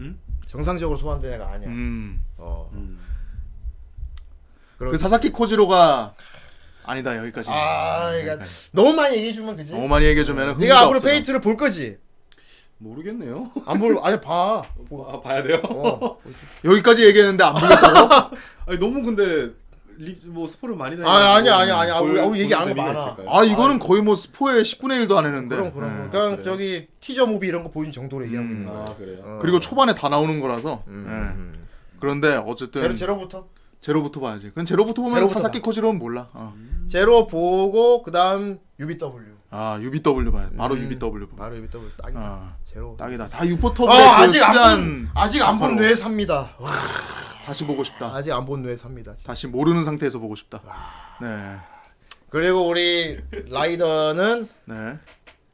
[SPEAKER 4] 음?
[SPEAKER 2] 정상적으로 소환된 애가 아니야.
[SPEAKER 3] 음.
[SPEAKER 2] 어.
[SPEAKER 4] 음.
[SPEAKER 3] 그 사사키 코지로가 아니다 여기까지.
[SPEAKER 2] 아, 그러니까 너무 많이 얘기해 주면 그지?
[SPEAKER 3] 너무 많이 얘기해 주면은
[SPEAKER 2] 네가 앞으로 페이트를 볼 거지?
[SPEAKER 4] 모르겠네요
[SPEAKER 2] 안 볼, 아니 봐.
[SPEAKER 4] 아, 봐야 돼요?
[SPEAKER 2] 어.
[SPEAKER 3] 여기까지 얘기했는데 안 보겠다.
[SPEAKER 4] 아니 너무 근데 리, 뭐 스포를 많이 다니는
[SPEAKER 2] 아니, 아니,
[SPEAKER 4] 거
[SPEAKER 2] 아니, 아니,
[SPEAKER 4] 볼-
[SPEAKER 2] 우리- 우리
[SPEAKER 4] 보는
[SPEAKER 2] 얘기 안 하는 거
[SPEAKER 4] 재미가
[SPEAKER 2] 많아.
[SPEAKER 4] 있을까요?
[SPEAKER 3] 아 이거는 거의 뭐 스포의 10분의 1도 안 했는데.
[SPEAKER 2] 그럼 그럼.
[SPEAKER 3] 예.
[SPEAKER 2] 그냥
[SPEAKER 4] 그래요.
[SPEAKER 2] 저기 티저 무비 이런 거 보인 정도로 얘기하고
[SPEAKER 3] 음.
[SPEAKER 2] 있는 거야.
[SPEAKER 4] 아 그래요?
[SPEAKER 2] 어.
[SPEAKER 3] 그리고 초반에 다 나오는 거라서. 예. 그런데 어쨌든
[SPEAKER 2] 음, 제로 제로부터
[SPEAKER 3] 제로, 부터 봐야지. 그럼 제로부터 보면
[SPEAKER 2] 제로부터
[SPEAKER 3] 사사키 코지로는 몰라. 어.
[SPEAKER 2] 제로 보고 그다음 UBW.
[SPEAKER 3] 아 UBW 봐야 돼. 바로
[SPEAKER 2] 음.
[SPEAKER 3] UBW 봐.
[SPEAKER 2] 바로 UBW 딱이다.
[SPEAKER 3] 아.
[SPEAKER 2] 제로.
[SPEAKER 3] 딱이다. 다 유포터블의
[SPEAKER 2] 아,
[SPEAKER 3] 그
[SPEAKER 2] 아직 안
[SPEAKER 3] 수잔
[SPEAKER 2] 본, 아직 안 본
[SPEAKER 3] 바로.
[SPEAKER 2] 뇌에 삽니다.
[SPEAKER 3] 다시 보고 싶다.
[SPEAKER 2] 아직 안 본 뇌사입니다. 진짜.
[SPEAKER 3] 다시 모르는 상태에서 보고 싶다. 네.
[SPEAKER 2] 그리고 우리 라이더는
[SPEAKER 3] 네.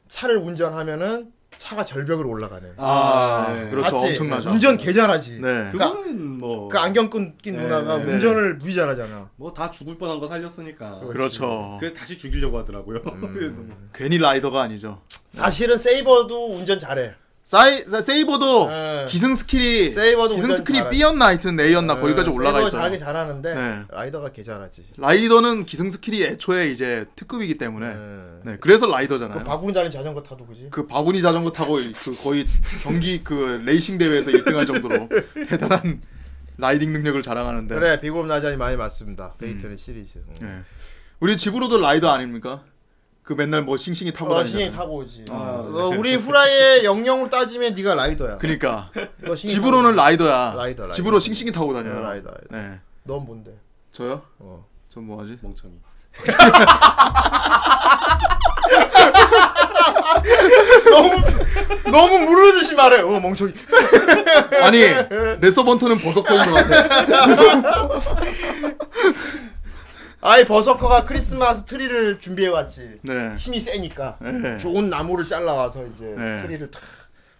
[SPEAKER 2] 차를 운전하면은 차가 절벽으로 올라가는.
[SPEAKER 4] 아,
[SPEAKER 3] 아,
[SPEAKER 4] 네.
[SPEAKER 3] 그렇죠.
[SPEAKER 2] 맞지?
[SPEAKER 3] 엄청나죠.
[SPEAKER 2] 운전 개 잘하지.
[SPEAKER 3] 네.
[SPEAKER 4] 그거는 뭐,
[SPEAKER 2] 그러니까 그 안경 끈 낀 누나가
[SPEAKER 4] 네.
[SPEAKER 2] 운전을 무지 잘하잖아.
[SPEAKER 4] 뭐 다 죽을 뻔한 거 살렸으니까.
[SPEAKER 2] 어.
[SPEAKER 3] 그렇죠.
[SPEAKER 4] 그래서 다시 죽이려고 하더라고요.
[SPEAKER 2] 음.
[SPEAKER 4] 그래서 뭐.
[SPEAKER 3] 괜히 라이더가 아니죠.
[SPEAKER 2] 사실은 세이버도 운전 잘해.
[SPEAKER 3] 사이, 사- 세이버도
[SPEAKER 2] 네.
[SPEAKER 3] 기승 스킬이
[SPEAKER 2] 세이버도
[SPEAKER 3] 기승
[SPEAKER 2] 운전
[SPEAKER 3] 스킬이
[SPEAKER 2] 잘하죠.
[SPEAKER 3] B였나 하여튼 A였나 거기까지 올라가
[SPEAKER 2] 네. 세이버가
[SPEAKER 3] 있어요.
[SPEAKER 2] 잘하긴 잘하는데
[SPEAKER 3] 네.
[SPEAKER 2] 라이더가 개 잘하지.
[SPEAKER 3] 라이더는 기승 스킬이 애초에 이제 특급이기 때문에
[SPEAKER 2] 네.
[SPEAKER 3] 네 그래서 라이더잖아요.
[SPEAKER 2] 그 바구니 달린 자전거 타도 그지?
[SPEAKER 3] 그 바구니 자전거 타고 그 거의 경기 그 레이싱 대회에서 1등할 정도로 대단한 라이딩 능력을 자랑하는데
[SPEAKER 2] 그래 비굴 나자니 많이 맞습니다. 베이트는 시리즈. 음. 응.
[SPEAKER 3] 네. 우리 집으로도 라이더 아닙니까? 그 맨날 뭐 싱싱이 타고
[SPEAKER 2] 어,
[SPEAKER 3] 다니는
[SPEAKER 2] 신이 타고 오지.
[SPEAKER 3] 아, 네.
[SPEAKER 2] 어, 우리 후라이의 영영으로 따지면 네가 라이더야.
[SPEAKER 3] 그러니까
[SPEAKER 2] 너 신이
[SPEAKER 3] 집으로는
[SPEAKER 2] 타고 오지.
[SPEAKER 3] 라이더야.
[SPEAKER 2] 라이더, 라이더.
[SPEAKER 3] 집으로 싱싱이 타고 다녀요.
[SPEAKER 2] 어, 라이더, 라이더.
[SPEAKER 3] 네.
[SPEAKER 2] 넌 뭔데?
[SPEAKER 3] 저요?
[SPEAKER 2] 어.
[SPEAKER 3] 전 뭐하지?
[SPEAKER 4] 멍청이.
[SPEAKER 2] 너무 무르듯이 말해. 어 멍청이.
[SPEAKER 3] 아니 내 서번터는 버섯거인 것 같아.
[SPEAKER 2] 아이 버서커가 크리스마스 트리를 준비해 왔지.
[SPEAKER 3] 네.
[SPEAKER 2] 힘이 세니까
[SPEAKER 3] 네.
[SPEAKER 2] 좋은 나무를 잘라와서 이제
[SPEAKER 3] 네.
[SPEAKER 2] 트리를 탁.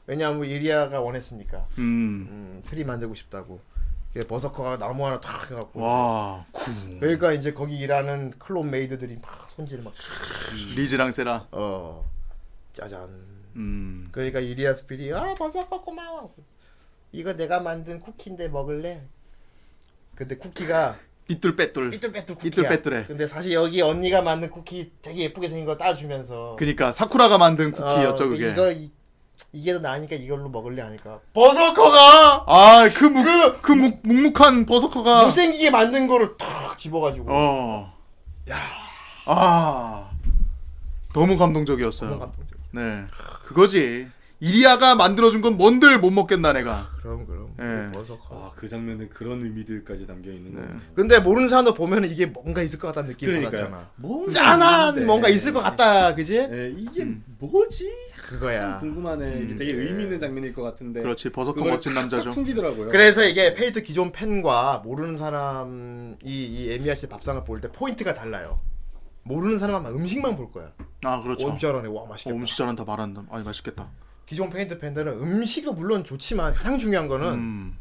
[SPEAKER 2] 왜냐하면 이리아가 원했으니까
[SPEAKER 3] 음.
[SPEAKER 2] 음, 트리 만들고 싶다고. 그래서 버서커가 나무 하나 탁 해갖고.
[SPEAKER 3] 와. 음.
[SPEAKER 2] 그러니까 이제 거기 일하는 클론 메이드들이 막 손질 막.
[SPEAKER 3] 리즈랑 세라.
[SPEAKER 2] 어. 짜잔.
[SPEAKER 3] 음.
[SPEAKER 2] 그러니까 이리아 스피리 아 버섯커 고마워. 이거 내가 만든 쿠키인데 먹을래? 근데 쿠키가
[SPEAKER 3] 삐뚤빼뚤.
[SPEAKER 2] 삐뚤빼뚤 쿠키야.
[SPEAKER 3] 삐뚤빼뚤해.
[SPEAKER 2] 근데 사실 여기 언니가 만든 쿠키 되게 예쁘게 생긴 거 따주면서
[SPEAKER 3] 그러니까 사쿠라가 만든 쿠키였죠
[SPEAKER 2] 어,
[SPEAKER 3] 그게.
[SPEAKER 2] 이거 이, 이게 더 나으니까 이걸로 먹을래 하니까 버서커가
[SPEAKER 3] 아, 아그묵그 묵묵한 버서커가.
[SPEAKER 2] 못생기게 만든 거를 탁 집어가지고
[SPEAKER 3] 아. 어. 야. 아. 너무 감동적이었어요.
[SPEAKER 2] 너무 감동적이야.
[SPEAKER 3] 네. 그거지. 이리아가 만들어준 건 뭔들 못 먹겠나 내가.
[SPEAKER 2] 그럼 그럼
[SPEAKER 3] 예.
[SPEAKER 2] 버서커
[SPEAKER 4] 아, 그 장면에 그런 의미들까지 담겨 있는
[SPEAKER 2] 네.
[SPEAKER 4] 거.
[SPEAKER 2] 근데 모르는 사람도 보면 이게 뭔가 있을 것 같다는 느낌이 받았잖아
[SPEAKER 4] 그러니까 뭔가
[SPEAKER 2] 짠한
[SPEAKER 4] 있는데.
[SPEAKER 2] 뭔가 있을 것 같다 그지?
[SPEAKER 4] 예, 이게 뭐지?
[SPEAKER 2] 그거야 음.
[SPEAKER 4] 궁금하네. 이게 되게 의미 있는 장면일 것 같은데.
[SPEAKER 3] 그렇지. 버섯커
[SPEAKER 4] 네. 그걸
[SPEAKER 3] 멋진
[SPEAKER 4] 탁탁
[SPEAKER 3] 남자죠.
[SPEAKER 4] 풍기더라고요.
[SPEAKER 2] 그래서 이게 페이트 기존 팬과 모르는 사람이 이 에미아 씨의 밥상을 볼 때 포인트가 달라요 모르는 사람은 막 음식만 볼 거야
[SPEAKER 3] 아 그렇죠.
[SPEAKER 2] 엄청 잘하네 와 맛있겠다
[SPEAKER 3] 어, 음식 잘한다 말한다. 아니 맛있겠다.
[SPEAKER 2] 기존 페인트 팬들은 음식도 물론 좋지만 가장 중요한 거는
[SPEAKER 3] 음.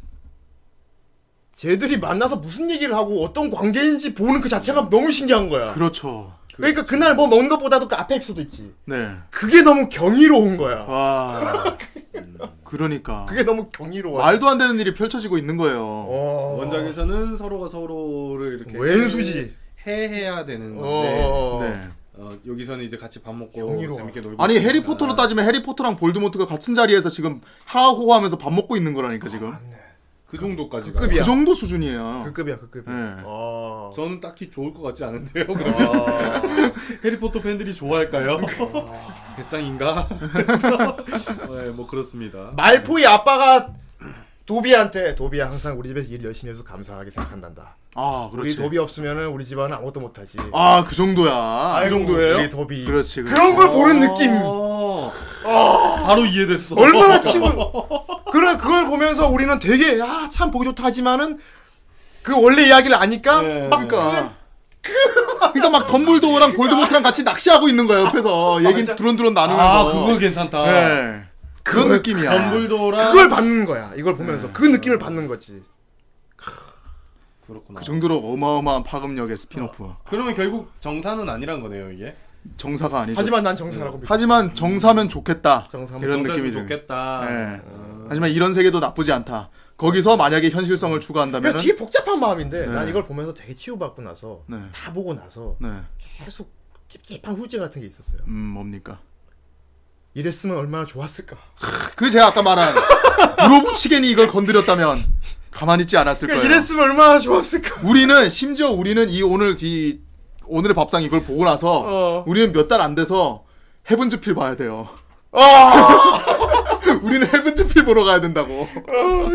[SPEAKER 2] 쟤들이 만나서 무슨 얘기를 하고 어떤 관계인지 보는 그 자체가 너무 신기한 거야.
[SPEAKER 3] 그렇죠.
[SPEAKER 2] 그러니까 그날 뭐 먹는 것보다도 그 앞에 에피소드 있지.
[SPEAKER 3] 네.
[SPEAKER 2] 그게 너무 경이로운
[SPEAKER 3] 아.
[SPEAKER 2] 거야.
[SPEAKER 3] 와. 음, 그러니까.
[SPEAKER 2] 그게 너무 경이로워.
[SPEAKER 3] 말도 안 되는 일이 펼쳐지고 있는 거예요.
[SPEAKER 2] 어.
[SPEAKER 4] 원작에서는 서로가 서로를 이렇게
[SPEAKER 2] 왼수지.
[SPEAKER 4] 해해야 되는 건데
[SPEAKER 2] 어.
[SPEAKER 4] 어...
[SPEAKER 3] 네.
[SPEAKER 4] 여기서는 이제 같이 밥 먹고
[SPEAKER 2] 경이로워.
[SPEAKER 4] 재밌게 놀고
[SPEAKER 3] 아니
[SPEAKER 4] 있으니까.
[SPEAKER 3] 해리포터로 따지면 해리포터랑 볼드모트가 같은 자리에서 지금 하호하면서 밥 먹고 있는 거라니까 지금.
[SPEAKER 4] 그 정도까지
[SPEAKER 2] 급이야.
[SPEAKER 3] 그 정도 수준이에요.
[SPEAKER 2] 그 급이야, 그 급이야.
[SPEAKER 3] 네.
[SPEAKER 2] 어.
[SPEAKER 4] 저는 딱히 좋을 것 같지 않은데요. 그러면 해리포터 팬들이 좋아할까요? 배짱인가? 그래서, 네, 뭐 그렇습니다.
[SPEAKER 2] 말포이 아빠가 도비한테 도비야 항상 우리 집에서 일 열심히 해서 감사하게 생각한단다.
[SPEAKER 3] 아
[SPEAKER 2] 우리
[SPEAKER 3] 그렇지.
[SPEAKER 2] 도비 없으면은 우리 집안은 아무것도 못하지.
[SPEAKER 3] 아 그 정도야.
[SPEAKER 2] 아이고,
[SPEAKER 4] 정도예요?
[SPEAKER 2] 우리 도비.
[SPEAKER 3] 그렇지. 그렇지.
[SPEAKER 2] 그런 걸 보는 느낌.
[SPEAKER 4] 어... 바로 이해됐어. 아,
[SPEAKER 2] 얼마나 친구. 그래 그걸 보면서 우리는 되게 아 참 보기 좋다 하지만은 그 원래 이야기를 아니까
[SPEAKER 4] 네.
[SPEAKER 2] 막
[SPEAKER 3] 그러니까. 그러니까 막 덤블도어랑 볼드모트랑 같이 낚시하고 있는 거야 옆에서 얘기 두런두런 나누면서. 뭐-
[SPEAKER 4] 아 그거 괜찮다.
[SPEAKER 3] 네. 그런
[SPEAKER 2] 그걸-
[SPEAKER 3] 느낌이야.
[SPEAKER 4] 덤블도랑
[SPEAKER 2] 그걸 받는 거야. 이걸 보면서
[SPEAKER 3] 네.
[SPEAKER 2] 그 느낌을 받는 거지.
[SPEAKER 4] 그렇구나.
[SPEAKER 3] 그 정도로 어마어마한 파급력의 스피노프.
[SPEAKER 4] 그러면 결국 정사는 아니란 거네요 이게.
[SPEAKER 3] 정사가 아니죠.
[SPEAKER 2] 하지만 난 정사라고 믿고.
[SPEAKER 3] 하지만 정사면 좋겠다.
[SPEAKER 2] 정사면 아.
[SPEAKER 3] 이런
[SPEAKER 4] 정사였으면
[SPEAKER 3] 느낌이 들.
[SPEAKER 4] 좋겠다.
[SPEAKER 3] 예. 하지만 이런 세계도 나쁘지 않다. 거기서 만약에 현실성을 추구한다면
[SPEAKER 2] 그래서 되게 복잡한 마음인데
[SPEAKER 3] 네.
[SPEAKER 2] 난 이걸 보면서 되게 치유받고 나서
[SPEAKER 3] 네.
[SPEAKER 2] 다 보고 나서
[SPEAKER 3] 네.
[SPEAKER 2] 계속 찝찝한 후유증 같은 게 있었어요.
[SPEAKER 3] 음, 뭡니까?
[SPEAKER 2] 이랬으면 얼마나 좋았을까.
[SPEAKER 3] 그 제가 아까 말한 무로부치겐이 이걸 건드렸다면 가만히 있지 않았을 거예요.
[SPEAKER 2] 그러니까 이랬으면 얼마나 좋았을까.
[SPEAKER 3] 우리는 심지어 우리는 이 오늘 이 오늘의 밥상 이걸 보고 나서
[SPEAKER 2] 어.
[SPEAKER 3] 우리는 몇 달 안 돼서 헤븐즈필 봐야 돼요.
[SPEAKER 2] 아!
[SPEAKER 3] 우리는 헤븐즈필 보러 가야 된다고.
[SPEAKER 2] 아,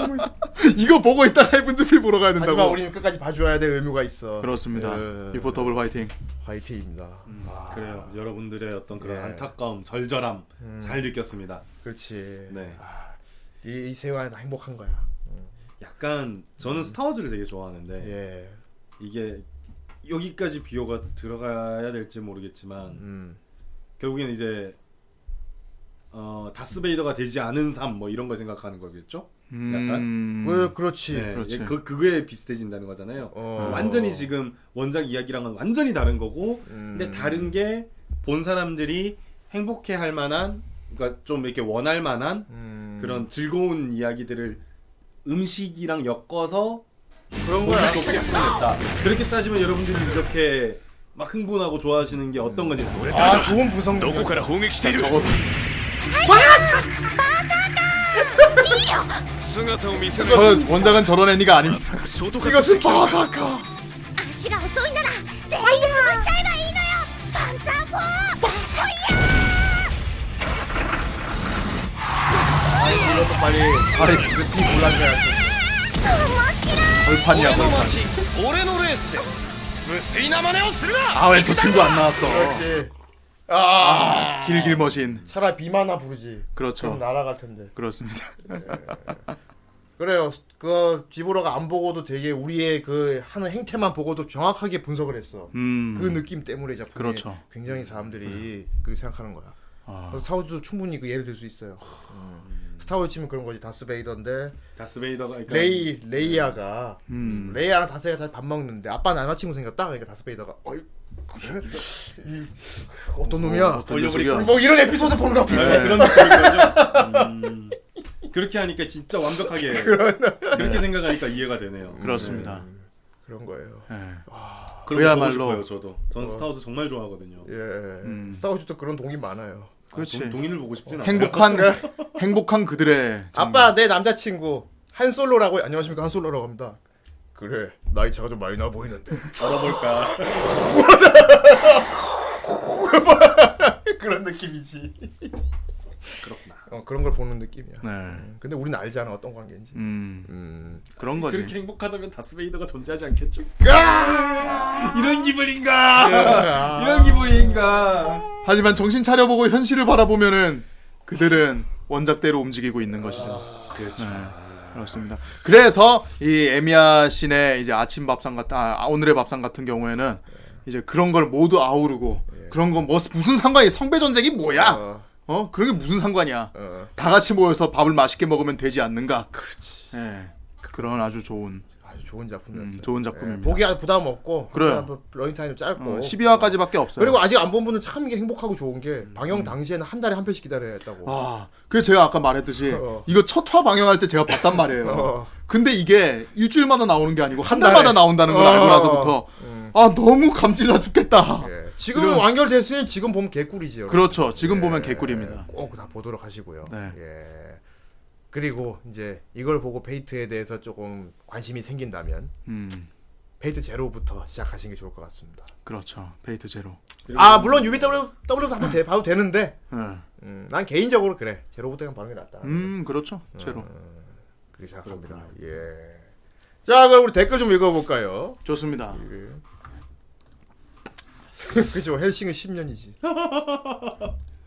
[SPEAKER 3] 이거 보고 있다가 헤븐즈필 보러 가야 된다고.
[SPEAKER 2] 하지만 우리는 끝까지 봐줘야 될 의무가 있어.
[SPEAKER 3] 그렇습니다.
[SPEAKER 2] 예.
[SPEAKER 3] 유포 더블 화이팅.
[SPEAKER 2] 화이팅입니다.
[SPEAKER 4] 음.
[SPEAKER 2] 아,
[SPEAKER 4] 그래요. 여러분들의 어떤 그런
[SPEAKER 2] 예. 음.
[SPEAKER 4] 안타까움, 절절함 잘 느꼈습니다.
[SPEAKER 2] 그렇지.
[SPEAKER 4] 네.
[SPEAKER 2] 이, 이 세상은 행복한 거야.
[SPEAKER 4] 약간 저는 스타워즈를 되게 좋아하는데
[SPEAKER 2] 예.
[SPEAKER 4] 이게 여기까지 비호가 들어가야 될지 모르겠지만
[SPEAKER 2] 음.
[SPEAKER 4] 결국엔 이제 어 다스베이더가 되지 않은 삶 뭐 이런 걸 생각하는 거겠죠?
[SPEAKER 9] 음.
[SPEAKER 2] 그, 그렇지.
[SPEAKER 4] 네,
[SPEAKER 2] 그렇지.
[SPEAKER 4] 그 그거에 비슷해진다는 거잖아요.
[SPEAKER 2] 어.
[SPEAKER 4] 완전히 지금 원작 이야기랑은 완전히 다른 거고,
[SPEAKER 2] 음.
[SPEAKER 4] 근데 다른 게 본 사람들이 행복해할 만한, 그러니까 좀 이렇게 원할 만한
[SPEAKER 2] 음.
[SPEAKER 4] 그런 즐거운 이야기들을 음식이랑 엮어서
[SPEAKER 2] 그런
[SPEAKER 4] 거야.
[SPEAKER 2] 거야.
[SPEAKER 4] 높게 표현했다. 그렇게 따지면 여러분들이 이렇게 막 흥분하고 좋아하시는 게 어떤 건지 모르겠어요.
[SPEAKER 2] 아, 좋은 구성.
[SPEAKER 8] どこから砲撃している姿を見せない
[SPEAKER 3] 저 원작은 저런 애니가 아닙니다.
[SPEAKER 8] ショートカット
[SPEAKER 3] 이것은 바사카.
[SPEAKER 5] 足が遅いなら全員潰しちゃえばいいのよパンツァーフォーバシャイヤ
[SPEAKER 2] 이것도 빨리.
[SPEAKER 3] 아이 그피 몰랐네.
[SPEAKER 8] 俺
[SPEAKER 3] 얼판이야.
[SPEAKER 8] の街俺のレースで無粋な真似をするな
[SPEAKER 3] 아왜 저 친구 안 나왔어? 아,
[SPEAKER 2] 그렇지.
[SPEAKER 3] 길길 머신.
[SPEAKER 2] 차라리 비마나 부르지. 아. 그럼
[SPEAKER 3] 그렇죠.
[SPEAKER 2] 날아갈 텐데.
[SPEAKER 3] 그렇습니다.
[SPEAKER 2] 그래요. 그 디보라가 안 보고도 되게 우리의 그 하는 행태만 보고도 정확하게 분석을 했어.
[SPEAKER 3] 음.
[SPEAKER 2] 그 느낌 때문에 작품이
[SPEAKER 3] 그렇죠. 네. 아.
[SPEAKER 2] 굉장히 사람들이 그렇게 생각하는 거야. 그래서 스타워즈도 충분히 그 예를 들 수 있어요. 음. 스타워즈 치면 그런 거지 다스베이더인데
[SPEAKER 4] 다스베이더가 그러니까
[SPEAKER 2] 레이 레이아가
[SPEAKER 3] 그러니까 음.
[SPEAKER 2] 레이아랑 다스가 다밥 먹는데 아빠는 안 친구 생겼다. 그러니까 다스베이더가 어이 그래? 이, 그 어떤 놈이야?
[SPEAKER 3] 어떤 녀석이야?
[SPEAKER 2] 뭐 이런 에피소드 보는 거
[SPEAKER 4] 네,
[SPEAKER 2] 비슷해.
[SPEAKER 4] 그런 느낌인 거죠. 음, 그렇게 하니까 진짜 완벽하게 그렇게 생각하니까 이해가 되네요.
[SPEAKER 3] 그렇습니다.
[SPEAKER 2] 그런 거예요.
[SPEAKER 3] 예.
[SPEAKER 4] 그런 거 보고
[SPEAKER 3] 그야말로.
[SPEAKER 4] 싶어요, 저도. 저는 스타워즈 정말 좋아하거든요.
[SPEAKER 2] 예.
[SPEAKER 3] 음.
[SPEAKER 2] 스타워즈도 그런 동이 많아요.
[SPEAKER 3] 그렇지.
[SPEAKER 4] 아, 동, 동인을 보고 싶진 않아요.
[SPEAKER 3] 행복한 행복한 그들의
[SPEAKER 2] 아빠 내 남자친구 한솔로라고 안녕하십니까 한솔로라고 합니다. 그래 나이 차가 좀 많이 나 보이는데
[SPEAKER 4] 알아볼까.
[SPEAKER 2] 그런 느낌이지.
[SPEAKER 4] 그렇구나.
[SPEAKER 2] 어, 그런 걸 보는 느낌이야.
[SPEAKER 3] 네.
[SPEAKER 2] 근데 우리는 알잖아 어떤 관계인지.
[SPEAKER 3] 음.
[SPEAKER 2] 음.
[SPEAKER 3] 그런 거지.
[SPEAKER 4] 그렇게 행복하다면 다스베이더가 존재하지 않겠죠?
[SPEAKER 3] 아!
[SPEAKER 9] 이런 기분인가?
[SPEAKER 4] 이런 기분인가.
[SPEAKER 3] 하지만 정신 차려보고 현실을 바라보면은 그들은 원작대로 움직이고 있는 것이죠. 네.
[SPEAKER 4] 그렇죠.
[SPEAKER 3] 그렇습니다. 그래서 이 에미야 신의 이제 아침 밥상 같은 아, 오늘의 밥상 같은 경우에는 이제 그런 걸 모두 아우르고 그런 건 뭐, 무슨 상관이 성배 전쟁이 뭐야?
[SPEAKER 2] 어,
[SPEAKER 3] 어 그런 게 무슨 상관이야?
[SPEAKER 2] 어.
[SPEAKER 3] 다 같이 모여서 밥을 맛있게 먹으면 되지 않는가? 그렇지. 예. 그런 아주 좋은
[SPEAKER 2] 아주 좋은 작품이었어요.
[SPEAKER 3] 음, 좋은
[SPEAKER 2] 예,
[SPEAKER 3] 작품입니다.
[SPEAKER 2] 보기 부담 없고
[SPEAKER 3] 그래요.
[SPEAKER 2] 그냥 뭐 러닝타임 좀 짧고
[SPEAKER 3] 어, 12화까지밖에 없어요.
[SPEAKER 2] 그리고 아직 안 본 분은 참 이게 행복하고 좋은 게 방영 당시에는 한 달에 한 편씩 기다려야 했다고
[SPEAKER 3] 아, 그게 제가 아까 말했듯이
[SPEAKER 2] 어.
[SPEAKER 3] 이거 첫 화 방영할 때 제가 봤단 말이에요.
[SPEAKER 2] 어.
[SPEAKER 3] 근데 이게 일주일마다 나오는 게 아니고 한
[SPEAKER 2] 달에.
[SPEAKER 3] 달마다 나온다는 걸
[SPEAKER 2] 어.
[SPEAKER 3] 알고 나서부터 아 너무 감질나 죽겠다.
[SPEAKER 2] 음. 예. 지금 완결됐으니 지금 보면 개꿀이지 여러분.
[SPEAKER 3] 아. 그렇죠.
[SPEAKER 2] 예.
[SPEAKER 3] 지금 보면 개꿀입니다.
[SPEAKER 2] 꼭 다 보도록 하시고요.
[SPEAKER 3] 네.
[SPEAKER 2] 예. 그리고 이제 이걸 보고 페이트에 대해서 조금 관심이 생긴다면
[SPEAKER 3] 음,
[SPEAKER 2] 페이트 제로부터 시작하시는 게 좋을 것 같습니다.
[SPEAKER 3] 그렇죠. 페이트 제로.
[SPEAKER 2] 아 물론 UBW 봐도 돼 봐도 되는데
[SPEAKER 3] 네.
[SPEAKER 2] 음, 난 개인적으로 그래 제로부터 그냥 보는 게 낫다.
[SPEAKER 3] 음, 그렇죠. 제로.
[SPEAKER 2] 그렇게 생각합니다. 예. 자 그럼 우리 댓글 좀 읽어볼까요?
[SPEAKER 3] 좋습니다. 음,
[SPEAKER 2] 그죠 헬싱은 10년이지.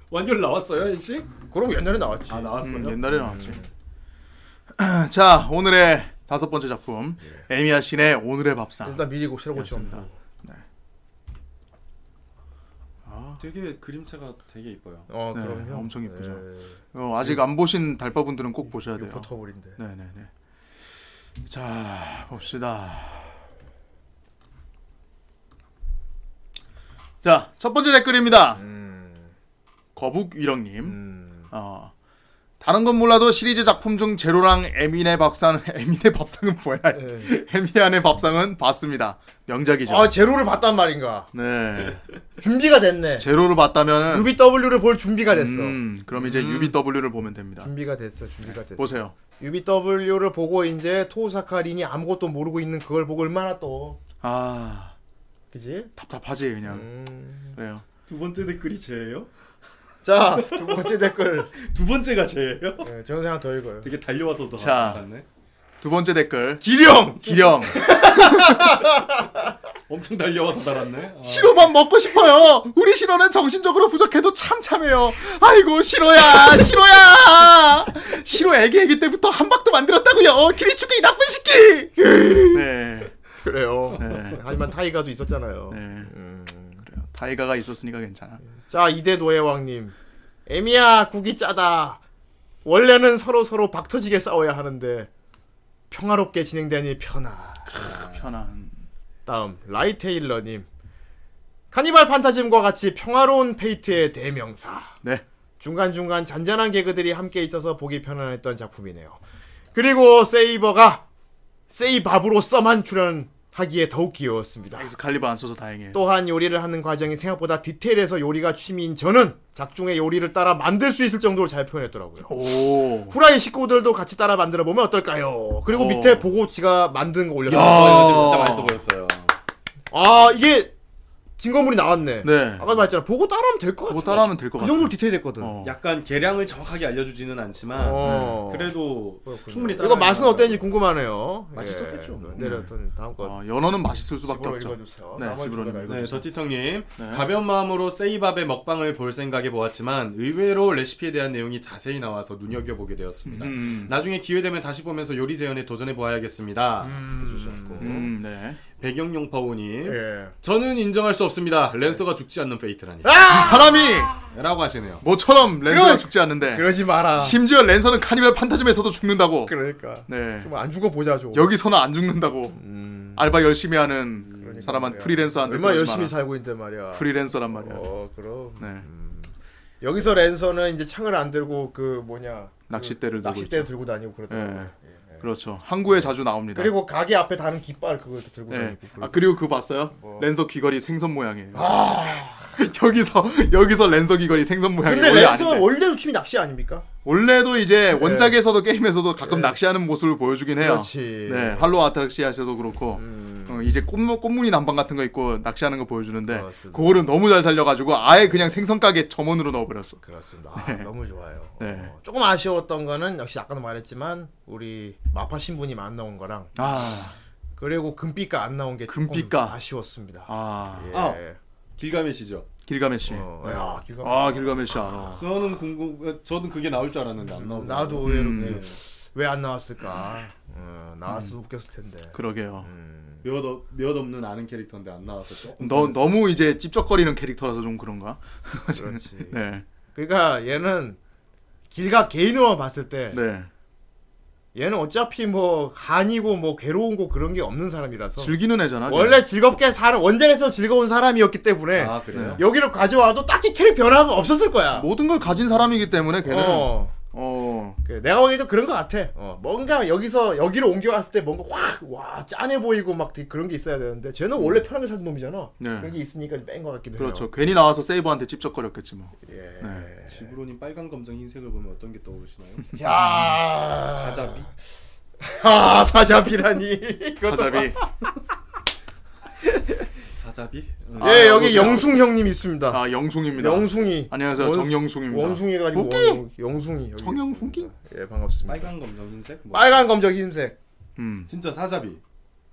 [SPEAKER 4] 완전 나왔어요, 일식?
[SPEAKER 2] 그럼 옛날에 나왔지.
[SPEAKER 4] 아, 나왔어요.
[SPEAKER 3] 음, 옛날에 나왔지. 자, 오늘의 다섯 번째 작품 에미아 신의 오늘의 밥상.
[SPEAKER 2] 예. 일단 미리 고시라고 치웁니다.
[SPEAKER 3] 예.
[SPEAKER 4] 되게 그림체가 되게 이뻐요.
[SPEAKER 2] 어
[SPEAKER 3] 네,
[SPEAKER 2] 그럼요.
[SPEAKER 3] 엄청 예쁘죠.
[SPEAKER 2] 예.
[SPEAKER 3] 어, 아직 안 보신 달빠분들은 꼭 보셔야 돼요.
[SPEAKER 2] 포터볼인데.
[SPEAKER 3] 네네네. 자 봅시다. 자 첫 번째 댓글입니다.
[SPEAKER 2] 음.
[SPEAKER 3] 거북위령님. 어 다른 건 몰라도 시리즈 작품 중 제로랑 에미네 밥상 에미네 밥상은 뭐야? 에미안의 밥상은 봤습니다. 명작이죠.
[SPEAKER 2] 아 제로를 봤단 말인가.
[SPEAKER 3] 네.
[SPEAKER 2] 준비가 됐네.
[SPEAKER 3] 제로를 봤다면은
[SPEAKER 2] UBW를 볼 준비가 됐어.
[SPEAKER 3] 음, 그럼 이제 UBW를 보면 됩니다.
[SPEAKER 2] 준비가 됐어. 준비가 됐어.
[SPEAKER 3] 보세요.
[SPEAKER 2] UBW를 보고 이제 토우사카린이 아무것도 모르고 있는 그걸 보고 얼마나 또
[SPEAKER 3] 아
[SPEAKER 2] 그지?
[SPEAKER 3] 답답하지 그냥 그래요.
[SPEAKER 4] 두 번째 댓글이 쟤예요?
[SPEAKER 2] 음. 자 두 번째 댓글.
[SPEAKER 4] 두 번째가 쟤예요?
[SPEAKER 2] 예, 저는 생각 더 읽어요.
[SPEAKER 4] 되게 달려와서 더
[SPEAKER 3] 자.
[SPEAKER 4] 같네.
[SPEAKER 3] 두 번째 댓글
[SPEAKER 2] 기령.
[SPEAKER 3] 기령
[SPEAKER 4] 엄청 달려와서 달았네. 어.
[SPEAKER 11] 시로만 먹고 싶어요. 우리 시로는 정신적으로 부족해도 참참해요. 아이고 시로야, 시로야. 시로 애기 애기 때부터 함박도 만들었다고요. 기리추기 이 나쁜 새끼.
[SPEAKER 3] 네.
[SPEAKER 2] 그래요.
[SPEAKER 3] 네.
[SPEAKER 2] 하지만 타이가도 있었잖아요.
[SPEAKER 3] 네.
[SPEAKER 2] 음.
[SPEAKER 3] 다이가가 있었으니까 괜찮아.
[SPEAKER 2] 자 이대 노예왕님 에미야 국이 짜다 원래는 서로 서로 박터지게 싸워야 하는데 평화롭게 진행되니 편하
[SPEAKER 3] 편한.
[SPEAKER 2] 다음 라이테일러님 카니발 판타즘과 같이 평화로운 페이트의 대명사
[SPEAKER 3] 네.
[SPEAKER 2] 중간중간 잔잔한 개그들이 함께 있어서 보기 편안했던 작품이네요 그리고 세이버가 세이밥으로서만 출연하기에 더욱 귀여웠습니다
[SPEAKER 3] 그래서 갈리바 안 써서 다행이에요.
[SPEAKER 2] 또한 요리를 하는 과정이 생각보다 디테일해서 요리가 취미인 저는 작중의 요리를 따라 만들 수 있을 정도로 잘 표현했더라고요.
[SPEAKER 3] 오.
[SPEAKER 2] 후라이 식구들도 같이 따라 만들어 보면 어떨까요? 그리고
[SPEAKER 3] 어.
[SPEAKER 2] 밑에 보고 지가 만든 거 올렸어요.
[SPEAKER 3] 야.
[SPEAKER 4] 이거 아, 진짜 맛있어 보였어요.
[SPEAKER 2] 아 이게 증거물이 나왔네.
[SPEAKER 3] 네.
[SPEAKER 2] 아까도 말했잖아. 보고 따라하면 될 것 같아.
[SPEAKER 3] 그거 따라하면 될 것
[SPEAKER 2] 그
[SPEAKER 3] 같아.
[SPEAKER 2] 정도 로 디테일했거든. 어.
[SPEAKER 3] 어.
[SPEAKER 4] 약간 계량을 정확하게 알려주지는 않지만 어. 네, 그래도 충분히 따라.
[SPEAKER 2] 이거 맛은 어땠는지 궁금하네요.
[SPEAKER 4] 맛있었겠죠, 뭐.
[SPEAKER 2] 내렸던 다음 거.
[SPEAKER 3] 어, 연어는 맛있을 수밖에 없죠.
[SPEAKER 2] 읽어주세요.
[SPEAKER 3] 네,
[SPEAKER 2] 나머지
[SPEAKER 3] 집으로
[SPEAKER 2] 누가
[SPEAKER 4] 네,
[SPEAKER 2] 읽어주세요.
[SPEAKER 4] 더티텅님 가벼운 마음으로 세이밥의 먹방을 볼 생각에 보았지만 의외로 레시피에 대한 내용이 자세히 나와서 눈여겨 보게 되었습니다.
[SPEAKER 3] 음.
[SPEAKER 4] 나중에 기회 되면 다시 보면서 요리 재현에 도전해 보아야겠습니다. 해주셨고
[SPEAKER 3] 음, 네.
[SPEAKER 4] 배경용 파오님
[SPEAKER 2] 예.
[SPEAKER 4] 저는 인정할 수 없습니다. 랜서가 죽지 않는 페이트라니.
[SPEAKER 3] 이 사람이
[SPEAKER 4] 라고 하시네요.
[SPEAKER 3] 모처럼 랜서가
[SPEAKER 2] 아! 그럼-
[SPEAKER 3] 죽지 않는데
[SPEAKER 2] 그러지 마라.
[SPEAKER 3] 심지어 랜서는 카니발 판타즘에서도 죽는다고.
[SPEAKER 2] 그러니까
[SPEAKER 3] 네.
[SPEAKER 2] 좀 안 죽어 보자 좀.
[SPEAKER 3] 여기서는 안 죽는다고. 알바 열심히 하는 사람한
[SPEAKER 2] 그러니까 말이야.
[SPEAKER 3] 프리랜서한테
[SPEAKER 2] 얼마나
[SPEAKER 3] 그러지
[SPEAKER 2] 열심히
[SPEAKER 3] 마라.
[SPEAKER 2] 살고 있는데 말이야.
[SPEAKER 3] 프리랜서란 말이야.
[SPEAKER 2] 어 그럼
[SPEAKER 3] 네.
[SPEAKER 2] 여기서 랜서는 이제 창을 안 들고 그 뭐냐
[SPEAKER 3] 낚싯대를 들고
[SPEAKER 2] 낚싯대
[SPEAKER 3] 있죠.
[SPEAKER 2] 들고 다니고 그러더라고.
[SPEAKER 3] 예.
[SPEAKER 2] 요
[SPEAKER 3] 그렇죠. 항구에 자주 나옵니다.
[SPEAKER 2] 그리고 가게 앞에 다른 깃발 그거 이렇게 들고
[SPEAKER 3] 예.
[SPEAKER 2] 다니고. 뭐?
[SPEAKER 3] 아 그리고 그거 봤어요? 랜서 귀걸이 생선 모양이에요. 여기서 여기서 랜서 귀걸이 생선
[SPEAKER 2] 아.
[SPEAKER 3] 모양이
[SPEAKER 2] 근데
[SPEAKER 3] 원래
[SPEAKER 2] 랜서
[SPEAKER 3] 아닌데.
[SPEAKER 2] 원래도 춤이 낚시 아닙니까?
[SPEAKER 3] 원래도 이제 원작에서도 게임에서도 가끔 낚시하는 모습을 보여주긴 해요.
[SPEAKER 2] 네. 그렇지. 음.
[SPEAKER 3] 네, 할로 아트락시아에서도 그렇고 어, 이제 꽃무, 꽃무늬 남방 같은 거 있고 낚시하는 거 보여주는데
[SPEAKER 2] 맞습니다.
[SPEAKER 3] 그거를 너무 잘 살려가지고 아예 그냥 생선 가게 점원으로 넣어버렸어.
[SPEAKER 2] 그렇습니다. 아, 너무 좋아요.
[SPEAKER 3] 네.
[SPEAKER 2] 어, 조금 아쉬웠던 거는 역시 아까도 말했지만 우리 마파 신분이 안 나온 거랑
[SPEAKER 3] 아,
[SPEAKER 2] 그리고 금빛가 안 나온 게 조금
[SPEAKER 3] 금빛가.
[SPEAKER 2] 아쉬웠습니다.
[SPEAKER 3] 아,
[SPEAKER 2] 예.
[SPEAKER 4] 아. 길가메시죠.
[SPEAKER 3] 길가메시.
[SPEAKER 2] 어, 야, 길가
[SPEAKER 3] 아, 길가메시 알아.
[SPEAKER 4] 저는 궁금, 저는 그게 나올 줄 알았는데 안 나오고.
[SPEAKER 2] 나도 의외로 그
[SPEAKER 3] 음.
[SPEAKER 2] 왜 안 나왔을까? 어, 나왔으면 웃겼을 텐데. 음,
[SPEAKER 3] 그러게요.
[SPEAKER 4] 몇, 어- 몇 없는 아는 캐릭터인데 안 나와서 조금.
[SPEAKER 3] 너, 너무 이제 찝쩍거리는 캐릭터라서 좀 그런가?
[SPEAKER 2] 그렇지.
[SPEAKER 3] 네,
[SPEAKER 2] 그러니까 얘는 길가 개인으로 봤을 때
[SPEAKER 3] 네.
[SPEAKER 2] 얘는 어차피 뭐 간이고 뭐 괴로운 거 그런 게 없는 사람이라서
[SPEAKER 3] 네. 즐기는 애잖아.
[SPEAKER 2] 원래 즐겁게 사는 원작에서 즐거운 사람이었기 때문에
[SPEAKER 4] 아 그래요?
[SPEAKER 2] 여기로 가져와도 딱히 캐릭 변화가 없었을 거야.
[SPEAKER 3] 모든 걸 가진 사람이기 때문에 뭐 걔는 어,
[SPEAKER 2] 어. 그래, 내가 보기에도 그런 것 같아. 어, 뭔가 여기서 여기로 옮겨왔을 때 뭔가 확와 짠해 보이고 막 되게 그런 게 있어야 되는데 쟤는 원래 편하게 살던 놈이잖아.
[SPEAKER 3] 음. 네.
[SPEAKER 2] 그런 게 있으니까 뺀 것 같기도
[SPEAKER 3] 그렇죠.
[SPEAKER 2] 해요.
[SPEAKER 3] 괜히 나와서 세이버한테 찝쩍거렸겠지 뭐.
[SPEAKER 2] 예.
[SPEAKER 4] 네. 지브로님 빨간 검정 흰색을 보면 어떤 게 떠오르시나요?
[SPEAKER 2] 야
[SPEAKER 3] 음.
[SPEAKER 4] 사자비?
[SPEAKER 2] 아, 사자비라니. 그것도
[SPEAKER 3] 사자비.
[SPEAKER 4] 사자비? 응.
[SPEAKER 2] 예,
[SPEAKER 3] 아,
[SPEAKER 2] 여기
[SPEAKER 3] 그렇구나.
[SPEAKER 2] 영숭 형님 있습니다.
[SPEAKER 3] 아, 영숭입니다.
[SPEAKER 2] 영숭이.
[SPEAKER 3] 안녕하세요.
[SPEAKER 2] 원-
[SPEAKER 3] 정영숭입니다.
[SPEAKER 2] 원숭이가 아니고
[SPEAKER 3] 오케이.
[SPEAKER 2] 원- 영숭이. 여기
[SPEAKER 3] 정영숭기?
[SPEAKER 2] 있습니다. 예, 반갑습니다. 빨간,
[SPEAKER 4] 빨간 검정 흰색?
[SPEAKER 2] 아.
[SPEAKER 4] 뭐.
[SPEAKER 2] 검정 흰색.
[SPEAKER 3] 음.
[SPEAKER 4] 진짜 사자비.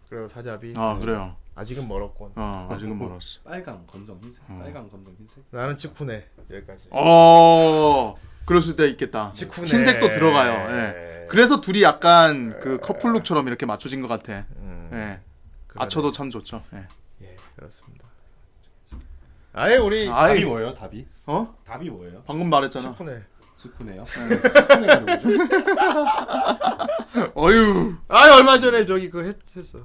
[SPEAKER 2] 그리고 사자비.
[SPEAKER 3] 아, 그래요.
[SPEAKER 2] 아직은 멀었군.
[SPEAKER 3] 아, 아직은 멀었어.
[SPEAKER 4] 빨강 검정 흰색. 빨강 검정 흰색.
[SPEAKER 2] 나는 직후네. 여기까지.
[SPEAKER 3] 어, 그랬을 때 있겠다.
[SPEAKER 2] 직후네.
[SPEAKER 3] 아,
[SPEAKER 2] 네.
[SPEAKER 3] 흰색도 들어가요. 예. 그래서 둘이 약간 그 커플룩처럼 이렇게 맞춰진 것 같아.
[SPEAKER 2] 음.
[SPEAKER 3] 예. 아쳐도 참 좋죠. 예.
[SPEAKER 2] 예, 그렇습니다. 아예 우리
[SPEAKER 3] 아이,
[SPEAKER 4] 답이 뭐예요? 답이?
[SPEAKER 3] 어?
[SPEAKER 4] 답이 뭐예요?
[SPEAKER 3] 방금 말했잖아.
[SPEAKER 2] 직후네.
[SPEAKER 4] 스푼이에요? 스푼이가 누구죠?
[SPEAKER 3] 어유.
[SPEAKER 2] 아예 얼마 전에 저기 그 했, 했어.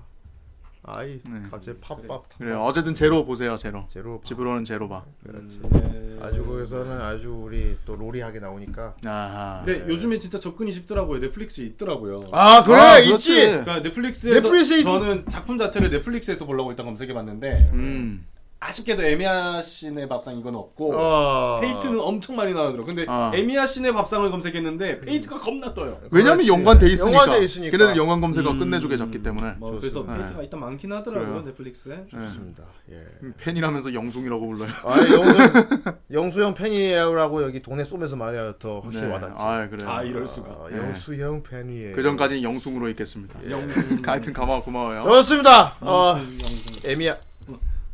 [SPEAKER 2] 아이 갑자기 팝팝
[SPEAKER 3] 네. 그래. 어쨌든 제로 보세요. 제로.
[SPEAKER 2] 제로 봐.
[SPEAKER 3] 집으로는 제로 봐.
[SPEAKER 4] 네.
[SPEAKER 2] 아주 거기서는 아주 우리 또 로리하게 나오니까.
[SPEAKER 3] 아하.
[SPEAKER 2] 네.
[SPEAKER 4] 근데 요즘에 진짜 접근이 쉽더라고요. 넷플릭스에 있더라고요.
[SPEAKER 2] 아 그래
[SPEAKER 3] 아, 그렇지.
[SPEAKER 2] 있지.
[SPEAKER 4] 그러니까 넷플릭스에서
[SPEAKER 2] 넷플릭스에 있-
[SPEAKER 4] 저는 작품 자체를 넷플릭스에서 보려고 일단 검색해봤는데
[SPEAKER 3] 음.
[SPEAKER 4] 아쉽게도 에미아 씨네 밥상 이건 없고
[SPEAKER 2] 어.
[SPEAKER 4] 페이트는 엄청 많이 나오더라고. 근데
[SPEAKER 3] 아.
[SPEAKER 4] 에미아 씨네 밥상을
[SPEAKER 3] 음.
[SPEAKER 4] 검색했는데 페이트가 겁나 떠요.
[SPEAKER 3] 왜냐면
[SPEAKER 2] 그렇지.
[SPEAKER 3] 연관돼 있으니까.
[SPEAKER 2] 연관돼 있으니까. 음.
[SPEAKER 3] 걔네들 연관 검색어 끝내주게 잡기 때문에.
[SPEAKER 4] 뭐 그래서
[SPEAKER 3] 좋습니다. 네.
[SPEAKER 4] 페이트가 일단 많긴 하더라고요
[SPEAKER 3] 그래요. 네.
[SPEAKER 4] 넷플릭스에.
[SPEAKER 2] 좋습니다. 예.
[SPEAKER 3] 팬이라면서 영숭이라고 불러요.
[SPEAKER 2] 아 영수 영수형 팬이라고 여기 동네 쏘면서 말이야 더 확실히 와닿지.
[SPEAKER 3] 아, 예. 그래요.
[SPEAKER 4] 아 이럴 수가.
[SPEAKER 2] 아, 영수형 팬이에요.
[SPEAKER 3] 그
[SPEAKER 2] 예.
[SPEAKER 3] 전까지는 영숭으로 있겠습니다.
[SPEAKER 4] 영수
[SPEAKER 2] 어,
[SPEAKER 3] 하여튼 가마 고마워요.
[SPEAKER 2] 좋습니다. 어 에미야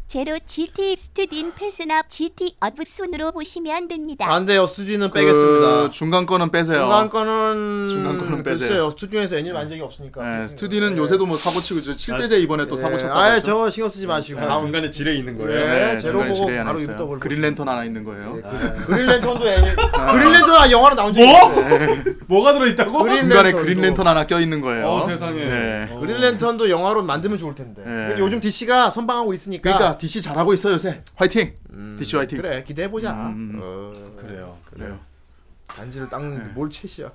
[SPEAKER 5] 제로 GT 스튜딘 패스나 GT 어브순으로 보시면 됩니다.
[SPEAKER 2] 안 돼요. 수지는 빼겠습니다.
[SPEAKER 3] 그 중간 거는 빼세요.
[SPEAKER 2] 중간 거는
[SPEAKER 3] 중간 거는 빼세요.
[SPEAKER 2] 글쎄요. 스튜디오에서 애니를 만든 적이 없으니까. 네.
[SPEAKER 3] 네, 스튜디는 요새도 뭐 사고 치고 저 7대제 이번에 또 사고 쳤다고
[SPEAKER 2] 예. 아, 아예
[SPEAKER 3] 했죠?
[SPEAKER 2] 저거 신경 쓰지 마시고.
[SPEAKER 3] 아,
[SPEAKER 2] 다음.
[SPEAKER 4] 중간에 지뢰 있는 거예요.
[SPEAKER 2] 네,
[SPEAKER 3] 네,
[SPEAKER 2] 제로
[SPEAKER 3] 중간에
[SPEAKER 2] 보고
[SPEAKER 3] 지뢰 하나
[SPEAKER 2] 바로
[SPEAKER 3] 있어요.
[SPEAKER 2] 입덕을 보고.
[SPEAKER 3] 그린랜턴 하나 있는 거예요.
[SPEAKER 2] 그린랜턴도 애니. 그린랜턴 아 영화로 나온 적이
[SPEAKER 4] 뭐?
[SPEAKER 2] 있어요.
[SPEAKER 4] 뭐가 들어있다고?
[SPEAKER 3] 중간에 그린랜턴 하나 껴 있는 거예요.
[SPEAKER 4] 어, 세상에.
[SPEAKER 3] 네.
[SPEAKER 2] 그린랜턴도 영화로 만드는 좋을 텐데. 근데 요즘 DC가 선방하고 있으니까.
[SPEAKER 3] 그러니까 DC 잘하고 있어 요새. 화이팅. DC 화이팅.
[SPEAKER 2] 음, 그래 기대해 보자. 어.
[SPEAKER 4] 그래요.
[SPEAKER 3] 그래요.
[SPEAKER 2] 단지를 닦는 뭘 채시야.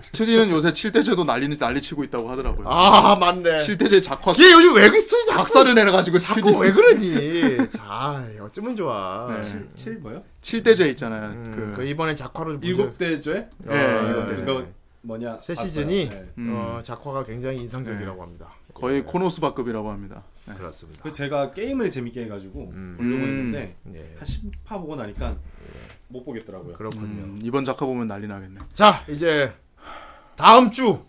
[SPEAKER 3] 스튜디는 요새 7대제도 난리 난리 치고 있다고 하더라고요.
[SPEAKER 2] 아 맞네.
[SPEAKER 3] 7대제 작화.
[SPEAKER 2] 걔 요즘 왜 그랬어? 자꾸-
[SPEAKER 3] 박살을 내려가지고 스튜디.
[SPEAKER 2] 예! 자꾸 왜 그러니? 자 어쩌면 좋아.
[SPEAKER 3] 네.
[SPEAKER 2] 칠-
[SPEAKER 4] 그 칠 뭐요?
[SPEAKER 3] 7대제 있잖아요. 그,
[SPEAKER 2] 그 이번에 작화로 좀 보자.
[SPEAKER 4] 일곱 대죄? 아,
[SPEAKER 3] 예, 일곱 대.
[SPEAKER 4] 그거 뭐냐?
[SPEAKER 2] 새
[SPEAKER 4] 봤어요.
[SPEAKER 2] 시즌이
[SPEAKER 4] 네.
[SPEAKER 2] 어, 작화가 굉장히 인상적이라고 합니다.
[SPEAKER 3] 거의 코노스바급이라고 합니다. 네.
[SPEAKER 2] 그렇습니다.
[SPEAKER 4] 그 제가 게임을 재밌게 해가지고
[SPEAKER 3] 음.
[SPEAKER 4] 보려고 했는데
[SPEAKER 2] 예.
[SPEAKER 4] 한 10파 보고 나니까 못 보겠더라고요.
[SPEAKER 2] 그렇군요.
[SPEAKER 3] 음, 이번 작화 보면 난리 나겠네.
[SPEAKER 2] 자 이제 다음 주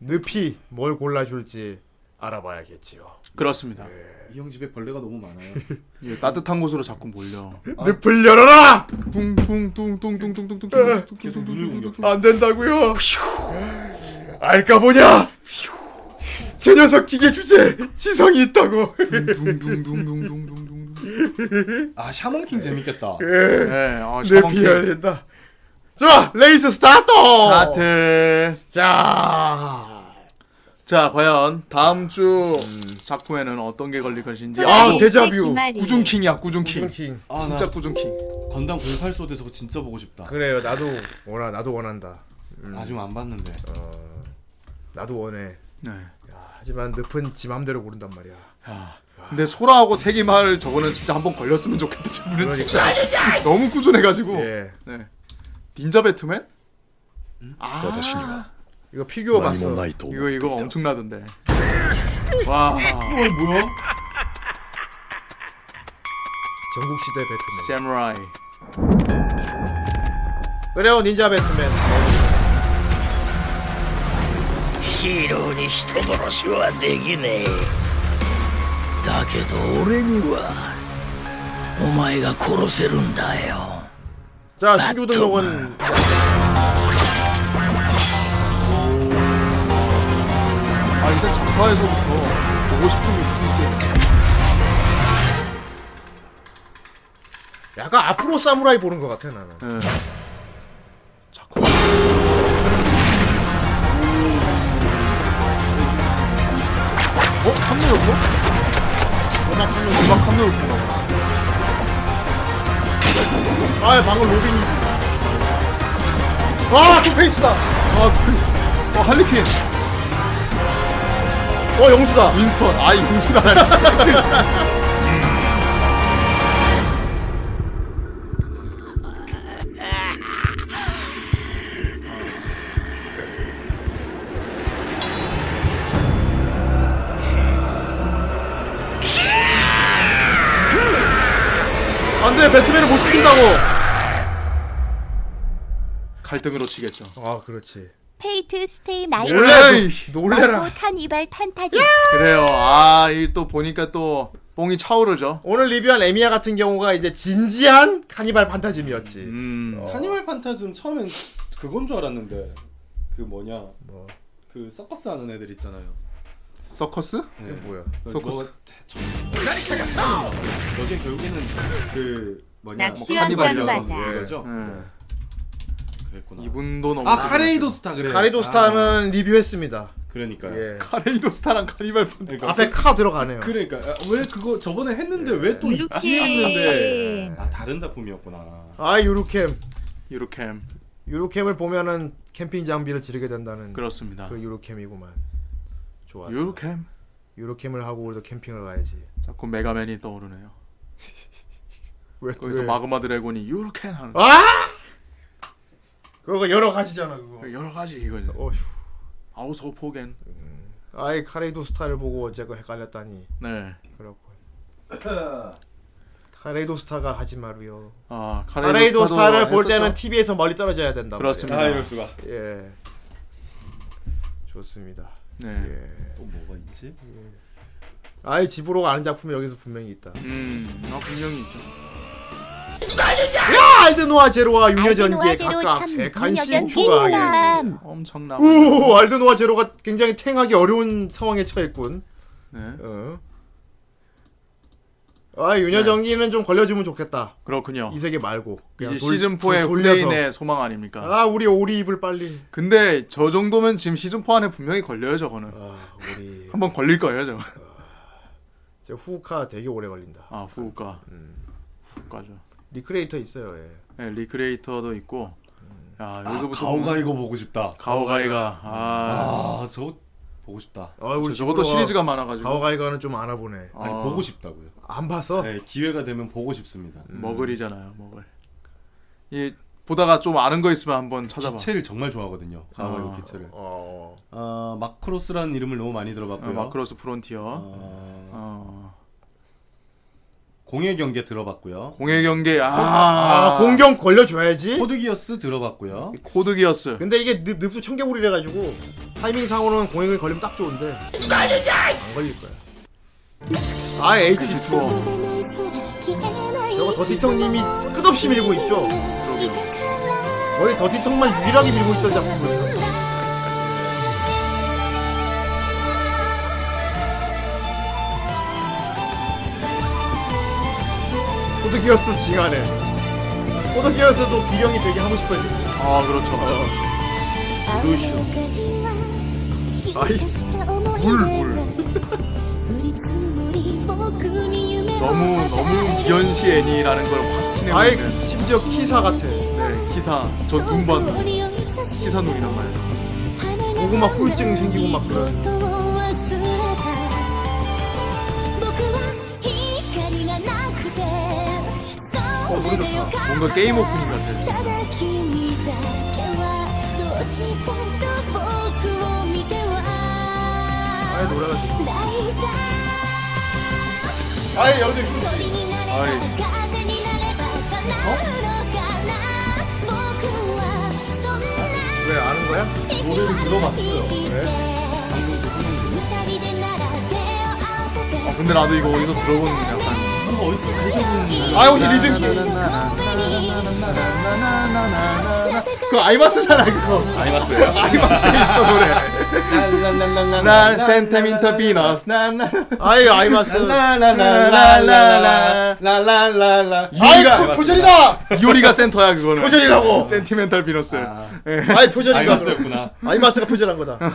[SPEAKER 2] 늪이 뭘 골라줄지 알아봐야겠지요.
[SPEAKER 3] 그렇습니다.
[SPEAKER 2] 예.
[SPEAKER 4] 이 형 집에 벌레가 너무 많아요.
[SPEAKER 3] 예, 따뜻한 곳으로 자꾸 몰려.
[SPEAKER 2] 늪을 열어라. 예.
[SPEAKER 3] 둥둥둥둥둥둥둥둥둥.
[SPEAKER 4] 계속 눈을 공격.
[SPEAKER 2] 안 된다고요. 알까 보냐? 저 녀석 기계 주제 지성이 있다고.
[SPEAKER 3] 둥둥둥둥둥둥둥.
[SPEAKER 4] 아 샤먼킹 재밌겠다.
[SPEAKER 3] 네, 어,
[SPEAKER 2] 늪이
[SPEAKER 3] 샤먼킹.
[SPEAKER 2] 열린다. 자 레이스 스타트.
[SPEAKER 3] 하트.
[SPEAKER 2] 자.
[SPEAKER 3] 자, 과연 다음 주 작품에는 어떤 게 걸릴 것인지.
[SPEAKER 2] 아, 데자뷰.
[SPEAKER 3] 꾸준킹이야, 꾸준킹.
[SPEAKER 2] 킹.
[SPEAKER 4] 아, 나
[SPEAKER 3] 진짜 꾸준킹.
[SPEAKER 4] 건담 08소 돼서 진짜 보고 싶다.
[SPEAKER 2] 그래요. 나도 원하. 나도 원한다.
[SPEAKER 4] 아직 안 봤는데.
[SPEAKER 2] 나도 원해.
[SPEAKER 3] 네.
[SPEAKER 2] 하지만 늪은 지 맘대로 고른단 말이야.
[SPEAKER 3] 근데 소라하고 세기말 저거는 진짜 한번 걸렸으면 좋겠다. 저분은 진짜 너무 꾸준해가지고.
[SPEAKER 2] 예.
[SPEAKER 3] 네. 닌자 배트맨? 음. 아.
[SPEAKER 2] 이거 피규어 봤어.
[SPEAKER 3] 이거 이거 엄청나던데. 와,
[SPEAKER 4] 어 뭐야?
[SPEAKER 2] 전국 시대
[SPEAKER 3] 네.
[SPEAKER 2] 배트맨.
[SPEAKER 3] 사무라이.
[SPEAKER 2] 그래요. 닌자 배트맨.
[SPEAKER 12] ヒーローに人殺しはできねえだけど俺にはお前が殺せるんだよ
[SPEAKER 2] 자 신규 등록은
[SPEAKER 3] 아 일단 작화에서부터 보고 싶은 게 있는데.
[SPEAKER 2] 약간 앞으로 사무라이 보는 것 같아 나는.
[SPEAKER 3] 어? 한명 없어? 워낙 한명 음악 한명 없구나.
[SPEAKER 2] 아 방금 로빈이지. 와 투페이스다.
[SPEAKER 3] 그 아, 그, 어, 할리퀸.
[SPEAKER 2] 어 영수다.
[SPEAKER 3] 윈스턴. 아이, 공수다.
[SPEAKER 2] 안돼 배트맨을 못 죽인다고.
[SPEAKER 3] 갈등으로 치겠죠.
[SPEAKER 2] 아 그렇지.
[SPEAKER 5] 페이트 스테이 나이트
[SPEAKER 3] 에이!
[SPEAKER 2] 놀래라.
[SPEAKER 5] 카니발 판타지
[SPEAKER 3] 그래요. 아, 이 또 보니까 또 뽕이 차오르죠.
[SPEAKER 2] 오늘 리뷰한 에미야 같은 경우가 이제 진지한 카니발 판타즘이었지.
[SPEAKER 3] 음.
[SPEAKER 4] 카니발 판타즘 처음엔 그건 줄 알았는데 그 뭐냐 그 서커스 하는 애들 있잖아요.
[SPEAKER 3] 서커스?
[SPEAKER 4] 네.
[SPEAKER 2] 뭐야?
[SPEAKER 3] 서커스.
[SPEAKER 4] 뭐 태- 저- 저게 결국에는 그 뭐냐
[SPEAKER 5] 낚시왕
[SPEAKER 4] 카니발이라서
[SPEAKER 5] 장바다.
[SPEAKER 4] 그런 거죠.
[SPEAKER 3] 네.
[SPEAKER 4] 그랬구나.
[SPEAKER 3] 이분도 너무.
[SPEAKER 4] 아 카레이도 스타 그래. 아.
[SPEAKER 2] 가리도 스타는 리뷰했습니다.
[SPEAKER 4] 그러니까요.
[SPEAKER 2] 예.
[SPEAKER 3] 카레이도 스타랑 카니발 판.
[SPEAKER 4] 그러니까
[SPEAKER 2] 앞에 카 들어가네요.
[SPEAKER 4] 그러니까 아, 왜 그거 저번에 했는데 왜 또
[SPEAKER 13] 이렇게.
[SPEAKER 4] 있지 했는데 아 다른 작품이었구나.
[SPEAKER 2] 아 유로캠.
[SPEAKER 3] 이렇게.
[SPEAKER 2] 유로캠을 보면은 캠핑 장비를 지르게 된다는 그
[SPEAKER 3] 그렇습니다.
[SPEAKER 2] 유로캠이구만. 좋았어.
[SPEAKER 3] 이렇게.
[SPEAKER 2] 유로캠을 하고 우리도 캠핑을 가야지.
[SPEAKER 3] 자꾸 메가맨이 떠오르네요.
[SPEAKER 2] 왜
[SPEAKER 3] 거기서
[SPEAKER 2] 왜?
[SPEAKER 3] 마그마 드래곤이 이렇게 하는. 거.
[SPEAKER 2] 아! 그거 여러 가지잖아 그거.
[SPEAKER 3] 여러 가지 이거죠.
[SPEAKER 2] 어휴.
[SPEAKER 3] 아우소 포겐.
[SPEAKER 2] 아이 카레이도 스타를 보고 어제가 헷갈렸다니.
[SPEAKER 3] 네.
[SPEAKER 2] 그렇군. 카레이도 스타가 하지 마루요.
[SPEAKER 3] 아
[SPEAKER 2] 카레이도
[SPEAKER 3] 스타도
[SPEAKER 2] 스타를 볼 때는
[SPEAKER 3] 했었죠.
[SPEAKER 2] TV에서 멀리 떨어져야 된다.
[SPEAKER 3] 그렇습니다.
[SPEAKER 4] 아 이럴 수가.
[SPEAKER 2] 예. 좋습니다.
[SPEAKER 3] 네.
[SPEAKER 2] 예.
[SPEAKER 4] 또 뭐가 있지?
[SPEAKER 2] 아예 집으로 가는 작품이 여기서 분명히 있다.
[SPEAKER 3] 음, 아 분명히 있죠.
[SPEAKER 2] 야 알드노아 제로와 유녀 전기에
[SPEAKER 14] 제로
[SPEAKER 2] 각각
[SPEAKER 14] 참
[SPEAKER 2] 세칸
[SPEAKER 14] 유녀
[SPEAKER 2] 씩
[SPEAKER 14] 전기
[SPEAKER 2] 추가하겠습니다.
[SPEAKER 3] 엄청나.
[SPEAKER 2] 우 알드노아 제로가 굉장히 탱하기 어려운 상황에 처했군.
[SPEAKER 3] 네.
[SPEAKER 2] 어. 아 유녀 전기는 좀 걸려주면 좋겠다.
[SPEAKER 3] 그렇군요.
[SPEAKER 2] 이 세계 말고
[SPEAKER 3] 네. 이제
[SPEAKER 2] 그냥 돌-
[SPEAKER 3] 시즌 4의
[SPEAKER 2] 돌- 돌려서.
[SPEAKER 3] 후레인의 소망 아닙니까?
[SPEAKER 2] 아 우리 오리 입을 빨리.
[SPEAKER 3] 근데 저 정도면 지금 시즌 4 안에 분명히 걸려요 저거는.
[SPEAKER 2] 아, 우리
[SPEAKER 3] 한번 걸릴 거예요 저거.
[SPEAKER 2] 저 후카 되게 오래 걸린다.
[SPEAKER 3] 아 후우가. 후우가죠.
[SPEAKER 2] 리크레이터 있어요. 예.
[SPEAKER 3] 네, 리크레이터도 있고. 야
[SPEAKER 2] 음.
[SPEAKER 3] 여기서부터
[SPEAKER 4] 아,
[SPEAKER 2] 아,
[SPEAKER 4] 가오가 이거 보고 싶다.
[SPEAKER 3] 가오가이가 아,
[SPEAKER 4] 아, 저거 보고 싶다.
[SPEAKER 2] 아, 우리
[SPEAKER 3] 저것도 시리즈가 많아가지고.
[SPEAKER 2] 가오가이가는 좀 알아보네.
[SPEAKER 4] 아니
[SPEAKER 3] 아.
[SPEAKER 4] 보고 싶다고요.
[SPEAKER 2] 안 봤어?
[SPEAKER 4] 네, 기회가 되면 보고 싶습니다.
[SPEAKER 3] 음. 뭐 머글이잖아요 머글. 이 보다가 좀 아는 거 있으면 한번 찾아봐.
[SPEAKER 4] 기체를 정말 좋아하거든요. 가오가 이거
[SPEAKER 3] 아.
[SPEAKER 4] 기체를.
[SPEAKER 2] 어.
[SPEAKER 4] 아, 마크로스라는 이름을 너무 많이 들어봤고요. 아.
[SPEAKER 3] 어, 마크로스 프론티어.
[SPEAKER 4] 공의 경계 들어봤고요.
[SPEAKER 3] 공의 경계. 아,
[SPEAKER 2] 아, 공경 걸려줘야지.
[SPEAKER 4] 코드기어스 들어봤고요.
[SPEAKER 3] 코드 기어스.
[SPEAKER 2] 근데 이게 늪, 늪도 청개구리래 가지고 타이밍 상으로는 공행을 걸리면 딱 좋은데 안 걸릴 거야. 아 H2O. 저거 더티텅님이 끝없이 밀고 있죠. 거의 더티텅만 유일하게 밀고 있던 작품이에요. 코드기어스 징하네. 코드기어스도 비령이 되게 하고 싶어요.
[SPEAKER 3] 아 그렇죠. 루시오. 너무 너무 미연시 애니라는 걸 확 티내고
[SPEAKER 2] 아예
[SPEAKER 3] 있는
[SPEAKER 2] 심지어 키사 같아.
[SPEAKER 3] 네, 기사 저 눈반 기사 눈이란 말이야.
[SPEAKER 2] 보고 막 후유증 생기고 막 그래.
[SPEAKER 5] それでよかった
[SPEAKER 3] 어, 뭔가 게임 오프닝 같아.
[SPEAKER 5] ただ君だけはどうしてと僕を見ては
[SPEAKER 2] 아예 노래가 좋고.
[SPEAKER 5] 泣いた
[SPEAKER 2] 아예 여기도 있어.
[SPEAKER 5] 鳥になれば風になれば叶うのかな僕はそんな
[SPEAKER 2] 왜 아는 거야? 노래를 들어봤어요.
[SPEAKER 5] 二人でなら手を合わせて
[SPEAKER 3] 근데 나도 이거 어디서 들어본 약간.
[SPEAKER 2] 아 혹시 리듬 씨?
[SPEAKER 3] 그 아이마스잖아 그거.
[SPEAKER 4] 아이마스예요?
[SPEAKER 3] 아이마스 있어 노래. 난 센타민터 비너스 난 난.
[SPEAKER 2] 아예 아이마스.
[SPEAKER 3] 라라라라라라.
[SPEAKER 4] 라라라라.
[SPEAKER 3] 아이 그 표절이다. 이효리가 센터야 그거는.
[SPEAKER 2] 표절이라고.
[SPEAKER 3] 센티멘탈 비너스. 예.
[SPEAKER 2] 아예 표절인가?
[SPEAKER 4] 아이마스였구나.
[SPEAKER 2] 아이마스가 표절한 거다.
[SPEAKER 4] 아,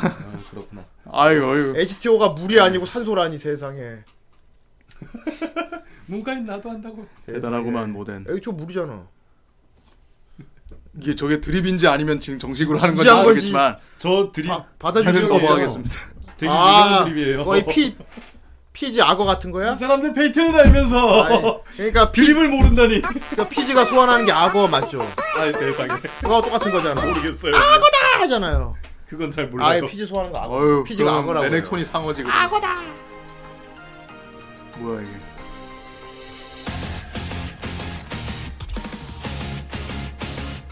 [SPEAKER 4] 그렇구나.
[SPEAKER 3] 아이고 아이고.
[SPEAKER 2] H.T.O.가 물이 아니고 산소라니 세상에.
[SPEAKER 4] 문과인 나도 한다고.
[SPEAKER 2] 예.
[SPEAKER 3] 대단하구만 모덴.
[SPEAKER 2] H.O. 물이잖아.
[SPEAKER 3] 이게 저게 드립인지 아니면 지금 정식으로 하는 건지
[SPEAKER 2] 진지한 건지.
[SPEAKER 3] 모르겠지만
[SPEAKER 4] 저 드립
[SPEAKER 3] 하여튼
[SPEAKER 2] 받아주시는
[SPEAKER 3] 넘어가겠습니다.
[SPEAKER 4] 되게
[SPEAKER 2] 아,
[SPEAKER 4] 유명한 드립이에요.
[SPEAKER 2] 거의 피 피지 악어 같은 거야?
[SPEAKER 4] 이 사람들 페이트를 알면서
[SPEAKER 2] 아니, 그러니까 피,
[SPEAKER 4] 드립을 모른다니.
[SPEAKER 2] 그러니까 피지가 소환하는 게 악어 맞죠?
[SPEAKER 4] 아 세상에
[SPEAKER 2] 그거 똑같은 거잖아.
[SPEAKER 4] 모르겠어요.
[SPEAKER 2] 아, 하잖아요.
[SPEAKER 4] 그건 잘 몰라요.
[SPEAKER 2] 아예 피지 소환하는 거 악어.
[SPEAKER 3] 어휴,
[SPEAKER 2] 피지가
[SPEAKER 3] 그럼
[SPEAKER 2] 악어라고. 아!
[SPEAKER 3] 레넥톤이 상어지 그래. 악어다. 뭐야 이게?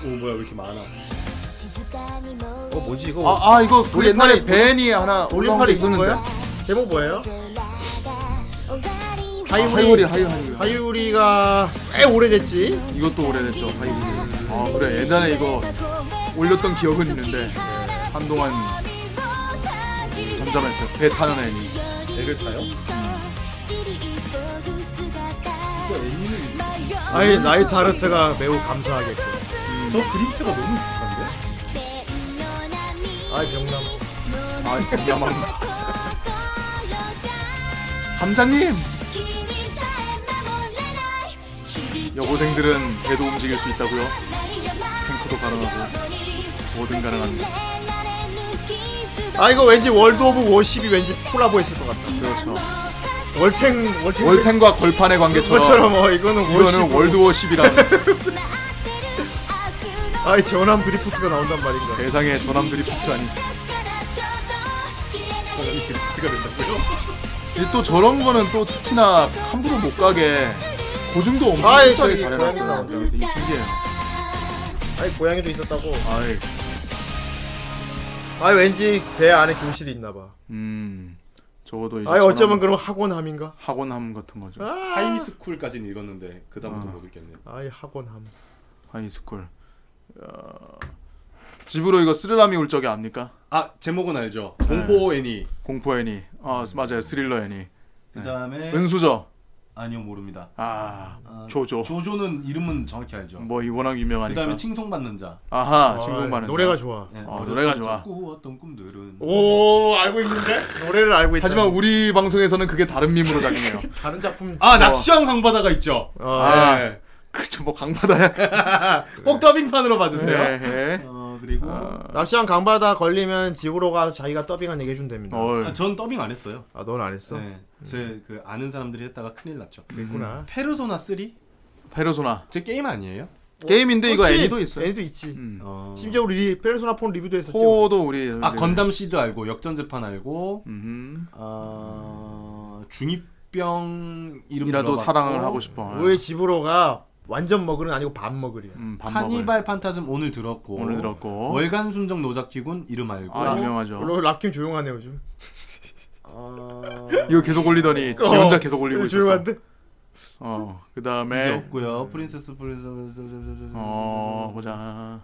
[SPEAKER 4] 오 뭐야 왜 이렇게 많아?
[SPEAKER 5] 静かにもう
[SPEAKER 2] 어 뭐지 이거?
[SPEAKER 3] 아, 아 이거 그
[SPEAKER 2] 돌림팔이-
[SPEAKER 3] 옛날에 벤이 하나 올라온 게
[SPEAKER 2] 돌림팔이 아, 있는
[SPEAKER 3] 있었는데.
[SPEAKER 2] 거야? 제목 뭐예요?
[SPEAKER 5] 終わり
[SPEAKER 3] 아, 하이오리 하이오리 하이오리.
[SPEAKER 2] 하이우리가 꽤 오래됐지.
[SPEAKER 3] 이것도 오래됐죠 하이오리. 아 그래 예전에 이거 올렸던 기억은 있는데 예, 한동안 잠잠했어요. 배 타는 애니.
[SPEAKER 4] 애를 타요? 진짜 애니는
[SPEAKER 2] 아예 나이트 아르트가 매우 감사하겠고.
[SPEAKER 4] 저 그림체가 너무 익숙한데?
[SPEAKER 2] 아이 병남.
[SPEAKER 3] 아 야만. 함장님. 여고생들은 배도 움직일 수 있다고요? 탱크도 가능하고 뭐든 가능합니다.
[SPEAKER 2] 아 이거 왠지 월드 오브 워십이 왠지 콜라보했을 것 같다.
[SPEAKER 3] 그렇죠.
[SPEAKER 2] 월탱 월탱
[SPEAKER 3] 월펜과 걸판의 관계처럼
[SPEAKER 2] 것처럼 어 이거는
[SPEAKER 3] 이거는
[SPEAKER 2] 워십.
[SPEAKER 3] 월드워십이라는
[SPEAKER 2] 아이 전함 드리프트가 나온단 말인가.
[SPEAKER 3] 세상의 전함들이 폭주하니
[SPEAKER 4] 그가 된다고요?
[SPEAKER 3] 이게 또 저런 거는 또 특히나 함부로 못 가게 고증도 엄청
[SPEAKER 2] 아이,
[SPEAKER 3] 철저하게
[SPEAKER 2] 저기
[SPEAKER 3] 잘
[SPEAKER 2] 고양이
[SPEAKER 3] 해놨어요.
[SPEAKER 2] 나오죠.
[SPEAKER 3] 되게 신기해요.
[SPEAKER 2] 아이 고양이도 있었다고.
[SPEAKER 3] 아이,
[SPEAKER 2] 아이 왠지 배 안에 교실이 있나 봐.
[SPEAKER 3] 음, 적어도 이제
[SPEAKER 2] 아니 어쩌면
[SPEAKER 3] 저런
[SPEAKER 2] 그럼 학원함인가?
[SPEAKER 3] 학원함 같은 거죠.
[SPEAKER 2] 아.
[SPEAKER 4] 하이스쿨까지는 읽었는데 그 다음부터
[SPEAKER 3] 아.
[SPEAKER 4] 못 읽겠네요.
[SPEAKER 2] 아이 학원함.
[SPEAKER 3] 하이스쿨. 어, 집으로 이거 스릴람이 올 적이 압니까?
[SPEAKER 4] 아 제목은 알죠. 공포 애니.
[SPEAKER 3] 공포 애니. 아 맞아요 스릴러 애니.
[SPEAKER 4] 네. 그 다음에
[SPEAKER 3] 은수저.
[SPEAKER 4] 아니요 모릅니다.
[SPEAKER 3] 아,
[SPEAKER 4] 아,
[SPEAKER 3] 조조.
[SPEAKER 4] 조조는 이름은 정확히 알죠.
[SPEAKER 3] 뭐 이 워낙
[SPEAKER 4] 그
[SPEAKER 3] 유명하니까.
[SPEAKER 4] 다음에 칭송받는 자.
[SPEAKER 3] 아하
[SPEAKER 2] 아,
[SPEAKER 3] 신곡만은
[SPEAKER 2] 노래가 좋아.
[SPEAKER 4] 네,
[SPEAKER 3] 어, 노래가 좋아.
[SPEAKER 4] 꾸었던 꿈들은
[SPEAKER 2] 오 알고 있는데 노래를 알고 있다.
[SPEAKER 3] 하지만 우리 방송에서는 그게 다른 밈으로 작용해요.
[SPEAKER 2] 다른 작품
[SPEAKER 4] 아 낚시왕 강바다가 있죠.
[SPEAKER 3] 아,
[SPEAKER 4] 네.
[SPEAKER 3] 그렇죠. 뭐 강바다야.
[SPEAKER 4] 꼭 더빙판으로 봐주세요.
[SPEAKER 3] 네.
[SPEAKER 4] 어 그리고
[SPEAKER 2] 낚시한 강바다 걸리면 집으로 가서 자기가 더빙한 얘기 해준답니다.
[SPEAKER 4] 아,
[SPEAKER 3] 어,
[SPEAKER 4] 전 더빙 안 했어요.
[SPEAKER 2] 아, 넌 안 했어?
[SPEAKER 4] 네, 제 그 아는 사람들이 했다가 큰일 났죠.
[SPEAKER 3] 음.
[SPEAKER 2] 그랬구나.
[SPEAKER 4] 페르소나 3?
[SPEAKER 3] 페르소나.
[SPEAKER 4] 제 게임 아니에요?
[SPEAKER 3] 게임인데 이거
[SPEAKER 2] 그렇지.
[SPEAKER 3] 애니도 있어요. 음.
[SPEAKER 2] 애니도 있지.
[SPEAKER 4] 어.
[SPEAKER 2] 심지어 우리 페르소나 폰 리뷰도 했었지.
[SPEAKER 3] 포도 우리
[SPEAKER 4] 아 건담 시드 알고 역전 재판 알고
[SPEAKER 3] 음.
[SPEAKER 4] 어, 중이병 이름
[SPEAKER 3] 이라도
[SPEAKER 4] 물어봤고,
[SPEAKER 3] 사랑을 하고 싶어.
[SPEAKER 2] 우리 집으로가 완전 먹으은 아니고 밥 먹으리야.
[SPEAKER 3] 음, 밥 먹을.
[SPEAKER 4] 카니발 판타즘 오늘 들었고
[SPEAKER 3] 오늘 들었고.
[SPEAKER 4] 월간 순정 노자키군 이름 알고
[SPEAKER 3] 아 유명하죠.
[SPEAKER 2] 물론 랍킴 조용하네 요즘.
[SPEAKER 4] 어,
[SPEAKER 3] 이거 계속 올리더니 지 혼자 계속 올리고
[SPEAKER 2] 어,
[SPEAKER 3] 있었어.
[SPEAKER 2] 조용한데?
[SPEAKER 3] 어, 그
[SPEAKER 4] 이제
[SPEAKER 3] 다음에
[SPEAKER 4] 없고요 프린세스 프린세스
[SPEAKER 3] 어 보자.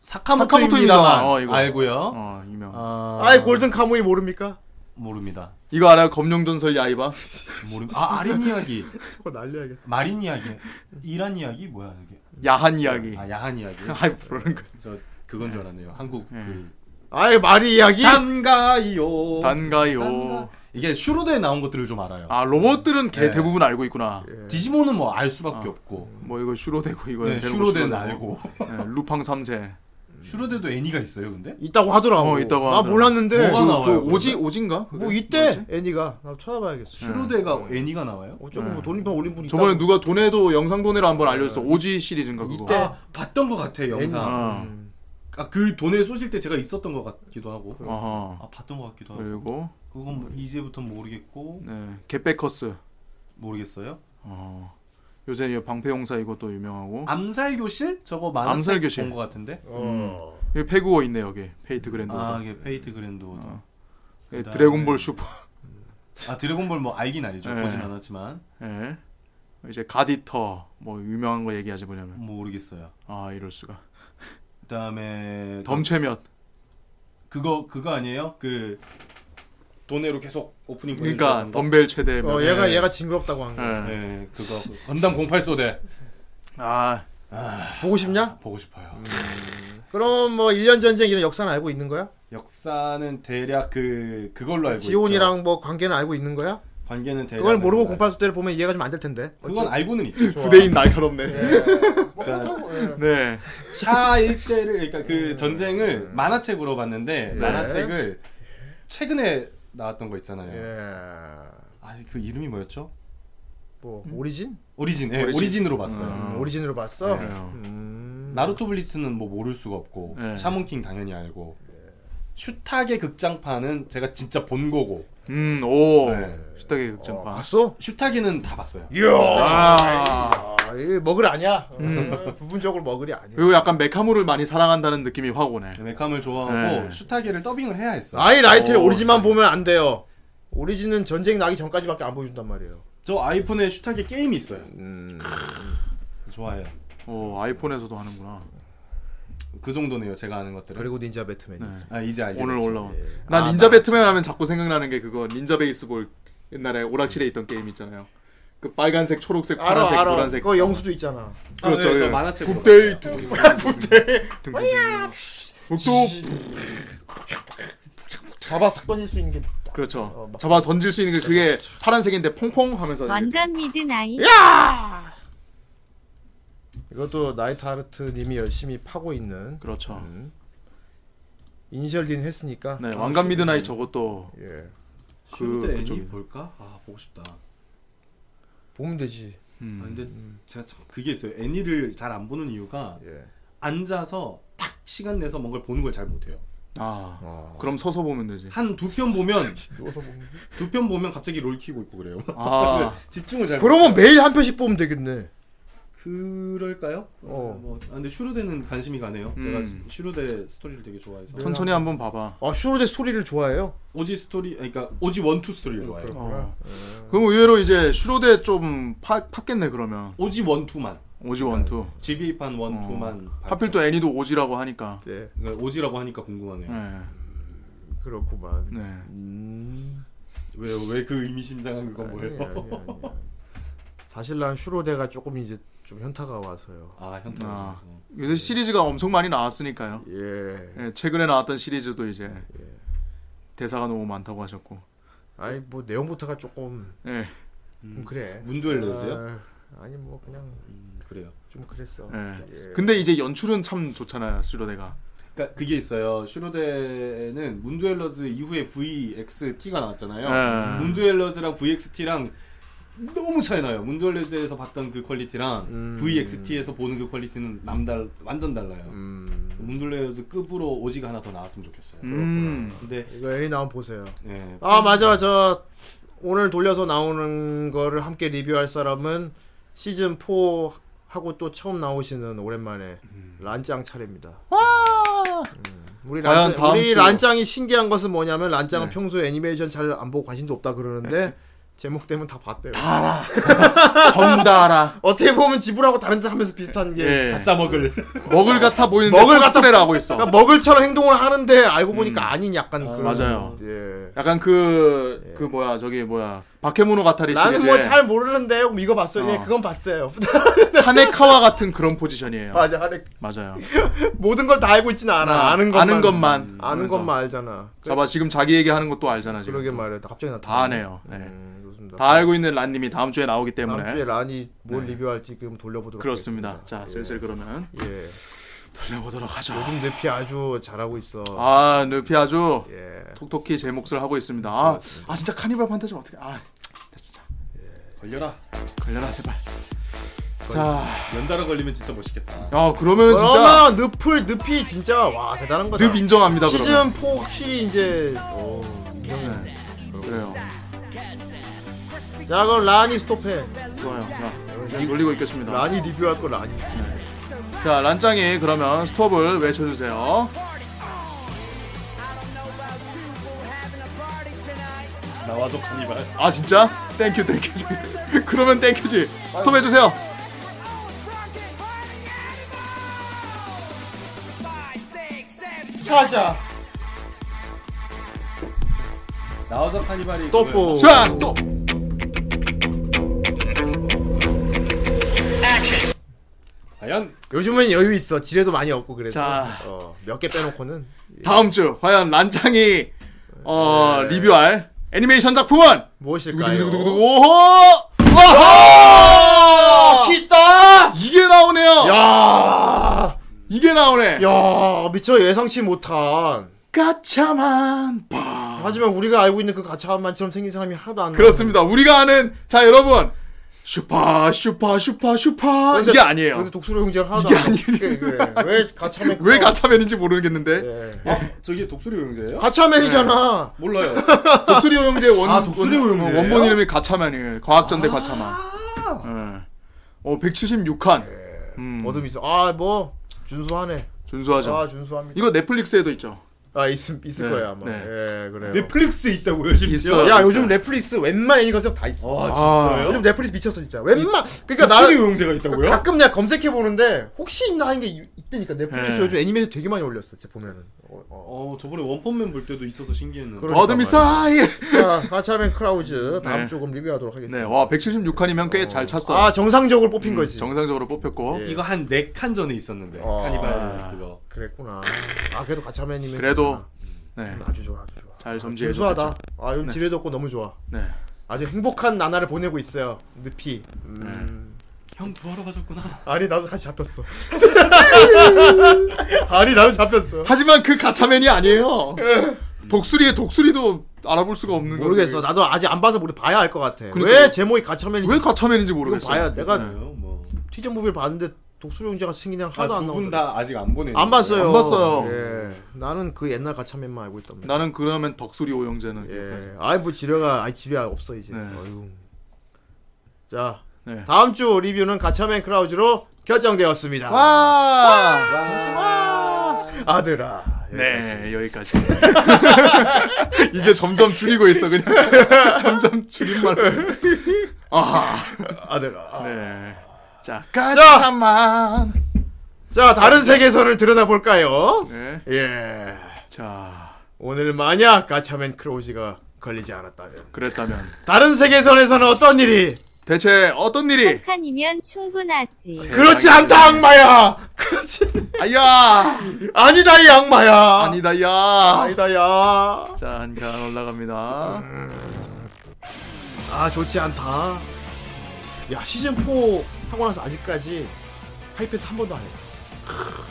[SPEAKER 4] 사카모토입니다만
[SPEAKER 3] 어, 이거.
[SPEAKER 4] 알고요
[SPEAKER 3] 어 유명.
[SPEAKER 4] 아,
[SPEAKER 2] 아이 골든 카무이 모릅니까?
[SPEAKER 4] 모릅니다
[SPEAKER 3] 이거 알아요? 검룡전설 야이바.
[SPEAKER 4] 모릅 아 아린 이야기
[SPEAKER 2] 저거 날려야겠다.
[SPEAKER 4] 마린 이야기 이란 이야기 뭐야 이게
[SPEAKER 3] 야한 이야기.
[SPEAKER 4] 아 야한 이야기
[SPEAKER 3] 아이 부르는 거.
[SPEAKER 4] 저 그건 줄 알았네요 한국 그
[SPEAKER 2] 아이 말이 이야기.
[SPEAKER 4] 단가이요
[SPEAKER 3] 단가요.
[SPEAKER 4] 이게 슈로드에 나온 것들을 좀 알아요
[SPEAKER 3] 아 로봇들은 개
[SPEAKER 4] 네.
[SPEAKER 3] 대부분 알고 있구나.
[SPEAKER 4] 디지몬은 뭐 알 수밖에 없고
[SPEAKER 3] 뭐 이거 슈로데고 이거는
[SPEAKER 4] 네,
[SPEAKER 3] 대부분
[SPEAKER 4] 슈로데는
[SPEAKER 3] 슈로데고. 음.
[SPEAKER 4] 알고
[SPEAKER 3] 네, 루팡 삼세
[SPEAKER 4] 슈로데도 애니가 있어요 근데
[SPEAKER 2] 있다고 하더라고.
[SPEAKER 3] 어, 있다고
[SPEAKER 2] 나
[SPEAKER 3] 하더라고.
[SPEAKER 2] 몰랐는데.
[SPEAKER 4] 뭐가
[SPEAKER 2] 뭐,
[SPEAKER 4] 나와요?
[SPEAKER 3] 그 오지 오진가? 그게?
[SPEAKER 2] 뭐 이때 애니가 나 찾아봐야겠어.
[SPEAKER 4] 슈로데가
[SPEAKER 3] 네.
[SPEAKER 4] 애니가 나와요?
[SPEAKER 2] 어쩌고 뭐 돈이판 올린 분이
[SPEAKER 3] 저번에
[SPEAKER 2] 있다고.
[SPEAKER 3] 누가 돈에도 영상 돈에로 한번 알려줬어. 오지 시리즈인가 그거.
[SPEAKER 2] 이때.
[SPEAKER 4] 아 봤던 것 네. 같아 영상
[SPEAKER 3] 어.
[SPEAKER 4] 아, 그 돈을 쏘실 때 제가 있었던 것 같기도 하고
[SPEAKER 3] 어허.
[SPEAKER 4] 아 봤던 것 같기도 하고
[SPEAKER 3] 그리고
[SPEAKER 4] 그건 뭐 이제부터 모르겠고
[SPEAKER 3] 네 겟백커스.
[SPEAKER 4] 모르겠어요
[SPEAKER 3] 어. 요새 이 방패용사 이것도 유명하고.
[SPEAKER 4] 아. 암살교실? 저거 만화책
[SPEAKER 3] 어? 암살교실.
[SPEAKER 4] 본것 같은데
[SPEAKER 2] 어.
[SPEAKER 3] 여기 페구어 있네 어. 여기. 페이트 그랜드.
[SPEAKER 4] 아
[SPEAKER 3] 아,
[SPEAKER 4] 이게 페이트 그랜드 오더
[SPEAKER 3] 드래곤볼 슈퍼.
[SPEAKER 4] 아 드래곤볼 뭐 알긴 알죠
[SPEAKER 3] 네.
[SPEAKER 4] 보진 않았지만
[SPEAKER 3] 예. 이제 가디터 뭐 유명한 거 얘기하지 보냐면
[SPEAKER 4] 모르겠어요
[SPEAKER 3] 아 이럴 수가.
[SPEAKER 4] 그다음에
[SPEAKER 3] 덤채몇.
[SPEAKER 4] 네. 그거 그거 아니에요? 그 돈으로 계속 오프닝
[SPEAKER 3] 그러니까
[SPEAKER 4] 보내주셨던 거.
[SPEAKER 3] 덤벨 최대 몇.
[SPEAKER 2] 어, 얘가 얘가 징그럽다고 한 거.
[SPEAKER 3] 예.
[SPEAKER 4] 네 그거 그 건담 08소대
[SPEAKER 3] 아
[SPEAKER 2] 보고 싶냐?
[SPEAKER 4] 보고 싶어요.
[SPEAKER 2] 그럼 뭐 1년 전쟁 이런 역사는 알고 있는 거야?
[SPEAKER 4] 역사는 대략 그 그걸로 알고 있죠.
[SPEAKER 2] 지온이랑 뭐 관계는 알고 있는 거야?
[SPEAKER 4] 관계는 대략
[SPEAKER 2] 그걸 모르고
[SPEAKER 4] 알고 있어요.
[SPEAKER 2] 공팔수 때를 보면 이해가 좀 안 될 텐데.
[SPEAKER 4] 그건 알고는 있죠.
[SPEAKER 3] 부대인 날카롭네.
[SPEAKER 2] 그러니까
[SPEAKER 3] 네.
[SPEAKER 4] 샤 일대를 그러니까
[SPEAKER 2] 음.
[SPEAKER 4] 그 전쟁을 만화책으로
[SPEAKER 2] 네.
[SPEAKER 4] 봤는데 만화책을 최근에 나왔던 거 있잖아요.
[SPEAKER 2] 예.
[SPEAKER 4] 아그 이름이 뭐였죠?
[SPEAKER 2] 뭐 오리진? 음.
[SPEAKER 4] 오리진. 예,
[SPEAKER 3] 오리진.
[SPEAKER 4] 오리진. 으로 봤어요. 네.
[SPEAKER 2] 오리진으로 봤어.
[SPEAKER 4] 나루토 블리츠는 뭐 모를 수가 없고
[SPEAKER 3] 네.
[SPEAKER 4] 샤몬킹 당연히 알고 슈타게 극장판은 제가 진짜 본 거고
[SPEAKER 3] 음, 오.
[SPEAKER 4] 네.
[SPEAKER 3] 슈타게 극장판.
[SPEAKER 2] 봤어?
[SPEAKER 4] 슈타게는 다 봤어요.
[SPEAKER 2] 이야.
[SPEAKER 3] 아.
[SPEAKER 2] 아, 이 먹을 아니야.
[SPEAKER 4] 음.
[SPEAKER 2] 어, 부분적으로 먹을이 아니야.
[SPEAKER 3] 그리고 약간 메카모를 많이 사랑한다는 느낌이 확 오네.
[SPEAKER 4] 메캄을 좋아하고
[SPEAKER 3] 네.
[SPEAKER 4] 슈타게를 더빙을 해야 했어.
[SPEAKER 2] 아이 라이트를
[SPEAKER 3] 오,
[SPEAKER 2] 오리진만 보면 안 돼요. 오리진은 전쟁 나기 전까지밖에 안 보여준단 말이에요.
[SPEAKER 4] 저 아이폰에 슈타게 게임이 있어요.
[SPEAKER 3] 음.
[SPEAKER 4] 좋아요.
[SPEAKER 3] 오, 아이폰에서도 하는구나.
[SPEAKER 4] 그 정도네요. 제가 아는 것들은.
[SPEAKER 2] 그리고 닌자
[SPEAKER 3] 네.
[SPEAKER 2] 배트맨이 있어.
[SPEAKER 4] 아 이제 알게
[SPEAKER 3] 오늘
[SPEAKER 4] 됐죠.
[SPEAKER 3] 올라온. 난 닌자 배트맨 하면 자꾸 생각나는 게 그거 닌자 베이스볼 옛날에 오락실에 있던 게임 있잖아요. 그 빨간색, 초록색,
[SPEAKER 2] 알아
[SPEAKER 3] 파란색,
[SPEAKER 2] 알아.
[SPEAKER 3] 노란색.
[SPEAKER 2] 그거 영수도 있잖아.
[SPEAKER 4] 아,
[SPEAKER 3] 그렇죠.
[SPEAKER 4] 네, 저
[SPEAKER 3] 예.
[SPEAKER 4] 만화책
[SPEAKER 3] 북대이 북대. 북도
[SPEAKER 2] 잡아 탁 던질 수 있는 게.
[SPEAKER 3] 그렇죠. 잡아 던질 수 있는 게 그게 파란색인데 퐁퐁 하면서 이렇게.
[SPEAKER 5] 원간 미드나이
[SPEAKER 3] 예?
[SPEAKER 2] 이것도 나이트 하르트님이 열심히 파고 있는
[SPEAKER 3] 그렇죠.
[SPEAKER 2] 이니셜 딘 했으니까.
[SPEAKER 3] 네, 왕관 미드나이 저것도
[SPEAKER 2] 예.
[SPEAKER 4] 슈타
[SPEAKER 3] 그-
[SPEAKER 4] 애니
[SPEAKER 3] 그쪽이요.
[SPEAKER 4] 볼까? 아 보고 싶다.
[SPEAKER 2] 보면 되지.
[SPEAKER 4] 아, 근데
[SPEAKER 3] 음.
[SPEAKER 4] 제가 참 그게 있어요. 애니를 잘 안 보는 이유가
[SPEAKER 2] 예.
[SPEAKER 4] 앉아서 딱 시간 내서 뭔가를 보는 걸 잘 못해요.
[SPEAKER 3] 아. 그럼 서서 보면 되지.
[SPEAKER 4] 한 두 편 보면
[SPEAKER 2] 누워서 보면.
[SPEAKER 4] 두 편 보면 갑자기 롤 키고 있고 그래요.
[SPEAKER 3] 아.
[SPEAKER 4] 집중을 잘.
[SPEAKER 2] 그러면 매일 한 편씩 보면 되겠네.
[SPEAKER 4] 못해요. 그럴까요? 어. 뭐, 아, 근데 슈로데는 관심이 가네요. 제가
[SPEAKER 15] 음.
[SPEAKER 4] 슈로데 스토리를 되게 좋아해서
[SPEAKER 3] 천천히 한번 봐봐.
[SPEAKER 2] 아 슈로데 스토리를 좋아해요?
[SPEAKER 4] 오지 스토리, 아니, 그러니까 오지 원투
[SPEAKER 2] 어,
[SPEAKER 4] 스토리를 좋아해요.
[SPEAKER 3] 어. 그럼 의외로 이제 슈로데 좀 파, 팠겠네 그러면.
[SPEAKER 4] 오지 원투만.
[SPEAKER 3] 오지
[SPEAKER 2] 네,
[SPEAKER 3] 원투.
[SPEAKER 2] 어.
[SPEAKER 4] GB판 원투만. 아, 그러니까
[SPEAKER 3] 하필 또 애니도 오지라고 하니까.
[SPEAKER 2] 네.
[SPEAKER 4] 오지라고 하니까 궁금하네요.
[SPEAKER 2] 음. 그렇구만.
[SPEAKER 3] 네.
[SPEAKER 2] 음,
[SPEAKER 4] 왜왜 그 의미심장한 그건 뭐예요?
[SPEAKER 2] 아니야, 아니야, 아니야. 사실 난 슈로데가 조금 이제 좀 현타가 와서요.
[SPEAKER 4] 아 현타가
[SPEAKER 3] 아, 요새 시리즈가 엄청 많이 나왔으니까요.
[SPEAKER 2] 예.
[SPEAKER 3] 최근에 나왔던 시리즈도 이제 대사가 너무 많다고 하셨고.
[SPEAKER 2] 아니 뭐 내용부터가 조금
[SPEAKER 3] 예.
[SPEAKER 2] 좀 그래.
[SPEAKER 4] 문두엘러즈요? 음,
[SPEAKER 2] 아, 아니 뭐 그냥
[SPEAKER 4] 그래요.
[SPEAKER 2] 좀 그랬어.
[SPEAKER 3] 예.
[SPEAKER 2] 예.
[SPEAKER 3] 근데 이제 연출은 참 좋잖아요, 슈로데가.
[SPEAKER 4] 그러니까 그게 있어요. 슈로데는 문두엘러즈 이후에 VXT가 나왔잖아요.
[SPEAKER 3] 네.
[SPEAKER 4] 문두엘러즈랑 VXT랑 너무 차이나요. 문두엘러즈에서 봤던 그 퀄리티랑 VXT에서 보는 그 퀄리티는 남달 완전 달라요. 문두엘러즈 급으로 오지가 하나 더 나왔으면 좋겠어요.
[SPEAKER 3] 음.
[SPEAKER 4] 근데
[SPEAKER 2] 이거 애니 나온 보세요.
[SPEAKER 4] 예.
[SPEAKER 2] 아 맞아 저 오늘 돌려서 나오는 거를 함께 리뷰할 사람은 시즌 4 하고 또 처음 나오시는 오랜만에 란짱 차례입니다. 음, 우리
[SPEAKER 3] 음. 과연
[SPEAKER 2] 란짱,
[SPEAKER 3] 다음
[SPEAKER 2] 우리
[SPEAKER 3] 주-
[SPEAKER 2] 란짱이 신기한 것은 뭐냐면 란짱은
[SPEAKER 3] 네.
[SPEAKER 2] 평소에 애니메이션 잘 안 보고 관심도 없다 그러는데 제목 되면 다 봤대요.
[SPEAKER 3] 알아. 전다 알아.
[SPEAKER 2] 어떻게 보면 지브라고 다른 하면서 비슷한 게
[SPEAKER 3] 예.
[SPEAKER 4] 가짜 먹을
[SPEAKER 3] 먹을 같아 보이는데
[SPEAKER 2] 먹을
[SPEAKER 3] 먹을
[SPEAKER 2] 같아
[SPEAKER 3] 같레를 하고 있어.
[SPEAKER 2] 그러니까 먹을처럼 행동을 하는데 알고 보니까 아닌 약간 그런
[SPEAKER 3] 음. 맞아요.
[SPEAKER 2] 예.
[SPEAKER 3] 약간 그, 그 뭐야, 저기 뭐야. 바케모노 가타리
[SPEAKER 2] 나는
[SPEAKER 3] 시리즈.
[SPEAKER 2] 뭐 잘 모르는데 이거 봤어요. 예,
[SPEAKER 3] 어.
[SPEAKER 2] 그건 봤어요.
[SPEAKER 3] 하네카와 같은 그런 포지션이에요.
[SPEAKER 2] 맞아. 하네.
[SPEAKER 3] 맞아요.
[SPEAKER 2] 모든 걸 다 알고 있지는 않아.
[SPEAKER 3] 아,
[SPEAKER 2] 아는 것만. 음,
[SPEAKER 3] 아는 것만.
[SPEAKER 2] 아는
[SPEAKER 3] 그래서.
[SPEAKER 2] 것만 알잖아. 그,
[SPEAKER 3] 봐봐, 지금 자기 얘기하는 것도 알잖아, 지금.
[SPEAKER 2] 그러게 말이야. 나 갑자기 나타나.
[SPEAKER 3] 다 아네요. 네.
[SPEAKER 2] 음, 좋습니다.
[SPEAKER 3] 다 알고 있는 란님이 다음 주에 나오기
[SPEAKER 2] 다음
[SPEAKER 3] 때문에. 네.
[SPEAKER 2] 주에 란이 뭘 리뷰할지 그럼 돌려보도록
[SPEAKER 3] 그렇습니다. 자,
[SPEAKER 2] 하겠습니다.
[SPEAKER 3] 슬슬 그러면
[SPEAKER 2] 예. 예.
[SPEAKER 3] 돌려보도록 하죠.
[SPEAKER 2] 요즘 늪이 아주 잘하고 있어.
[SPEAKER 3] 아, 늪이 아주
[SPEAKER 2] 예.
[SPEAKER 3] 톡톡히 제 몫을 하고 있습니다. 아, 아 진짜 카니발 판타지 어떻게? 아, 진짜
[SPEAKER 4] 걸려라.
[SPEAKER 3] 걸려라 제발. 자,
[SPEAKER 4] 연달아 걸리면 진짜 멋있겠다.
[SPEAKER 3] 야 그러면은 진짜
[SPEAKER 2] 그러나 늪을 늪이 진짜 와 대단한 거다.
[SPEAKER 3] 늪 인정합니다. 그러면.
[SPEAKER 2] 시즌 4 확실히 이제 어, 인정해.
[SPEAKER 3] 그래요.
[SPEAKER 2] 자 그럼 란이 스톱해.
[SPEAKER 3] 좋아요. 자, 이 올리고 있겠습니다.
[SPEAKER 2] 란이 리뷰할 거 란이.
[SPEAKER 3] 자, 란짱이 그러면 스톱을 외쳐주세요.
[SPEAKER 4] 나와도 카니발.
[SPEAKER 3] 아 진짜? 땡큐 땡큐지. 그러면 땡큐지. 스톱 해주세요.
[SPEAKER 2] 가자.
[SPEAKER 4] 나와서 카니발이
[SPEAKER 2] 스톱고.
[SPEAKER 3] 자, 스톱.
[SPEAKER 4] 과연
[SPEAKER 2] 요즘은 여유 있어. 지뢰도 많이 없고 그래서
[SPEAKER 3] 자.
[SPEAKER 2] 어, 몇 개 빼놓고는
[SPEAKER 3] 다음 주 과연 란짱이 어
[SPEAKER 4] 네.
[SPEAKER 3] 리뷰할 애니메이션 작품은
[SPEAKER 2] 무엇일까요?
[SPEAKER 3] 누구누구누구누구 오호!
[SPEAKER 2] 아,
[SPEAKER 3] 와호!
[SPEAKER 2] 키다.
[SPEAKER 3] 이게 나오네요.
[SPEAKER 2] 야,
[SPEAKER 3] 이게 나오네.
[SPEAKER 2] 야, 미처 예상치 못한.
[SPEAKER 3] 가차만 봐.
[SPEAKER 2] 하지만 우리가 알고 있는 그 가차만처럼 생긴 사람이 하나도 안.
[SPEAKER 3] 그렇습니다. 우리가 아는 자 여러분 슈퍼 슈퍼 슈퍼 슈퍼
[SPEAKER 2] 나오는데
[SPEAKER 3] 이게 아니에요.
[SPEAKER 2] 근데 독수리 형제는 하나도
[SPEAKER 3] 이게
[SPEAKER 2] 안. 아니에요. 왜 가차맨?
[SPEAKER 3] 왜 가차맨인지 모르겠는데
[SPEAKER 2] 예.
[SPEAKER 4] 아, 저게 독수리 용제예요?
[SPEAKER 3] 음.
[SPEAKER 2] 가차맨이잖아.
[SPEAKER 4] 몰라요.
[SPEAKER 3] 독수리 오영제 원,
[SPEAKER 4] 아, 독수리
[SPEAKER 3] 원-
[SPEAKER 4] 오영제예요?
[SPEAKER 3] 원본 이름이 가차만이에요. 과학전대 가차만.
[SPEAKER 2] 아.
[SPEAKER 3] 예. 어 176칸 음,
[SPEAKER 2] 어둠 있어. 아, 뭐 준수하네.
[SPEAKER 3] 준수하죠.
[SPEAKER 2] 아, 준수합니다.
[SPEAKER 3] 이거 넷플릭스에도 있죠.
[SPEAKER 2] 아, 있음 있을
[SPEAKER 3] 네,
[SPEAKER 2] 거예요 아마.
[SPEAKER 3] 네.
[SPEAKER 2] 예, 그래요.
[SPEAKER 4] 넷플릭스에 있다고요, 심지어. 아,
[SPEAKER 3] 있어요.
[SPEAKER 2] 야,
[SPEAKER 3] 있어요.
[SPEAKER 2] 요즘 넷플릭스 웬만 애니 컨셉 다 있어.
[SPEAKER 4] 와,
[SPEAKER 3] 진짜요?
[SPEAKER 2] 요즘 넷플릭스 미쳤어 진짜. 웬만. 그러니까 나.
[SPEAKER 4] 독수리 용제가 있다고요?
[SPEAKER 2] 가끔 내가 검색해 보는데 혹시 있나 하는 게 있- 있다니까 넷플릭스
[SPEAKER 3] 네.
[SPEAKER 2] 요즘 애니메이션 되게 많이 올렸어. 제가 보면은. 어, 어.
[SPEAKER 4] 어 저번에 원펀맨 볼 때도 있어서 신기했는데
[SPEAKER 2] 그러- 그러니까
[SPEAKER 3] 버드 미사일.
[SPEAKER 2] 자, 가차맨 크라우즈 다음
[SPEAKER 3] 네.
[SPEAKER 2] 주 조금 리뷰하도록 하겠습니다.
[SPEAKER 3] 네, 와 176칸이면 꽤 잘 찼어. 음,
[SPEAKER 2] 아, 정상적으로 뽑힌 거지.
[SPEAKER 3] 정상적으로 뽑혔고.
[SPEAKER 4] 이거 한 네 칸 전에 있었는데
[SPEAKER 2] 어.
[SPEAKER 4] 카니발 그거
[SPEAKER 2] 그랬구나. 아, 그래도 가차맨이면
[SPEAKER 3] 그래도 네,
[SPEAKER 2] 괜찮아. 아주 좋아, 아주 좋아.
[SPEAKER 3] 잘 점지해
[SPEAKER 2] 준수하다. 아, 요즘 지뢰도 없고 너무 좋아.
[SPEAKER 3] 네.
[SPEAKER 2] 아주 행복한 나날을 보내고 있어요. 늪이. 음.
[SPEAKER 4] 형 구하러 가셨구나
[SPEAKER 3] 네.
[SPEAKER 2] 아니, 나도 같이 잡혔어. 아니, 나도 잡혔어.
[SPEAKER 3] 하지만 그 가차맨이 아니에요. 독수리의 독수리도 알아볼 수가 없는 거
[SPEAKER 2] 예. 모르겠어. 나도 아직 안 봐서 우리 봐야 알 것 같아.
[SPEAKER 3] 그러니까.
[SPEAKER 2] 왜 제목이 가차맨인지
[SPEAKER 3] 왜 가차맨인지
[SPEAKER 2] 이건
[SPEAKER 3] 네. 모르겠어.
[SPEAKER 2] 봐야 내가
[SPEAKER 4] 뭐두분 아, 다
[SPEAKER 2] 티저 무비를 봤는데 독수리 용제가 생긴 애랑 하나도 안 나오는데.
[SPEAKER 4] 아직 안 보내
[SPEAKER 2] 안 봤어요.
[SPEAKER 3] 안 봤어요.
[SPEAKER 2] 예. 나는 그 옛날 가차맨만 알고 있답니다.
[SPEAKER 3] 나는 그러면 덕수리 오영재는
[SPEAKER 2] 예. 아이 뭐 지뢰가 아이 지뢰 없어 이제.
[SPEAKER 3] 네.
[SPEAKER 2] 어휴. 자
[SPEAKER 3] 네.
[SPEAKER 2] 다음 주 리뷰는 가차맨 크라우즈로 결정되었습니다. 아,
[SPEAKER 3] 와!
[SPEAKER 2] 아들아.
[SPEAKER 3] 네, 여기까지. 이제 점점 줄이고 있어, 그냥. 점점 줄임말. 아,
[SPEAKER 2] 아들아.
[SPEAKER 3] 네. 자,
[SPEAKER 2] 가차만. 자, 다른 세계선을 들여다볼까요?
[SPEAKER 3] 네.
[SPEAKER 2] 예.
[SPEAKER 3] 자,
[SPEAKER 2] 오늘 만약 가차맨 크로우즈가 걸리지 않았다면
[SPEAKER 3] 그랬다면.
[SPEAKER 2] 다른 세계선에서는 어떤 일이
[SPEAKER 3] 대체 어떤 일이?
[SPEAKER 5] 칸이면 충분하지.
[SPEAKER 2] 그렇지 않다 악마야 그렇지
[SPEAKER 3] 아야!
[SPEAKER 2] 아니다 이 악마야
[SPEAKER 3] 아니다, 야!
[SPEAKER 2] 아니다 야아
[SPEAKER 3] 자, 한칸 올라갑니다.
[SPEAKER 2] 아, 좋지 않다 야 시즌 4 하고 나서 아직까지 하이패스 한 번도 안 했어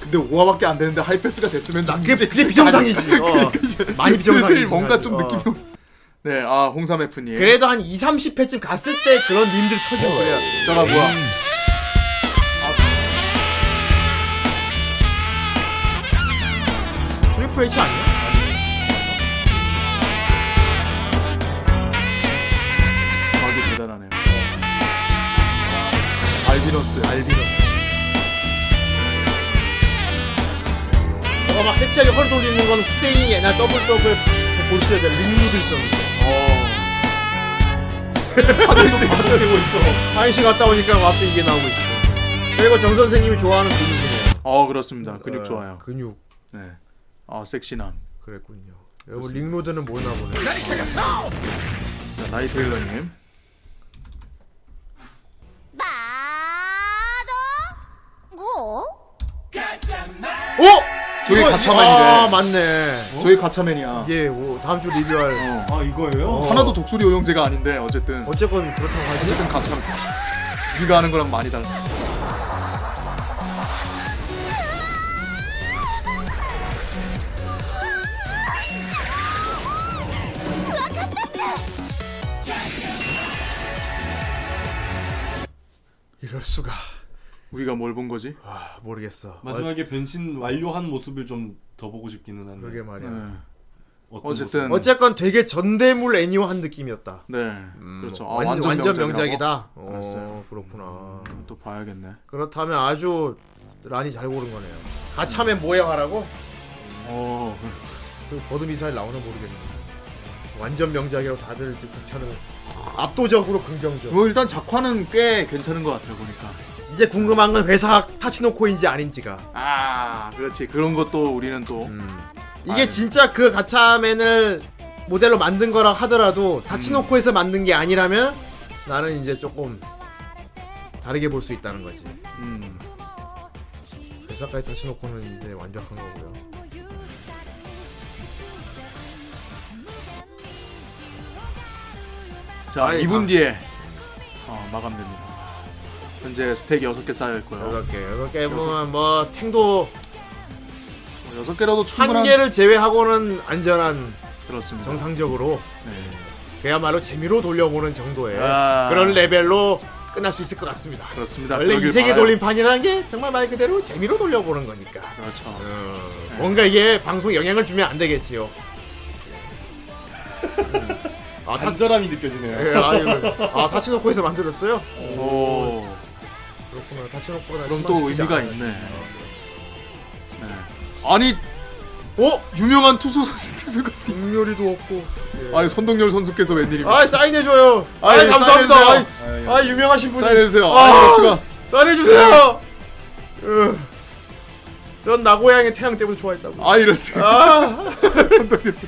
[SPEAKER 3] 근데 5화밖에 안 되는데 하이패스가 됐으면
[SPEAKER 2] 나
[SPEAKER 3] 좋겠지.
[SPEAKER 2] 그게, 그게 비정상이지 어. 많이 비정상이지
[SPEAKER 3] 슬슬 뭔가 좀
[SPEAKER 2] 사실. 어.
[SPEAKER 3] 느낌이. 오- 네, 아, 홍삼F님.
[SPEAKER 2] 그래도 한 2, 30회쯤 갔을 때 그런 님들 쳐주고 그래야 돼.
[SPEAKER 3] 내가 뭐야.
[SPEAKER 2] 트리플 H 아니야?
[SPEAKER 3] 아주 대단하네요. 아, 알비노스, 알비노스.
[SPEAKER 2] 저거 어, 막 섹시하게 헐 돌리는 건 후대인 옛날 더블 더블 보셔야 될 링류도 있었는데 어.
[SPEAKER 3] 하늘도 반짝이고 있어.
[SPEAKER 2] 한시 갔다 오니까 갑자기 이게 나오고 있어 그리고 정 선생님이 좋아하는 근육이네요
[SPEAKER 3] 어, 그렇습니다. 근육 좋아요.
[SPEAKER 2] 근육
[SPEAKER 3] 네. 아, 섹시남.
[SPEAKER 2] 그랬군요 여러분 링로드는 뭐나 보네
[SPEAKER 3] 자, 나이 테일러님.
[SPEAKER 16] バードゴー
[SPEAKER 2] 어?
[SPEAKER 3] 저게
[SPEAKER 2] 이거-
[SPEAKER 3] 가차만이래.
[SPEAKER 2] 아 맞네
[SPEAKER 3] 저희 가차맨이야.
[SPEAKER 2] 이게 뭐 다음 주 리뷰할
[SPEAKER 3] 어.
[SPEAKER 4] 아 이거예요?
[SPEAKER 2] 어.
[SPEAKER 3] 하나도 독수리 오용제가 아닌데, 어쨌든.
[SPEAKER 2] 어쨌건 그렇다고 하지
[SPEAKER 3] 어쨌든 가차맨. 우리가 아는 거랑 많이 달라.
[SPEAKER 2] 이럴 수가
[SPEAKER 3] 우리가 뭘 본 거지?
[SPEAKER 2] 아 모르겠어
[SPEAKER 4] 마지막에 변신 완료한 모습을 좀 더 보고 싶기는 한데.
[SPEAKER 2] 그러게 말이야
[SPEAKER 3] 네.
[SPEAKER 4] 어떤
[SPEAKER 3] 예. 어쨌든.
[SPEAKER 2] 어쨌건 되게 전대물 애니화한 느낌이었다
[SPEAKER 3] 네. 그렇죠. 아,
[SPEAKER 2] 완-
[SPEAKER 3] 완전,
[SPEAKER 2] 완전
[SPEAKER 3] 명작이다.
[SPEAKER 2] 명작이다
[SPEAKER 3] 알았어요.
[SPEAKER 2] 어, 그렇구나
[SPEAKER 3] 또 봐야겠네.
[SPEAKER 2] 그렇다면 아주 란이 잘 고른 거네요. 가차면 뭐야 하라고?
[SPEAKER 3] 어,
[SPEAKER 2] 그 버드 미사일 나오나 모르겠네. 완전 명작이라고 다들 지금 극찬을 압도적으로 긍정적.
[SPEAKER 3] 뭐 일단 작화는 꽤 괜찮은 것 같아요 보니까.
[SPEAKER 2] 이제 궁금한 건 회사 타치노코인지 아닌지가.
[SPEAKER 3] 아, 그렇지. 그런 것도 우리는 또.
[SPEAKER 2] 이게 진짜 그 가차맨을 모델로 만든 거라 하더라도
[SPEAKER 3] 음.
[SPEAKER 2] 타치노코에서 만든 게 아니라면 나는 이제 조금 다르게 볼 수 있다는 거지.
[SPEAKER 3] 음.
[SPEAKER 2] 회사까지 타치노코는 이제 완벽한 거고요.
[SPEAKER 3] 자,
[SPEAKER 2] 아니,
[SPEAKER 3] 2분
[SPEAKER 2] 다-
[SPEAKER 3] 뒤에 어, 마감됩니다. 현재 스택 6개 쌓여 있고요.
[SPEAKER 2] 여섯 개, 여섯 개 보면 뭐 탱도
[SPEAKER 3] 6, 뭐 개라도 충분한
[SPEAKER 2] 한 개를 제외하고는 안전한
[SPEAKER 3] 그렇습니다.
[SPEAKER 2] 정상적으로
[SPEAKER 3] 네.
[SPEAKER 2] 그야말로 재미로 돌려보는 정도의
[SPEAKER 3] 아.
[SPEAKER 2] 네, 그런 레벨로 끝날 수 있을 것 같습니다.
[SPEAKER 3] 그렇습니다.
[SPEAKER 2] 원래 이
[SPEAKER 3] 그러길
[SPEAKER 2] 세계
[SPEAKER 3] 바라요.
[SPEAKER 2] 돌림판이라는 게 정말 말 그대로 재미로 돌려보는 거니까
[SPEAKER 3] 그렇죠.
[SPEAKER 2] 어, 뭔가 이게 방송 에 영향을 주면 안 되겠지요. 음. 아, 타,
[SPEAKER 4] 간절함이 느껴지네요.
[SPEAKER 2] 예, 아, 이거- 아 타치노코에서 만들었어요?
[SPEAKER 3] 오.
[SPEAKER 2] 그렇구나 타치노코가
[SPEAKER 3] 그럼
[SPEAKER 2] 신발
[SPEAKER 3] 또
[SPEAKER 2] 시키지
[SPEAKER 3] 의미가
[SPEAKER 2] 않아요.
[SPEAKER 3] 있네. 네. 아니, 어? 유명한 투수 선수 투수가
[SPEAKER 2] 동료리도 없고
[SPEAKER 3] 아니 선동열 선수께서 웬일입니까?
[SPEAKER 2] 아 사인해줘요. 아
[SPEAKER 3] 아이,
[SPEAKER 2] 감사합니다.
[SPEAKER 3] 사인해주세요.
[SPEAKER 2] 아이, 아 유명하신 분이
[SPEAKER 3] 사인해주세요.
[SPEAKER 2] 아.
[SPEAKER 3] 아, 이럴수가.
[SPEAKER 2] 사인해주세요. 으. 전 나고양의 태양 때문에 좋아했다고.
[SPEAKER 3] 아, 이럴수가.
[SPEAKER 2] 아,
[SPEAKER 3] 선동열 선수.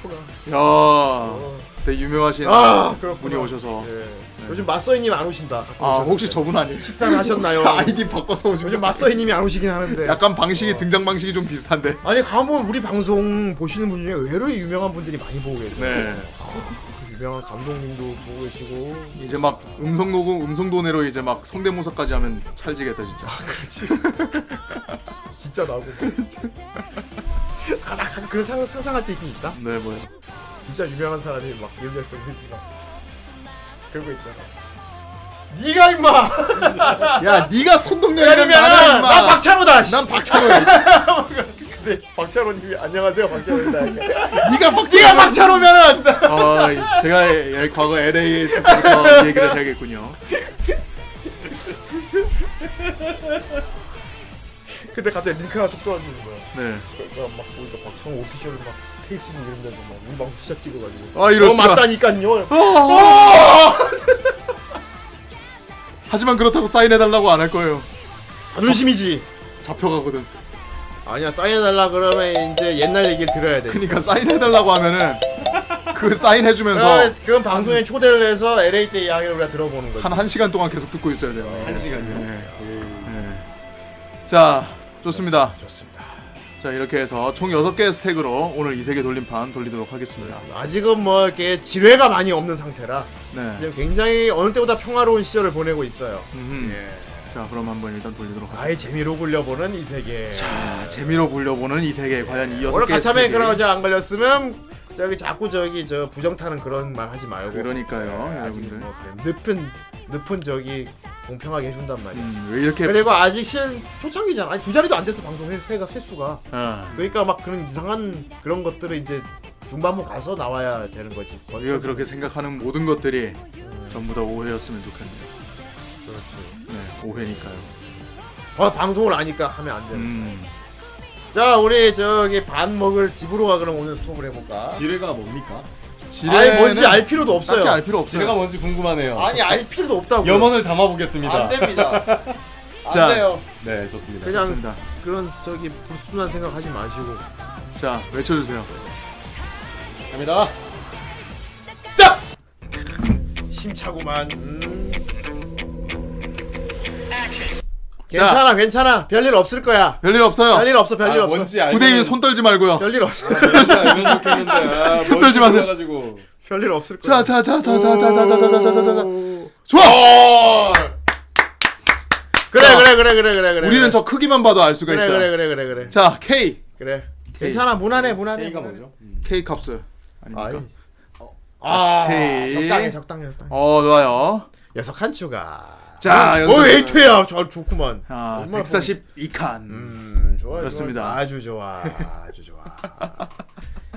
[SPEAKER 2] 그렇구나. 어.
[SPEAKER 3] 야, 되게 유명하신
[SPEAKER 2] 아, 그렇구나.
[SPEAKER 3] 분이 오셔서.
[SPEAKER 2] 예. 요즘 맞서이님 안 오신다. 가끔
[SPEAKER 3] 네. 아,
[SPEAKER 2] 오셨는데.
[SPEAKER 3] 혹시 저분 아니에요?
[SPEAKER 2] 식사를 하셨나요?
[SPEAKER 3] 혹시 아이디 바꿔서 오신
[SPEAKER 2] 요즘 네. 어.
[SPEAKER 3] 분?
[SPEAKER 2] 맞서이님이 안 오시긴 하는데.
[SPEAKER 3] 약간 방식이 등장 방식이 좀 비슷한데.
[SPEAKER 2] 아니 가면 우리 방송 보시는 분 중에 의외로 유명한 분들이 많이 보고 계세요. 그
[SPEAKER 3] 네.
[SPEAKER 2] 유명한 감독님도 보고 계시고.
[SPEAKER 3] 이제 막 음성 녹음 음성 도내로 이제 막 성대모사까지 하면 찰지겠다 진짜.
[SPEAKER 2] 아, 진짜 나고. 아, 나 가끔 그런 상상, 상상할 때 있긴 있다.
[SPEAKER 3] 네, 뭐요.
[SPEAKER 2] 진짜 유명한 사람이 막 이런 활동 했구나. 그런 거 있잖아. 네가 임마.
[SPEAKER 3] 야, 네가 손동렬
[SPEAKER 2] 왜냐면은 난 박찬호다. 씨.
[SPEAKER 3] 난 박찬호야.
[SPEAKER 17] 근데 박찬호님이 안녕하세요 박찬호입니다.
[SPEAKER 3] 네가
[SPEAKER 17] 네가
[SPEAKER 2] 아,
[SPEAKER 17] 박찬호면은
[SPEAKER 3] 어, 제가 예, 과거 LA에 있을 때부터 얘기를 해야겠군요.
[SPEAKER 17] 근데 갑자기 링크나 툭 떨어지는 거야.
[SPEAKER 3] 네.
[SPEAKER 17] 그래서 막 보니까 박찬호 오피셜을 막 페이스북 이런 데서 막 우방 티셔츠 찍어가지고.
[SPEAKER 3] 아, 이럴
[SPEAKER 17] 어,
[SPEAKER 3] 수가.
[SPEAKER 17] 맞다니까요.
[SPEAKER 3] 어! 하지만 그렇다고 사인해달라고 안 할 거예요.
[SPEAKER 2] 자존심이지.
[SPEAKER 3] 잡혀가거든.
[SPEAKER 2] 아니야 사인해달라 그러면 이제 옛날 얘기를 들어야 돼.
[SPEAKER 3] 그러니까 사인해달라고 하면은 그 사인해주면서
[SPEAKER 2] 그럼 그럼 방송에 초대를 해서 LA 때 이야기를 우리가 들어보는 거지.
[SPEAKER 3] 한 1시간 동안 계속 듣고 있어야 돼요. 네. 예.
[SPEAKER 4] 한 시간이요.
[SPEAKER 3] 자, 좋습니다.
[SPEAKER 2] 좋습니다.
[SPEAKER 3] 자, 이렇게 해서 총 6개의 스택으로 오늘 이세계 돌림판 돌리도록 하겠습니다.
[SPEAKER 2] 아직은 뭐 이렇게 지뢰가 많이 없는 상태라
[SPEAKER 3] 네.
[SPEAKER 2] 지금 굉장히 어느 때보다 평화로운 시절을 보내고 있어요.
[SPEAKER 3] 음흠. 자, 그럼 한번 일단 돌리도록 하겠습니다.
[SPEAKER 2] 나의 재미로 굴려보는 이 세계.
[SPEAKER 3] 자, 아, 재미로 보려보는 이 세계 과연 이
[SPEAKER 2] 오늘
[SPEAKER 3] 6개의
[SPEAKER 2] 가차맨
[SPEAKER 3] 스택이
[SPEAKER 2] 그런 거안 걸렸으면 저기 자꾸 저기 저 부정타는 그런 말 하지 말고.
[SPEAKER 3] 그러니까요,
[SPEAKER 2] 네, 아직
[SPEAKER 3] 여러분들.
[SPEAKER 2] 뭐 그래. 늪은 늪은 저기 공평하게 해준단 말이야.
[SPEAKER 3] 음, 왜 이렇게
[SPEAKER 2] 그리고 아직 실 초창기잖아. 아니, 두 자리도 안 됐어 방송 회, 회가 횟수가.
[SPEAKER 3] 어,
[SPEAKER 2] 그러니까 막 그런 이상한 그런 것들을 이제 중반부 가서 나와야 되는 거지.
[SPEAKER 3] 우리가 그렇게 생각하는 모든 것들이 전부 다 오해였으면 좋겠네요.
[SPEAKER 2] 그렇지.
[SPEAKER 3] 네, 오해니까요.
[SPEAKER 2] 어, 방송을 아니까 하면 안 돼.
[SPEAKER 3] 음,
[SPEAKER 2] 자 우리 저기 밥 먹을 집으로 가 그럼 오늘 스톱을 해볼까?
[SPEAKER 4] 지뢰가 뭡니까?
[SPEAKER 2] 네. 아니 뭔지 알 필요도 없어요.
[SPEAKER 3] 딱히 알 필요
[SPEAKER 4] 지뢰가
[SPEAKER 3] 없어요.
[SPEAKER 4] 뭔지 궁금하네요.
[SPEAKER 2] 아니 알 필요도 없다고.
[SPEAKER 4] 염원을 담아보겠습니다.
[SPEAKER 2] 안 됩니다. 안
[SPEAKER 3] 자.
[SPEAKER 2] 돼요.
[SPEAKER 4] 네, 좋습니다.
[SPEAKER 2] 그냥
[SPEAKER 3] 좋습니다.
[SPEAKER 2] 그런 저기 불순한 생각하지 마시고.
[SPEAKER 3] 자, 외쳐주세요.
[SPEAKER 4] 갑니다.
[SPEAKER 2] 스탑. 심차고만. 음. 괜찮아 괜찮아 별일 없을 거야.
[SPEAKER 3] 별일 없어요.
[SPEAKER 2] 별일 없어 별일
[SPEAKER 4] 아,
[SPEAKER 2] 없어.
[SPEAKER 4] 뭔지 알고.
[SPEAKER 3] 부대인 손 떨지 말고요.
[SPEAKER 2] 별일 없어.
[SPEAKER 4] 뭔지 알면 좋겠는데. 아,
[SPEAKER 3] 손 떨지
[SPEAKER 4] 뭔지
[SPEAKER 3] 마세요.
[SPEAKER 4] 몰라가지고.
[SPEAKER 2] 별일 없을 거야.
[SPEAKER 3] 자, 자, 자, 자, 자, 자, 자, 자, 자, 자, 자, 자, 자.
[SPEAKER 2] 좋아. 그래 그래 그래 그래 그래 그래.
[SPEAKER 3] 우리는 저 크기만 봐도 알 수가
[SPEAKER 2] 그래
[SPEAKER 3] 있어요.
[SPEAKER 2] 그래 그래 그래 그래.
[SPEAKER 3] 자, K,
[SPEAKER 2] 그래. 괜찮아 무난해 무난해.
[SPEAKER 4] K가
[SPEAKER 2] 무난해.
[SPEAKER 4] 뭐죠?
[SPEAKER 3] K 값스 아닙니까?
[SPEAKER 2] 아이. 아
[SPEAKER 3] 오케이.
[SPEAKER 2] 적당해 적당해 적당해.
[SPEAKER 3] 어, 좋아요.
[SPEAKER 2] 여섯 한 추가.
[SPEAKER 3] 자,
[SPEAKER 2] 어
[SPEAKER 3] 아, 여기서-
[SPEAKER 2] 에이트야. 잘 좋구만.
[SPEAKER 3] 아,
[SPEAKER 2] 얼마나
[SPEAKER 3] 142칸.
[SPEAKER 2] 음, 좋아,
[SPEAKER 3] 그렇습니다.
[SPEAKER 2] 좋아. 아주 좋아. 아주 좋아.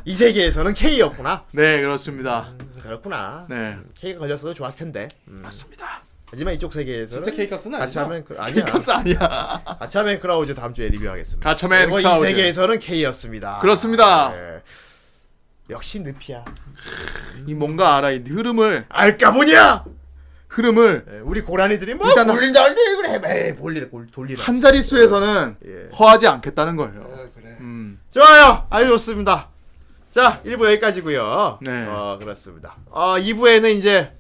[SPEAKER 2] 이 세계에서는 K였구나.
[SPEAKER 3] 네, 그렇습니다.
[SPEAKER 2] 음. 그렇구나. 음,
[SPEAKER 3] 네.
[SPEAKER 2] K가 걸렸어도 좋았을 텐데. 음.
[SPEAKER 3] 맞습니다.
[SPEAKER 2] 하지만 이쪽 세계에서는
[SPEAKER 4] 진짜 K값은 아니죠?
[SPEAKER 2] 가차 맨크 아니야.
[SPEAKER 3] 값 아니야.
[SPEAKER 2] 가차 맨 크라우즈 다음 주에 리뷰하겠습니다.
[SPEAKER 3] 가차맨
[SPEAKER 2] 그리고
[SPEAKER 3] 크라우즈.
[SPEAKER 2] 이 세계에서는 K였습니다.
[SPEAKER 3] 그렇습니다.
[SPEAKER 2] 네. 역시 늪이야.
[SPEAKER 3] 이 뭔가 알아. 이 흐름을
[SPEAKER 2] 알까 보냐?
[SPEAKER 3] 흐름을
[SPEAKER 2] 네, 우리 고라니들이 뭐
[SPEAKER 3] 일단은-
[SPEAKER 2] 돌린다 돌리 그래. 에이, 볼일 돌리라.
[SPEAKER 3] 한 자릿수에서는
[SPEAKER 2] 예.
[SPEAKER 3] 허하지 않겠다는 거예요.
[SPEAKER 2] 네,
[SPEAKER 3] 음.
[SPEAKER 2] 좋아요. 아주 좋습니다. 자, 1부 여기까지고요.
[SPEAKER 3] 네.
[SPEAKER 2] 어, 그렇습니다. 어, 2부에는 이제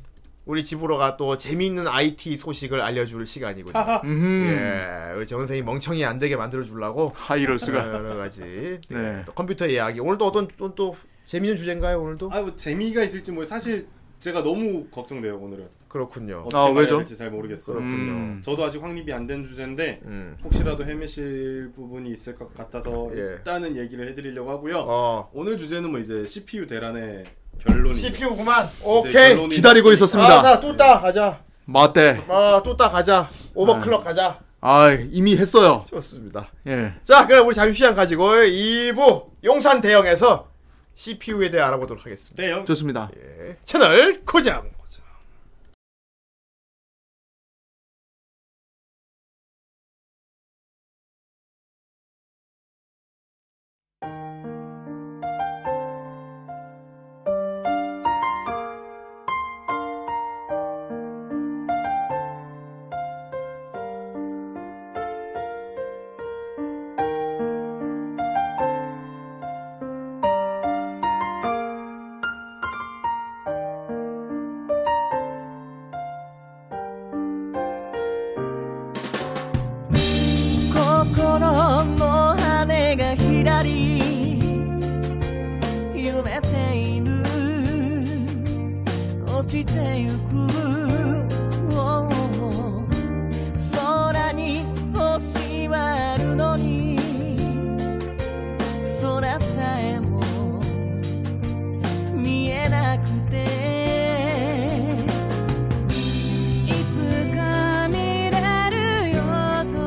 [SPEAKER 2] 우리 집으로가 또 재미있는 IT 소식을 알려줄 시간이군요.
[SPEAKER 3] 음.
[SPEAKER 2] 아. 예, 우리 정 선생이 멍청이 안 되게 만들어 주려고 어,
[SPEAKER 3] 하 이럴 수가.
[SPEAKER 2] 여러 가지
[SPEAKER 3] 네.
[SPEAKER 2] 또 컴퓨터 이야기. 오늘도 어떤 또, 또 재미있는 주제인가요? 오늘도
[SPEAKER 4] 아, 뭐 재미가 있을지 뭐 사실 제가 너무 걱정돼요 오늘은.
[SPEAKER 2] 그렇군요.
[SPEAKER 4] 어떻게
[SPEAKER 3] 아,
[SPEAKER 4] 말해야
[SPEAKER 3] 왜죠?
[SPEAKER 4] 될지 잘 모르겠어.
[SPEAKER 3] 음.
[SPEAKER 4] 저도 아직 확립이 안 된 주제인데
[SPEAKER 2] 음.
[SPEAKER 4] 혹시라도 헤매실 부분이 있을 것 같아서
[SPEAKER 2] 예.
[SPEAKER 4] 일단은 얘기를 해드리려고 하고요.
[SPEAKER 2] 어.
[SPEAKER 4] 오늘 주제는 뭐 이제 CPU 대란의
[SPEAKER 3] 네.
[SPEAKER 4] 결론이
[SPEAKER 2] CPU구만. 오케이.
[SPEAKER 3] 기다리고 있었습니다.
[SPEAKER 2] 아, 자, 뚜따 가자.
[SPEAKER 3] 맞대.
[SPEAKER 2] 아, 뚜따 가자. 오버클럭 가자.
[SPEAKER 3] 아, 이미 했어요.
[SPEAKER 2] 좋습니다.
[SPEAKER 3] 예.
[SPEAKER 2] 자, 그럼 우리 잠시간 가지고 2부 용산 대형에서 CPU에 대해 알아보도록 하겠습니다.
[SPEAKER 4] 네, 대형
[SPEAKER 3] 좋습니다.
[SPEAKER 2] 채널 고정.
[SPEAKER 5] 心の羽が左揺れている落ちてゆく Oh, oh. 空に星はあるのに空さえも見えなくて「いつか見れるよと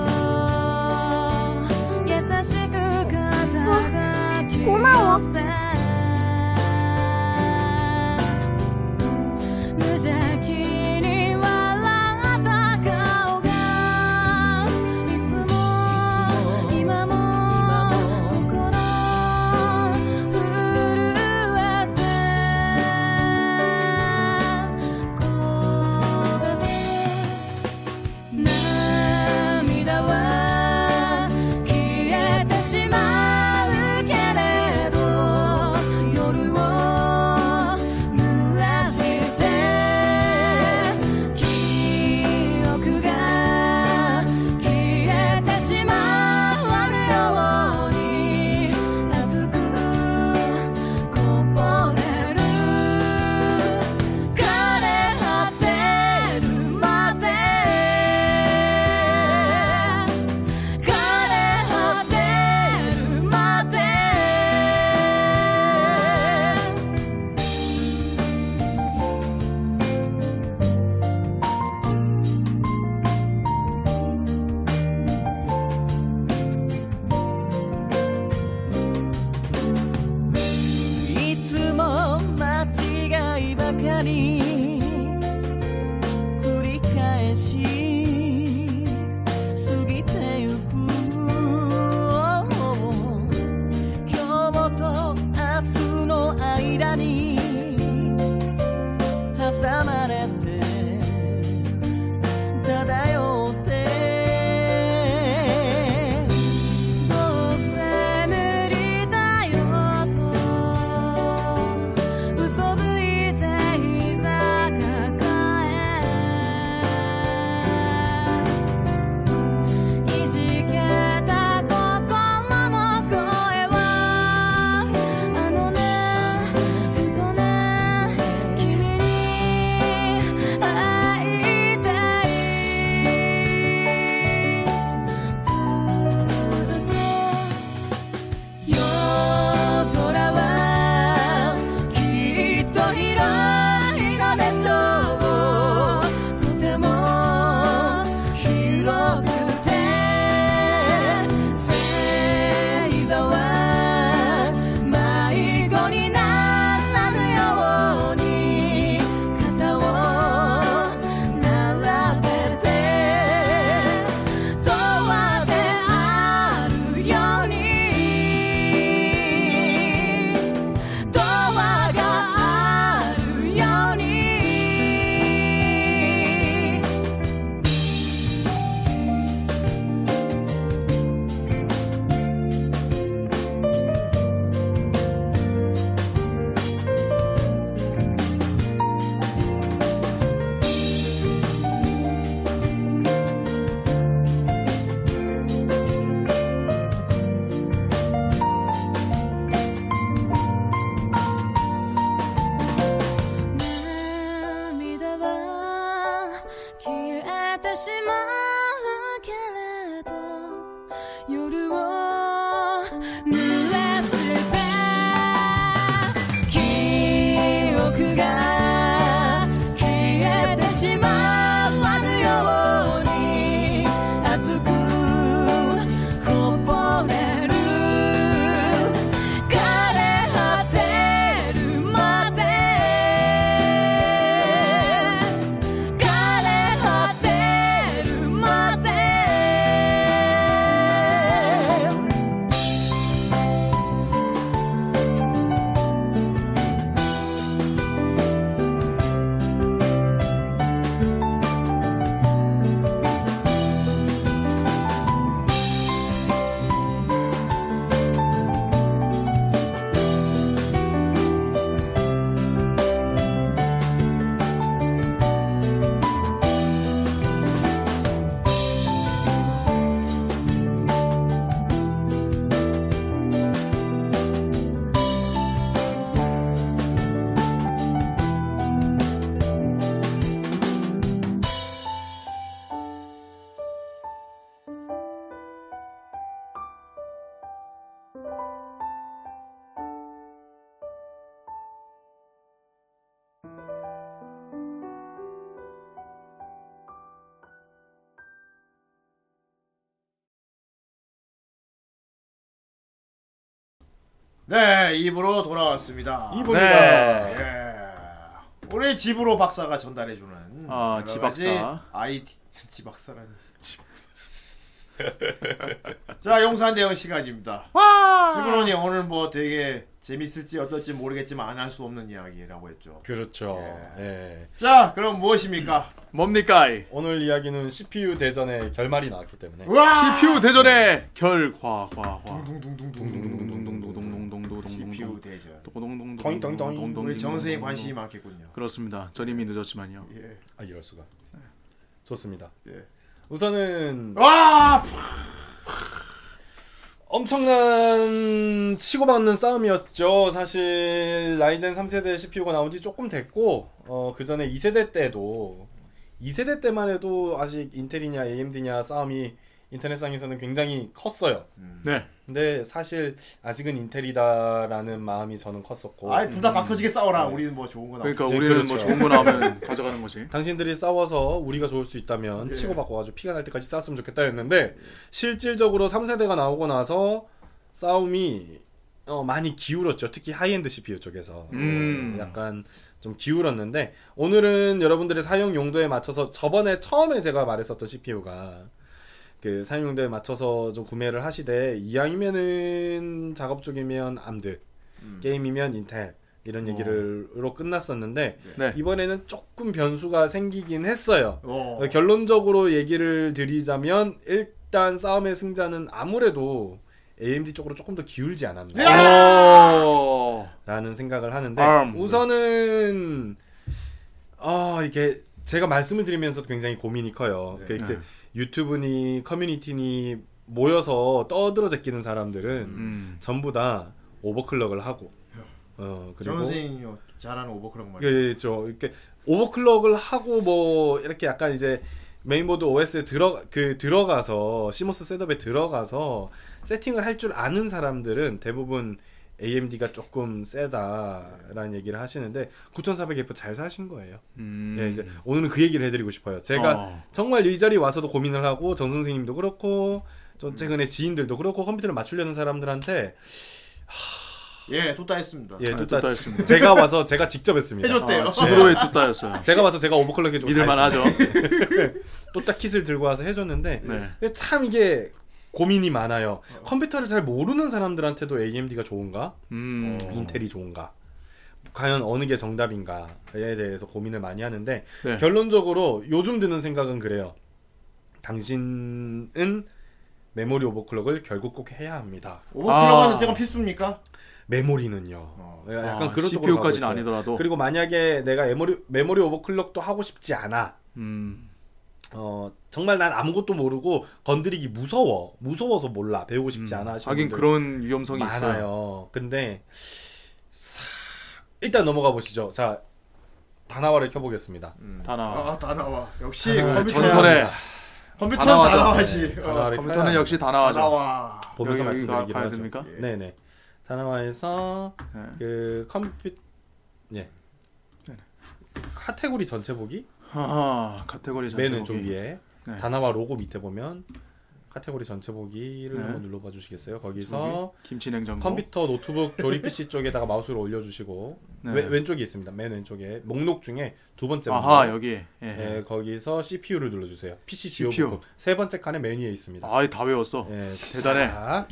[SPEAKER 5] 優しく語
[SPEAKER 2] 네, 입으로 돌아왔습니다.
[SPEAKER 3] 네.
[SPEAKER 9] 입으로다.
[SPEAKER 2] 예. 우리 집으로 박사가 전달해주는.
[SPEAKER 3] 아,
[SPEAKER 2] 여러
[SPEAKER 3] 지박사.
[SPEAKER 2] 가지 아이, 지박사라니. 자, 용산 대응 시간입니다.
[SPEAKER 3] 와!
[SPEAKER 2] 지브론이 오늘 뭐 되게 재밌을지 어떨지 모르겠지만 안 할 수 없는 이야기라고 했죠.
[SPEAKER 4] 그렇죠. 예.
[SPEAKER 2] 자, 그럼 무엇입니까?
[SPEAKER 3] 뭡니까?
[SPEAKER 4] 오늘 이야기는 CPU 대전의 결말이 나왔기 때문에
[SPEAKER 3] 어? CPU 대전의 결과 과과
[SPEAKER 2] CPU 대전.
[SPEAKER 3] 동동동동동동동동동동동
[SPEAKER 2] 우리 정승이 관심이 많겠군요.
[SPEAKER 3] 그렇습니다. 전 이미 늦었지만요.
[SPEAKER 2] 예.
[SPEAKER 4] 아 이럴 수가. 좋습니다. 우선은
[SPEAKER 2] 와 아,
[SPEAKER 4] 엄청난 치고받는 싸움이었죠. 사실 라이젠 3세대 CPU가 나온 지 조금 됐고 어, 그 전에 2세대 때도 2세대 때만 해도 아직 인텔이냐 AMD냐 싸움이 인터넷상에서는 굉장히 컸어요.
[SPEAKER 3] 네.
[SPEAKER 4] 근데 사실 아직은 인텔이다라는 마음이 저는 컸었고.
[SPEAKER 2] 아이, 둘다
[SPEAKER 4] 음.
[SPEAKER 2] 박터지게 싸워라. 우리는 뭐 좋은 거 나오고.
[SPEAKER 3] 어, 그러니까 우리는 뭐 좋은 거 나오면 가져가는 거지.
[SPEAKER 4] 당신들이 싸워서 우리가 좋을 수 있다면
[SPEAKER 3] 예.
[SPEAKER 4] 치고받고 아주 피가 날 때까지 싸웠으면 좋겠다 했는데 실질적으로 3세대가 나오고 나서 싸움이 어, 많이 기울었죠. 특히 하이엔드 CPU 쪽에서
[SPEAKER 3] 음.
[SPEAKER 4] 어, 약간 좀 기울었는데 오늘은 여러분들의 사용 용도에 맞춰서 저번에 처음에 제가 말했었던 CPU가 그 사용 용도에 맞춰서 좀 구매를 하시되 이왕이면은 작업 쪽이면 암드 게임이면 인텔 이런 얘기를로 끝났었는데
[SPEAKER 3] 네.
[SPEAKER 4] 이번에는 조금 변수가 생기긴 했어요.
[SPEAKER 2] 어.
[SPEAKER 3] 아,
[SPEAKER 4] 어, 결론적으로 얘기를 드리자면 일단 싸움의 승자는 아무래도 AMD 쪽으로 조금 더 기울지 않았나 라는 생각을 하는데
[SPEAKER 3] 암.
[SPEAKER 4] 우선은 아 이게 제가 말씀을 드리면서도 굉장히 고민이 커요. 그 이렇게
[SPEAKER 3] 네.
[SPEAKER 4] 유튜브니 커뮤니티니 모여서 떠들어 제끼는 사람들은
[SPEAKER 3] 음.
[SPEAKER 4] 전부 다 오버클럭을 하고 어 그리고
[SPEAKER 2] 정승이 잘하는 오버클럭 말.
[SPEAKER 4] 예, 예, 저 이렇게 오버클럭을 하고 뭐 이렇게 약간 이제 메인보드 OS에 들어 그 들어가서 시모스 셋업에 들어가서 세팅을 할 줄 아는 사람들은 대부분 AMD가 조금 세다라는 얘기를 하시는데 9400F 잘 사신 거예요. 예, 이제 오늘은 그 얘기를 해드리고 싶어요. 제가
[SPEAKER 3] 음. 어.
[SPEAKER 4] 정말 이 자리 와서도 고민을 하고 정 선생님도 그렇고
[SPEAKER 3] 음.
[SPEAKER 4] 좀 최근에 지인들도 그렇고 컴퓨터를 맞추려는 사람들한테
[SPEAKER 2] 예, 뚜따 했습니다.
[SPEAKER 4] 예, 뚜따,
[SPEAKER 3] 뚜따 아, 했습니다.
[SPEAKER 4] 제가 와서 제가 직접 했습니다.
[SPEAKER 2] 해줬대요.
[SPEAKER 3] 아,
[SPEAKER 4] 예.
[SPEAKER 3] 집으로의 뚜따였어요.
[SPEAKER 4] 제가 와서 제가 오버클럭 해주고
[SPEAKER 3] 믿을만
[SPEAKER 4] 다
[SPEAKER 3] 하죠.
[SPEAKER 4] 했습니다. 뚜따 킷을 들고 와서 해줬는데
[SPEAKER 3] 네.
[SPEAKER 4] 근데 참 이게 고민이 많아요. 컴퓨터를 잘 모르는 사람들한테도 AMD가 좋은가?
[SPEAKER 3] 음.
[SPEAKER 4] 인텔이 좋은가? 과연 어느 게 정답인가에 대해서 고민을 많이 하는데
[SPEAKER 3] 네.
[SPEAKER 4] 결론적으로 요즘 드는 생각은 그래요. 당신은 메모리 오버클럭을 결국 꼭 해야 합니다.
[SPEAKER 2] 오버클럭은 제가 필수입니까?
[SPEAKER 4] 메모리는요. 예, 약간
[SPEAKER 3] 아,
[SPEAKER 4] 그런
[SPEAKER 3] CPU
[SPEAKER 4] 쪽으로 가고
[SPEAKER 3] 까지는
[SPEAKER 4] 있어요.
[SPEAKER 3] 아니더라도.
[SPEAKER 4] 그리고 만약에 내가 메모리 메모리 오버클럭도 하고 싶지 않아.
[SPEAKER 3] 음.
[SPEAKER 4] 어 정말 난 아무것도 모르고 건드리기 무서워 무서워서 몰라 배우고 싶지 않아
[SPEAKER 3] 음.
[SPEAKER 4] 하시는
[SPEAKER 3] 하긴
[SPEAKER 4] 분들
[SPEAKER 3] 그런 위험성이
[SPEAKER 4] 많아요.
[SPEAKER 3] 있어요.
[SPEAKER 4] 근데 사... 일단 넘어가 보시죠. 자 다나와를 켜보겠습니다.
[SPEAKER 3] 음. 다 나와.
[SPEAKER 2] 아, 다 나와. 역시
[SPEAKER 3] 아,
[SPEAKER 2] 컴퓨터
[SPEAKER 3] 전설의
[SPEAKER 2] 컴퓨터는 다
[SPEAKER 3] 다 나와죠.
[SPEAKER 2] 나와지. 어,
[SPEAKER 4] 다나와를
[SPEAKER 3] 컴퓨터는
[SPEAKER 4] 켜야
[SPEAKER 3] 역시 다
[SPEAKER 2] 다
[SPEAKER 3] 나와죠.
[SPEAKER 2] 나와.
[SPEAKER 4] 보면서
[SPEAKER 3] 여기, 여기 가-
[SPEAKER 4] 말씀드리기로
[SPEAKER 3] 가야
[SPEAKER 4] 하죠. 예.
[SPEAKER 3] 됩니까?
[SPEAKER 4] 네네 다나와에서
[SPEAKER 3] 네.
[SPEAKER 4] 그 컴퓨 예 카테고리 전체 보기
[SPEAKER 3] 아, 카테고리 전체
[SPEAKER 4] 맨 왼쪽
[SPEAKER 3] 보기.
[SPEAKER 4] 위에
[SPEAKER 3] 네.
[SPEAKER 4] 다나와 로고 밑에 보면 카테고리 전체 보기를
[SPEAKER 3] 네.
[SPEAKER 4] 한번 눌러봐 주시겠어요? 거기서
[SPEAKER 3] 저기 김치 냉장고.
[SPEAKER 4] 컴퓨터 노트북 조립 PC 쪽에다가 마우스를 올려주시고
[SPEAKER 3] 네.
[SPEAKER 4] 왼- 왼쪽에 있습니다. 맨 왼쪽에 목록 중에 두 번째
[SPEAKER 3] 아하,
[SPEAKER 4] 목록.
[SPEAKER 3] 여기. 예.
[SPEAKER 4] 예, 거기서 CPU를 눌러주세요. PC 주요
[SPEAKER 3] CPU.
[SPEAKER 4] 부품 세 번째 칸에 메뉴에 있습니다.
[SPEAKER 3] 아이 네. 다 외웠어.
[SPEAKER 4] 예,
[SPEAKER 3] 대단해.
[SPEAKER 4] 자,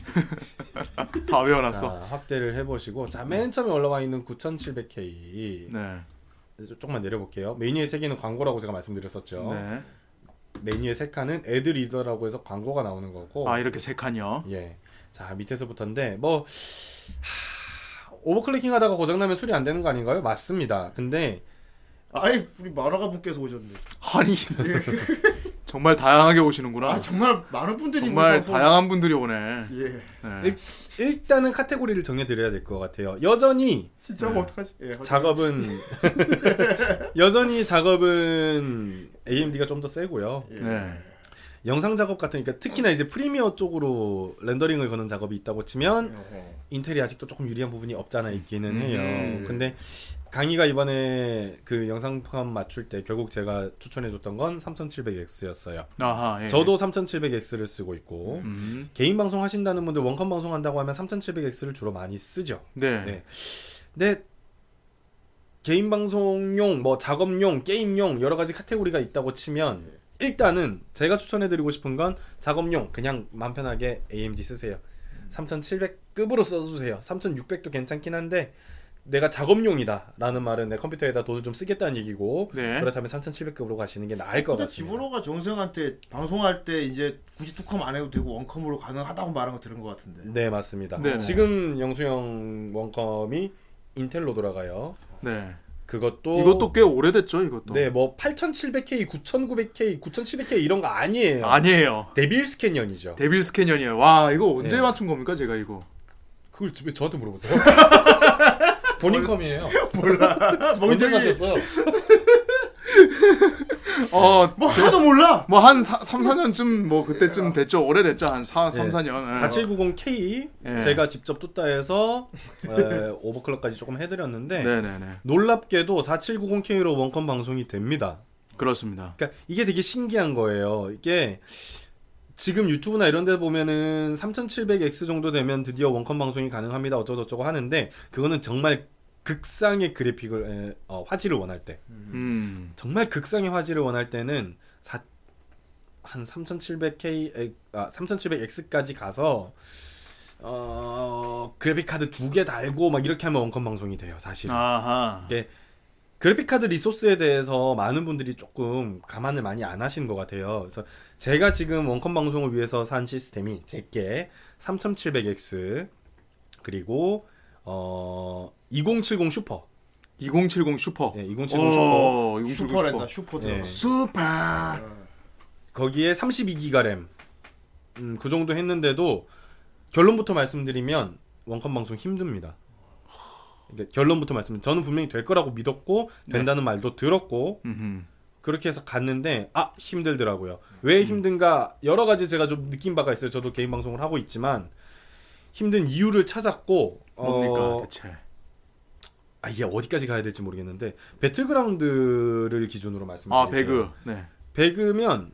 [SPEAKER 3] 다
[SPEAKER 4] 자,
[SPEAKER 3] 외워놨어.
[SPEAKER 4] 확대를 해보시고 자맨 처음에 올라와 있는 9700K
[SPEAKER 3] 네.
[SPEAKER 4] 조금만 내려볼게요. 메뉴의 세 개는 광고라고 제가 말씀드렸었죠.
[SPEAKER 3] 네.
[SPEAKER 4] 메뉴의 세 칸은 애드리더라고 해서 광고가 나오는 거고
[SPEAKER 3] 아 이렇게 세 칸이요.
[SPEAKER 4] 예. 자, 밑에서부터인데 뭐 하, 오버클리킹 하다가 고장 나면 수리 안 되는 거 아닌가요? 맞습니다. 근데
[SPEAKER 2] 아이, 우리 만화가 분께서 오셨네.
[SPEAKER 3] 아니 정말 다양하게 오시는구나.
[SPEAKER 2] 아, 정말 많은 분들이
[SPEAKER 3] 정말
[SPEAKER 2] 방송-
[SPEAKER 3] 다양한 분들이 오네.
[SPEAKER 2] 예.
[SPEAKER 3] 네.
[SPEAKER 4] 일, 일단은 카테고리를 정해 드려야 될 것 같아요. 여전히
[SPEAKER 2] 진짜 뭐 어떡하지? 예.
[SPEAKER 4] 작업은 여전히 작업은 AMD가 좀 더 세고요.
[SPEAKER 3] 네.
[SPEAKER 4] 영상 작업 같은 그러니까 특히나 이제 프리미어 쪽으로 렌더링을 거는 작업이 있다고 치면
[SPEAKER 2] 어,
[SPEAKER 4] 인텔이 아직도 조금 유리한 부분이 없잖아 있기는 해요.
[SPEAKER 18] 음.
[SPEAKER 4] 근데 강의가 이번에 그 영상판 맞출 때 결국 제가 추천해줬던 건 3700X였어요.
[SPEAKER 2] 네.
[SPEAKER 3] 아하, 예. 음.
[SPEAKER 4] 저도 3700X를 쓰고 있고 개인 방송 하신다는 분들 원컴 방송 한다고 하면 3700X를 주로 많이 쓰죠.
[SPEAKER 3] 네.
[SPEAKER 4] 근데 개인 방송용, 뭐 작업용, 게임용 여러 가지 카테고리가 있다고 치면
[SPEAKER 2] 네.
[SPEAKER 4] 일단은 제가 추천해드리고 싶은 건 작업용 그냥 맘 편하게 AMD 쓰세요.
[SPEAKER 2] 음.
[SPEAKER 4] 3700급으로 써주세요. 3600도 괜찮긴 한데 내가 작업용이다라는 말은 내 컴퓨터에다 돈을 좀 쓰겠다는 얘기고
[SPEAKER 2] 네. 어,
[SPEAKER 4] 그렇다면 3700급으로 가시는 게 나을 것
[SPEAKER 2] 근데
[SPEAKER 4] 같습니다.
[SPEAKER 2] 지브로가 정수영한테 방송할 때 이제 굳이 투컴 안 해도 되고 원컴으로 가능하다고 말한 거 들은 것 같은데.
[SPEAKER 4] 네 맞습니다.
[SPEAKER 2] 네.
[SPEAKER 4] 지금 영수형 원컴이 인텔로 돌아가요.
[SPEAKER 3] 네.
[SPEAKER 4] 그것도
[SPEAKER 3] 이것도 꽤 오래됐죠, 이것도.
[SPEAKER 4] 네, 뭐 8700K, 9900K, 9700K 이런 거 아니에요.
[SPEAKER 3] 아니에요.
[SPEAKER 4] 데빌 스캐년이죠.
[SPEAKER 3] 데빌 스캐년이에요. 와, 이거 언제
[SPEAKER 4] 네.
[SPEAKER 3] 맞춘 겁니까, 제가 이거?
[SPEAKER 4] 그걸 왜 저한테 물어보세요? 본인컴이에요.
[SPEAKER 3] 몰라.
[SPEAKER 4] 언제
[SPEAKER 3] 뭔지-
[SPEAKER 4] 사셨어요? 네.
[SPEAKER 3] 어,
[SPEAKER 2] 뭐 하나도 몰라.
[SPEAKER 3] 뭐 한 3, 4년쯤 뭐
[SPEAKER 4] 네.
[SPEAKER 3] 그때쯤 됐죠. 오래됐죠. 한 4, 3, 4년. 네.
[SPEAKER 4] 4790K
[SPEAKER 3] 예.
[SPEAKER 4] 제가 직접 뚜따해서 에, 오버클럭까지 조금 해드렸는데
[SPEAKER 3] 네네네.
[SPEAKER 4] 놀랍게도 4790K로 원컴 방송이 됩니다.
[SPEAKER 3] 그렇습니다.
[SPEAKER 4] 그러니까 이게 되게 신기한 거예요. 이게 지금 유튜브나 이런 데 보면은 3700X 정도 되면 드디어 원컴 방송이 가능합니다. 어쩌고저쩌고 하는데 그거는 정말 극상의 그래픽을 에, 어, 화질을 원할 때
[SPEAKER 3] 음.
[SPEAKER 4] 정말 극상의 화질을 원할 때는 사- 한 3700K 아 3700X까지 가서 어 그래픽 카드 두 개 달고 막 이렇게 하면 원컴 방송이 돼요, 사실.
[SPEAKER 3] 아하.
[SPEAKER 4] 이게 그래픽 카드 리소스에 대해서 많은 분들이 조금 감안을 많이 안 하시는 것 같아요. 그래서 제가 지금 원컴 방송을 위해서 산 시스템이 제게 3700X 그리고 어 2070 슈퍼
[SPEAKER 3] 2070 슈퍼.
[SPEAKER 4] 네, 2070
[SPEAKER 3] 오,
[SPEAKER 4] 슈퍼.
[SPEAKER 3] 2070
[SPEAKER 2] 슈퍼랜다, 슈퍼 들어가.
[SPEAKER 3] 슈퍼.
[SPEAKER 4] 거기에 32기가 램. 음, 그 정도 했는데도 결론부터 말씀드리면 원컴 방송 힘듭니다. 그러니까 결론부터 말씀. 저는 분명히 될 거라고 믿었고 된다는 말도 들었고 그렇게 해서 갔는데 아 힘들더라고요. 왜 힘든가 여러 가지 제가 좀 느낀 바가 있어요. 저도 개인 방송을 하고 있지만 힘든 이유를 찾았고
[SPEAKER 3] 뭡니까,
[SPEAKER 4] 대체? 아 이게 어디까지 가야 될지 모르겠는데 배틀그라운드를 기준으로 말씀드릴게요.
[SPEAKER 3] 아, 배그. 네.
[SPEAKER 4] 배그면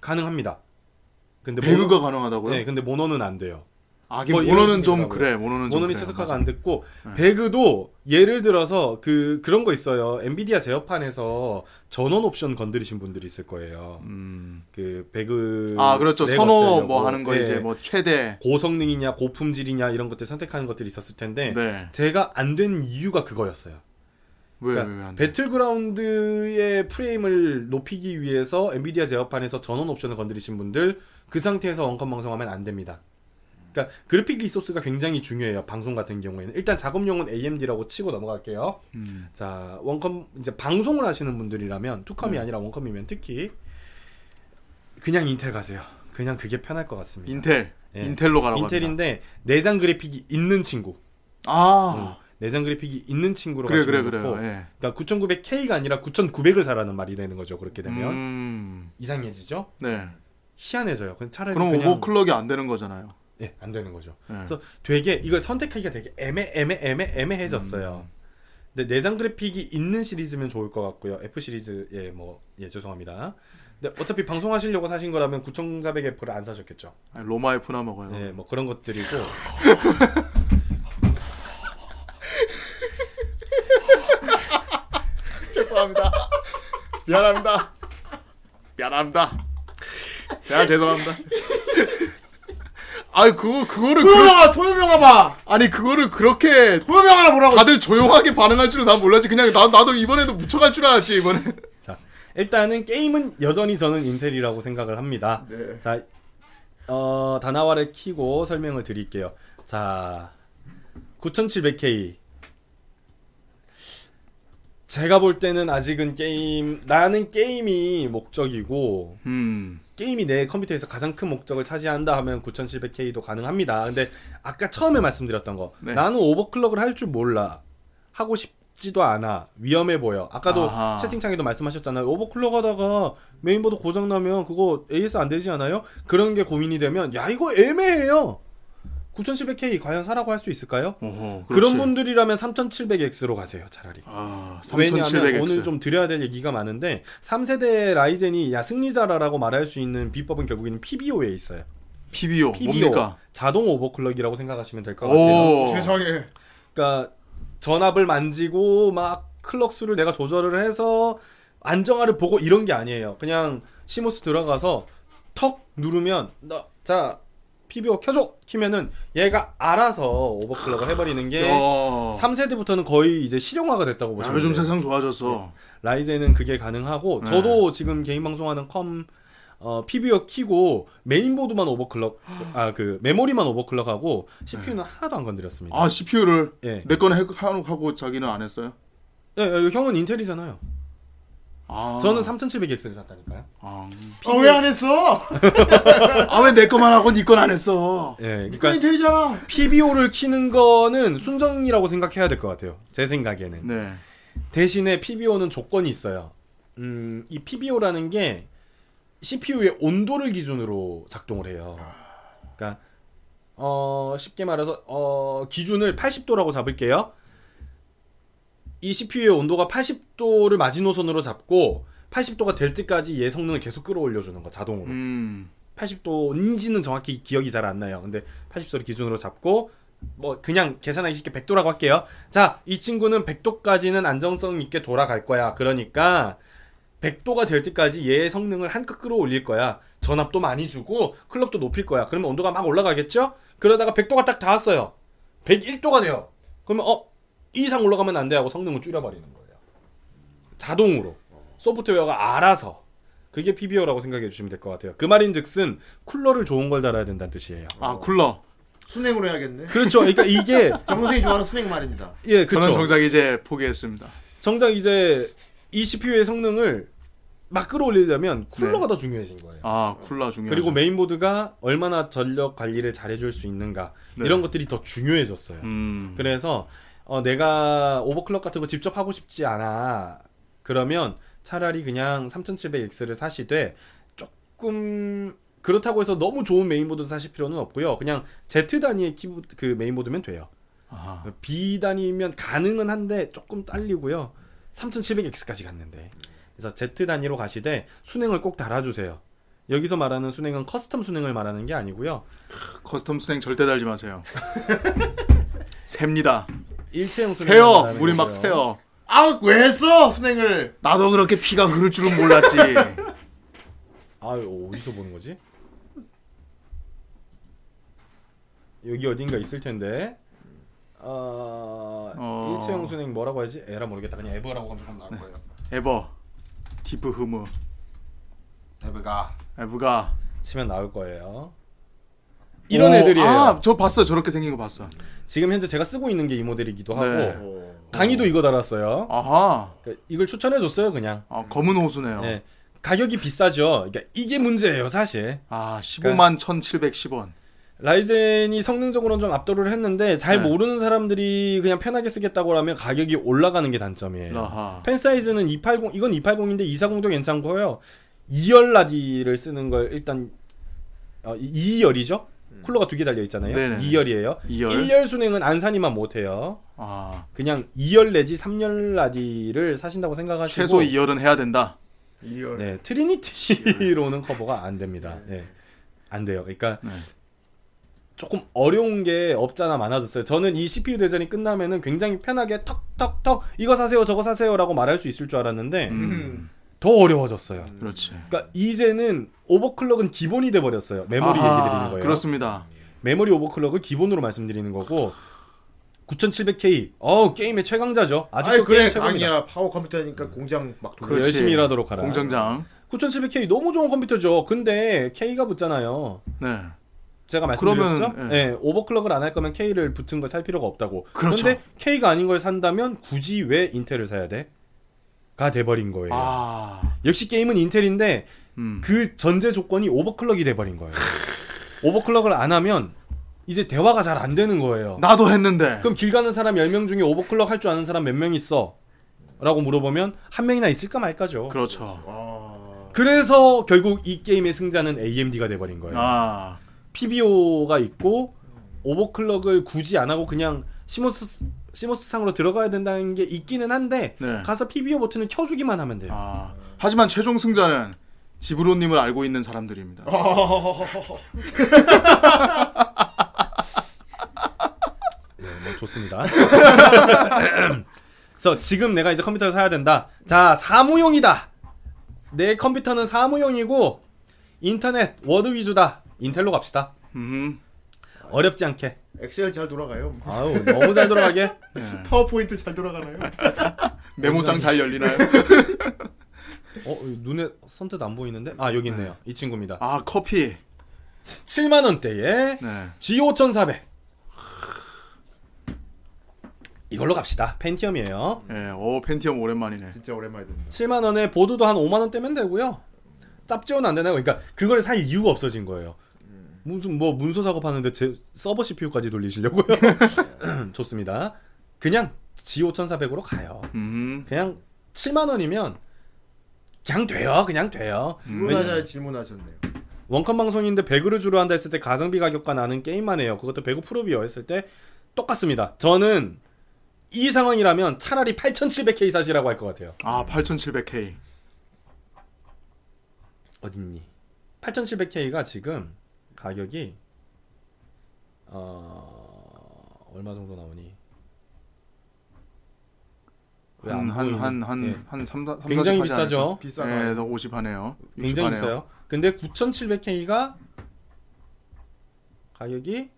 [SPEAKER 4] 가능합니다. 근데
[SPEAKER 3] 배그가 가능하다고요?
[SPEAKER 4] 네, 근데 모노는 안 돼요.
[SPEAKER 3] 아, 이게
[SPEAKER 4] 이런
[SPEAKER 3] 모노는 좀
[SPEAKER 4] 식이더라고요.
[SPEAKER 3] 그래, 모노는 좀
[SPEAKER 4] 모노는
[SPEAKER 3] 그래요, 네.
[SPEAKER 4] 체스카가
[SPEAKER 3] 맞아.
[SPEAKER 4] 안 됐고 배그도 예를 들어서 그 그런 거 있어요. 엔비디아 제어판에서 전원 옵션 건드리신 분들이 있을 거예요. 그 배그
[SPEAKER 3] 음. 아, 그렇죠.
[SPEAKER 4] 렉
[SPEAKER 3] 선호
[SPEAKER 4] 없애려고.
[SPEAKER 3] 뭐 하는 거
[SPEAKER 4] 네.
[SPEAKER 3] 이제 뭐 최대
[SPEAKER 4] 고성능이냐 고품질이냐 이런 것들 선택하는 것들이 있었을 텐데
[SPEAKER 3] 네.
[SPEAKER 4] 제가 안 된 이유가 그거였어요.
[SPEAKER 3] 왜,
[SPEAKER 4] 그러니까
[SPEAKER 3] 왜, 왜 안
[SPEAKER 4] 배틀그라운드의 프레임을 높이기 위해서 엔비디아 제어판에서 전원 옵션을 건드리신 분들 그 상태에서 원컴 방송하면 안 됩니다. 그러니까 그래픽 리소스가 굉장히 중요해요. 방송 같은 경우에는 일단 작업용은 AMD라고 치고 넘어갈게요.
[SPEAKER 3] 음.
[SPEAKER 4] 자 원컴 이제 방송을 하시는 분들이라면 투컴이
[SPEAKER 3] 음.
[SPEAKER 4] 아니라 원컴이면 특히 그냥 인텔 가세요. 그냥 그게 편할 것 같습니다.
[SPEAKER 3] 인텔. 인텔로 가라고
[SPEAKER 4] 네. 인텔인데 내장 그래픽이 있는 친구. 어,
[SPEAKER 3] 아.
[SPEAKER 4] 내장 음, 그래픽이 있는 친구로
[SPEAKER 3] 그래,
[SPEAKER 4] 가시면
[SPEAKER 3] 그래,
[SPEAKER 4] 좋고.
[SPEAKER 3] 그래요. 예.
[SPEAKER 4] 그러니까 9,900K가 아니라 9,900을 사라는 말이 되는 거죠. 그렇게 되면
[SPEAKER 3] 음.
[SPEAKER 4] 이상해지죠.
[SPEAKER 3] 네.
[SPEAKER 4] 희한해져요. 그럼 차라리
[SPEAKER 3] 그럼
[SPEAKER 4] 그냥
[SPEAKER 3] 오버클럭이 안 되는 거잖아요.
[SPEAKER 4] 예, 안 되는 거죠.
[SPEAKER 3] 네.
[SPEAKER 4] 그래서 되게 이걸 선택하기가 되게 애매 애매 애매 애매해졌어요. 근데 내장 그래픽이 있는 시리즈면 좋을 것 같고요. F 시리즈 예, 뭐 예, 죄송합니다. 근데 어차피 방송하시려고 사신 거라면 9,400F를 안 사셨겠죠.
[SPEAKER 3] 아니, 로마 F나 먹어요.
[SPEAKER 4] 예, 뭐 그런 것들이고.
[SPEAKER 3] 죄송합니다. 미안합니다. 미안합니다. 제가 죄송합니다. 아니 그거 그거를
[SPEAKER 2] 토요명아 토요명아 봐.
[SPEAKER 3] 아니 그거를 그렇게
[SPEAKER 2] 토요명아 뭐라고?
[SPEAKER 3] 다들 조용하게 반응할 줄은 난 몰랐지. 그냥 나 나도 이번에도 묻혀갈 줄 알았지 이번에.
[SPEAKER 4] 자 일단은 게임은 여전히 저는 인텔이라고 생각을 합니다.
[SPEAKER 3] 네.
[SPEAKER 4] 자 어, 다나와를 키고 설명을 드릴게요. 자 9700K 제가 볼 때는 아직은 게임 나는 게임이 목적이고
[SPEAKER 3] 음.
[SPEAKER 4] 게임이 내 컴퓨터에서 가장 큰 목적을 차지한다 하면 9700K도 가능합니다. 근데 아까 처음에 말씀드렸던 거
[SPEAKER 3] 네.
[SPEAKER 4] 나는 오버클럭을 할 줄 몰라 하고 싶 같지도 않아 위험해 보여 아까도
[SPEAKER 3] 아하.
[SPEAKER 4] 채팅창에도 말씀하셨잖아요 오버클럭 하다가 메인보드 고장나면 그거 AS 안 되지 않아요? 그런 게 고민이 되면 야 이거 애매해요 9700K 과연 사라고 할 수 있을까요? 그런
[SPEAKER 3] 그렇지.
[SPEAKER 4] 분들이라면 3700X로 가세요 차라리
[SPEAKER 3] 아,
[SPEAKER 4] 왜냐하면
[SPEAKER 3] 3700X.
[SPEAKER 4] 오늘 좀 드려야 될 얘기가 많은데 3세대 라이젠이 야 승리자라라고 말할 수 있는 비법은 결국에는 PBO에 있어요.
[SPEAKER 3] PBO, 뭡니까?
[SPEAKER 4] 자동 오버클럭이라고 생각하시면 될 것
[SPEAKER 2] 오.
[SPEAKER 4] 같아요.
[SPEAKER 2] 세상에.
[SPEAKER 4] 그러니까 전압을 만지고 막 클럭 수를 내가 조절을 해서 안정화를 보고 이런 게 아니에요. 그냥 시모스 들어가서 턱 누르면 너, 자 PBO 켜줘 키면은 얘가 알아서 오버클럭을 해버리는 게
[SPEAKER 3] 야.
[SPEAKER 4] 3세대부터는 거의 이제 실용화가 됐다고 보시면
[SPEAKER 3] 요즘
[SPEAKER 4] 돼요.
[SPEAKER 3] 세상 좋아졌어.
[SPEAKER 4] 라이젠은 그게 가능하고
[SPEAKER 2] 네.
[SPEAKER 4] 저도 지금 개인 방송하는 컴 어, PBO 키고 메인보드만 오버클럭 아 그 메모리만 오버클럭하고
[SPEAKER 2] 네.
[SPEAKER 4] CPU는 하나도 안 건드렸습니다.
[SPEAKER 3] 아 CPU를
[SPEAKER 4] 예.
[SPEAKER 3] 내 거는 해- 하고 자기는 안 했어요?
[SPEAKER 4] 예, 예, 형은 인텔이잖아요.
[SPEAKER 3] 아.
[SPEAKER 4] 저는 3700X를 샀다니까요.
[SPEAKER 3] 아.
[SPEAKER 2] 아, 왜 안 했어?
[SPEAKER 3] 아 왜 내 거만 하고 네 건 안 했어?
[SPEAKER 4] 예,
[SPEAKER 2] 그러니까
[SPEAKER 4] 그러니까
[SPEAKER 2] 인텔이잖아.
[SPEAKER 4] PBO를 키는 거는 순정이라고 생각해야 될 것 같아요. 제 생각에는.
[SPEAKER 3] 네.
[SPEAKER 4] 대신에 PBO는 조건이 있어요. 음, 이 PBO라는 게 CPU의 온도를 기준으로 작동을 해요. 그러니까 어, 쉽게 말해서 어, 기준을 80도라고 잡을게요. 이 CPU의 온도가 80도를 마지노선으로 잡고 80도가 될 때까지 얘 성능을 계속 끌어올려 주는 거 자동으로.
[SPEAKER 3] 음.
[SPEAKER 4] 80도인지는 정확히 기억이 잘 안 나요. 근데 80도를 기준으로 잡고 뭐 그냥 계산하기 쉽게 100도라고 할게요. 자, 이 친구는 100도까지는 안정성 있게 돌아갈 거야. 그러니까 100도가 될 때까지 얘의 성능을 한껏 끌어올릴 거야. 전압도 많이 주고 클럭도 높일 거야. 그러면 온도가 막 올라가겠죠? 그러다가 100도가 딱 닿았어요. 101도가 돼요. 그러면 어, 이 이상 올라가면 안 돼 하고 성능을 줄여버리는 거예요. 자동으로 소프트웨어가 알아서 그게 PBO라고 생각해 주시면 될 것 같아요. 그 말인즉슨 쿨러를 좋은 걸 달아야 된다는 뜻이에요.
[SPEAKER 3] 아 쿨러.
[SPEAKER 2] 순행으로 해야겠네.
[SPEAKER 4] 그렇죠. 그러니까 이게
[SPEAKER 2] 정 선생이 좋아하는 순행 말입니다.
[SPEAKER 4] 예, 그렇죠.
[SPEAKER 3] 저는 정작 이제 포기했습니다.
[SPEAKER 4] 정작 이제 이 CPU의 성능을 막 끌어올리려면 쿨러가 더 중요해진 거예요.
[SPEAKER 3] 네. 아 쿨러 중요.
[SPEAKER 4] 그리고 메인보드가 얼마나 전력 관리를 잘해줄 수 있는가
[SPEAKER 3] 네.
[SPEAKER 4] 이런 것들이 더 중요해졌어요.
[SPEAKER 3] 음.
[SPEAKER 4] 그래서 어, 내가 오버클럭 같은 거 직접 하고 싶지 않아. 그러면 차라리 그냥 3700X를 사시되 조금 그렇다고 해서 너무 좋은 메인보드 사실 필요는 없고요. 그냥 Z 단위의 키보드 그 메인보드면 돼요.
[SPEAKER 3] 아.
[SPEAKER 4] B 단위면 가능은 한데 조금 딸리고요. 3700X까지 갔는데. 그래서 Z 단위로 가시되 순행을 꼭 달아주세요. 여기서 말하는 순행은 커스텀 순행을 말하는 게 아니고요.
[SPEAKER 3] 커스텀 순행 절대 달지 마세요. 셉니다.
[SPEAKER 4] 일체형 순행.
[SPEAKER 3] 세요. 물이 막 세요.
[SPEAKER 2] 아, 왜 했어? 순행을.
[SPEAKER 3] 나도 그렇게 피가 흐를 줄은 몰랐지.
[SPEAKER 4] 아유 어디서 보는 거지? 여기 어딘가 있을 텐데. 아
[SPEAKER 3] 어.
[SPEAKER 4] 일체형 순행 뭐라고 하지? 에라 모르겠다. 그냥 에버라고 검색하면 나올 거예요.
[SPEAKER 3] 에버. 디프 흐무.
[SPEAKER 4] 에버가
[SPEAKER 3] 에브가.
[SPEAKER 4] 치면 나올 거예요. 이런 애들이에요.
[SPEAKER 3] 아, 저 봤어. 저렇게 생긴 거 봤어.
[SPEAKER 4] 지금 현재 제가 쓰고 있는 게 이 모델이기도 하고
[SPEAKER 3] 네.
[SPEAKER 4] 강의도 이거 달았어요.
[SPEAKER 3] 아하.
[SPEAKER 4] 그러니까 이걸 추천해 줬어요, 그냥.
[SPEAKER 3] 아, 검은 호수네요.
[SPEAKER 4] 네. 가격이 비싸죠. 그러니까 이게 문제예요, 사실.
[SPEAKER 3] 아, 15만 1,710원.
[SPEAKER 4] 라이젠이 성능적으로는 좀 압도를 했는데 잘
[SPEAKER 3] 네.
[SPEAKER 4] 모르는 사람들이 그냥 편하게 쓰겠다고 하면 가격이 올라가는 게 단점이에요.
[SPEAKER 3] 아하.
[SPEAKER 4] 펜 사이즈는 280, 이건 280인데 240도 괜찮고요. 2열 라디를 쓰는 걸 일단 어, 2열이죠. 쿨러가 두 개 달려
[SPEAKER 3] 음.
[SPEAKER 4] 있잖아요.
[SPEAKER 3] 네네.
[SPEAKER 4] 2열이에요.
[SPEAKER 3] 이열.
[SPEAKER 4] 1열 순행은 안산이만 못 해요.
[SPEAKER 3] 아,
[SPEAKER 4] 그냥 2열 내지 3열 라디를 사신다고 생각하시고
[SPEAKER 3] 최소 2열은 해야 된다.
[SPEAKER 2] 이열.
[SPEAKER 4] 네, 트리니티로는 커버가 안 됩니다. 예. 안 돼요. 그러니까
[SPEAKER 3] 네.
[SPEAKER 4] 조금 어려운 게 없잖아 많아졌어요. 저는 이 CPU 대전이 끝나면은 굉장히 편하게 턱턱턱 이거 사세요, 저거 사세요라고 말할 수 있을 줄 알았는데
[SPEAKER 2] 음.
[SPEAKER 4] 더 어려워졌어요.
[SPEAKER 3] 그렇지.
[SPEAKER 4] 그러니까 이제는 오버클럭은 기본이 돼 버렸어요. 메모리
[SPEAKER 3] 아하,
[SPEAKER 4] 얘기 드리는 거예요.
[SPEAKER 3] 그렇습니다.
[SPEAKER 4] 메모리 오버클럭을 기본으로 말씀드리는 거고 9700K 어 게임의 최강자죠. 아직도
[SPEAKER 2] 아니, 그래.
[SPEAKER 4] 게임 최강이야.
[SPEAKER 2] 강이야. 파워 컴퓨터니까 공장 막 돌려.
[SPEAKER 3] 그래. 그렇지.
[SPEAKER 4] 열심히 일하도록 하라.
[SPEAKER 3] 공장장.
[SPEAKER 4] 9700K 너무 좋은 컴퓨터죠. 근데 K가 붙잖아요.
[SPEAKER 3] 네.
[SPEAKER 4] 제가 말씀드렸죠.
[SPEAKER 3] 그러면은,
[SPEAKER 4] 예, 오버클럭을 안 할 거면 K를 붙은 걸 살 필요가 없다고.
[SPEAKER 3] 그렇죠.
[SPEAKER 4] 근데 K가 아닌 걸 산다면 굳이 왜 인텔을 사야 돼? 가 돼버린 거예요.
[SPEAKER 3] 아,
[SPEAKER 4] 역시 게임은 인텔인데
[SPEAKER 3] 음.
[SPEAKER 4] 그 전제 조건이 오버클럭이 돼버린 거예요. 오버클럭을 안 하면 이제 대화가 잘 안 되는 거예요.
[SPEAKER 3] 나도 했는데.
[SPEAKER 4] 그럼 길 가는 사람 10명 중에 오버클럭 할 줄 아는 사람 몇 명 있어? 라고 물어보면 한 명이나 있을까 말까죠.
[SPEAKER 3] 그렇죠.
[SPEAKER 4] 그래서 결국 이 게임의 승자는 AMD가 돼버린 거예요.
[SPEAKER 3] 아.
[SPEAKER 4] PBO가 있고 오버클럭을 굳이 안 하고 그냥 시모스 시모스 상으로 들어가야 된다는 게 있기는 한데
[SPEAKER 3] 네. 아.
[SPEAKER 4] 가서 PBO 버튼을 켜주기만 하면 돼요.
[SPEAKER 3] 하지만 최종 승자는 지브로님을 알고 있는 사람들입니다.
[SPEAKER 4] 아. 뭐 좋습니다. 그래서 지금 내가 이제 컴퓨터를 사야 된다. 자, 사무용이다. 내 컴퓨터는 사무용이고 인터넷 워드 위주다. 인텔로 갑시다.
[SPEAKER 3] 음,
[SPEAKER 4] 어렵지 않게.
[SPEAKER 2] 엑셀 잘 돌아가요.
[SPEAKER 4] 아우 너무 잘 돌아가게.
[SPEAKER 2] 파워포인트 잘 돌아가나요?
[SPEAKER 3] 메모장 잘 열리나요?
[SPEAKER 4] 어 눈에 선뜻 안 보이는데? 아 여기 있네요. 이 친구입니다.
[SPEAKER 3] 아 커피. 네.
[SPEAKER 4] 7만 원대에 G5400. 이걸로 갑시다. 펜티엄이에요.
[SPEAKER 3] 예, 오 펜티엄 오랜만이네.
[SPEAKER 2] 진짜 오랜만에 듣네.
[SPEAKER 4] 7만 원에 보드도 한 5만 원 떼면 되고요. 짭지원안 되나요? 그러니까 그걸 살 이유가 없어진 거예요. 무슨 뭐 문서 작업하는데 제 서버 CPU까지 돌리시려고요? 좋습니다. 그냥 G5400으로 가요.
[SPEAKER 3] 음,
[SPEAKER 4] 그냥 7만 원이면 그냥 돼요. 그냥 돼요.
[SPEAKER 2] 질문하자 질문하셨네요.
[SPEAKER 4] 원컴 방송인데 배그를 주로 한다 했을 때 가성비 가격과 나는 게임만 해요. 그것도 배그 프로비어 했을 때 똑같습니다. 저는 이 상황이라면 차라리 8700K 사시라고 할 것 같아요.
[SPEAKER 3] 아 8700K.
[SPEAKER 4] 어딨니? 8700K가 지금 가격이 어... 얼마 정도 나오니? 왜안 보이니? 예.
[SPEAKER 3] 음, 한한한한 3, 4
[SPEAKER 4] 굉장히 비싸죠.
[SPEAKER 3] 예,
[SPEAKER 4] 비싸다.
[SPEAKER 3] 그래서 50 하네요. 60
[SPEAKER 4] 굉장히
[SPEAKER 3] 하네요.
[SPEAKER 4] 비싸요. 근데 9700K가 가격이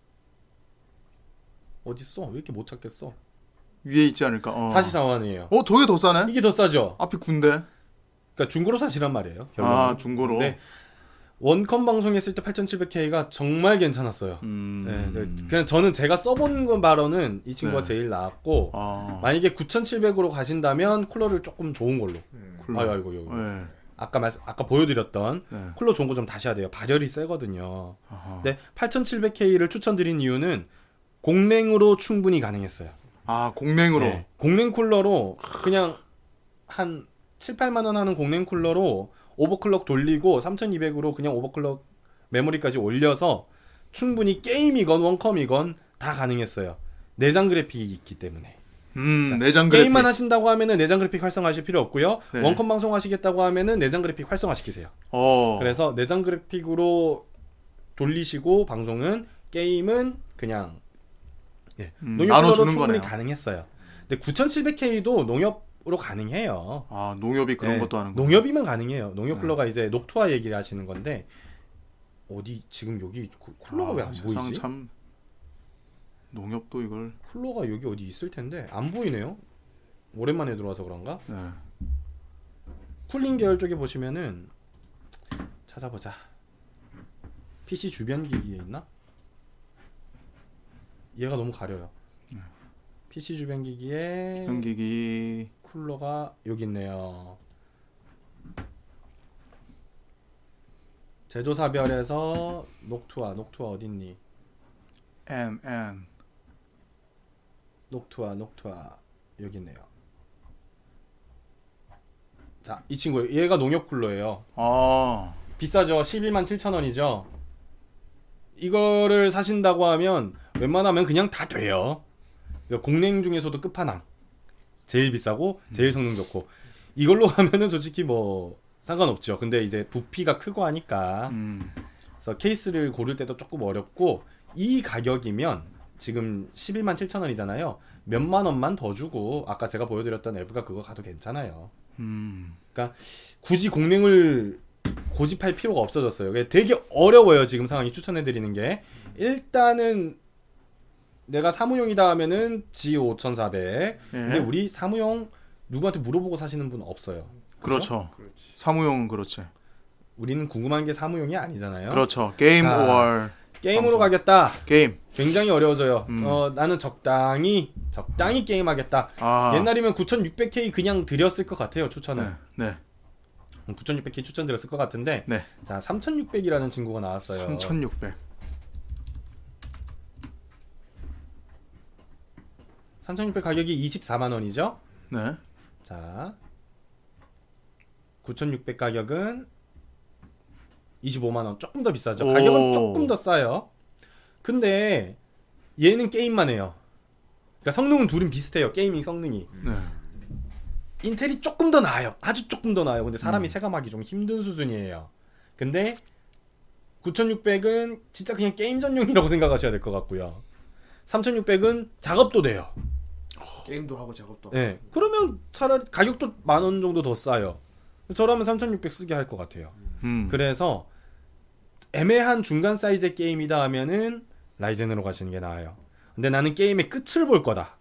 [SPEAKER 4] 어딨어? 왜 이렇게 못 찾겠어?
[SPEAKER 3] 위에 있지 않을까? 어.
[SPEAKER 4] 44만원이에요.
[SPEAKER 3] 어, 저게 더 싸네.
[SPEAKER 4] 이게 더 싸죠?
[SPEAKER 3] 앞에 군대.
[SPEAKER 4] 그러니까 중고로 사시란 말이에요.
[SPEAKER 3] 아, 중고로.
[SPEAKER 4] 네. 원컴 방송했을 때 8700K가 정말 괜찮았어요.
[SPEAKER 3] 음.
[SPEAKER 4] 네, 네, 그냥 저는 제가 써본 건 바로는 이 친구가
[SPEAKER 3] 네.
[SPEAKER 4] 제일 나았고
[SPEAKER 3] 아.
[SPEAKER 4] 만약에 9700으로 가신다면 쿨러를 조금 좋은 걸로.
[SPEAKER 2] 예.
[SPEAKER 3] 쿨러.
[SPEAKER 4] 아유, 아이고, 여기.
[SPEAKER 3] 예.
[SPEAKER 4] 아까 말 아까 보여드렸던
[SPEAKER 3] 네. 어.
[SPEAKER 4] 쿨러 좋은 거 좀 다시 해야 돼요. 발열이 세거든요. 근데 8700K를 추천드린 이유는 공랭으로 충분히 가능했어요.
[SPEAKER 3] 아, 공랭으로.
[SPEAKER 4] 네. 공랭 쿨러로 그냥 한 7, 8만 원 하는 공랭 쿨러로 오버클럭 돌리고 3200으로 그냥 오버클럭 메모리까지 올려서 충분히 게임이건 원컴이건 다 가능했어요. 내장 그래픽이 있기 때문에.
[SPEAKER 3] 음, 내장 그래픽.
[SPEAKER 4] 게임만 하신다고 하면은 내장 그래픽 활성화하실 필요 없고요.
[SPEAKER 3] 네.
[SPEAKER 4] 원컴 방송 하시겠다고 하면은 내장 그래픽 활성화시키세요.
[SPEAKER 3] 어.
[SPEAKER 4] 그래서 내장 그래픽으로 돌리시고 방송은 게임은 그냥 예.
[SPEAKER 3] 음,
[SPEAKER 4] 농협으로
[SPEAKER 3] 나눠주는
[SPEAKER 4] 충분히
[SPEAKER 3] 거네요.
[SPEAKER 4] 가능했어요. 근데 9700K도 농협으로 가능해요.
[SPEAKER 3] 아, 농협이 그런
[SPEAKER 4] 예,
[SPEAKER 3] 것도 하는 거.
[SPEAKER 4] 농협이면 가능해요. 농협 쿨러가 이제 녹투아 얘기를 하시는 건데 어디 지금 여기 구- 쿨러가 왜 안
[SPEAKER 3] 아, 세상
[SPEAKER 4] 보이지?
[SPEAKER 3] 참 농협도 이걸
[SPEAKER 4] 쿨러가 여기 어디 있을 텐데 안 보이네요. 오랜만에 들어와서 그런가?
[SPEAKER 3] 네.
[SPEAKER 4] 쿨링 계열 쪽에 보시면은 찾아보자. PC 주변 기기에 있나? 얘가 너무 가려요. PC 네. 주변 기기에
[SPEAKER 3] 연기기
[SPEAKER 4] 쿨러가 여기 있네요. 제조사별에서 녹투아, 녹투아 어딨니?
[SPEAKER 3] M N
[SPEAKER 4] 녹투아, 녹투아 여기 있네요. 자, 이 친구 얘가 농협 쿨러예요.
[SPEAKER 3] 아.
[SPEAKER 4] 비싸죠. 11만 7천 원이죠. 이거를 사신다고 하면 웬만하면 그냥 다 돼요. 그러니까 공랭 중에서도 끝판왕. 제일 비싸고 제일 성능 좋고 이걸로 가면은 솔직히 뭐 상관없죠. 근데 이제 부피가 크고 하니까
[SPEAKER 3] 음.
[SPEAKER 4] 그래서 케이스를 고를 때도 조금 어렵고 이 가격이면 지금 11만 7천 원이잖아요. 몇만 원만 더 주고 아까 제가 보여드렸던 앱가 그거 가도 괜찮아요.
[SPEAKER 3] 음.
[SPEAKER 4] 그러니까 굳이 공랭을 고집할 필요가 없어졌어요. 그게 되게 어려워요 지금 상황이 추천해 드리는 게 일단은 내가 사무용이다 하면은 G
[SPEAKER 3] 네.
[SPEAKER 4] 5400. 근데 우리 사무용 누구한테 물어보고 사시는 분 없어요.
[SPEAKER 3] 그렇죠. 사무용은 그렇지.
[SPEAKER 4] 우리는 궁금한 게 사무용이 아니잖아요.
[SPEAKER 3] 그렇죠. 게임
[SPEAKER 4] 자,
[SPEAKER 3] or
[SPEAKER 4] 게임으로 가겠다.
[SPEAKER 3] 게임.
[SPEAKER 4] 굉장히 어려워져요.
[SPEAKER 3] 음.
[SPEAKER 4] 어, 나는 적당히 적당히 게임하겠다.
[SPEAKER 3] 아.
[SPEAKER 4] 옛날이면 9600K 그냥 드렸을 것 같아요 추천을.
[SPEAKER 3] 네. 네.
[SPEAKER 4] 9600K 추천드렸을 것 같은데
[SPEAKER 3] 네.
[SPEAKER 4] 자 3600이라는 친구가 나왔어요.
[SPEAKER 3] 3600.
[SPEAKER 4] 3600 가격이 24만 원이죠?
[SPEAKER 3] 네.
[SPEAKER 4] 자. 9600 가격은 25만 원. 조금 더 비싸죠. 가격은
[SPEAKER 3] 오.
[SPEAKER 4] 조금 더 싸요. 근데 얘는 게임만 해요. 그러니까 성능은 둘은 비슷해요. 게이밍 성능이.
[SPEAKER 3] 네.
[SPEAKER 4] 인텔이 조금 더 나아요. 아주 조금 더 나아요. 근데 사람이
[SPEAKER 3] 음.
[SPEAKER 4] 체감하기 좀 힘든 수준이에요. 근데 9600은 진짜 그냥 게임 전용이라고 생각하셔야 될 것 같고요. 3600은 작업도 돼요.
[SPEAKER 9] 게임도 하고 작업도.
[SPEAKER 4] 예. 그러면 차라리 가격도 만 원 정도 더 싸요. 저라면 3600 쓰게 할 것 같아요.
[SPEAKER 3] 음.
[SPEAKER 4] 그래서 애매한 중간 사이즈의 게임이다 하면은 라이젠으로 가시는 게 나아요. 근데 나는 게임의 끝을 볼 거다.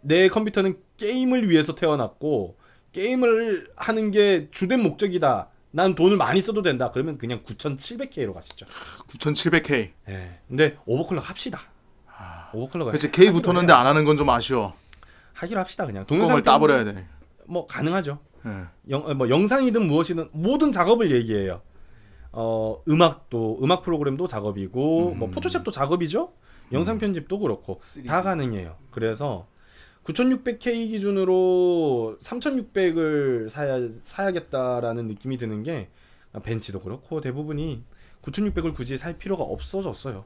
[SPEAKER 4] 내 컴퓨터는 게임을 위해서 태어났고 게임을 하는 게 주된 목적이다. 난 돈을 많이 써도 된다. 그러면 그냥 9700K로 가시죠.
[SPEAKER 3] 9700K.
[SPEAKER 4] 예. 근데 오버클럭 합시다. 오버클럭
[SPEAKER 3] 아. 그치, K 붙었는데 안 하는 건 좀 아쉬워.
[SPEAKER 4] 하기로 합시다 그냥.
[SPEAKER 3] 뚜껑을 따버려야
[SPEAKER 4] 편집-
[SPEAKER 3] 돼.
[SPEAKER 4] 뭐 가능하죠.
[SPEAKER 3] 예.
[SPEAKER 4] 영, 뭐 영상이든 무엇이든 모든 작업을 얘기해요. 어, 음악도 음악 프로그램도 작업이고 뭐 포토샵도 작업이죠. 영상 편집도 그렇고 다 가능해요. 그래서 9600K 기준으로 3600을 사야 사야겠다라는 느낌이 드는 게 벤치도 그렇고 대부분이 9600을 굳이 살 필요가 없어졌어요.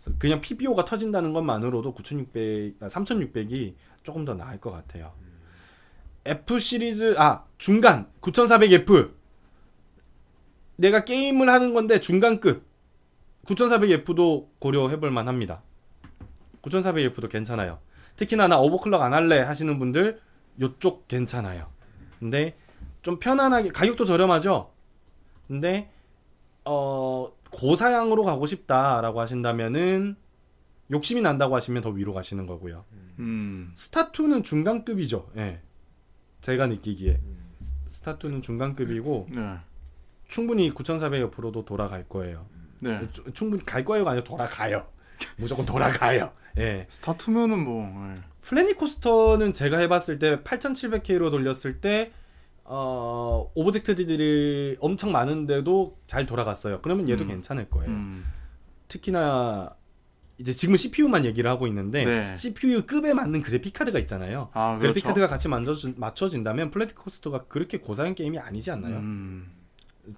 [SPEAKER 4] 그래서 그냥 PBO가 터진다는 것만으로도 9600, 아, 3600이 조금 더 나을 것 같아요. F 시리즈 아 중간 9400F 내가 게임을 하는 건데 중간급 9400F도 고려해볼 만합니다. 9400F도 괜찮아요. 특히나 나 오버클럭 안 할래 하시는 분들 요쪽 괜찮아요. 근데 좀 편안하게 가격도 저렴하죠. 근데 어 고사양으로 가고 싶다라고 하신다면은 욕심이 난다고 하시면 더 위로 가시는 거고요.
[SPEAKER 3] 음.
[SPEAKER 4] 스타투는 중간급이죠. 예. 제가 느끼기에 스타투는 중간급이고
[SPEAKER 3] 네.
[SPEAKER 4] 충분히 9,400 옆으로도 돌아갈 거예요.
[SPEAKER 3] 네.
[SPEAKER 4] 추- 충분히 갈 거예요가 아니라 돌아가요. 무조건 돌아가요. 예.
[SPEAKER 3] 스타투면은 뭐. 예.
[SPEAKER 4] 플래닛코스터는 제가 해봤을 때 8,700K로 돌렸을 때 어, 오브젝트들이 엄청 많은데도 잘 돌아갔어요. 그러면 얘도 괜찮을
[SPEAKER 3] 음.
[SPEAKER 4] 거예요. 특히나 이제 지금 CPU만 얘기를 하고 있는데
[SPEAKER 3] 네.
[SPEAKER 4] CPU 급에 맞는 그래픽 카드가 있잖아요.
[SPEAKER 3] 아, 그렇죠.
[SPEAKER 4] 그래픽 카드가 같이 만져진- 맞춰진다면 플래닛 코스터가 그렇게 고사양 게임이 아니지 않나요?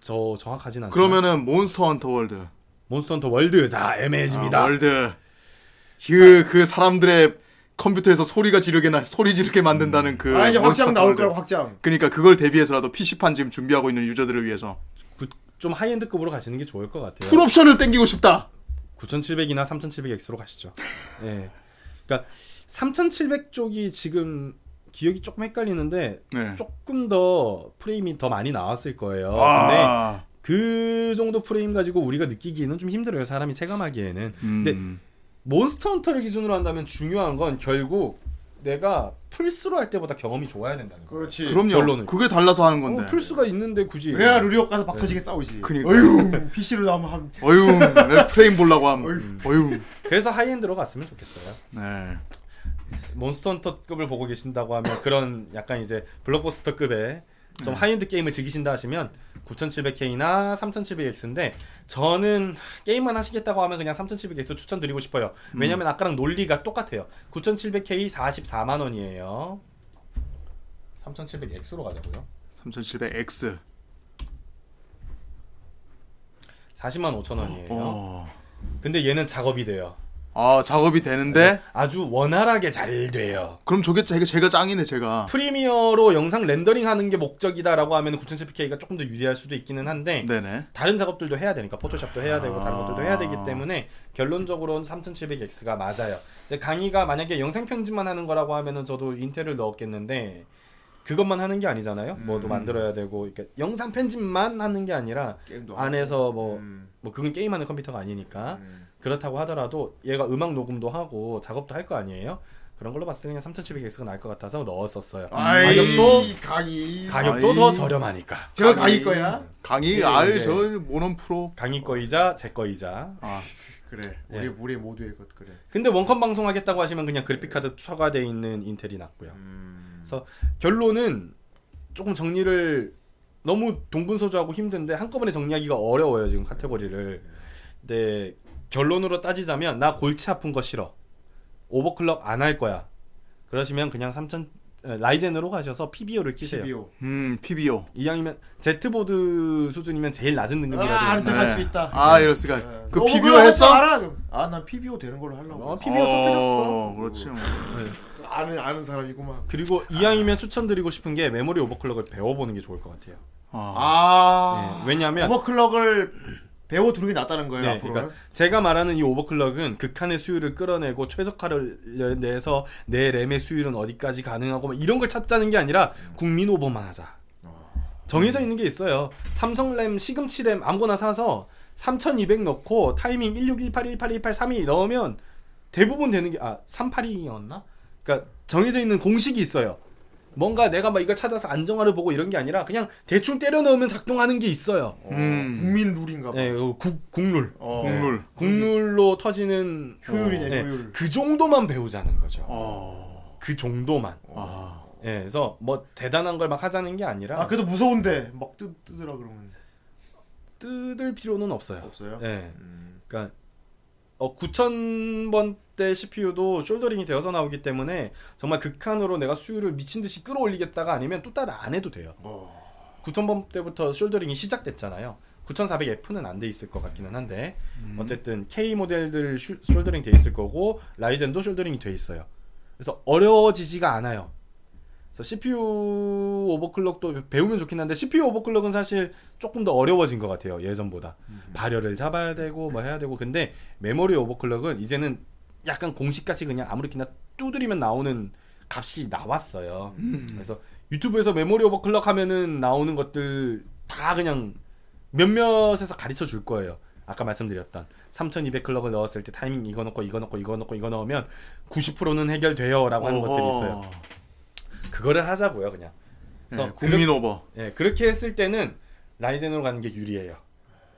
[SPEAKER 4] 저 정확하진 않지만
[SPEAKER 3] 음. 그러면은 몬스터 헌터 월드.
[SPEAKER 4] 몬스터 헌터 월드 자 애매해집니다.
[SPEAKER 3] 아, 월드. 그, 그 사람들의 컴퓨터에서 소리가 지르게 나 소리 지르게 만든다는 그.
[SPEAKER 9] 아 이제 확장
[SPEAKER 3] 몬스터
[SPEAKER 9] 나올
[SPEAKER 3] 월드.
[SPEAKER 9] 거야 확장.
[SPEAKER 3] 그러니까 그걸 대비해서라도 PC판 지금 준비하고 있는 유저들을 위해서
[SPEAKER 4] 구- 좀 하이엔드급으로 가시는 게 좋을 것 같아요.
[SPEAKER 3] 풀옵션을 땡기고 싶다.
[SPEAKER 4] 9700이나 3700X로 가시죠. 예. 그러니까 3700 쪽이 지금 기억이 조금 헷갈리는데
[SPEAKER 3] 네.
[SPEAKER 4] 조금 더 프레임이 더 많이 나왔을 거예요.
[SPEAKER 3] 아.
[SPEAKER 4] 근데 그 정도 프레임 가지고 우리가 느끼기에는 좀 힘들어요. 사람이 체감하기에는.
[SPEAKER 3] 음.
[SPEAKER 4] 근데 몬스터 헌터를 기준으로 한다면 중요한 건 결국 내가 풀스로 할 때보다 경험이 좋아야 된다는 거예요.
[SPEAKER 9] 그렇지.
[SPEAKER 3] 그럼요.
[SPEAKER 4] 결론은.
[SPEAKER 3] 그게 달라서 하는 건데.
[SPEAKER 4] 어, 풀스가 있는데 굳이
[SPEAKER 9] 그래야 루리옥 가서
[SPEAKER 4] 네.
[SPEAKER 9] 박터지게 싸우지.
[SPEAKER 3] 그니까.
[SPEAKER 9] 어휴 PC로 나면 한
[SPEAKER 3] 어휴, 내 프레임 보려고 함. 어휴.
[SPEAKER 4] 그래서 하이엔드로 갔으면 좋겠어요.
[SPEAKER 3] 네.
[SPEAKER 4] 몬스터 헌터급을 보고 계신다고 하면 그런 약간 이제 블록버스터급의 좀
[SPEAKER 3] 네.
[SPEAKER 4] 하이엔드 게임을 즐기신다 하시면 9700K나 3700X인데 저는 게임만 하시겠다고 하면 그냥 3700X 추천드리고 싶어요.
[SPEAKER 3] 음.
[SPEAKER 4] 왜냐면 아까랑 논리가 똑같아요. 9700K 44만 원이에요. 3700X로 가자고요.
[SPEAKER 3] 3700X.
[SPEAKER 4] 40만 5천 원이에요.
[SPEAKER 3] 어.
[SPEAKER 4] 근데 얘는 작업이 돼요.
[SPEAKER 3] 아, 작업이 되는데
[SPEAKER 4] 네. 아주 원활하게 잘 돼요.
[SPEAKER 3] 그럼 저게 제가, 제가 짱이네, 제가.
[SPEAKER 4] 프리미어로 영상 렌더링 하는 게 목적이다라고 하면 9700K가 조금 더 유리할 수도 있기는 한데
[SPEAKER 3] 네네.
[SPEAKER 4] 다른 작업들도 해야 되니까 포토샵도 해야 되고
[SPEAKER 3] 아.
[SPEAKER 4] 다른 것들도 해야 되기 때문에 결론적으로는 3700X가 맞아요. 이제 강의가 만약에 영상 편집만 하는 거라고 하면은 저도 인텔을 넣었겠는데 그것만 하는 게 아니잖아요.
[SPEAKER 3] 음.
[SPEAKER 4] 뭐도 만들어야 되고 그러니까 영상 편집만 하는 게 아니라
[SPEAKER 3] 음.
[SPEAKER 9] 게임도
[SPEAKER 4] 안에서 뭐
[SPEAKER 2] 음.
[SPEAKER 4] 뭐 그건 게임하는 컴퓨터가 아니니까
[SPEAKER 3] 음.
[SPEAKER 4] 그렇다고 하더라도 얘가 음악 녹음도 하고 작업도 할 거 아니에요. 그런 걸로 봤을 때 그냥 3700X가 나을 것 같아서 넣었었어요. 음, 가격도
[SPEAKER 9] 아이 강의.
[SPEAKER 4] 가격도
[SPEAKER 3] 아이.
[SPEAKER 4] 더 저렴하니까
[SPEAKER 9] 제가 강의 거야.
[SPEAKER 3] 강의
[SPEAKER 4] 네,
[SPEAKER 9] 예,
[SPEAKER 3] 아유
[SPEAKER 9] 예.
[SPEAKER 3] 저 모논 프로.
[SPEAKER 4] 강의 거이자 제 거이자
[SPEAKER 3] 아,
[SPEAKER 9] 그래.
[SPEAKER 4] 예.
[SPEAKER 9] 우리 우리 모두의 것 그래.
[SPEAKER 4] 근데 원컴 방송하겠다고 하시면 그냥 그래픽카드 추가돼 있는 인텔이 낫고요. 그래서 결론은 조금 정리를 너무 동분서주하고 힘든데 한꺼번에 정리하기가 어려워요 지금 카테고리를. 근데 결론으로 따지자면 나 골치 아픈 거 싫어. 오버클럭 안 할 거야. 그러시면 그냥 3000 에, 라이젠으로 가셔서 PBO를 키세요.
[SPEAKER 2] PBO.
[SPEAKER 3] 음, PBO.
[SPEAKER 4] 이왕이면 Z보드 수준이면 제일 낮은 등급이라도
[SPEAKER 2] 아, 아는 척할
[SPEAKER 4] 네.
[SPEAKER 2] 수 있다.
[SPEAKER 3] 아, 이럴 수가. 그
[SPEAKER 2] 너무
[SPEAKER 3] PBO
[SPEAKER 2] 그런
[SPEAKER 3] 했어?
[SPEAKER 2] 거 알아? 그럼. 아, 난 PBO 되는 걸로 하려고.
[SPEAKER 4] 어, PBO 터뜨렸어.
[SPEAKER 3] 그렇지. 뭐.
[SPEAKER 2] 아는 아는 사람이구만.
[SPEAKER 4] 그리고 이왕이면 추천드리고 싶은 게 메모리 오버클럭을 배워보는 게 좋을 것 같아요.
[SPEAKER 2] 아.
[SPEAKER 4] 네, 왜냐면
[SPEAKER 2] 오버클럭을 배워 두는 게 낫다는 거예요,
[SPEAKER 4] 네,
[SPEAKER 2] 앞으로는.
[SPEAKER 4] 그러니까 제가 말하는 이 오버클럭은 극한의 수율을 끌어내고 최적화를 내서 내 램의 수율은 어디까지 가능하고 막 이런 걸 찾자는 게 아니라 국민 오버만 하자. 정해져 있는 게 있어요. 삼성 램, 시금치 램 아무거나 사서 3200 넣고 타이밍 1618181832 넣으면 대부분 되는 게 아 382였나? 그러니까 정해져 있는 공식이 있어요. 뭔가 내가 막 이걸 찾아서 안정화를 보고 이런 게 아니라 그냥 대충 때려 넣으면 작동하는 게 있어요.
[SPEAKER 2] 국민 룰인가 봐.
[SPEAKER 4] 네, 이거 국, 국룰. 예.
[SPEAKER 2] 어.
[SPEAKER 3] 국룰.
[SPEAKER 4] 국룰로 터지는
[SPEAKER 2] 효율이네,
[SPEAKER 4] 네,
[SPEAKER 2] 효율. 어.
[SPEAKER 4] 그 정도만 배우자는 거죠. 그 정도만. 예, 그래서 뭐 대단한 걸 막 하자는 게 아니라
[SPEAKER 2] 아, 그래도 무서운데. 막 뜯, 뜯으라 그러면.
[SPEAKER 4] 뜯을 필요는 없어요.
[SPEAKER 2] 없어요? 음.
[SPEAKER 4] 예. 그러니까 어, 9000번대 CPU도 숄더링이 되어서 나오기 때문에 정말 극한으로 내가 수율을 미친 듯이 끌어올리겠다가 아니면 또 따라 안 해도 돼요.
[SPEAKER 2] 어.
[SPEAKER 4] 9000번 때부터 숄더링이 시작됐잖아요. 9400F는 안 돼 있을 것 같기는 한데 어쨌든 K 모델들 슈- 숄더링 돼 있을 거고 라이젠도 숄더링이 돼 있어요. 그래서 어려워지지가 않아요. 그래서 CPU 오버클럭도 배우면 좋긴 한데 CPU 오버클럭은 사실 조금 더 어려워진 것 같아요 예전보다 발열을 잡아야 되고 뭐 해야 되고 근데 메모리 오버클럭은 이제는 약간 공식같이 그냥 아무렇게나 뚜드리면 나오는 값이 나왔어요 그래서 유튜브에서 메모리 오버클럭 하면은 나오는 것들 다 그냥 몇몇에서 가르쳐 줄 거예요 아까 말씀드렸던 3200 클럭을 넣었을 때 타이밍 이거 넣고 이거 넣고 이거 넣고 이거 넣으면 90%는 해결돼요 라고 하는 아, 것들이 있어요 그거를 하자고요 그냥.
[SPEAKER 3] 네, 국민 오버.
[SPEAKER 4] 예, 그렇게 했을 때는 라이젠으로 가는 게 유리해요.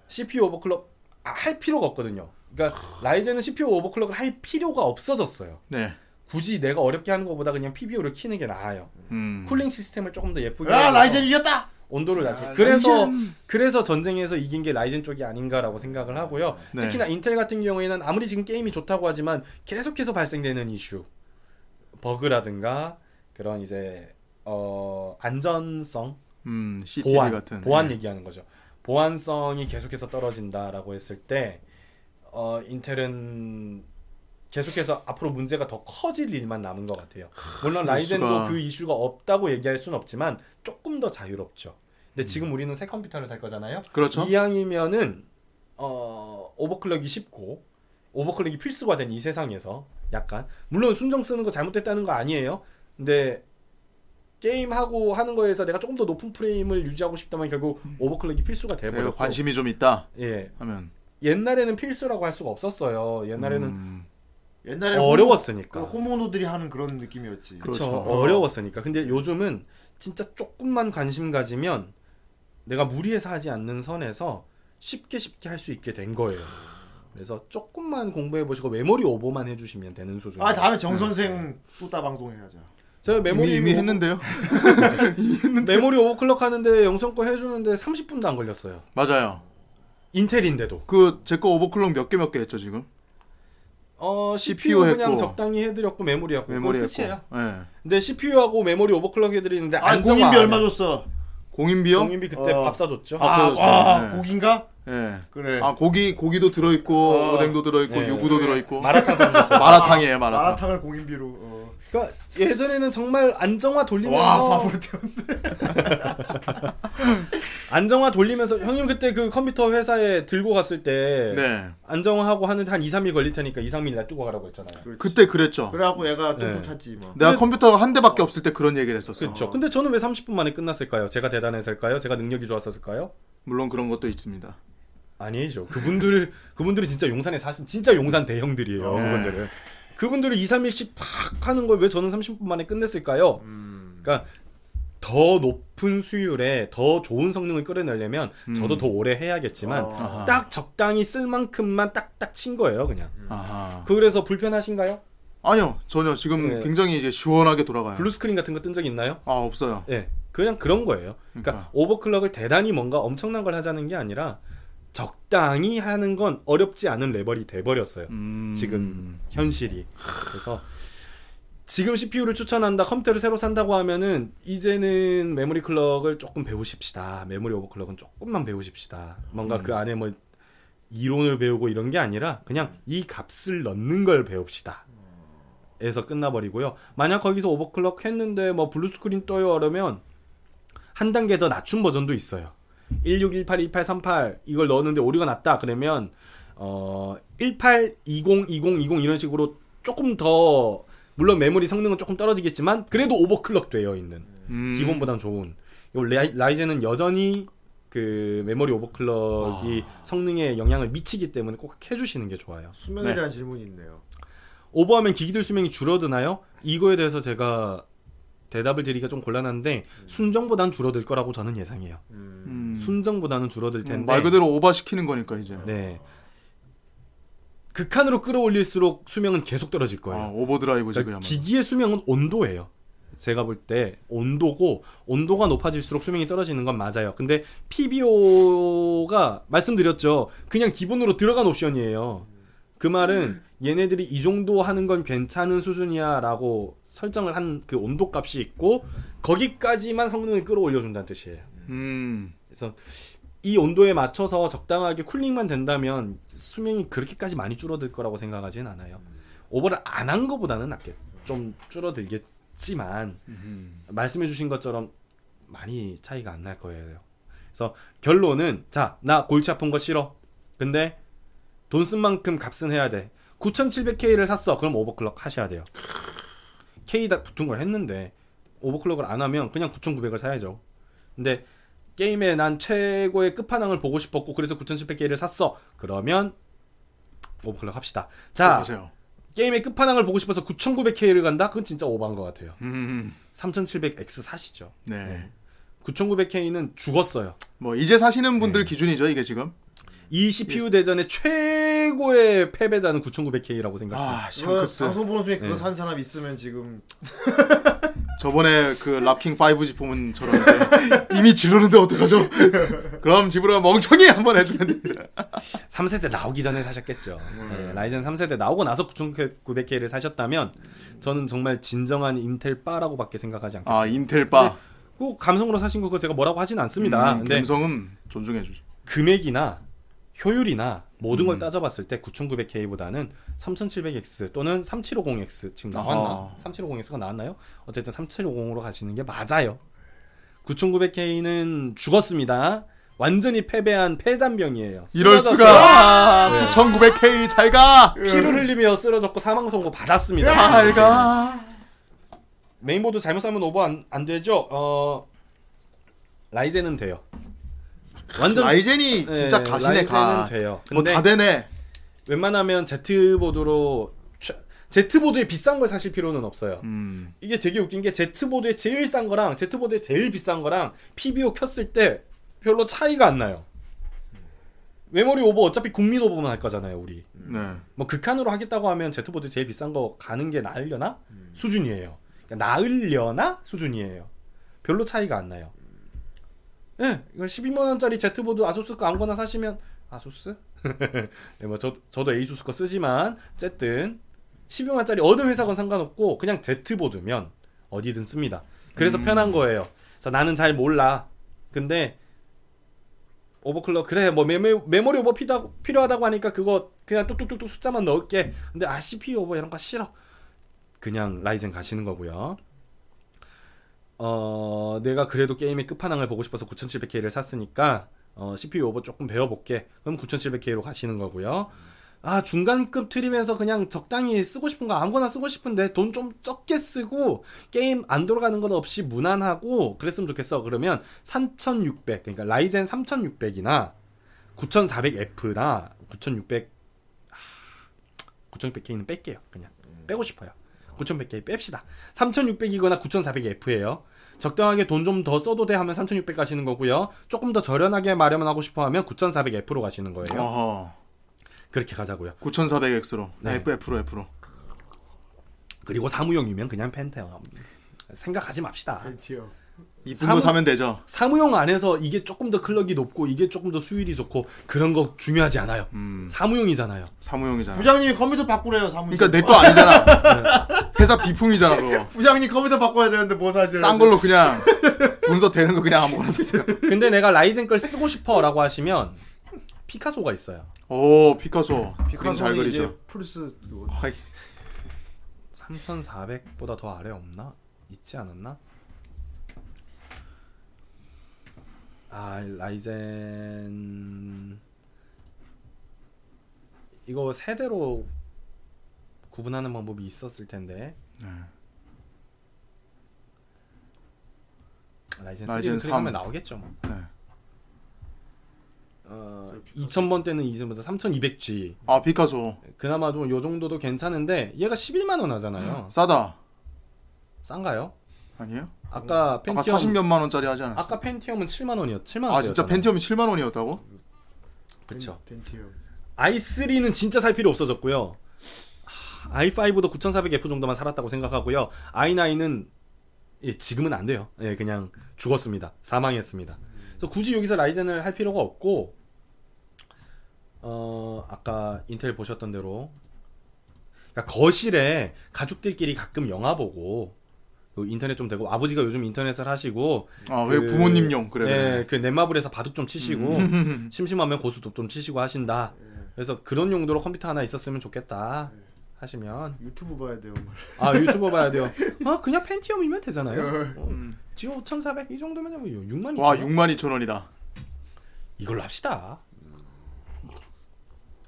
[SPEAKER 4] CPU 오버클럭 아, 할 필요가 없거든요. 그러니까 라이젠은 CPU 오버클럭을 할 필요가 없어졌어요.
[SPEAKER 3] 네.
[SPEAKER 4] 굳이 내가 어렵게 하는 것보다 그냥 PBO를 키는 게 나아요.
[SPEAKER 3] 음.
[SPEAKER 4] 쿨링 시스템을 조금 더 예쁘게.
[SPEAKER 2] 아,
[SPEAKER 4] 하면서
[SPEAKER 2] 라이젠 이겼다.
[SPEAKER 4] 온도를 낮춰.
[SPEAKER 2] 아,
[SPEAKER 4] 그래서
[SPEAKER 2] 라이젠.
[SPEAKER 4] 그래서 전쟁에서 이긴 게 라이젠 쪽이 아닌가라고 생각을 하고요.
[SPEAKER 3] 네.
[SPEAKER 4] 특히나 인텔 같은 경우에는 아무리 지금 게임이 좋다고 하지만 계속해서 발생되는 이슈, 버그라든가 그런 이제 어 안전성
[SPEAKER 3] 음, CTV
[SPEAKER 4] 보안
[SPEAKER 3] 같은.
[SPEAKER 4] 보안
[SPEAKER 3] 네.
[SPEAKER 4] 얘기하는 거죠. 보안성이 계속해서 떨어진다라고 했을 때 어, 인텔은 계속해서 앞으로 문제가 더 커질 일만 남은 것 같아요. 물론
[SPEAKER 3] 그럴
[SPEAKER 4] 라이젠도
[SPEAKER 3] 수가.
[SPEAKER 4] 그 이슈가 없다고 얘기할 수는 없지만 조금 더 자유롭죠.
[SPEAKER 3] 음.
[SPEAKER 4] 근데 지금 우리는 새 컴퓨터를 살 거잖아요.
[SPEAKER 3] 그렇죠.
[SPEAKER 4] 이왕이면은 어, 오버클럭이 쉽고 오버클럭이 필수가 된 이 세상에서 약간 물론 순정 쓰는 거 잘못됐다는 거 아니에요. 근데 게임하고 하는 거에서 내가 조금 더 높은 프레임을 유지하고 싶다면 결국 오버클럭이 필수가
[SPEAKER 3] 내가
[SPEAKER 4] 돼버렸고
[SPEAKER 3] 관심이 좀 있다
[SPEAKER 4] 예
[SPEAKER 3] 하면
[SPEAKER 4] 옛날에는 필수라고 할 수가 없었어요. 옛날에는
[SPEAKER 3] 음.
[SPEAKER 2] 옛날에 그
[SPEAKER 4] 어려웠으니까.
[SPEAKER 2] 호모노들이 하는 그런 느낌이었지.
[SPEAKER 4] 그렇죠. 어려웠으니까. 근데 요즘은 진짜 조금만 관심 가지면 내가 무리해서 하지 않는 선에서 쉽게 쉽게 할 수 있게 된 거예요. 그래서 조금만 공부해 보시고 메모리 오버만 해주시면 되는 수준.
[SPEAKER 2] 아, 다음에 정 선생 또 따 방송 해야죠.
[SPEAKER 4] 제가 메모리
[SPEAKER 3] 이미, 이미
[SPEAKER 4] 오버-
[SPEAKER 3] 했는데요.
[SPEAKER 4] 메모리 오버클럭 하는데 영성 거 해주는데 30분도 안 걸렸어요.
[SPEAKER 3] 맞아요.
[SPEAKER 4] 인텔인데도.
[SPEAKER 3] 그 제 거 오버클럭 몇 개 몇 개 했죠 지금?
[SPEAKER 4] 어 CPU,
[SPEAKER 3] CPU
[SPEAKER 4] 그냥
[SPEAKER 3] 했고.
[SPEAKER 4] 적당히 해드렸고 메모리하고
[SPEAKER 3] 메모리
[SPEAKER 4] 메모리
[SPEAKER 3] 했고.
[SPEAKER 4] 끝이에요.
[SPEAKER 3] 네.
[SPEAKER 4] 근데 CPU하고 메모리 오버클럭 해드리는데
[SPEAKER 2] 아,
[SPEAKER 4] 안정화.
[SPEAKER 2] 공인비
[SPEAKER 4] 안
[SPEAKER 2] 얼마
[SPEAKER 4] 해요.
[SPEAKER 2] 줬어?
[SPEAKER 3] 공인비요?
[SPEAKER 4] 공인비 그때
[SPEAKER 2] 어.
[SPEAKER 4] 밥 사줬죠.
[SPEAKER 3] 밥
[SPEAKER 2] 아,
[SPEAKER 3] 없어졌어요.
[SPEAKER 2] 와,
[SPEAKER 3] 네.
[SPEAKER 2] 고기인가?
[SPEAKER 3] 예.
[SPEAKER 2] 그래.
[SPEAKER 3] 아 고기 고기도 들어 있고 오뎅도 들어 있고
[SPEAKER 4] 네.
[SPEAKER 3] 유부도 들어 있고
[SPEAKER 4] 마라탕 사줬어요.
[SPEAKER 3] 마라탕이에요 마라탕.
[SPEAKER 2] 마라탕을 공인비로. 어.
[SPEAKER 4] 그러니까 예전에는 정말 안정화 돌리면서
[SPEAKER 2] 와, 밥으로 태운.
[SPEAKER 4] 안정화 돌리면서 형님 그때 그 컴퓨터 회사에 들고 갔을 때
[SPEAKER 3] 네.
[SPEAKER 4] 안정화하고 하는데 한 2, 3일 걸릴 테니까 2, 3일 놔두고 가라고 했잖아요.
[SPEAKER 3] 그때 그랬죠.
[SPEAKER 2] 그래갖고 얘가 좀
[SPEAKER 4] 네.
[SPEAKER 2] 네. 탔지 뭐.
[SPEAKER 3] 내가 컴퓨터가 한 대밖에 없을 때 그런 얘기를 했었어.
[SPEAKER 2] 아.
[SPEAKER 4] 그렇죠. 근데 저는 왜 30분 만에 끝났을까요? 제가 대단해서일까요? 제가 능력이 좋았었을까요?
[SPEAKER 3] 물론 그런 것도 있습니다.
[SPEAKER 4] 아니죠. 그분들 그분들이 진짜 용산에 사신 진짜 용산 대형들이에요.
[SPEAKER 2] 네.
[SPEAKER 9] 네.
[SPEAKER 4] 그분들은 그분들이 2, 3일씩 팍 하는 걸 왜 저는 30분 만에 끝냈을까요? 그러니까 더 높은 수율에 더 좋은 성능을 끌어내려면 저도 더 오래 해야겠지만
[SPEAKER 2] 어.
[SPEAKER 4] 딱 적당히 쓸 만큼만 딱딱 친 거예요, 그냥.
[SPEAKER 3] 아하.
[SPEAKER 4] 그래서 불편하신가요?
[SPEAKER 3] 아니요 전혀 지금
[SPEAKER 4] 네.
[SPEAKER 3] 굉장히 이제 시원하게 돌아가요.
[SPEAKER 4] 블루 스크린 같은 거 뜬 적 있나요?
[SPEAKER 3] 아 없어요.
[SPEAKER 4] 예. 그냥 그런 거예요. 그러니까
[SPEAKER 3] 그러니까.
[SPEAKER 4] 오버클럭을 대단히 뭔가 엄청난 걸 하자는 게 아니라 적당히 하는 건 어렵지 않은 레벨이 돼버렸어요.
[SPEAKER 3] 음.
[SPEAKER 4] 지금 현실이. 그래서 지금 CPU를 추천한다, 컴퓨터를 새로 산다고 하면은 이제는 메모리 클럭을 조금 배우십시다. 메모리 오버클럭은 조금만 배우십시다. 뭔가 그 안에 뭐 이론을 배우고 이런 게 아니라 그냥 이 값을 넣는 걸 배웁시다. 에서 끝나버리고요. 만약 거기서 오버클럭 했는데 뭐 블루스크린 떠요 그러면 한 단계 더 낮춘 버전도 있어요. 1618, 1838 이걸 넣었는데 오류가 났다 그러면 어 18, 20, 20, 20 이런 식으로 조금 더 물론 메모리 성능은 조금 떨어지겠지만 그래도 오버클럭 되어 있는 기본보단 좋은 이거 라이- 라이젠은 여전히 그 메모리 오버클럭이 성능에 영향을 미치기 때문에 꼭 해주시는 게 좋아요.
[SPEAKER 9] 수면에
[SPEAKER 4] 네.
[SPEAKER 9] 대한 질문이 있네요.
[SPEAKER 4] 오버하면 기기들 수명이 줄어드나요? 이거에 대해서 제가 대답을 드리기가 좀 곤란한데
[SPEAKER 3] 음.
[SPEAKER 4] 순정보단 줄어들 거라고 저는 예상해요. 순정보다는 줄어들 텐데
[SPEAKER 3] 음, 말 그대로 오버시키는 거니까 이제.
[SPEAKER 4] 네. 극한으로 끌어올릴수록 수명은 계속 떨어질 거예요.
[SPEAKER 3] 아, 오버드라이브지
[SPEAKER 4] 그러니까
[SPEAKER 3] 그야말로.
[SPEAKER 4] 기기의 수명은 온도예요. 제가 볼 때 온도고 온도가 높아질수록 수명이 떨어지는 건 맞아요. 근데 PBO가 말씀드렸죠. 그냥 기본으로 들어간 옵션이에요. 그
[SPEAKER 3] 음.
[SPEAKER 4] 말은 얘네들이 이 정도 하는 건 괜찮은 수준이야라고 설정을 한 그 온도 값이 있고 거기까지만 성능을 끌어올려 준다는 뜻이에요.
[SPEAKER 3] 음.
[SPEAKER 4] 그래서 이 온도에 맞춰서 적당하게 쿨링만 된다면 수명이 그렇게까지 많이 줄어들 거라고 생각하진 않아요. 오버를 안 한 거보다는 낫게 좀 줄어들겠지만 말씀해주신 것처럼 많이 차이가 안 날 거예요. 그래서 결론은 자 나 골치 아픈 거 싫어. 근데 돈 쓴 만큼 값은 해야 돼. 9,700K를 샀어. 그럼 오버클럭 하셔야 돼요. K다 붙은 걸 했는데 오버클럭을 안 하면 그냥 9,900을 사야죠. 근데 게임에 난 최고의 끝판왕을 보고 싶었고 그래서 9,700K를 샀어. 그러면 오버클럭 합시다. 자,
[SPEAKER 3] 보세요.
[SPEAKER 4] 게임의 끝판왕을 보고 싶어서 9,900K를 간다? 그건 진짜 오버한 것 같아요.
[SPEAKER 3] 음.
[SPEAKER 4] 3,700X 사시죠.
[SPEAKER 3] 네.
[SPEAKER 4] 9,900K는 죽었어요.
[SPEAKER 3] 뭐 이제 사시는 분들 기준이죠 이게 지금.
[SPEAKER 4] 이 CPU 대전의 최고의 패배자는 9,900K라고 생각해요.
[SPEAKER 3] 아,
[SPEAKER 9] 이거
[SPEAKER 3] 샹크스.
[SPEAKER 9] 방송 보는 중에 그거
[SPEAKER 4] 네.
[SPEAKER 9] 산 사람 있으면 지금
[SPEAKER 3] 저번에 그 랍킹 5 제품은처럼 이제 이미 질렀는데 어떡하죠? 그럼 집으로 멍청이 한번 해주면 됩니다.
[SPEAKER 4] 3세대 나오기 전에 사셨겠죠.
[SPEAKER 3] 음.
[SPEAKER 4] 네, 라이젠 3세대 나오고 나서 9,900K를 사셨다면 저는 정말 진정한 인텔 바라고밖에 생각하지 않겠어요.
[SPEAKER 3] 아 인텔바.
[SPEAKER 4] 꼭 감성으로 사신 거 그거 제가 뭐라고 하진 않습니다. 네.
[SPEAKER 3] 음,
[SPEAKER 4] 근데
[SPEAKER 3] 감성은 존중해 주죠.
[SPEAKER 4] 금액이나 효율이나
[SPEAKER 3] 음.
[SPEAKER 4] 모든 걸 따져봤을 때 9,900K보다는 3700X 또는 3750X 지금 나왔나? 3750X가 나왔나요? 어쨌든 3750으로 가시는 게 맞아요. 9,900K는 죽었습니다. 완전히 패배한 패잔병이에요.
[SPEAKER 3] 이럴
[SPEAKER 4] 쓰러졌어요.
[SPEAKER 3] 수가. 9,900K 잘 가.
[SPEAKER 4] 피를 흘리며 쓰러졌고 사망 선고 받았습니다.
[SPEAKER 3] 잘 가.
[SPEAKER 4] 메인보드 잘못 사면 오버 안, 안 되죠? 어 라이젠은 돼요. 완전
[SPEAKER 3] 라이젠이
[SPEAKER 4] 네,
[SPEAKER 3] 진짜 가시네 가.
[SPEAKER 4] 라이젠은 돼요. 근데
[SPEAKER 3] 뭐다 되네.
[SPEAKER 4] 웬만하면 Z 보드로 최- Z 보드에 비싼 걸 사실 필요는 없어요.
[SPEAKER 3] 음.
[SPEAKER 4] 이게 되게 웃긴 게 Z 보드에 제일 싼 거랑 Z 보드에 제일 비싼 거랑 PBO 켰을 때 별로 차이가 안 나요. 메모리 오버 어차피 국민 오버만 할 거잖아요, 우리.
[SPEAKER 3] 네.
[SPEAKER 4] 뭐 극한으로 하겠다고 하면 제트보드 제일 비싼 거 가는 게 나으려나 수준이에요. 그러니까 나으려나 수준이에요. 별로 차이가 안 나요. 예, 이걸 12만 원짜리 제트보드 아수스 거 아무거나 사시면 아수스? 네, 뭐저 저도 에이수스 거 쓰지만 어쨌든 12만 원짜리 어느 회사 건 상관없고 그냥 제트보드면 어디든 씁니다. 그래서 편한 거예요. 그래서 나는 잘 몰라. 근데 오버클럭 그래 뭐 메모, 메모리 오버 필요하- 필요하다고 하니까 그거 그냥 뚝뚝뚝뚝 숫자만 넣을게 근데 아 CPU 오버 이런 거 싫어 그냥 라이젠 가시는 거고요 어 내가 그래도 게임의 끝판왕을 보고 싶어서 9700K를 샀으니까 어, CPU 오버 조금 배워볼게 그럼 9700K로 가시는 거고요 아 중간급 트림에서 그냥 적당히 쓰고 싶은 거 아무거나 쓰고 싶은데 돈 좀 적게 쓰고 게임 안 돌아가는 건 없이 무난하고 그랬으면 좋겠어 그러면 3600 그러니까 라이젠 3600이나 9400F나 9600 9600K는 뺄게요 그냥 빼고 싶어요 9100K 뺍시다 3600이거나 9400F예요 적당하게 돈 좀 더 써도 돼 하면 3600 가시는 거고요 조금 더 저렴하게 마련하고 싶어 하면 9400F로 가시는 거예요
[SPEAKER 3] 어허.
[SPEAKER 4] 그렇게 가자고요
[SPEAKER 3] 9,400X로.
[SPEAKER 4] 네.
[SPEAKER 3] F F로 F로.
[SPEAKER 4] 그리고 사무용이면 그냥 펜테어 생각하지 맙시다
[SPEAKER 2] 네.
[SPEAKER 9] 벤티어
[SPEAKER 3] 이쁜 거 사면 되죠.
[SPEAKER 4] 사무용 안에서 이게 조금 더 클럭이 높고 이게 조금 더 수율이 좋고 그런 거 중요하지 않아요. 사무용이잖아요.
[SPEAKER 3] 사무용이잖아.
[SPEAKER 9] 부장님이 컴퓨터 바꾸래요 사무실.
[SPEAKER 3] 그러니까 내 거 아니잖아. 네. 회사 비품이잖아 그거.
[SPEAKER 9] 부장님 컴퓨터 바꿔야 되는데 뭐 사지?
[SPEAKER 3] 싼 걸로 그냥 문서 되는 거 그냥 아무거나 사세요.
[SPEAKER 4] 근데 내가 라이젠 걸 쓰고 싶어라고 하시면 피카소가 있어요.
[SPEAKER 3] 오 피카소. 그림 잘
[SPEAKER 9] 피카소는 이제
[SPEAKER 3] 그리죠.
[SPEAKER 9] 플스 이거.
[SPEAKER 3] 아이,
[SPEAKER 4] 3,400보다 더 아래 없나? 있지 않았나? 아 라이젠 이거 세대로 구분하는 방법이 있었을 텐데
[SPEAKER 3] 네.
[SPEAKER 4] 아, 라이젠 3를
[SPEAKER 3] 라이젠 3.
[SPEAKER 4] 클릭하면 나오겠죠 뭐.
[SPEAKER 3] 네.
[SPEAKER 4] 어, 2000번 때는 이제부터 3200G
[SPEAKER 3] 아 피카소
[SPEAKER 4] 그나마 좀 요 정도도 괜찮은데 얘가 11만 원 하잖아요.
[SPEAKER 3] 싸다.
[SPEAKER 4] 싼가요?
[SPEAKER 3] 아니에요?
[SPEAKER 4] 아까
[SPEAKER 3] 아까
[SPEAKER 4] 펜티엄
[SPEAKER 3] 40 몇만 원짜리 하지 않았어?
[SPEAKER 4] 아까 펜티엄은 7만 원이었. 7만 원.
[SPEAKER 3] 아 진짜 펜티엄이 7만 원이었다고?
[SPEAKER 4] 그렇죠.
[SPEAKER 9] 벤티요.
[SPEAKER 4] i3는 진짜 살 필요 없어졌고요. 하, i5도 9400F 정도만 살았다고 생각하고요. i9은 지금은 안 돼요. 예, 그냥 죽었습니다. 사망했습니다. 그래서 굳이 여기서 라이젠을 할 필요가 없고 어, 아까 인텔 보셨던 대로 그러니까 거실에 가족들끼리 가끔 영화 보고 그 인터넷 좀 되고 아버지가 요즘 인터넷을 하시고
[SPEAKER 3] 아, 왜 부모님용 그래. 네. 음.
[SPEAKER 4] 예, 그 넷마블에서 바둑 좀 치시고 심심하면 고수도 좀 치시고 하신다.
[SPEAKER 3] 네.
[SPEAKER 4] 그래서 그런 용도로 컴퓨터 하나 있었으면 좋겠다 하시면
[SPEAKER 9] 유튜브 봐야 돼요. 뭐. 말.
[SPEAKER 4] 아 유튜버 봐야 돼요. 아 그냥 펜티엄이면 되잖아요. 어,
[SPEAKER 3] 음.
[SPEAKER 4] 지금 5,400 이 정도면 6만 2천
[SPEAKER 3] 와
[SPEAKER 4] 원
[SPEAKER 3] 6만 2천 원이다.
[SPEAKER 4] 이걸로 합시다.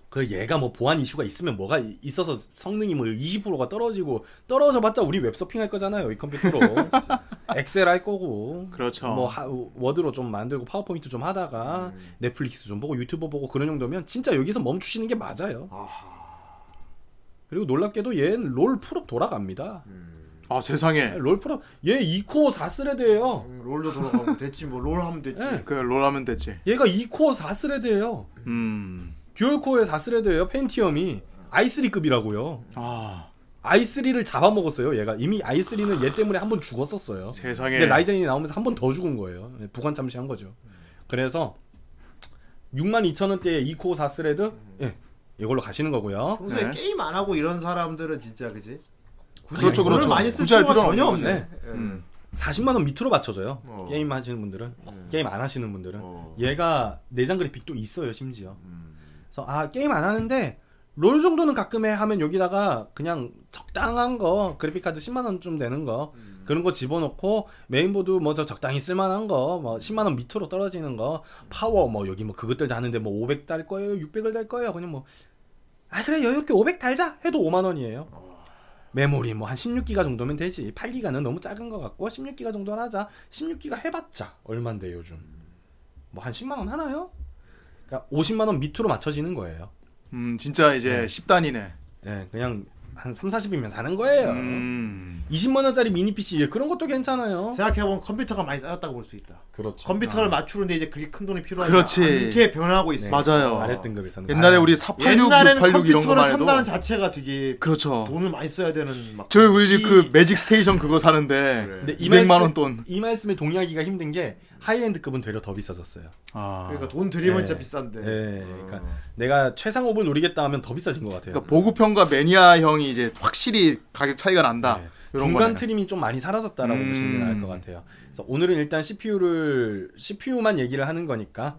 [SPEAKER 4] 그 얘가 뭐 보안 이슈가 있으면 뭐가 이- 있어서 성능이 뭐 20%가 떨어지고 떨어져봤자 우리 웹서핑 할 거잖아요 이 컴퓨터로 엑셀 할 거고
[SPEAKER 3] 그렇죠.
[SPEAKER 4] 뭐 하- 워드로 좀 만들고 파워포인트 좀 하다가 넷플릭스 좀 보고 유튜브 보고 그런 정도면 진짜 여기서 멈추시는 게 맞아요. 그리고 놀랍게도 얘는 롤 풀업 돌아갑니다. 예,
[SPEAKER 3] 아 세상에.
[SPEAKER 4] 롤 풀업 얘 2코어 4스레드예요.
[SPEAKER 9] 음, 롤도 돌아가고 됐지 뭐 롤 하면 됐지.
[SPEAKER 4] 예.
[SPEAKER 3] 그 롤하면 됐지.
[SPEAKER 4] 얘가 2코어 4스레드예요.
[SPEAKER 3] 음.
[SPEAKER 4] 듀얼코어의 4스레드예요. 펜티엄이 i3급이라고요.
[SPEAKER 3] 아
[SPEAKER 4] i3를 잡아먹었어요. 얘가 이미 i3는 얘 때문에 한 번 죽었었어요.
[SPEAKER 3] 세상에.
[SPEAKER 4] 근데 라이젠이 나오면서 한 번 더 죽은 거예요. 부관 참시한 거죠. 그래서 62,000원대의 2코어 4스레드 예. 이걸로 가시는 거고요.
[SPEAKER 9] 평소에
[SPEAKER 3] 네.
[SPEAKER 9] 게임 안 하고 이런 사람들은 진짜 그지. 굳이
[SPEAKER 3] 그렇죠,
[SPEAKER 9] 돈을
[SPEAKER 3] 그렇죠.
[SPEAKER 9] 많이 쓸
[SPEAKER 3] 굳이 할
[SPEAKER 9] 필요가
[SPEAKER 3] 필요는
[SPEAKER 9] 전혀 없네.
[SPEAKER 3] 없네.
[SPEAKER 9] 예.
[SPEAKER 3] 음.
[SPEAKER 4] 40만 원 밑으로 받쳐줘요.
[SPEAKER 9] 어.
[SPEAKER 4] 게임 하시는 분들은 게임 안 하시는 분들은
[SPEAKER 9] 어.
[SPEAKER 4] 얘가 내장 그래픽도 있어요 심지어. 그래서 아 게임 안 하는데 롤 정도는 가끔 해 하면 여기다가 그냥 적당한 거 그래픽 카드 10만 원 좀 되는 거 그런 거 집어넣고 메인보드 뭐 저 적당히 쓸만한 거 뭐 10만 원 밑으로 떨어지는 거 파워 뭐 여기 뭐 그것들 다는데 뭐 500 달 거예요 600을 달 거예요 그냥 뭐 아 그래 여유롭게 500 달자 해도 5만 원이에요. 메모리 뭐 한 16기가 정도면 되지. 8기가는 너무 작은 것 같고 16기가 정도는 하자. 16기가 해봤자 얼만데 요즘 뭐 한 10만 원 하나요? 그러니까 50만 원 밑으로 맞춰지는 거예요.
[SPEAKER 3] 음 진짜 이제 10단이네.
[SPEAKER 4] 예, 그냥 한 3, 40이면 사는 거예요.
[SPEAKER 3] 음.
[SPEAKER 4] 20만 원짜리 미니 PC 예, 그런 것도 괜찮아요.
[SPEAKER 9] 생각해보면 컴퓨터가 많이 쌓였다고 볼 수 있다.
[SPEAKER 4] 그렇죠.
[SPEAKER 9] 컴퓨터를 맞추는데 이제 그게 큰 돈이 필요하지
[SPEAKER 3] 아. 그렇지.
[SPEAKER 9] 않게 변하고 있어.
[SPEAKER 3] 맞아요.
[SPEAKER 4] 아래 등급에서는
[SPEAKER 3] 옛날에 우리 486,
[SPEAKER 9] 네. 옛날에는
[SPEAKER 3] 686 이런
[SPEAKER 9] 컴퓨터를
[SPEAKER 3] 거만 해도
[SPEAKER 9] 산다는 자체가 되게
[SPEAKER 3] 그렇죠.
[SPEAKER 9] 돈을 많이 써야 되는 막
[SPEAKER 3] 저희 우리 집 그 매직 스테이션 그거 사는데
[SPEAKER 4] 근데 이
[SPEAKER 3] 200만
[SPEAKER 4] 말씀-
[SPEAKER 3] 원 돈.
[SPEAKER 4] 이 말씀에 동의하기가 힘든 게 하이엔드급은 되려 더 비싸졌어요.
[SPEAKER 3] 아.
[SPEAKER 9] 그러니까 돈 드리면
[SPEAKER 4] 예.
[SPEAKER 9] 진짜 비싼데.
[SPEAKER 3] 네.
[SPEAKER 4] 예, 그러니까 내가 최상업을 노리겠다 하면 더 비싸진 것 같아요.
[SPEAKER 3] 그러니까 보급형과 매니아형이 이제 확실히 가격 차이가 난다.
[SPEAKER 4] 네.
[SPEAKER 3] 이런
[SPEAKER 4] 중간
[SPEAKER 3] 거네요.
[SPEAKER 4] 트림이 좀 많이 사라졌다라고
[SPEAKER 3] 음.
[SPEAKER 4] 보시는 게 나을 것 같아요. 그래서 오늘은 일단 CPU를 CPU만 얘기를 하는 거니까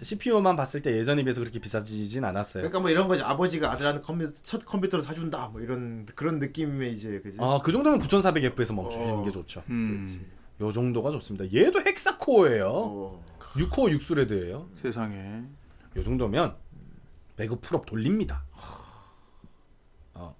[SPEAKER 4] CPU만 봤을 때 예전에 비해서 그렇게 비싸지진 않았어요.
[SPEAKER 9] 그러니까 뭐 이런 거지. 아버지가 아들한테 컴퓨터 첫 컴퓨터를 사준다. 뭐 이런 그런 느낌의 이제 그지.
[SPEAKER 4] 아, 그 정도면 9400F에서 멈추는
[SPEAKER 9] 어.
[SPEAKER 4] 게 좋죠.
[SPEAKER 3] 음.
[SPEAKER 4] 요 정도가 좋습니다. 얘도 헥사코어예요.
[SPEAKER 9] 어.
[SPEAKER 4] 6코어 6스레드예요.
[SPEAKER 3] 세상에.
[SPEAKER 4] 요 정도면 배그 풀업 돌립니다. 어.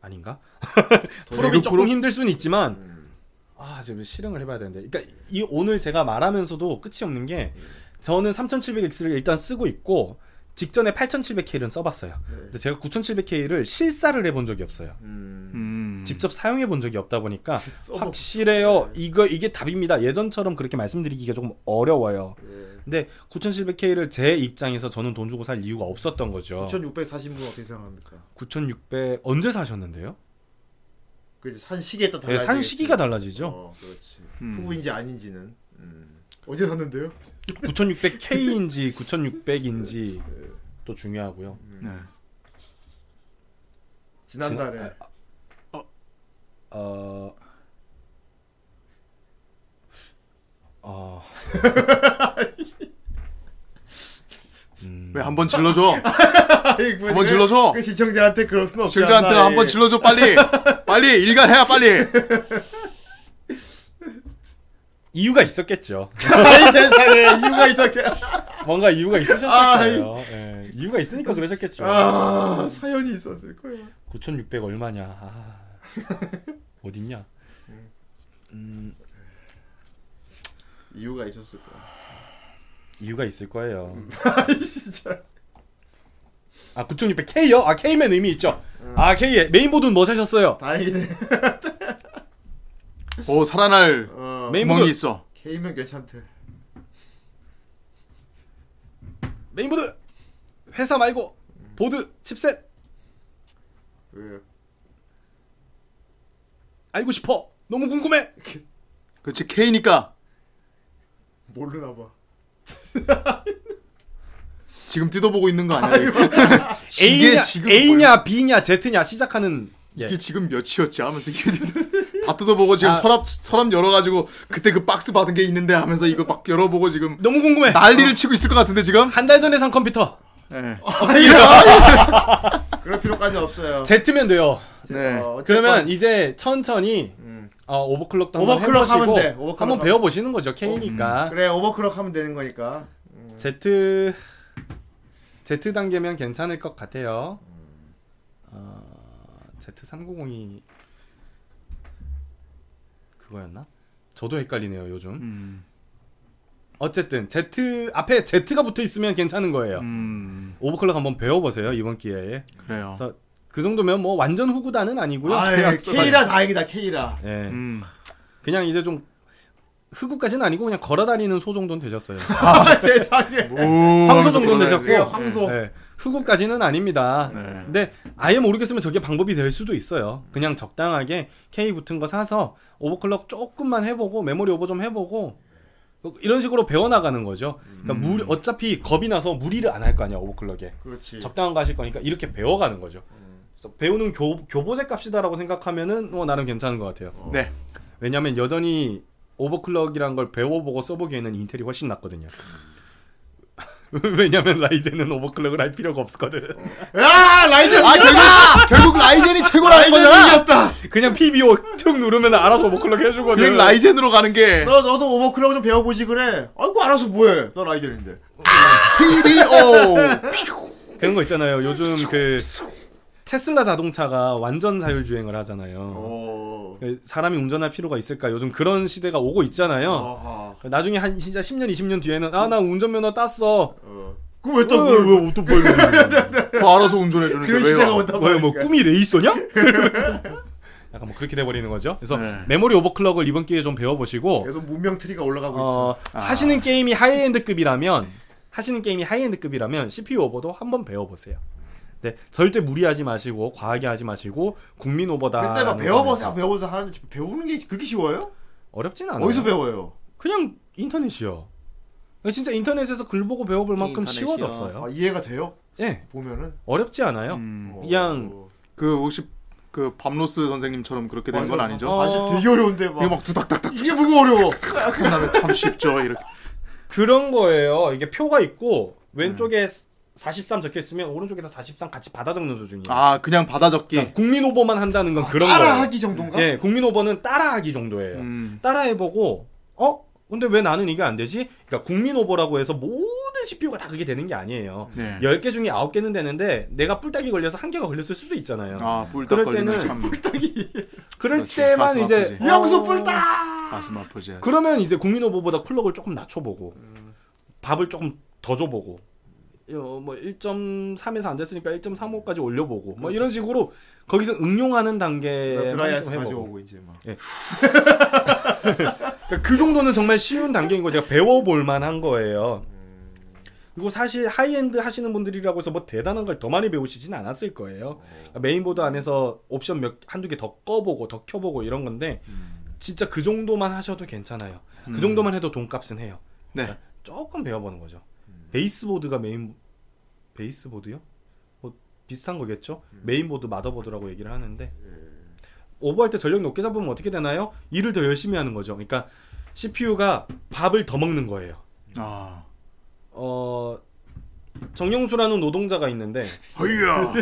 [SPEAKER 4] 아닌가? 풀업이
[SPEAKER 3] 배그
[SPEAKER 4] 조금
[SPEAKER 3] 풀업?
[SPEAKER 4] 힘들 수는 있지만
[SPEAKER 3] 음.
[SPEAKER 4] 아 지금 실행을 해봐야 되는데 그러니까 이 오늘 제가 말하면서도 끝이 없는 게 저는 3700X를 일단 쓰고 있고 직전에 8700K를 써봤어요.
[SPEAKER 3] 네.
[SPEAKER 4] 근데 제가 9700K를 실사를 해본 적이 없어요.
[SPEAKER 3] 음.
[SPEAKER 4] 직접 사용해 본 적이 없다 보니까
[SPEAKER 2] 네.
[SPEAKER 4] 확실해요. 이거 이게 답입니다. 예전처럼 그렇게 말씀드리기가 조금 어려워요.
[SPEAKER 9] 예.
[SPEAKER 4] 근데 9700K를 제 입장에서 저는 돈 주고 살 이유가 없었던 거죠.
[SPEAKER 9] 9,640분 어떻게 생각합니까?
[SPEAKER 4] 9600 언제 사셨는데요?
[SPEAKER 2] 그산 시기에 따라
[SPEAKER 4] 네,
[SPEAKER 3] 예,
[SPEAKER 2] 달라지겠지.
[SPEAKER 4] 산 시기가 달라지죠.
[SPEAKER 2] 어, 그렇지.
[SPEAKER 4] 음.
[SPEAKER 2] 후부인지 아닌지는 음. 어제 샀는데요.
[SPEAKER 4] 9600K인지 9600인지 또 중요하고요.
[SPEAKER 3] 네.
[SPEAKER 2] 지난달에
[SPEAKER 4] 지난- 어. 어. 음.
[SPEAKER 3] 왜 한 번 질러줘?
[SPEAKER 2] 아니, 그-
[SPEAKER 3] 한 번 질러줘.
[SPEAKER 2] 그 시청자한테 그럴 순 없잖아.
[SPEAKER 3] 시청자한테는 한번
[SPEAKER 2] 예.
[SPEAKER 3] 질러줘 빨리. 빨리 일관해야 빨리.
[SPEAKER 4] 이유가 있었겠죠.
[SPEAKER 2] 아이 세상에 이유가 있었게.
[SPEAKER 4] 뭔가 이유가 있으셨을
[SPEAKER 2] 아이.
[SPEAKER 4] 거예요. 예, 이유가 있으니까 그러셨겠죠.
[SPEAKER 2] 아 사연이 있었을 거야.
[SPEAKER 4] 9600 얼마냐? 아. 어딨냐? 음,
[SPEAKER 2] 이유가 있었을 거야.
[SPEAKER 4] 이유가 있을 거예요.
[SPEAKER 3] 음.
[SPEAKER 2] 아이 진짜.
[SPEAKER 4] 아 9600K요? 아 K면 의미 있죠.
[SPEAKER 3] 음.
[SPEAKER 4] 아 K 메인보드는 뭐 사셨어요?
[SPEAKER 2] 다행이네.
[SPEAKER 3] 오 살아날
[SPEAKER 2] 어,
[SPEAKER 3] 구멍이 있어.
[SPEAKER 2] K면 괜찮대.
[SPEAKER 4] 메인보드 회사 말고 보드 칩셋
[SPEAKER 2] 왜?
[SPEAKER 4] 알고 싶어. 너무 궁금해.
[SPEAKER 3] 그렇지 K니까
[SPEAKER 2] 모르나 봐.
[SPEAKER 3] 지금 뜯어보고 있는 거 아니야?
[SPEAKER 4] A냐
[SPEAKER 3] 지금
[SPEAKER 4] A냐 B냐 Z냐 시작하는 예.
[SPEAKER 3] 이게 지금 몇이었지 하면서 이게 다 뜯어보고 지금
[SPEAKER 4] 아.
[SPEAKER 3] 서랍 서랍 열어가지고 그때 그 박스 받은 게 있는데 하면서 이거 막 열어보고 지금
[SPEAKER 4] 너무 궁금해.
[SPEAKER 3] 난리를 치고 있을 것 같은데 지금?
[SPEAKER 4] 한 달 전에 산 컴퓨터
[SPEAKER 3] 네.
[SPEAKER 2] 그럴 필요까지 없어요.
[SPEAKER 4] Z면 돼요.
[SPEAKER 3] 네.
[SPEAKER 2] 어, 어쨌건 음.
[SPEAKER 4] 그러면 이제 천천히 어, 오버클럭도 한번
[SPEAKER 2] 오버클럭
[SPEAKER 4] 해보시고
[SPEAKER 2] 하면 돼. 오버클럭
[SPEAKER 4] 한번
[SPEAKER 2] 하면- 음.
[SPEAKER 4] 배워보시는 거죠. K니까
[SPEAKER 2] 그래 오버클럭 하면 되는 거니까.
[SPEAKER 4] Z Z 단계면 괜찮을 것 같아요. 어, Z390이 그거였나? 저도 헷갈리네요 요즘.
[SPEAKER 3] 음.
[SPEAKER 4] 어쨌든 Z 앞에 Z가 붙어 있으면 괜찮은 거예요.
[SPEAKER 3] 음.
[SPEAKER 4] 오버클럭 한번 배워보세요 이번 기회에.
[SPEAKER 3] 그래요.
[SPEAKER 4] 그래서 그 정도면 뭐 완전 후구단은 아니고요.
[SPEAKER 2] 어. 아 예, K라 다행이다 K라.
[SPEAKER 4] 예.
[SPEAKER 3] 음.
[SPEAKER 4] 그냥 이제 좀 흑우까지는 아니고 그냥 걸어다니는 소 정도는 되셨어요.
[SPEAKER 2] 아
[SPEAKER 3] 뭐, 음.
[SPEAKER 2] 세상에.
[SPEAKER 4] 황소
[SPEAKER 3] 황소
[SPEAKER 4] 정도는 되셨고
[SPEAKER 2] 그래요, 황소.
[SPEAKER 4] 예. 흑우까지는 아닙니다. 근데 아예 모르겠으면 저게 방법이 될 수도 있어요. 그냥 적당하게 K 붙은 거 사서 오버클럭 조금만 해보고 메모리 오버 좀 해보고 이런 식으로 배워나가는 거죠. 그러니까 무리- 어차피 겁이 나서 무리를 안 할 거 아니야 오버클럭에.
[SPEAKER 2] 그렇지.
[SPEAKER 4] 적당한 거 하실 거니까 이렇게 배워가는 거죠. 그래서 배우는 교, 교보제 값이다라고 생각하면은 뭐 나름 괜찮은 것 같아요.
[SPEAKER 3] 네.
[SPEAKER 4] 왜냐하면 여전히 오버클럭이란 걸 배워보고 써보기에는 인텔이 훨씬 낫거든요. 왜냐면 라이젠은 오버클럭을 할 필요가 없거든.
[SPEAKER 2] 아 라이젠
[SPEAKER 3] 아 결국 결국 라이젠이 최고라는 거잖아.
[SPEAKER 2] 이겼다.
[SPEAKER 4] 그냥 PBO 툭 누르면 알아서 오버클럭
[SPEAKER 3] 그냥
[SPEAKER 4] 해주거든.
[SPEAKER 3] 라이젠으로 가는 게
[SPEAKER 2] 너 너도 오버클럭 좀 배워보지 그래. 아이고 알아서 뭐해. 나 라이젠인데.
[SPEAKER 3] PDO.
[SPEAKER 4] 그런 거 있잖아요. 요즘 그 테슬라 자동차가 완전 자율주행을
[SPEAKER 3] 어.
[SPEAKER 4] 하잖아요.
[SPEAKER 2] 오.
[SPEAKER 4] 사람이 운전할 필요가 있을까? 요즘 그런 시대가 오고 있잖아요.
[SPEAKER 2] 아하.
[SPEAKER 4] 나중에 한 진짜 10년 20년 뒤에는 아
[SPEAKER 2] 음.
[SPEAKER 4] 나 운전면허 땄어
[SPEAKER 2] 그왜또왜또
[SPEAKER 3] 뭐 알아서 운전해 주는
[SPEAKER 2] 어, 그런
[SPEAKER 3] 게
[SPEAKER 2] 시대가
[SPEAKER 3] 왜요?
[SPEAKER 2] 온다
[SPEAKER 4] 뭐야 뭐
[SPEAKER 2] 말이야.
[SPEAKER 4] 꿈이 레이서냐? 이러면서 약간 뭐 그렇게 돼버리는 거죠. 그래서
[SPEAKER 3] 네.
[SPEAKER 4] 메모리 오버클럭을 이번 기회에 좀 배워보시고
[SPEAKER 2] 계속 문명 트리가 올라가고 아. 있어.
[SPEAKER 4] 어, 하시는 게임이 하이엔드급이라면 하시는 게임이 하이엔드급이라면 CPU 오버도 한번 배워보세요. 네, 절대 무리하지 마시고 과하게 하지 마시고 국민 오버다.
[SPEAKER 2] 근데 막 배워보자 배워보자 하는데 배우는 게 그렇게 쉬워요?
[SPEAKER 4] 어렵진 네. 않아요. 네.
[SPEAKER 2] 어디서 배워요?
[SPEAKER 4] 그냥 인터넷이요. 진짜 인터넷에서 글 보고 배워볼 만큼
[SPEAKER 3] 인터넷이요.
[SPEAKER 4] 쉬워졌어요.
[SPEAKER 2] 아, 이해가 돼요?
[SPEAKER 4] 예,
[SPEAKER 2] 보면은
[SPEAKER 4] 어렵지 않아요.
[SPEAKER 3] 음.
[SPEAKER 4] 그냥
[SPEAKER 2] 어.
[SPEAKER 3] 그 혹시 그 밤로스 선생님처럼 그렇게 되는 건
[SPEAKER 2] 맞아,
[SPEAKER 3] 아니죠?
[SPEAKER 2] 사실 되게 어려운데 막
[SPEAKER 3] 이거 막 두닥닥닥
[SPEAKER 2] 이게 뭐가 어려워?
[SPEAKER 3] 끝나면 참 쉽죠 이렇게.
[SPEAKER 4] 그런 거예요. 이게 표가 있고 왼쪽에
[SPEAKER 2] 음.
[SPEAKER 4] 43 적혀 있으면 오른쪽에다 43 같이 받아 적는 수준이에요.
[SPEAKER 3] 아 그냥 받아 적기.
[SPEAKER 4] 그러니까 국민 오버만 한다는 건 그런
[SPEAKER 2] 예.
[SPEAKER 4] 거예요.
[SPEAKER 2] 아, 따라하기 정도인가?
[SPEAKER 4] 예, 국민 오버는 따라하기 정도예요.
[SPEAKER 3] 음.
[SPEAKER 4] 따라해보고 어? 근데 왜 나는 이게 안 되지? 그러니까 국민 오버라고 해서 모든 CPU가 다 그게 되는 게 아니에요.
[SPEAKER 3] 네.
[SPEAKER 4] 10개 중에 9개는 되는데 내가 뿔딱이 걸려서 한 개가 걸렸을 수도 있잖아요.
[SPEAKER 3] 아 뿔딱
[SPEAKER 4] 그럴
[SPEAKER 3] 걸리는
[SPEAKER 4] 때는
[SPEAKER 3] 참
[SPEAKER 4] 그럴
[SPEAKER 3] 그렇지.
[SPEAKER 4] 때만
[SPEAKER 3] 가슴
[SPEAKER 4] 이제
[SPEAKER 3] 아프지.
[SPEAKER 2] 영수 뿔다.
[SPEAKER 3] 가슴 아프지.
[SPEAKER 4] 그러면 이제 국민 오버보다 쿨럭을 조금 낮춰보고 밥을 조금 더 줘보고 음. 어, 뭐 1.3에서 안 됐으니까 1.35까지 올려보고 뭐 이런 식으로 거기서 응용하는 단계
[SPEAKER 2] 드라이아스 가져오고 이제 막.
[SPEAKER 4] 그러니까 그 정도는 정말 쉬운 단계인 거 제가 배워볼 만한 거예요. 그리고 사실 하이엔드 하시는 분들이라고 해서 뭐 대단한 걸 더 많이 배우시진 않았을 거예요. 그러니까 메인보드 안에서 옵션 몇 한두 개 더 꺼보고 더 켜보고 이런 건데 진짜 그 정도만 하셔도 괜찮아요. 그 정도만 해도 돈값은 해요. 그러니까 조금 배워보는 거죠. 베이스보드가 메인 베이스보드요? 뭐 비슷한 거겠죠. 메인보드 마더보드라고 얘기를 하는데 오버할 때 전력 높게 잡으면 어떻게 되나요? 일을 더 열심히 하는 거죠. 그러니까 CPU가 밥을 더 먹는 거예요.
[SPEAKER 3] 아.
[SPEAKER 4] 어 정영수라는 노동자가 있는데
[SPEAKER 3] 허이야.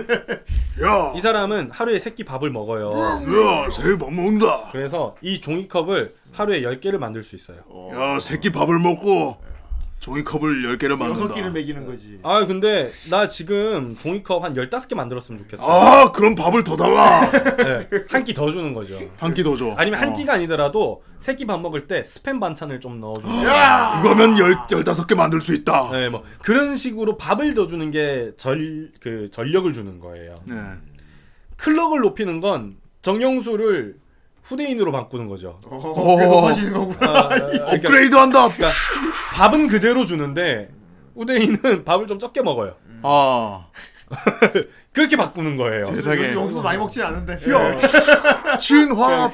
[SPEAKER 4] 이 사람은 하루에 세끼 밥을 먹어요.
[SPEAKER 3] 야, 새끼 밥 먹는다.
[SPEAKER 4] 그래서 이 종이컵을 하루에 10개를 만들 수 있어요.
[SPEAKER 3] 야, 새끼 밥을 먹고 종이컵을 10개를 만든다.
[SPEAKER 9] 여섯 끼를 먹이는 거지.
[SPEAKER 4] 아 근데 나 지금 종이컵 한 15개 만들었으면 좋겠어. 네,
[SPEAKER 3] 아, 그럼 밥을 더 달라.
[SPEAKER 4] 한 끼 더 주는 거죠.
[SPEAKER 3] 한 끼 더 줘.
[SPEAKER 4] 아니면 한
[SPEAKER 3] 어.
[SPEAKER 4] 끼가 아니더라도 세 끼 밥 먹을 때 스팸 반찬을 좀 넣어주고
[SPEAKER 3] 야! 그거면 열, 열다섯 개 만들 수 있다.
[SPEAKER 4] 네, 뭐 그런 식으로 밥을 더 주는 게 절 그 전력을 주는 거예요.
[SPEAKER 3] 네.
[SPEAKER 4] 클럭을 높이는 건 정영수를 후대인으로 바꾸는 거죠.
[SPEAKER 2] 어,
[SPEAKER 3] 그게 높아지는 거구나. 어, 업그레이드한다.
[SPEAKER 4] 그러니까 밥은 그대로 주는데 후대인은 밥을 좀 적게 먹어요.
[SPEAKER 3] 아.
[SPEAKER 4] 그렇게 바꾸는 거예요.
[SPEAKER 3] 세상에.
[SPEAKER 9] 용수도 많이 먹진 않은데.
[SPEAKER 3] 야, 진화.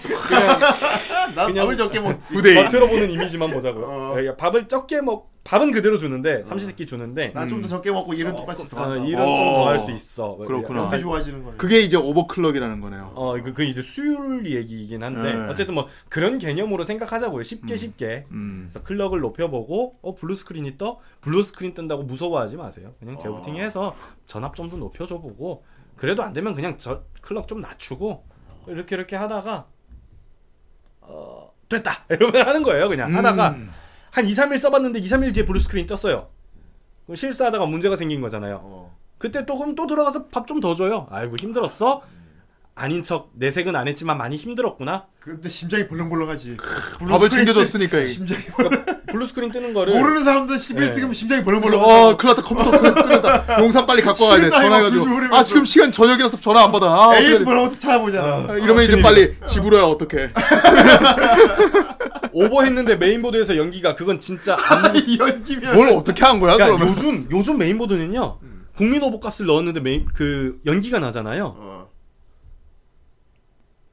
[SPEAKER 9] 난 밥을 적게 먹지.
[SPEAKER 3] 후대인. 어.
[SPEAKER 4] 겉으로 보는 뭐 이미지만 보자고요. 예, 밥을 적게 먹 밥은 그대로 주는데 삼시세끼 주는데
[SPEAKER 9] 난 아, 좀 더 적게 먹고 일은 똑같이 더
[SPEAKER 4] 어,
[SPEAKER 9] 한다.
[SPEAKER 4] 일은 좀 더 할 수 있어. 뭐
[SPEAKER 3] 그렇구나.
[SPEAKER 4] 약간
[SPEAKER 9] 좋아지는 거네.
[SPEAKER 3] 그게 이제 오버클럭이라는 거네요.
[SPEAKER 4] 어, 그, 그 이제 수율 얘기이긴 한데
[SPEAKER 3] 네. 음.
[SPEAKER 4] 어쨌든 뭐 그런 개념으로 생각하자고요. 쉽게 쉽게. 그래서 클럭을 높여보고 어 블루 스크린이 떠 블루 스크린 뜬다고 무서워하지 마세요.
[SPEAKER 9] 어.
[SPEAKER 4] 그냥 재부팅해서 전압 좀 더 높여줘 보고 그래도 안 되면 그냥 저 클럭 좀 낮추고 이렇게 이렇게 하다가 어 됐다 이러면 하는 거예요. 그냥
[SPEAKER 9] 음.
[SPEAKER 4] 하다가 한 2, 3일 써봤는데 2, 3일 뒤에 블루 스크린 떴어요. 그럼 실수하다가 문제가 생긴 거잖아요.
[SPEAKER 9] 어.
[SPEAKER 4] 그때 또 그럼 또 들어가서 밥 좀 더 줘요. 아이고 힘들었어. 아닌 척 내색은 안 했지만 많이 힘들었구나.
[SPEAKER 9] 근데 심장이 벌렁벌렁하지.
[SPEAKER 3] 밥을 챙겨줬으니까. 이게.
[SPEAKER 9] 심장이
[SPEAKER 4] 블루 스크린 뜨는 거를
[SPEAKER 9] 모르는 사람들 시비에
[SPEAKER 4] 네.
[SPEAKER 9] 지금 심장이
[SPEAKER 3] 그래서,
[SPEAKER 9] 벌렁벌렁.
[SPEAKER 3] 어, 큰일 났다. 컴퓨터 큰일 났다. 용산 빨리 갖고 와야 돼.
[SPEAKER 9] 싫다, 이거 불
[SPEAKER 3] 전화해가지고.
[SPEAKER 9] 지르면서.
[SPEAKER 3] 아, 지금 시간 저녁이라서 전화 안 받아. 아,
[SPEAKER 9] AS
[SPEAKER 3] 그래.
[SPEAKER 9] 번호부터 찾아보잖아. 그러니까.
[SPEAKER 3] 아, 이러면 이제 빨리 집으로야 어떡해.
[SPEAKER 4] 오버했는데 메인보드에서 연기가 그건 진짜 안...
[SPEAKER 9] 이 연기면
[SPEAKER 3] 뭘 어떻게 한 거야,
[SPEAKER 4] 그러니까
[SPEAKER 3] 그러면?
[SPEAKER 4] 요즘 요즘 메인보드는요 국민 오버 값을 넣었는데 메인 그 연기가 나잖아요.
[SPEAKER 9] 어.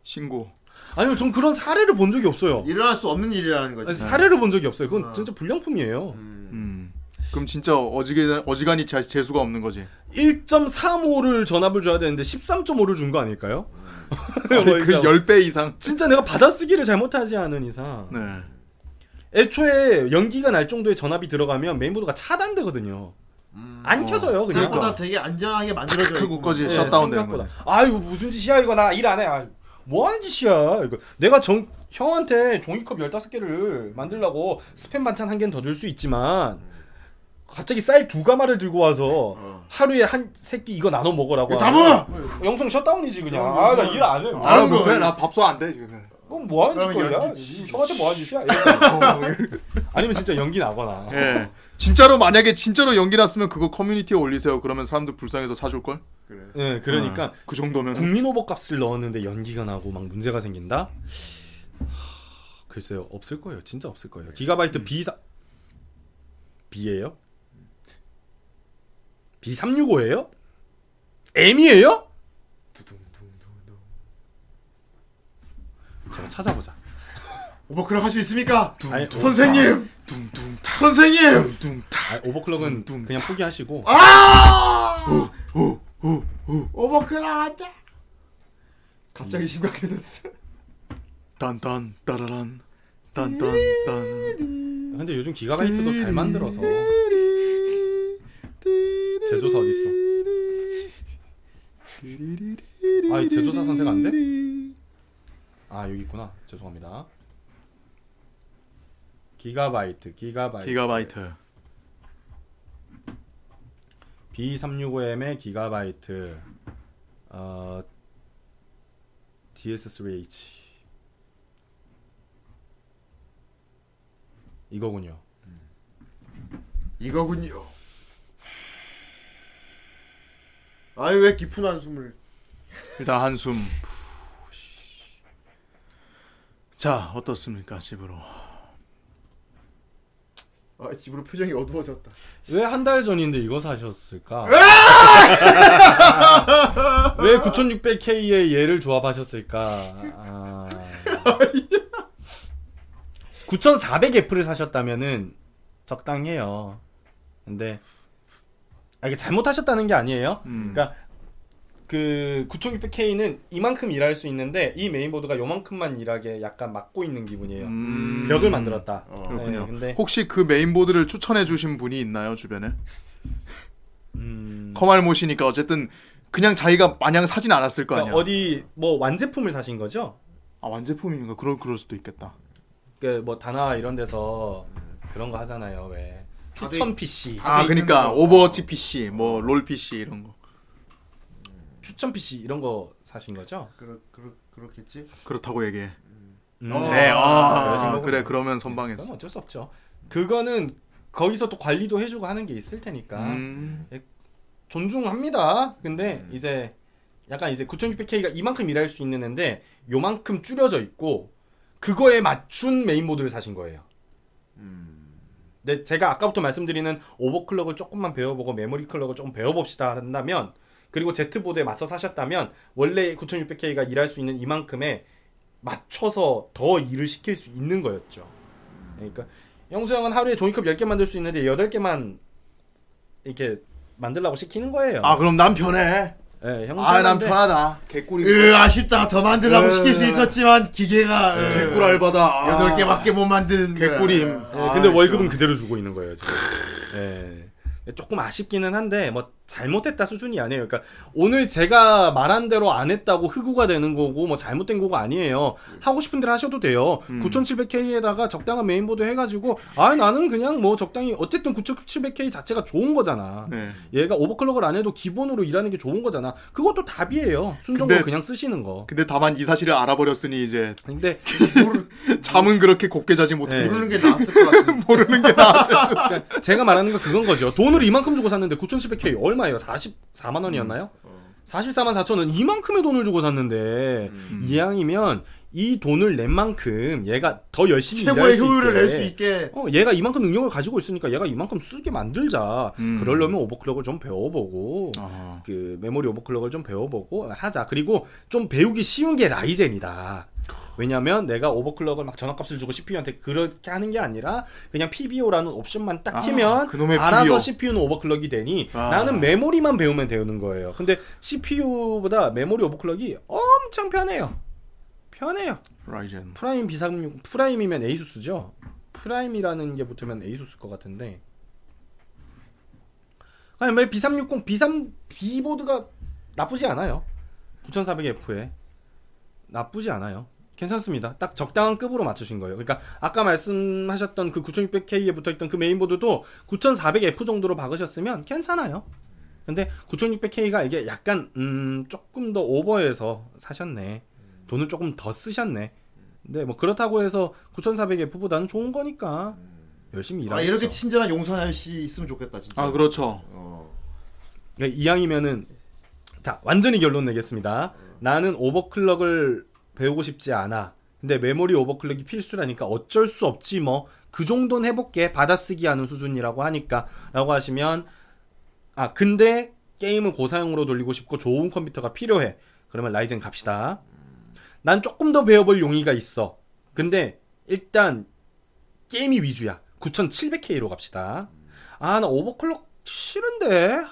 [SPEAKER 3] 신고.
[SPEAKER 4] 아니면 전 그런 사례를 본 적이 없어요.
[SPEAKER 9] 일어날 수 없는 일이라는
[SPEAKER 4] 아니,
[SPEAKER 9] 거지.
[SPEAKER 4] 사례를 본 적이 없어요. 그건 진짜 불량품이에요.
[SPEAKER 3] 음. 그럼 진짜 어지간, 어지간히 자- 재수가 없는 거지.
[SPEAKER 4] 어, 1.35를 전압을 줘야 되는데 13.5를 준 거 아닐까요? 뭐
[SPEAKER 3] 그
[SPEAKER 4] 이상.
[SPEAKER 3] 10배 이상.
[SPEAKER 4] 진짜 내가 받아쓰기를 잘못하지 않은 이상
[SPEAKER 3] 네.
[SPEAKER 4] 애초에 연기가 날 정도의 전압이 들어가면 메인보드가 차단되거든요. 안 켜져요 그냥.
[SPEAKER 3] 그러니까.
[SPEAKER 9] 생각보다 되게 안전하게 만들어져
[SPEAKER 3] 탁 하고
[SPEAKER 9] 있고.
[SPEAKER 3] 거지
[SPEAKER 4] 예,
[SPEAKER 3] 셧다운 네, 되는
[SPEAKER 4] 생각보다.
[SPEAKER 3] 거지.
[SPEAKER 4] 아유 무슨 짓이야 이거 나 일 안 해. 아, 뭐 하는 짓이야 이거. 내가 정, 형한테 종이컵 15개를 만들려고 스팸 반찬 한 개는 더 줄 수 있지만 갑자기 쌀 두 가마를 들고 와서
[SPEAKER 9] 어.
[SPEAKER 4] 하루에 한 새끼 이거 나눠 먹으라고.
[SPEAKER 9] 다
[SPEAKER 4] 하면
[SPEAKER 9] 먹어!
[SPEAKER 4] 영성 셧다운이지 그냥. 아 나 일 안 해.
[SPEAKER 3] 아,
[SPEAKER 9] 다른
[SPEAKER 3] 못해.
[SPEAKER 9] 거.
[SPEAKER 3] 나 밥소 안 돼, 지금.
[SPEAKER 4] 그럼 뭐 하는
[SPEAKER 9] 그러면
[SPEAKER 4] 짓거리야?
[SPEAKER 9] 연기지.
[SPEAKER 4] 형한테 뭐 하는 짓이야? 이러면서. 아니면 진짜 연기 나거나.
[SPEAKER 3] 예. 진짜로 만약에 진짜로 연기 났으면 그거 커뮤니티에 올리세요. 그러면 사람들 불쌍해서 사줄 걸?
[SPEAKER 9] 네.
[SPEAKER 4] 예, 그러니까
[SPEAKER 3] 그 정도면
[SPEAKER 4] 국민 오버 값을 넣었는데 연기가 나고 막 문제가 생긴다? 하, 글쎄요 없을 거예요 진짜 없을 거예요 기가바이트 B3 B예요? B365예요? M이에요? 제가 찾아보자
[SPEAKER 9] 오버 그럼 할수 있습니까?
[SPEAKER 4] 아니,
[SPEAKER 9] 선생님. 선생님.
[SPEAKER 4] 아, 오버클럭은 그냥 포기하시고
[SPEAKER 9] 오버클럭 안 돼.
[SPEAKER 3] 음.
[SPEAKER 9] 갑자기 심각해졌어.
[SPEAKER 3] 딴딴 따라란 딴딴 딴.
[SPEAKER 4] 근데 요즘 기가바이트도 잘 만들어서 제조사 어딨어? 아, 이 제조사 선택 안 돼? 아 여기 있구나 죄송합니다 기가바이트 기가바이트
[SPEAKER 3] 기가바이트.
[SPEAKER 4] B365M의 기가바이트 어, DS3H 이거군요
[SPEAKER 9] 이거군요. 아유 왜 깊은 한숨을?
[SPEAKER 3] 일단 한숨. 자, 어떻습니까? 집으로.
[SPEAKER 2] 아, 집으로 표정이 어두워졌다.
[SPEAKER 4] 왜 한 달 전인데 이거 사셨을까?
[SPEAKER 3] 아!
[SPEAKER 2] 으아!
[SPEAKER 4] 왜 9600K의 얘를 조합하셨을까? 아... 9400F를 사셨다면은 적당해요. 근데 아, 이게 잘못하셨다는 게 아니에요.
[SPEAKER 3] 음.
[SPEAKER 4] 그러니까 그 9600K는 이만큼 일할 수 있는데 이 메인보드가 요만큼만 일하게 약간 막고 있는 기분이에요. 벽을 만들었다. 네,
[SPEAKER 3] 음. 어, 그렇군요.
[SPEAKER 4] 근데
[SPEAKER 3] 혹시 그 메인보드를 추천해 주신 분이 있나요 주변에?
[SPEAKER 4] 음.
[SPEAKER 3] 커말 모시니까 어쨌든 그냥 자기가 마냥 사진 않았을 거 아니야.
[SPEAKER 4] 그러니까 어디 뭐 완제품을 사신 거죠?
[SPEAKER 3] 아 완제품인가? 그럴 그럴 수도 있겠다.
[SPEAKER 4] 그뭐 다나 이런 데서 그런 거 하잖아요. 왜 추천 PC.
[SPEAKER 3] 아 그러니까 오버워치 PC, 뭐 롤 PC 이런 거.
[SPEAKER 4] 추천 PC 이런 거 사신 거죠?
[SPEAKER 9] 그렇 그렇 그렇겠지.
[SPEAKER 3] 그렇다고 얘기해.
[SPEAKER 4] 음.
[SPEAKER 3] 네,
[SPEAKER 4] 그러신
[SPEAKER 3] 아,
[SPEAKER 4] 거구나.
[SPEAKER 3] 그래 그러면 선방했어.
[SPEAKER 4] 그건 어쩔 수 없죠. 그거는 거기서 또 관리도 해주고 하는 게 있을 테니까
[SPEAKER 3] 음.
[SPEAKER 4] 예, 존중합니다. 근데 이제 약간 이제 9600K가 이만큼 일할 수 있는 앤데 요만큼 줄여져 있고 그거에 맞춘 메인보드를 사신 거예요.
[SPEAKER 3] 음.
[SPEAKER 4] 근데 제가 아까부터 말씀드리는 오버클럭을 조금만 배워보고 메모리 클럭을 조금 배워봅시다 한다면 그리고 Z보드에 맞춰 사셨다면 원래 9600K가 일할 수 있는 이만큼에 맞춰서 더 일을 시킬 수 있는 거였죠. 그러니까 영수 형은 하루에 종이컵 10개 만들 수 있는데 8개만 이렇게 만들라고 시키는 거예요.
[SPEAKER 3] 아 그럼 난 편해.
[SPEAKER 4] 예, 형
[SPEAKER 3] 아 난 편하다. 개꿀이.
[SPEAKER 9] 으 예, 아쉽다 더 만들라고
[SPEAKER 3] 으.
[SPEAKER 9] 시킬 수 있었지만 기계가 으,
[SPEAKER 3] 개꿀 알바다. 예. 아,
[SPEAKER 9] 여덟 개밖에 못 만든
[SPEAKER 3] 개꿀임. 아,
[SPEAKER 9] 거야.
[SPEAKER 4] 예, 근데 월급은 그대로 주고 있는 거예요, 지금. 예. 조금 아쉽기는 한데 뭐 잘못했다 수준이 아니에요. 그러니까 오늘 제가 말한 대로 안 했다고 흑우가 되는 거고 뭐 잘못된 거가 아니에요. 하고 싶은 대로 하셔도 돼요.
[SPEAKER 3] 음.
[SPEAKER 4] 9700K에다가 적당한 메인보드 해가지고 아 나는 그냥 뭐 적당히 어쨌든 9700K 자체가 좋은 거잖아.
[SPEAKER 3] 네.
[SPEAKER 4] 얘가 오버클럭을 안 해도 기본으로 일하는 게 좋은 거잖아. 그것도 답이에요. 순정으로
[SPEAKER 3] 근데-
[SPEAKER 4] 그냥 쓰시는 거.
[SPEAKER 3] 근데 다만 이 사실을 알아버렸으니 이제
[SPEAKER 4] 근데
[SPEAKER 3] 잠은 그렇게 곱게 자지 못해.
[SPEAKER 2] 네.
[SPEAKER 9] 모르는 게 나았을 것 같은데.
[SPEAKER 3] 모르는 게 나았을 수.
[SPEAKER 4] 그러니까 제가 말하는 건 그건 거죠. 돈을 이만큼 주고 샀는데 9,700K 얼마예요? 44만 원이었나요?
[SPEAKER 9] 음,
[SPEAKER 4] 44만 4천 원 이만큼의 돈을 주고 샀는데
[SPEAKER 9] 음.
[SPEAKER 4] 이왕이면 이 돈을 낸 만큼 얘가 더 열심히 일할
[SPEAKER 9] 최고의
[SPEAKER 4] 수
[SPEAKER 9] 효율을
[SPEAKER 4] 있게.
[SPEAKER 9] 낼 수 있게.
[SPEAKER 4] 어, 얘가 이만큼 능력을 가지고 있으니까 얘가 이만큼 쓰게 만들자. 그러려면 오버클럭을 좀 배워보고
[SPEAKER 3] 음. 아.
[SPEAKER 4] 그 메모리 오버클럭을 좀 배워보고 하자. 그리고 좀 배우기 쉬운 게 라이젠이다. 왜냐면 내가 오버클럭을 막 전압값을 주고 CPU한테 그렇게 하는 게 아니라 그냥 PBO라는 옵션만 딱
[SPEAKER 3] 아,
[SPEAKER 4] 키면
[SPEAKER 3] 그놈의
[SPEAKER 4] 알아서
[SPEAKER 3] PBO.
[SPEAKER 4] CPU는 오버클럭이 되니
[SPEAKER 3] 아.
[SPEAKER 4] 나는 메모리만 배우면 되는 거예요. 근데 CPU보다 메모리 오버클럭이 엄청 편해요. 편해요.
[SPEAKER 3] 라이젠.
[SPEAKER 4] 프라임 B360 프라임이면 에이수스죠. 프라임이라는 게 붙으면 에이수스 것 같은데. 아니 왜 B360 B3 B 보드가 나쁘지 않아요. 9400F에 나쁘지 않아요. 괜찮습니다. 딱 적당한 급으로 맞추신 거예요. 그러니까 아까 말씀하셨던 그 9600K에 붙어 있던 그 메인보드도 9400F 정도로 박으셨으면 괜찮아요. 근데 9600K가 이게 약간 음 조금 더 오버해서 사셨네. 돈을 조금 더 쓰셨네. 근데 뭐 그렇다고 해서 9400F보다는 좋은 거니까 열심히
[SPEAKER 9] 아
[SPEAKER 4] 일하고
[SPEAKER 9] 이렇게 친절한 용산 아저씨 있으면 좋겠다 진짜.
[SPEAKER 3] 아 그렇죠.
[SPEAKER 4] 그러니까 이왕이면은 자 완전히 결론 내겠습니다. 나는 오버클럭을 배우고 싶지 않아. 근데 메모리 오버클럭이 필수라니까 어쩔 수 없지 뭐 그 정도는 해볼게 받아쓰기 하는 수준이라고 하니까라고 하시면 아 근데 게임은 고사양으로 돌리고 싶고 좋은 컴퓨터가 필요해. 그러면 라이젠 갑시다. 난 조금 더 배워볼 용의가 있어. 근데 일단 게임이 위주야. 9700K로 갑시다. 아 나 오버클럭 싫은데 하,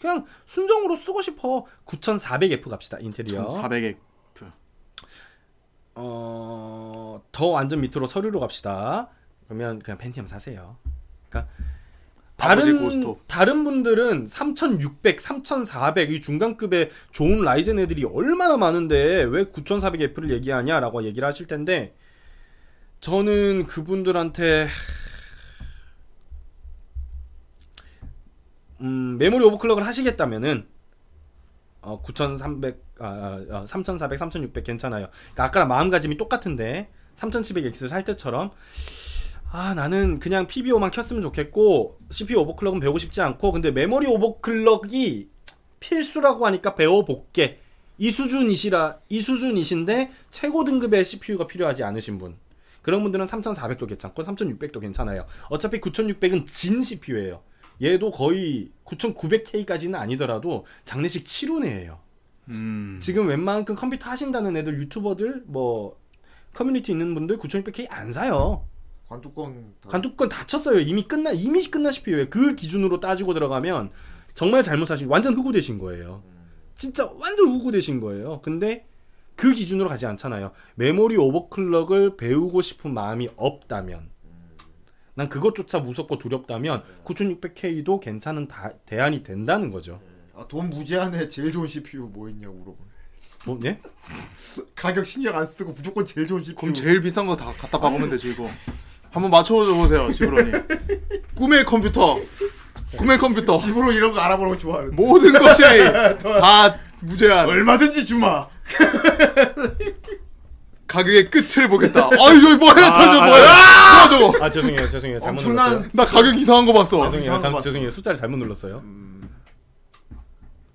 [SPEAKER 4] 그냥 순정으로 쓰고 싶어. 9400F 갑시다 인테리어.
[SPEAKER 3] 400에
[SPEAKER 4] 어, 더 완전 밑으로 서류로 갑시다. 그러면 그냥 펜티엄 사세요. 그러니까
[SPEAKER 3] 아버지
[SPEAKER 4] 다른
[SPEAKER 3] 고스톱.
[SPEAKER 4] 다른 분들은 3600, 3400 이 중간급의 좋은 라이젠 애들이 얼마나 많은데 왜 9400F를 얘기하냐라고 얘기를 하실 텐데 저는 그분들한테 음, 메모리 오버클럭을 하시겠다면은 어, 9,300, 아, 아, 아, 3,400, 3,600 괜찮아요. 그러니까 아까랑 마음가짐이 똑같은데 3,700X를 살 때처럼 아 나는 그냥 PBO만 켰으면 좋겠고 CPU 오버클럭은 배우고 싶지 않고 근데 메모리 오버클럭이 필수라고 하니까 배워볼게 이 수준이시라 이 수준이신데 최고 등급의 CPU가 필요하지 않으신 분 그런 분들은 3400도 괜찮고 3600도 괜찮아요. 어차피 9600은 진 CPU예요. 얘도 거의 9900K까지는 아니더라도 장례식 7운회예요.
[SPEAKER 3] 음.
[SPEAKER 4] 지금 웬만큼 컴퓨터 하신다는 애들 유튜버들 뭐 커뮤니티 있는 분들 9600K 안 사요.
[SPEAKER 9] 관뚜껑 다-
[SPEAKER 4] 관뚜껑 다 쳤어요. 이미 끝나 이미 끝나시피요. 예그 기준으로 따지고 들어가면 정말 잘못 사신 완전 흑우 되신 거예요. 진짜 완전 흑우 되신 거예요. 근데 그 기준으로 가지 않잖아요. 메모리 오버클럭을 배우고 싶은 마음이 없다면 난 그것조차 무섭고 두렵다면 9600K도 괜찮은 다- 대안이 된다는 거죠.
[SPEAKER 9] 아, 돈 무제한에 제일 좋은 CPU 뭐 있냐고 물어보네.
[SPEAKER 4] 뭐, 예?
[SPEAKER 9] 가격 신경 안 쓰고 무조건 제일 좋은 CPU.
[SPEAKER 3] 그럼 제일 비싼 거 다 갖다 박으면 되죠 이거. 한번 맞춰줘 보세요 지브로님. 꿈의 컴퓨터. 꿈의 컴퓨터.
[SPEAKER 9] 집으로 이런 거 알아보는 거 좋아하는.
[SPEAKER 3] 모든 것이 다 무제한.
[SPEAKER 9] 얼마든지 주마.
[SPEAKER 3] 가격의 끝을 보겠다. 아 이거 뭐야 저거
[SPEAKER 4] 아,
[SPEAKER 3] 뭐야? 뭐야 저거?
[SPEAKER 4] 아 죄송해요, 죄송해요, 잘못
[SPEAKER 9] 엄청난-
[SPEAKER 4] 눌렀어요.
[SPEAKER 3] 나 가격 이상한 거 봤어.
[SPEAKER 4] 죄송해요,
[SPEAKER 9] 이상한 거
[SPEAKER 4] 잠,
[SPEAKER 9] 봤어.
[SPEAKER 4] 죄송해요, 숫자를 잘못 눌렀어요.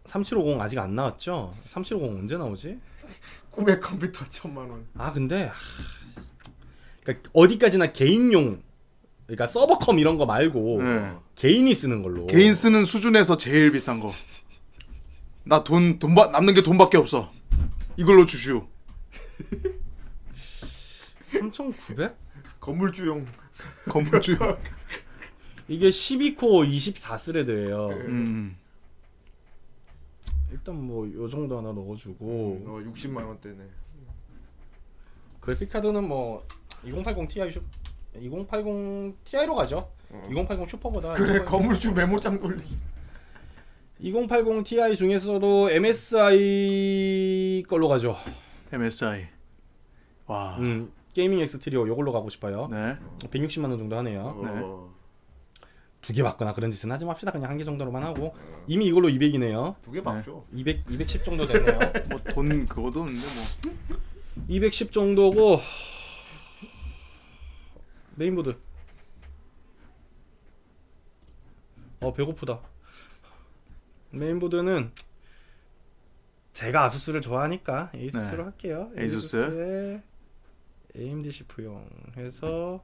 [SPEAKER 4] 3750 아직 안 나왔죠? 3750 언제 나오지?
[SPEAKER 9] 꿈의 컴퓨터 천만 원.
[SPEAKER 4] 아 근데 하, 그러니까 어디까지나 개인용 그러니까 서버컴 이런 거 말고
[SPEAKER 3] 네.
[SPEAKER 4] 개인이 쓰는 걸로
[SPEAKER 3] 개인 쓰는 수준에서 제일 비싼 거. 나 돈 돈 받 남는 게 돈밖에 없어. 이걸로 주시오.
[SPEAKER 4] 3900?
[SPEAKER 9] 건물주용.
[SPEAKER 3] 건물주.
[SPEAKER 4] 이게 12코어 24스레드예요
[SPEAKER 3] 음.
[SPEAKER 4] 일단 뭐 요 정도 하나 넣어주고
[SPEAKER 9] 어 60만 원대네.
[SPEAKER 4] 그래픽카드는 뭐 2080 Ti 슈... 2080 Ti로 가죠
[SPEAKER 3] 음.
[SPEAKER 4] 2080 슈퍼보다
[SPEAKER 9] 그래
[SPEAKER 4] 2080
[SPEAKER 9] 건물주 메모장 돌리기.
[SPEAKER 4] 2080 Ti 중에서도 MSI 걸로 가죠
[SPEAKER 3] MSI. 와.
[SPEAKER 4] 음, 게이밍 엑스트리오 요걸로 가고 싶어요
[SPEAKER 3] 네.
[SPEAKER 4] 160만 원 정도 하네요
[SPEAKER 9] 어,
[SPEAKER 4] 두 개 받거나 그런 짓은 하지 맙시다. 그냥 한 개 정도로만 하고 이미 이걸로 200이네요.
[SPEAKER 9] 두개 받죠.
[SPEAKER 4] 200 210 정도 되네요.
[SPEAKER 3] 뭐 돈 그거도 없는데 뭐.
[SPEAKER 4] 210 정도고 메인보드. 어 배고프다. 메인보드는 제가 아수스를 좋아하니까 에이수스로
[SPEAKER 3] 네.
[SPEAKER 4] 할게요.
[SPEAKER 3] 에이수스.
[SPEAKER 4] 에이수스에 AMD CPU용 해서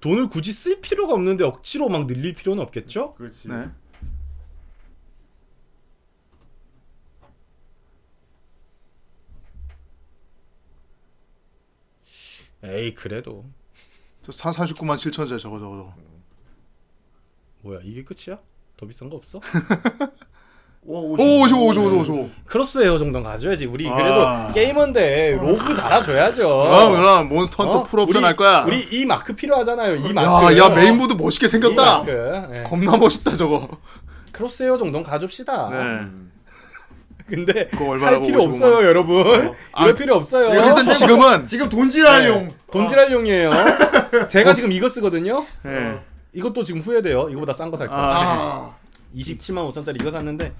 [SPEAKER 4] 돈을 굳이 쓸 필요가 없는데 억지로 막 늘릴 필요는 없겠죠?
[SPEAKER 9] 그렇지.
[SPEAKER 3] 네.
[SPEAKER 4] 에이 그래도
[SPEAKER 3] 저 49만 7천짜리 저거 저거 저거.
[SPEAKER 4] 뭐야 이게 끝이야? 더 비싼 거 없어?
[SPEAKER 9] 오
[SPEAKER 3] 오 55, 55, 55.
[SPEAKER 4] 크로스 에어 정도는 가져야지 우리
[SPEAKER 3] 아.
[SPEAKER 4] 그래도 게이머인데 로그 달아줘야죠
[SPEAKER 3] 그럼 그럼 몬스터 헌터
[SPEAKER 4] 어?
[SPEAKER 3] 풀 옵션
[SPEAKER 4] 우리-
[SPEAKER 3] 할 거야.
[SPEAKER 4] 우리 이 마크 필요하잖아요 이 마크 어,
[SPEAKER 3] 야, 야 메인보드 멋있게
[SPEAKER 4] 이
[SPEAKER 3] 생겼다.
[SPEAKER 4] 마크. 예.
[SPEAKER 3] 겁나 멋있다 저거.
[SPEAKER 4] 크로스 에어 정도는 가줍시다
[SPEAKER 3] 네.
[SPEAKER 4] 음. 근데
[SPEAKER 3] 그거 얼마라고
[SPEAKER 4] 할 필요
[SPEAKER 3] 55만.
[SPEAKER 4] 없어요 여러분 이럴 필요 없어요
[SPEAKER 3] 어쨌든 지금은
[SPEAKER 9] 지금 돈질할용.
[SPEAKER 4] 돈질할 용이에요 제가
[SPEAKER 3] 어.
[SPEAKER 4] 지금 이거 쓰거든요
[SPEAKER 3] 예.
[SPEAKER 4] 이것도 지금 후회돼요 이거보다 싼 거 살 거야
[SPEAKER 9] 아.
[SPEAKER 4] 27만 5천짜리 이거 샀는데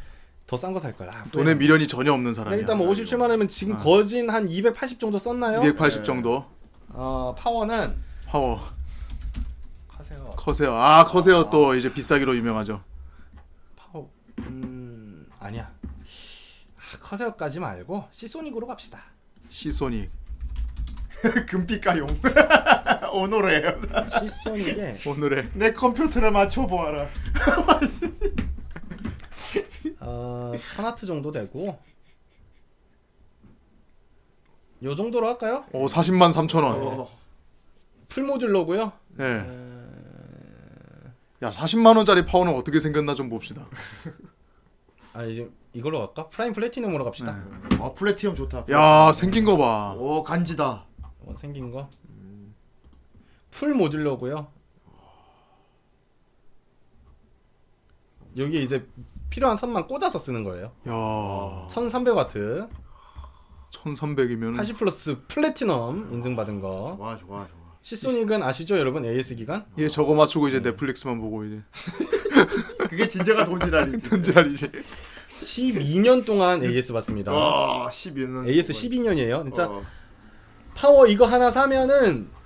[SPEAKER 4] 더 싼 거 살 거야 아, 후회.
[SPEAKER 3] 돈에 미련이 전혀 없는
[SPEAKER 4] 그냥
[SPEAKER 3] 사람이야.
[SPEAKER 4] 일단 뭐 57만 원이면 지금 거진 한 280 정도 썼나요? 네.
[SPEAKER 3] 280 정도.
[SPEAKER 4] 어, 파워는
[SPEAKER 3] 파워.
[SPEAKER 4] 하세요.
[SPEAKER 3] 커세요. 아 커세요 또 이제 비싸기로 유명하죠.
[SPEAKER 4] 파워 음 아니야. 아, 커세어까지 말고 시소닉으로 갑시다.
[SPEAKER 3] 시소닉.
[SPEAKER 9] 네. 금빛가용. 오노래요.
[SPEAKER 4] 시소닉에
[SPEAKER 3] 오늘의
[SPEAKER 9] 내 컴퓨터를 맞춰보아라.
[SPEAKER 4] 어, 1000와트 정도 되고 요 정도로 할까요?
[SPEAKER 3] 오 40만 3천
[SPEAKER 2] 네.
[SPEAKER 3] 원.
[SPEAKER 9] 어.
[SPEAKER 4] 풀모듈러고요.
[SPEAKER 3] 예.
[SPEAKER 4] 네.
[SPEAKER 3] 야 40만 원짜리 파워는 어떻게 생겼나 좀 봅시다.
[SPEAKER 4] 아 이제 이걸로 갈까? 프라임 플래티넘으로 갑시다.
[SPEAKER 9] 아 플래티엄 좋다.
[SPEAKER 3] 야 생긴 거 봐.
[SPEAKER 9] 오 간지다.
[SPEAKER 4] 어, 생긴 거.
[SPEAKER 9] 음.
[SPEAKER 4] 풀 모듈러고요. 여기 이제 필요한 선만 꽂아서 쓰는 거예요.
[SPEAKER 9] 어.
[SPEAKER 3] 야
[SPEAKER 4] 1300와트
[SPEAKER 3] 1,300이면
[SPEAKER 4] 80 플러스 플래티넘 인증받은 거.
[SPEAKER 9] 음. 아, 좋아 좋아 좋아.
[SPEAKER 4] 시소닉은 아시죠, 여러분? AS 기간?
[SPEAKER 3] 얘 저거 맞추고 이제 넷플릭스만 보고 이제
[SPEAKER 9] 그게 진짜가 돈질할이지.
[SPEAKER 3] 현재알이지
[SPEAKER 4] 12년 동안
[SPEAKER 9] 음.
[SPEAKER 4] AS 받습니다.
[SPEAKER 2] 아,
[SPEAKER 9] 와 12년.
[SPEAKER 4] AS 12년이에요. 진짜
[SPEAKER 9] 어.
[SPEAKER 4] 파워 이거 하나 사면은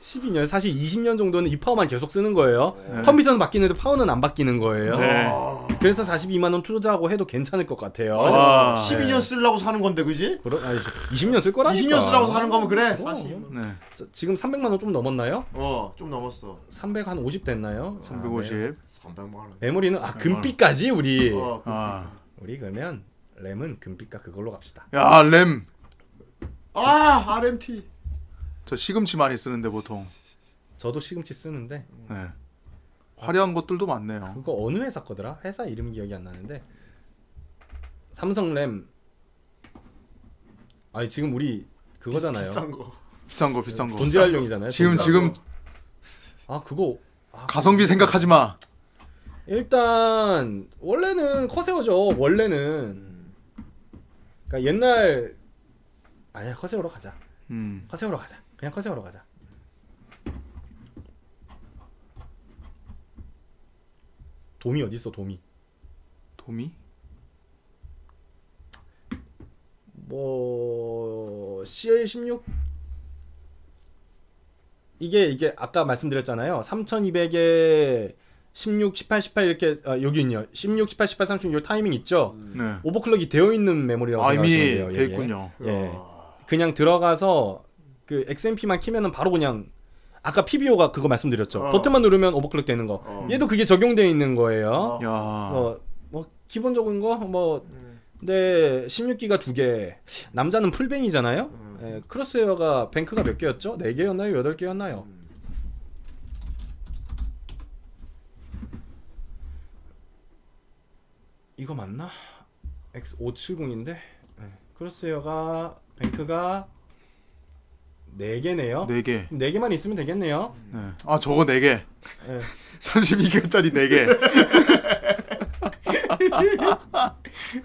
[SPEAKER 4] 12년 사실 20년 정도는 이 파워만 계속 쓰는 거예요.
[SPEAKER 9] 네.
[SPEAKER 4] 컴퓨터는 바뀌는데 파워는 안 바뀌는 거예요.
[SPEAKER 2] 네.
[SPEAKER 4] 그래서 42만 원 투자하고 해도 괜찮을 것 같아요.
[SPEAKER 2] 맞아.
[SPEAKER 4] 네.
[SPEAKER 2] 12년 쓰려고 사는 건데 그지?
[SPEAKER 4] 그러, 아니, 20년 쓸
[SPEAKER 9] 그러니까.
[SPEAKER 4] 거라니까.
[SPEAKER 2] 20년 쓰라고 사는 거면 그래. 사실.
[SPEAKER 4] 네. 자, 지금 300만 원 좀 넘었나요?
[SPEAKER 2] 어, 좀 넘었어.
[SPEAKER 4] 350 됐나요?
[SPEAKER 3] 350.
[SPEAKER 4] 아, 네.
[SPEAKER 2] 300만 원.
[SPEAKER 4] 메모리는 아 금빛까지 우리.
[SPEAKER 9] 예.
[SPEAKER 2] 어,
[SPEAKER 9] 아.
[SPEAKER 2] 그-
[SPEAKER 4] 우리 그러면 램은 금빛과 그걸로 갑시다.
[SPEAKER 2] 네.
[SPEAKER 3] 야, 램.
[SPEAKER 2] 아, RMT.
[SPEAKER 3] 저 시금치 많이 쓰는데 보통.
[SPEAKER 4] 저도 시금치 쓰는데
[SPEAKER 3] 네. 화려한 것들도 많네요.
[SPEAKER 4] 그거 어느 회사 거더라? 회사 이름 기억이 안 나는데 삼성 램. 아니 지금 우리 그거잖아요.
[SPEAKER 2] 비싼 거.
[SPEAKER 3] 비싼 거, 비싼 거.
[SPEAKER 4] 네, 돈재활용이잖아요,
[SPEAKER 3] 지금
[SPEAKER 4] 비싼
[SPEAKER 3] 지금
[SPEAKER 4] 아 그거
[SPEAKER 3] 가성비 생각하지 마.
[SPEAKER 4] 일단 원래는 커세어죠. 원래는 그러니까 옛날 아니야 커세어로 가자.
[SPEAKER 3] 음.
[SPEAKER 4] 커세어로 가자. 그냥 커세어로 가자. 도미 어디 있어 도미?
[SPEAKER 3] 도미?
[SPEAKER 4] 뭐 CL16 이게 이게 아까 말씀드렸잖아요. 3200에 16, 18, 18 이렇게 아, 여기 있네요. 16, 18, 18, 36 요 타이밍 있죠.
[SPEAKER 3] 네.
[SPEAKER 4] 오버클럭이 되어 있는 메모리라고
[SPEAKER 3] 아, 이미
[SPEAKER 4] 생각하시면 돼요.
[SPEAKER 3] 돼 있군요. 어.
[SPEAKER 4] 예. 예. 그냥 들어가서 그 XMP만 키면은 바로 그냥 아까 PBO가 그거 말씀드렸죠.
[SPEAKER 3] 어.
[SPEAKER 4] 버튼만 누르면 오버클럭 되는 거. 얘도 그게 적용되어 있는 거예요.
[SPEAKER 3] 야.
[SPEAKER 4] 어, 뭐 기본적인 거 뭐. 근데 16기가 두 개. 남자는 풀뱅이잖아요. 예, 크로스웨어가 뱅크가 몇 개였죠? 네 개였나요? 여덟 개였나요? 이거 맞나? X570인데 예, 크로스웨어가 뱅크가 네 개네요. 음.
[SPEAKER 3] 네 개.
[SPEAKER 4] 네 개만 있으면 되겠네요.
[SPEAKER 3] 네. 아, 저거 네 개.
[SPEAKER 4] 예.
[SPEAKER 3] 32개짜리 네 개.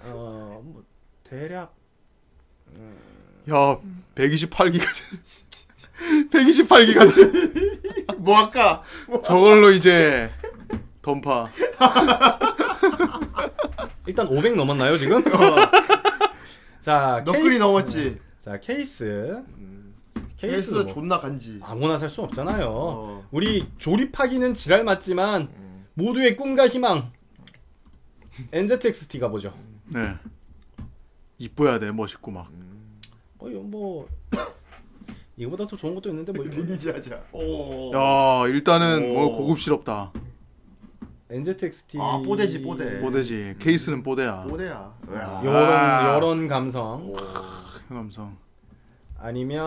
[SPEAKER 4] 어, 뭐 대략
[SPEAKER 3] 야, 128기가 128기가
[SPEAKER 2] 뭐 할까?
[SPEAKER 3] 저걸로 이제 던파.
[SPEAKER 4] 일단 500 넘었나요 지금? 자
[SPEAKER 2] 어. 너클이
[SPEAKER 4] 케이스.
[SPEAKER 2] 넘었지.
[SPEAKER 4] 자 케이스.
[SPEAKER 2] 케이스
[SPEAKER 4] 케이스는 뭐
[SPEAKER 2] 존나 간지.
[SPEAKER 4] 아무나 살 수 없잖아요.
[SPEAKER 2] 어. 음.
[SPEAKER 4] 우리 조립하기는 지랄 맞지만 모두의 꿈과 희망. NZXT 가보죠.
[SPEAKER 2] 음.
[SPEAKER 3] 네. 이뻐야 돼, 멋있고 막.
[SPEAKER 4] 어, 이거 뭐 이거보다 더 좋은 것도 있는데 뭐 이거-
[SPEAKER 2] 리니지 하자. 어. 오.
[SPEAKER 3] 야, 일단은 뭐
[SPEAKER 2] 오.
[SPEAKER 3] 고급스럽다.
[SPEAKER 4] NZXT
[SPEAKER 2] 아, 뽀대지, 뽀대.
[SPEAKER 3] 뽀대지. 케이스는 뽀대야.
[SPEAKER 2] 뭐대야?
[SPEAKER 4] 요런
[SPEAKER 3] 아.
[SPEAKER 4] 요런 감성
[SPEAKER 2] 뭐.
[SPEAKER 3] 그 감성.
[SPEAKER 4] 아니면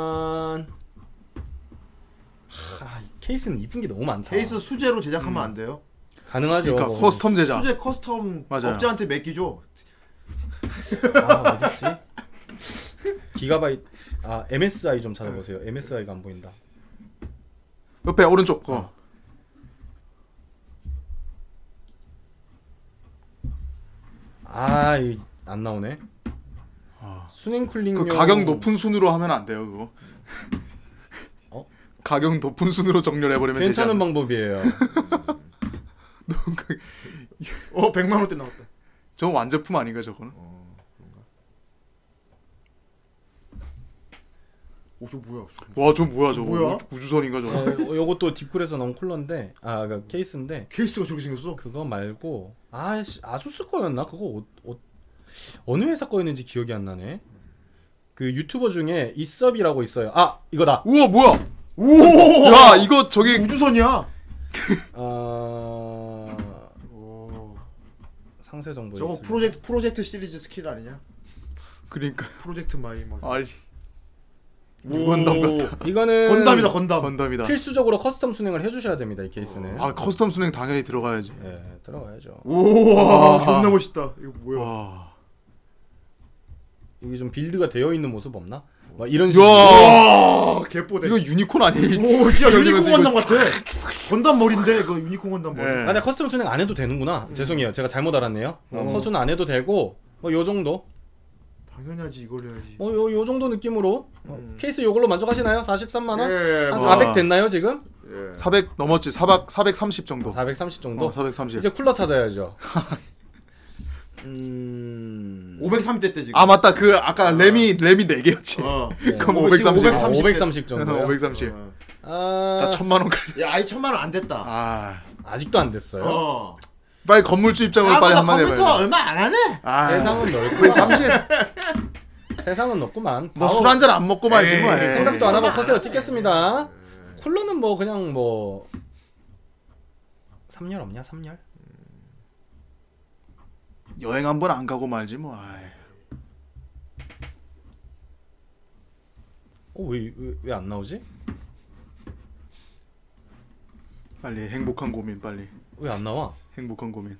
[SPEAKER 4] 하, 이 케이스는 이쁜 게 너무
[SPEAKER 3] 어.
[SPEAKER 4] 많다.
[SPEAKER 2] 케이스 수제로 제작하면 안 돼요?
[SPEAKER 4] 가능하죠. 뭐.
[SPEAKER 3] 그러니까 커스텀 제작.
[SPEAKER 2] 수제 커스텀
[SPEAKER 3] 음. 맞아요.
[SPEAKER 2] 업자한테 맡기죠.
[SPEAKER 4] 아, 어딨지? 기가바이트 아 MSI 좀 찾아보세요. MSI가 안 보인다.
[SPEAKER 3] 옆에 오른쪽 거.
[SPEAKER 4] 아, 이안 나오네. 수냉 쿨링
[SPEAKER 3] 그 가격 높은 순으로 하면 안 돼요, 그거.
[SPEAKER 4] 어?
[SPEAKER 3] 가격 높은 순으로 정렬해 버리면 되지.
[SPEAKER 4] 괜찮은
[SPEAKER 3] 않나?
[SPEAKER 4] 방법이에요.
[SPEAKER 2] 어, 100만 원대 나왔다.
[SPEAKER 3] 저거 완제품 아닌가 저거는?
[SPEAKER 2] 오, 어, 저 뭐야? 저.
[SPEAKER 3] 와, 저 뭐야 저거?
[SPEAKER 2] 뭐야?
[SPEAKER 3] 우주- 우주선인가 저거?
[SPEAKER 4] 어, 요것도 딥쿨에서 나온 쿨러인데 아, 그 케이스인데
[SPEAKER 2] 케이스가 저렇게 생겼어?
[SPEAKER 4] 그거 말고 아, 씨, 아수스 거였나? 그거 어, 어, 어느 회사 거였는지 기억이 안 나네. 그 유튜버 중에 이섭이라고 있어요. 아, 이거다.
[SPEAKER 3] 우와, 뭐야?
[SPEAKER 2] 오!
[SPEAKER 3] 야, 이거 저기
[SPEAKER 2] 우주선이야.
[SPEAKER 4] 어...
[SPEAKER 2] 오.
[SPEAKER 4] 상세 정보
[SPEAKER 2] 저거
[SPEAKER 4] 있습니다.
[SPEAKER 2] 프로젝트 프로젝트 시리즈 스킬 아니냐?
[SPEAKER 3] 그러니까
[SPEAKER 2] 프로젝트 마이 막.
[SPEAKER 3] 아이 무건담 같다.
[SPEAKER 4] 이거는
[SPEAKER 2] 건담이다, 건담.
[SPEAKER 3] 건담이다.
[SPEAKER 4] 필수적으로 커스텀 순행을 해주셔야 됩니다 이 케이스는.
[SPEAKER 3] 그러니까. 아, 커스텀 순행 당연히 들어가야지.
[SPEAKER 4] 예, 들어가야죠.
[SPEAKER 2] 우와, 아,
[SPEAKER 3] 아,
[SPEAKER 2] 존나 멋있다. 이거 뭐야?
[SPEAKER 3] 와.
[SPEAKER 4] 여기 좀 빌드가 되어 있는 모습 없나? 막 이런 식으로.
[SPEAKER 3] 야, 네.
[SPEAKER 2] 와, 아, 개뽀대.
[SPEAKER 3] 이거 유니콘 아니에요?
[SPEAKER 2] 오, 야,
[SPEAKER 3] 열리면서
[SPEAKER 2] 유니콘
[SPEAKER 3] 이거
[SPEAKER 2] 건담 같아. 건담 머리인데 이거 유니콘 건담 머리.
[SPEAKER 3] 네.
[SPEAKER 4] 아, 근데 커스텀 순행 안 해도 되는구나. 죄송해요, 제가 잘못 알았네요. 어. 커스는 안 해도 되고 뭐 요 정도, 어,
[SPEAKER 2] 당연하지 이걸 해야지.
[SPEAKER 4] 뭐요 요 정도 느낌으로 어, 케이스 요걸로 만족하시나요? 43만 원?
[SPEAKER 2] 예,
[SPEAKER 4] 한
[SPEAKER 2] 뭐.
[SPEAKER 4] 400 됐나요 지금?
[SPEAKER 3] 400 넘었지. 4박 430 정도.
[SPEAKER 4] 430 정도.
[SPEAKER 3] 어, 430.
[SPEAKER 4] 이제 쿨러 찾아야죠. 음.
[SPEAKER 2] 503대 때 지금.
[SPEAKER 3] 아, 맞다. 그 아까 램이 램이 4개였지.
[SPEAKER 2] 어.
[SPEAKER 3] 그럼
[SPEAKER 2] 어, 지금
[SPEAKER 3] 530.
[SPEAKER 2] 530 대.
[SPEAKER 4] 530 아, 정도.
[SPEAKER 3] 530.
[SPEAKER 2] 어. 아.
[SPEAKER 3] 나 천만 원까지.
[SPEAKER 9] 야, 아예 천만 원 안 됐다.
[SPEAKER 3] 아.
[SPEAKER 4] 아직도 안 됐어요.
[SPEAKER 9] 어.
[SPEAKER 3] 빨리 건물주
[SPEAKER 2] 아,
[SPEAKER 3] 입장으로 빨리 한번 해봐요.
[SPEAKER 9] 컴퓨터 얼마 안 하네?
[SPEAKER 3] 아.
[SPEAKER 4] 세상은 넓고
[SPEAKER 3] 거의 30.
[SPEAKER 4] 세상은 높구만.
[SPEAKER 3] 뭐 술 한 잔 안 먹고 말지 뭐.
[SPEAKER 4] 에이, 생각도 안 하고 커세요. 찍겠습니다. 쿨러는 뭐 그냥 뭐 3열 없냐? 3열?
[SPEAKER 3] 여행 한 번 안 가고 말지 뭐. 아이.
[SPEAKER 4] 어왜왜 안 나오지?
[SPEAKER 3] 빨리 행복한 고민 빨리.
[SPEAKER 4] 왜 안 나와?
[SPEAKER 3] 행복한 고민.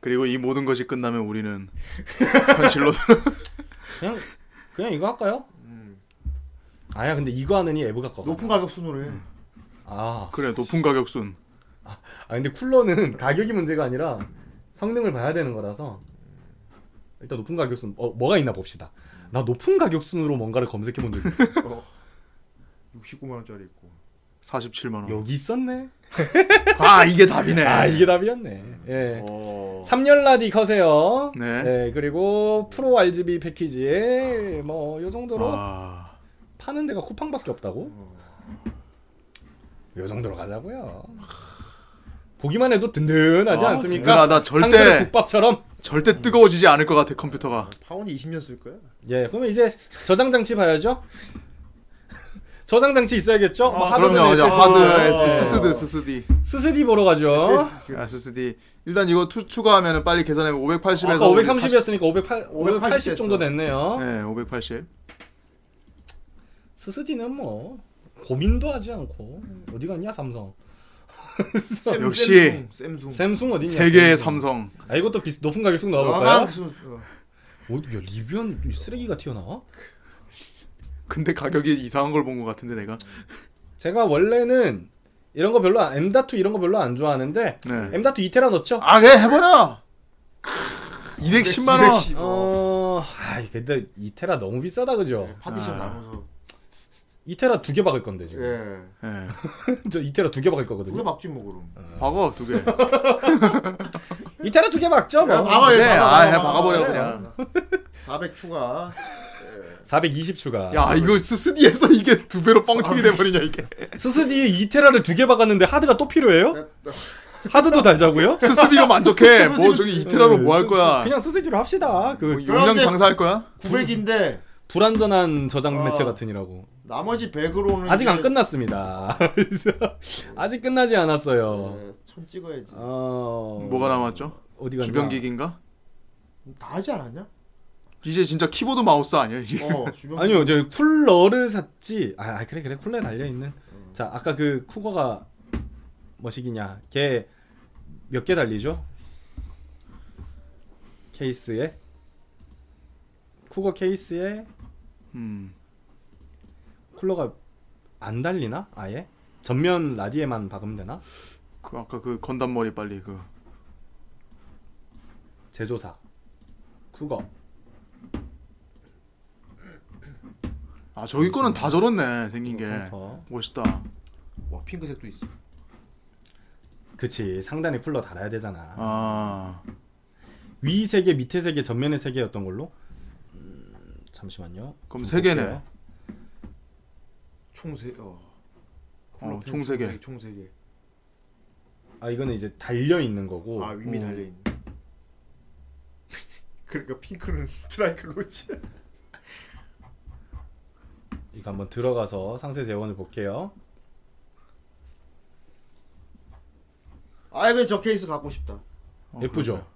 [SPEAKER 3] 그리고 이 모든 것이 끝나면 우리는 현실로 돌아.
[SPEAKER 4] 그냥 그냥 이거 할까요? 아야 근데 이거 하느니 에브가
[SPEAKER 3] 음.
[SPEAKER 4] 거.
[SPEAKER 9] 높은 가격 순으로 해.
[SPEAKER 4] 아,
[SPEAKER 3] 그래 높은 가격 순.
[SPEAKER 4] 아 근데 쿨러는 가격이 문제가 아니라 성능을 봐야 되는 거라서 일단 높은 가격 순 어, 뭐가 있나 봅시다. 나 높은 가격 순으로 뭔가를 검색해 본 적이 없어.
[SPEAKER 9] 69만 원짜리 있고.
[SPEAKER 3] 47만 원.
[SPEAKER 4] 여기 있었네.
[SPEAKER 3] 아 이게 답이네.
[SPEAKER 4] 아 이게 답이었네. 예. 3열 라디 커세요.
[SPEAKER 3] 네.
[SPEAKER 4] 예, 그리고 프로 RGB 패키지에 뭐 요 정도로
[SPEAKER 3] 아,
[SPEAKER 4] 파는 데가 쿠팡밖에 없다고? 요 정도로 가자고요. 보기만 해도 든든하지
[SPEAKER 3] 아,
[SPEAKER 4] 않습니까?
[SPEAKER 3] 든든하다. 절대-
[SPEAKER 4] 한 그릇 국밥처럼.
[SPEAKER 3] 절대 뜨거워지지 않을 것 같아 컴퓨터가.
[SPEAKER 9] 파원이 20년 쓸 거야?
[SPEAKER 4] 예, 그러면 이제 저장 장치 봐야죠. 저장 장치 있어야겠죠? 뭐 하드든
[SPEAKER 3] 아, 그럼요. 그냥
[SPEAKER 4] SSD.
[SPEAKER 3] 하드, SSD, SSD.
[SPEAKER 4] SSD 보러 가죠.
[SPEAKER 9] 그
[SPEAKER 3] SSD. 아, 일단 이거 투 추가하면은 빨리 계산해보면 580에서
[SPEAKER 4] 아까 530이었으니까 580, 580
[SPEAKER 9] 580
[SPEAKER 4] 정도 됐네요.
[SPEAKER 3] 네, 580.
[SPEAKER 4] 스스디는 뭐 고민도 하지 않고 어디 갔냐 삼성 어,
[SPEAKER 3] 역시
[SPEAKER 9] 샘숭.
[SPEAKER 4] 샘숭 어디냐
[SPEAKER 3] 세계의
[SPEAKER 4] 샘숭.
[SPEAKER 3] 삼성.
[SPEAKER 4] 아 이것도 비, 높은 가격씩
[SPEAKER 9] 아,
[SPEAKER 4] 넣어볼까요?
[SPEAKER 9] 그 순- 어.
[SPEAKER 4] 어, 야 리뷰한 쓰레기가 튀어나와?
[SPEAKER 3] 근데 가격이 이상한 걸 본 것 같은데 내가.
[SPEAKER 4] 제가 원래는 이런 거 별로 안, M.2 이런 거 별로 안 좋아하는데
[SPEAKER 3] 네.
[SPEAKER 4] M.2 2테라 넣었죠?
[SPEAKER 3] 아, 그래 해버려. 210만 원.
[SPEAKER 9] 210.
[SPEAKER 4] 어... 아 근데 2테라 너무 비싸다 그죠?
[SPEAKER 9] 파티션 나눠서.
[SPEAKER 4] 2테라 두 개 박을 건데 지금
[SPEAKER 9] 예.
[SPEAKER 3] 예.
[SPEAKER 4] 저 2테라 두 개 박을
[SPEAKER 9] 그게
[SPEAKER 4] 거거든요
[SPEAKER 9] 막지 뭐 그럼.
[SPEAKER 3] 박어 두 개.
[SPEAKER 4] 2테라 두 개 박죠 뭐
[SPEAKER 9] 박아,
[SPEAKER 2] 예.
[SPEAKER 9] 네,
[SPEAKER 3] 그래,
[SPEAKER 9] 박아,
[SPEAKER 3] 아, 그냥
[SPEAKER 9] 박아,
[SPEAKER 3] 박아버려
[SPEAKER 9] 박아.
[SPEAKER 3] 그냥.
[SPEAKER 9] 400 추가.
[SPEAKER 4] 420 추가
[SPEAKER 3] 야, 이거 스스디에서 이게 두 배로 뻥튀기 돼버리냐 이게.
[SPEAKER 4] 스스디에 2테라를 두 개 박았는데 하드가 또
[SPEAKER 3] 네,
[SPEAKER 4] 필요해요? 하드도 달자고요?
[SPEAKER 3] 스스디로 만족해. 뭐 저기 이테라로 뭐 할 거야. 뭐
[SPEAKER 4] 그냥 네, 스스디로 합시다. 그
[SPEAKER 3] 용량 장사할 거야?
[SPEAKER 9] 900인데
[SPEAKER 4] 불완전한 저장
[SPEAKER 9] 아.
[SPEAKER 4] 매체 같으니라고.
[SPEAKER 9] 나머지 100으로는
[SPEAKER 4] 아직 안 끝났습니다.
[SPEAKER 3] 네.
[SPEAKER 4] 아직 끝나지 않았어요.
[SPEAKER 9] 예, 천 찍어야지.
[SPEAKER 4] 어...
[SPEAKER 3] 뭐가 남았죠?
[SPEAKER 4] 어디 갔나?
[SPEAKER 3] 주변 기기인가?
[SPEAKER 9] 다 하지 않았냐?
[SPEAKER 3] 이제 진짜 키보드 마우스 아니야 이게?
[SPEAKER 9] 어,
[SPEAKER 2] 뭐
[SPEAKER 9] 주변
[SPEAKER 4] 아니요, 저 쿨러를 샀지. 아, 아, 그래 그래 쿨러에 달려 있는. 자, 아까 그 쿠거가 뭐시기냐? 걔 몇 개 달리죠? 케이스에 쿠거 케이스에
[SPEAKER 3] 음.
[SPEAKER 4] 쿨러가 안 달리나? 아예? 전면 라디에만 박으면 되나?
[SPEAKER 3] 그 아까 그 건담 머리 빨리 그
[SPEAKER 4] 제조사 그거
[SPEAKER 3] 아 저기 거는 다 저렇네
[SPEAKER 4] 어,
[SPEAKER 3] 생긴 게
[SPEAKER 4] 컴퓨터.
[SPEAKER 3] 멋있다.
[SPEAKER 9] 와, 핑크색도 있어.
[SPEAKER 4] 그치 상단에 쿨러 달아야 되잖아
[SPEAKER 3] 아
[SPEAKER 4] 위 세개 밑에 세개 전면에 세 개였던 걸로 음, 잠시만요
[SPEAKER 3] 그럼
[SPEAKER 4] 좀
[SPEAKER 3] 세 개네.
[SPEAKER 4] 볼게요.
[SPEAKER 9] 총 세. 어.
[SPEAKER 3] 어, 총세 개.
[SPEAKER 9] 총세 개.
[SPEAKER 4] 아 이거는 이제 달려 있는 거고
[SPEAKER 9] 아, 윗미 달려 있는. 그러니까 핑크는 스트라이크 로지.
[SPEAKER 4] 음. 이거 한번 들어가서 상세 재원을 볼게요
[SPEAKER 9] 아, 이거 저 케이스 갖고 싶다.
[SPEAKER 3] 어,
[SPEAKER 4] 예쁘죠?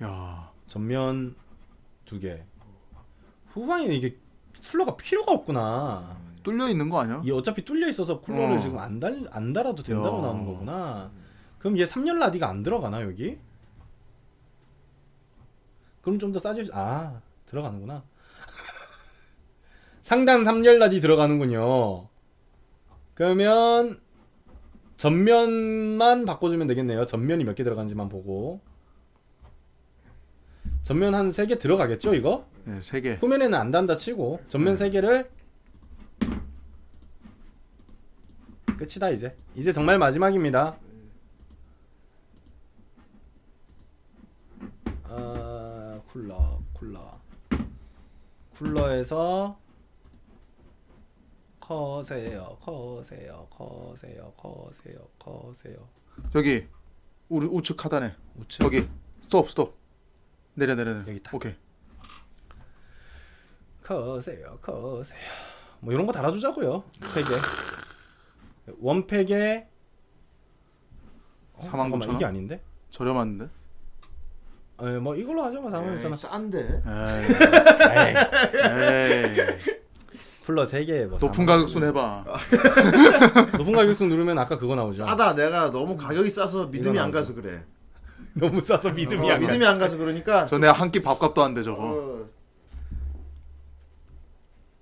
[SPEAKER 3] 야
[SPEAKER 4] 전면 두개 후방에는 이게 쿨러가 필요가 없구나
[SPEAKER 3] 뚫려 있는 거 아니야?
[SPEAKER 4] 이 어차피 뚫려 있어서 쿨러를
[SPEAKER 3] 어.
[SPEAKER 4] 지금 안, 달, 안 달아도 된다고
[SPEAKER 3] 야.
[SPEAKER 4] 나오는 거구나. 그럼 얘 3열 라디가 안 들어가나 여기? 그럼 좀 더 싸질 아 들어가는구나. 상단 3열 라디 들어가는군요. 그러면 전면만 바꿔주면 되겠네요. 전면이 몇 개 들어가는지만 보고. 전면 한 3개 들어가겠죠 이거?
[SPEAKER 3] 네, 세 개.
[SPEAKER 4] 후면에는 안 단다 치고 전면 세 개를 끝이다 이제 이제 정말 마지막입니다. 아 쿨러 쿨러 쿨러에서 커세요 커세요 커세요 커세요 커세요
[SPEAKER 3] 저기 우, 우측 하단에 우측 저기 스톱 스톱 내려 내려 내려 여기 오케이
[SPEAKER 4] 커세요 커세요 뭐 이런 거 달아주자고요 세개 원팩에 어,
[SPEAKER 3] 사만
[SPEAKER 4] 잠깐만,
[SPEAKER 3] 구천 원?
[SPEAKER 4] 이게 아닌데
[SPEAKER 3] 저렴한데
[SPEAKER 4] 예뭐 이걸로 하죠 뭐
[SPEAKER 3] 에이,
[SPEAKER 4] 4만 5천
[SPEAKER 2] 싼데?
[SPEAKER 4] 쿨러 3개 뭐
[SPEAKER 3] 높은
[SPEAKER 4] 사만
[SPEAKER 3] 가격순
[SPEAKER 4] 원.
[SPEAKER 3] 해봐.
[SPEAKER 4] 높은 가격순 누르면 아까 그거 나오죠
[SPEAKER 2] 싸다 내가 너무 가격이 싸서 믿음이
[SPEAKER 4] 이건
[SPEAKER 2] 안
[SPEAKER 4] 아니죠.
[SPEAKER 2] 가서 그래.
[SPEAKER 4] 너무 싸서
[SPEAKER 2] 어, 믿음이 안 가서 그러니까.
[SPEAKER 3] 저 내가 한 끼 밥값도 안 돼 저거
[SPEAKER 2] 어,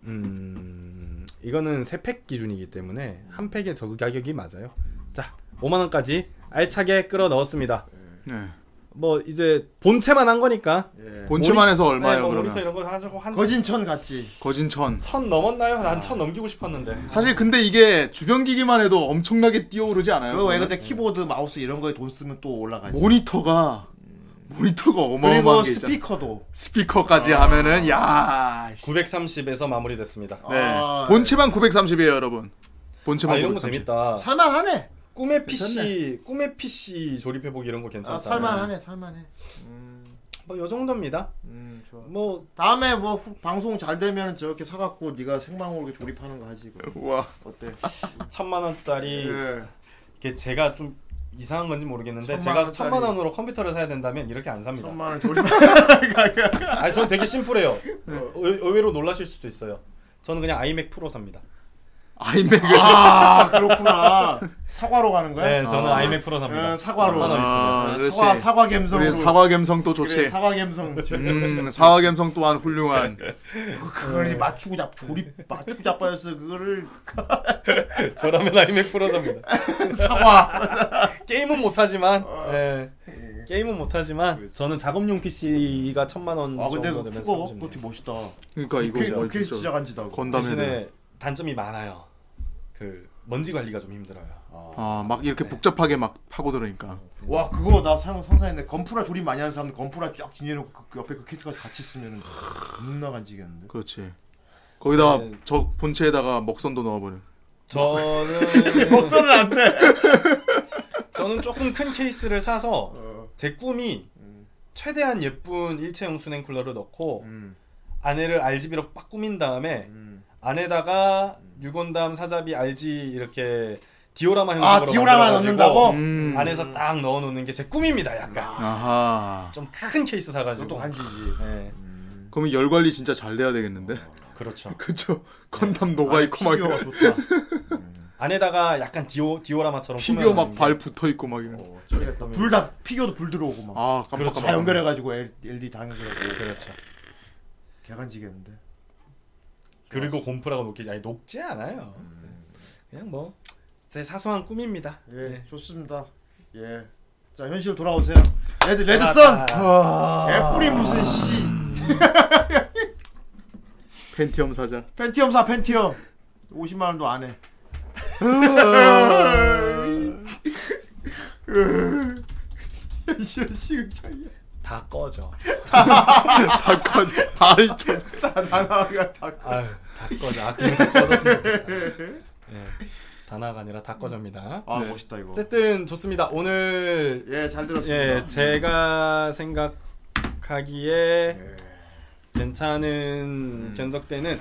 [SPEAKER 4] 음 이거는 세 팩 기준이기 때문에 한 팩에 저 가격이 맞아요 자 5만 원까지 알차게 끌어 넣었습니다
[SPEAKER 3] 네.
[SPEAKER 4] 뭐 이제 본체만 한 거니까
[SPEAKER 3] 본체만
[SPEAKER 4] 모니-
[SPEAKER 3] 해서 얼마예요,
[SPEAKER 4] 네, 뭐
[SPEAKER 3] 그러면?
[SPEAKER 4] 모니터 이런 거 하자고 한
[SPEAKER 2] 천 같지
[SPEAKER 3] 거진천
[SPEAKER 4] 천 넘었나요? 난 천 넘기고 싶었는데
[SPEAKER 3] 사실 근데 이게 주변 기기만 해도 엄청나게 뛰어오르지 않아요?
[SPEAKER 2] 그거 왜 그때 키보드, 마우스 이런 거에 돈 쓰면 또 올라가지.
[SPEAKER 3] 모니터가 모니터가 뭐 어마어마한
[SPEAKER 2] 그리고
[SPEAKER 3] 게 있잖아.
[SPEAKER 2] 스피커도. 아.
[SPEAKER 3] 스피커까지 하면은 야
[SPEAKER 4] 930에서 마무리됐습니다
[SPEAKER 3] 네. 본체만 930이에요, 여러분. 본체만
[SPEAKER 4] 아, 이런 거
[SPEAKER 3] 930.
[SPEAKER 4] 재밌다.
[SPEAKER 2] 살만하네. 괜찮네.
[SPEAKER 4] 꿈의 PC 꿈의 PC 조립해 보기 이런 거 괜찮다.
[SPEAKER 2] 아, 살만하네, 살만해.
[SPEAKER 4] 뭐요 정도입니다.
[SPEAKER 2] 음, 좋아.
[SPEAKER 4] 뭐
[SPEAKER 2] 다음에 뭐 후- 방송 잘 되면 저렇게 사갖고 네가 생방으로 이렇게 조립하는 거 하지. 그거.
[SPEAKER 3] 우와.
[SPEAKER 2] 어때? 예.
[SPEAKER 4] 천만 원짜리 이게 제가 좀 이상한 건지 모르겠는데
[SPEAKER 2] 천만
[SPEAKER 4] 제가
[SPEAKER 2] 원짜리.
[SPEAKER 4] 천만 원으로 컴퓨터를 사야 된다면 이렇게 안 삽니다.
[SPEAKER 2] 천만 네. 원 조립.
[SPEAKER 4] 아니 저는 되게 심플해요. 어, 의- 의외로 놀라실 수도 있어요. 저는 그냥 아이맥 프로 삽니다.
[SPEAKER 3] 아이맥을-
[SPEAKER 2] 아 그렇구나. 사과로 가는 거야?
[SPEAKER 4] 네, 저는 아이맥 프로 삽니다.
[SPEAKER 2] 응, 사과로.
[SPEAKER 4] 천만 원 있으면.
[SPEAKER 2] 응, 사과
[SPEAKER 3] 아, 그렇지.
[SPEAKER 2] 사과 감성으로.
[SPEAKER 3] 우리 사과 감성 또 좋지.
[SPEAKER 2] 그래, 사과 감성.
[SPEAKER 3] 음, 사화 감성 또한 훌륭한.
[SPEAKER 2] 그걸
[SPEAKER 3] 네.
[SPEAKER 2] 이제 맞추고 잡 조립 맞추고 잡아서 그거를
[SPEAKER 4] 저라면 아이맥 프로 삽니다.
[SPEAKER 2] 사과.
[SPEAKER 4] 게임은 못하지만
[SPEAKER 2] 아.
[SPEAKER 4] 예. 게임은
[SPEAKER 2] 그렇죠.
[SPEAKER 4] 못하지만 저는 작업용 PC가 천만
[SPEAKER 3] 음,
[SPEAKER 4] 원
[SPEAKER 2] 아 근데
[SPEAKER 4] 정도
[SPEAKER 2] 그거
[SPEAKER 4] 되면
[SPEAKER 2] 투거
[SPEAKER 4] 사고 싶네요.
[SPEAKER 2] 그것도 멋있다.
[SPEAKER 3] 그러니까 이거
[SPEAKER 2] 오케이,
[SPEAKER 3] 뭐
[SPEAKER 2] 오케이
[SPEAKER 3] 진짜
[SPEAKER 2] 시작 안지다.
[SPEAKER 3] 건담에
[SPEAKER 4] 대신에 단점이 많아요. 그 먼지 관리가 좀 힘들어요.
[SPEAKER 3] 아, 막 이렇게
[SPEAKER 2] 네.
[SPEAKER 3] 복잡하게 막 파고들으니까.
[SPEAKER 2] 와 그거 나 상, 상상했는데 건프라 조립 많이 하는 사람들 건프라 쫙 진열해놓고 그, 그 옆에 그 케이스까지 같이 쓰면은 겁나 간지겠는데.
[SPEAKER 3] 그렇지.
[SPEAKER 2] 어.
[SPEAKER 3] 거기다가
[SPEAKER 2] 네.
[SPEAKER 3] 저 본체에다가 먹선도 넣어버려.
[SPEAKER 4] 저는
[SPEAKER 2] 목소리는 안 돼.
[SPEAKER 4] 저는 조금 큰 케이스를 사서
[SPEAKER 2] 어.
[SPEAKER 4] 제 꿈이
[SPEAKER 2] 음.
[SPEAKER 4] 최대한 예쁜 일체형 수냉 쿨러를 넣고
[SPEAKER 2] 음.
[SPEAKER 4] 안에를 RGB로 빡 꾸민 다음에 안에다가 유건담 사자비 RG 이렇게 디오라마 형식으로
[SPEAKER 2] 아, 디오라마
[SPEAKER 4] 만들어가지고
[SPEAKER 2] 넣는다고? 음.
[SPEAKER 4] 안에서 딱 넣어놓는 게 제 꿈입니다 약간
[SPEAKER 3] 아하.
[SPEAKER 4] 좀 큰 케이스 사가지고
[SPEAKER 2] 또 간지지.
[SPEAKER 4] 네.
[SPEAKER 3] 그러면 열 관리 진짜 잘 돼야 되겠는데.
[SPEAKER 2] 어.
[SPEAKER 4] 그렇죠.
[SPEAKER 2] 네.
[SPEAKER 3] 그렇죠. 건담 녹아 있고 막
[SPEAKER 4] 피규어가
[SPEAKER 3] 이런.
[SPEAKER 4] 안에다가 약간 디오 디오라마처럼
[SPEAKER 3] 피규어
[SPEAKER 4] 꾸며놓는
[SPEAKER 2] 네.
[SPEAKER 3] 막 발 붙어 있고 막 이런.
[SPEAKER 2] 불다 피규어도 불 들어오고 막.
[SPEAKER 3] 아, 깜빡깜빡.
[SPEAKER 2] 다 그렇죠. 연결해가지고 L, LD 다 연결하고.
[SPEAKER 4] 그렇죠.
[SPEAKER 2] 개간지겠는데.
[SPEAKER 4] 그리고 곰프라고 녹지 아니 녹지 않아요. 음. 그냥 뭐 제 사소한 꿈입니다.
[SPEAKER 2] 예, 좋습니다. 예. 자, 현실 돌아오세요. 레드 레드선. 개뿔이 무슨 씨.
[SPEAKER 3] 펜티엄 사자.
[SPEAKER 2] 팬티엄 사 팬티엄. 50만 원도 안 해. 시시장이야.
[SPEAKER 4] 다 꺼져.
[SPEAKER 3] 다 꺼져. 다를 쳐.
[SPEAKER 2] 다 나가 다
[SPEAKER 4] 아유, 다 꺼져. 아, 그냥 다 꺼졌으면 좋겠다. 예. 단아가 아니라 다 꺼져입니다.
[SPEAKER 2] 아, 멋있다, 이거.
[SPEAKER 4] 어쨌든 좋습니다. 오늘
[SPEAKER 2] 예, 잘 들었습니다.
[SPEAKER 4] 예, 제가 생각하기에 괜찮은 견적대는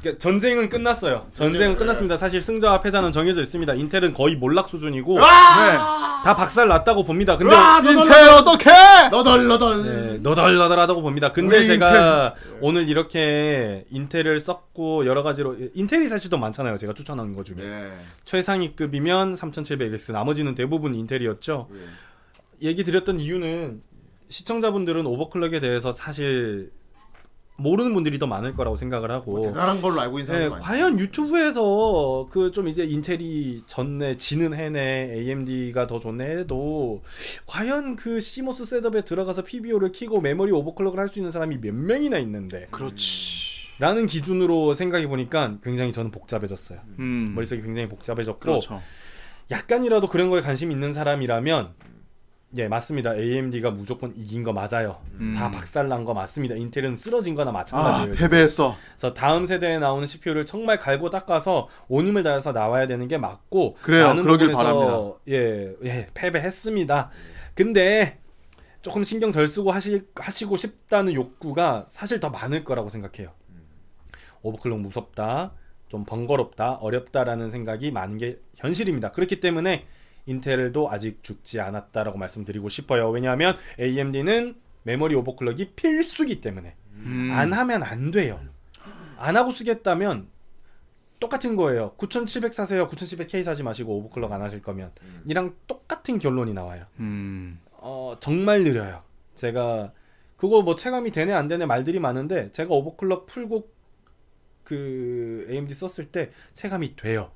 [SPEAKER 4] 그러니까 전쟁은 끝났어요. 음. 전쟁은 끝났습니다. 사실 승자와 패자는 정해져 있습니다. 인텔은 거의 몰락 수준이고 네. 다 박살 났다고 봅니다. 근데
[SPEAKER 3] 인텔 어떡해?
[SPEAKER 2] 너덜 너덜.
[SPEAKER 4] 네, 너덜너덜하다고 봅니다. 근데
[SPEAKER 2] 음. 우리
[SPEAKER 4] 제가 오늘 이렇게 인텔을 썼고 여러 가지로 인텔이 사실 더 많잖아요. 제가 추천한 거 중에
[SPEAKER 2] 네.
[SPEAKER 4] 최상위급이면 3700X, 나머지는 대부분 인텔이었죠.
[SPEAKER 2] 네.
[SPEAKER 4] 얘기 드렸던 이유는 시청자분들은 오버클럭에 대해서 사실 모르는 분들이 더 많을 거라고 생각을 하고
[SPEAKER 2] 뭐 대단한 걸로 알고 있는
[SPEAKER 4] 네,
[SPEAKER 2] 사람이 많아.
[SPEAKER 4] 과연 유튜브에서 그 좀 이제 인텔이 전네 지는 해네 AMD가 더 좋네 해도 과연 그 시모스 셋업에 들어가서 PBO를 키고 메모리 오버클럭을 할 수 있는 사람이 몇 명이나 있는데
[SPEAKER 3] 그렇지.
[SPEAKER 4] 라는 기준으로 생각해 보니까 굉장히 저는 복잡해졌어요.
[SPEAKER 2] 그렇죠.
[SPEAKER 3] 음.
[SPEAKER 4] 머릿속이 굉장히 복잡해졌고
[SPEAKER 3] 그렇죠.
[SPEAKER 4] 약간이라도 그런 거에 관심 있는 사람이라면 예, 맞습니다. AMD가 무조건 이긴 거 맞아요. 다 박살난 거 맞습니다. 인텔은 쓰러진 거나 마찬가지예요.
[SPEAKER 3] 음. 아, 패배했어.
[SPEAKER 4] 그래서 다음 세대에 나오는 CPU를 정말 갈고 닦아서 온 힘을 다해서 나와야 되는 게 맞고
[SPEAKER 3] 그래요.
[SPEAKER 4] 많은
[SPEAKER 3] 그러길
[SPEAKER 4] 부분에서 예, 예, 패배했습니다. 근데 조금 신경 덜 쓰고 하시, 하시고 싶다는 욕구가 사실 더 많을 거라고 생각해요. 오버클럭 무섭다, 좀 번거롭다, 어렵다라는 생각이 많은 게 현실입니다. 그렇기 때문에 인텔도 아직 죽지 않았다라고 말씀드리고 싶어요. 왜냐하면 AMD는 메모리 오버클럭이 필수기 때문에
[SPEAKER 3] 음.
[SPEAKER 4] 안 하면 안 돼요. 안 하고 쓰겠다면 똑같은 거예요. 9700 사세요. 9700K 사지 마시고 오버클럭 안 하실 거면 이랑 똑같은 결론이 나와요.
[SPEAKER 3] 음.
[SPEAKER 4] 어, 정말 느려요. 제가 그거 뭐 체감이 되네 안 되네 말들이 많은데 제가 오버클럭 풀고 그 AMD 썼을 때 체감이 돼요.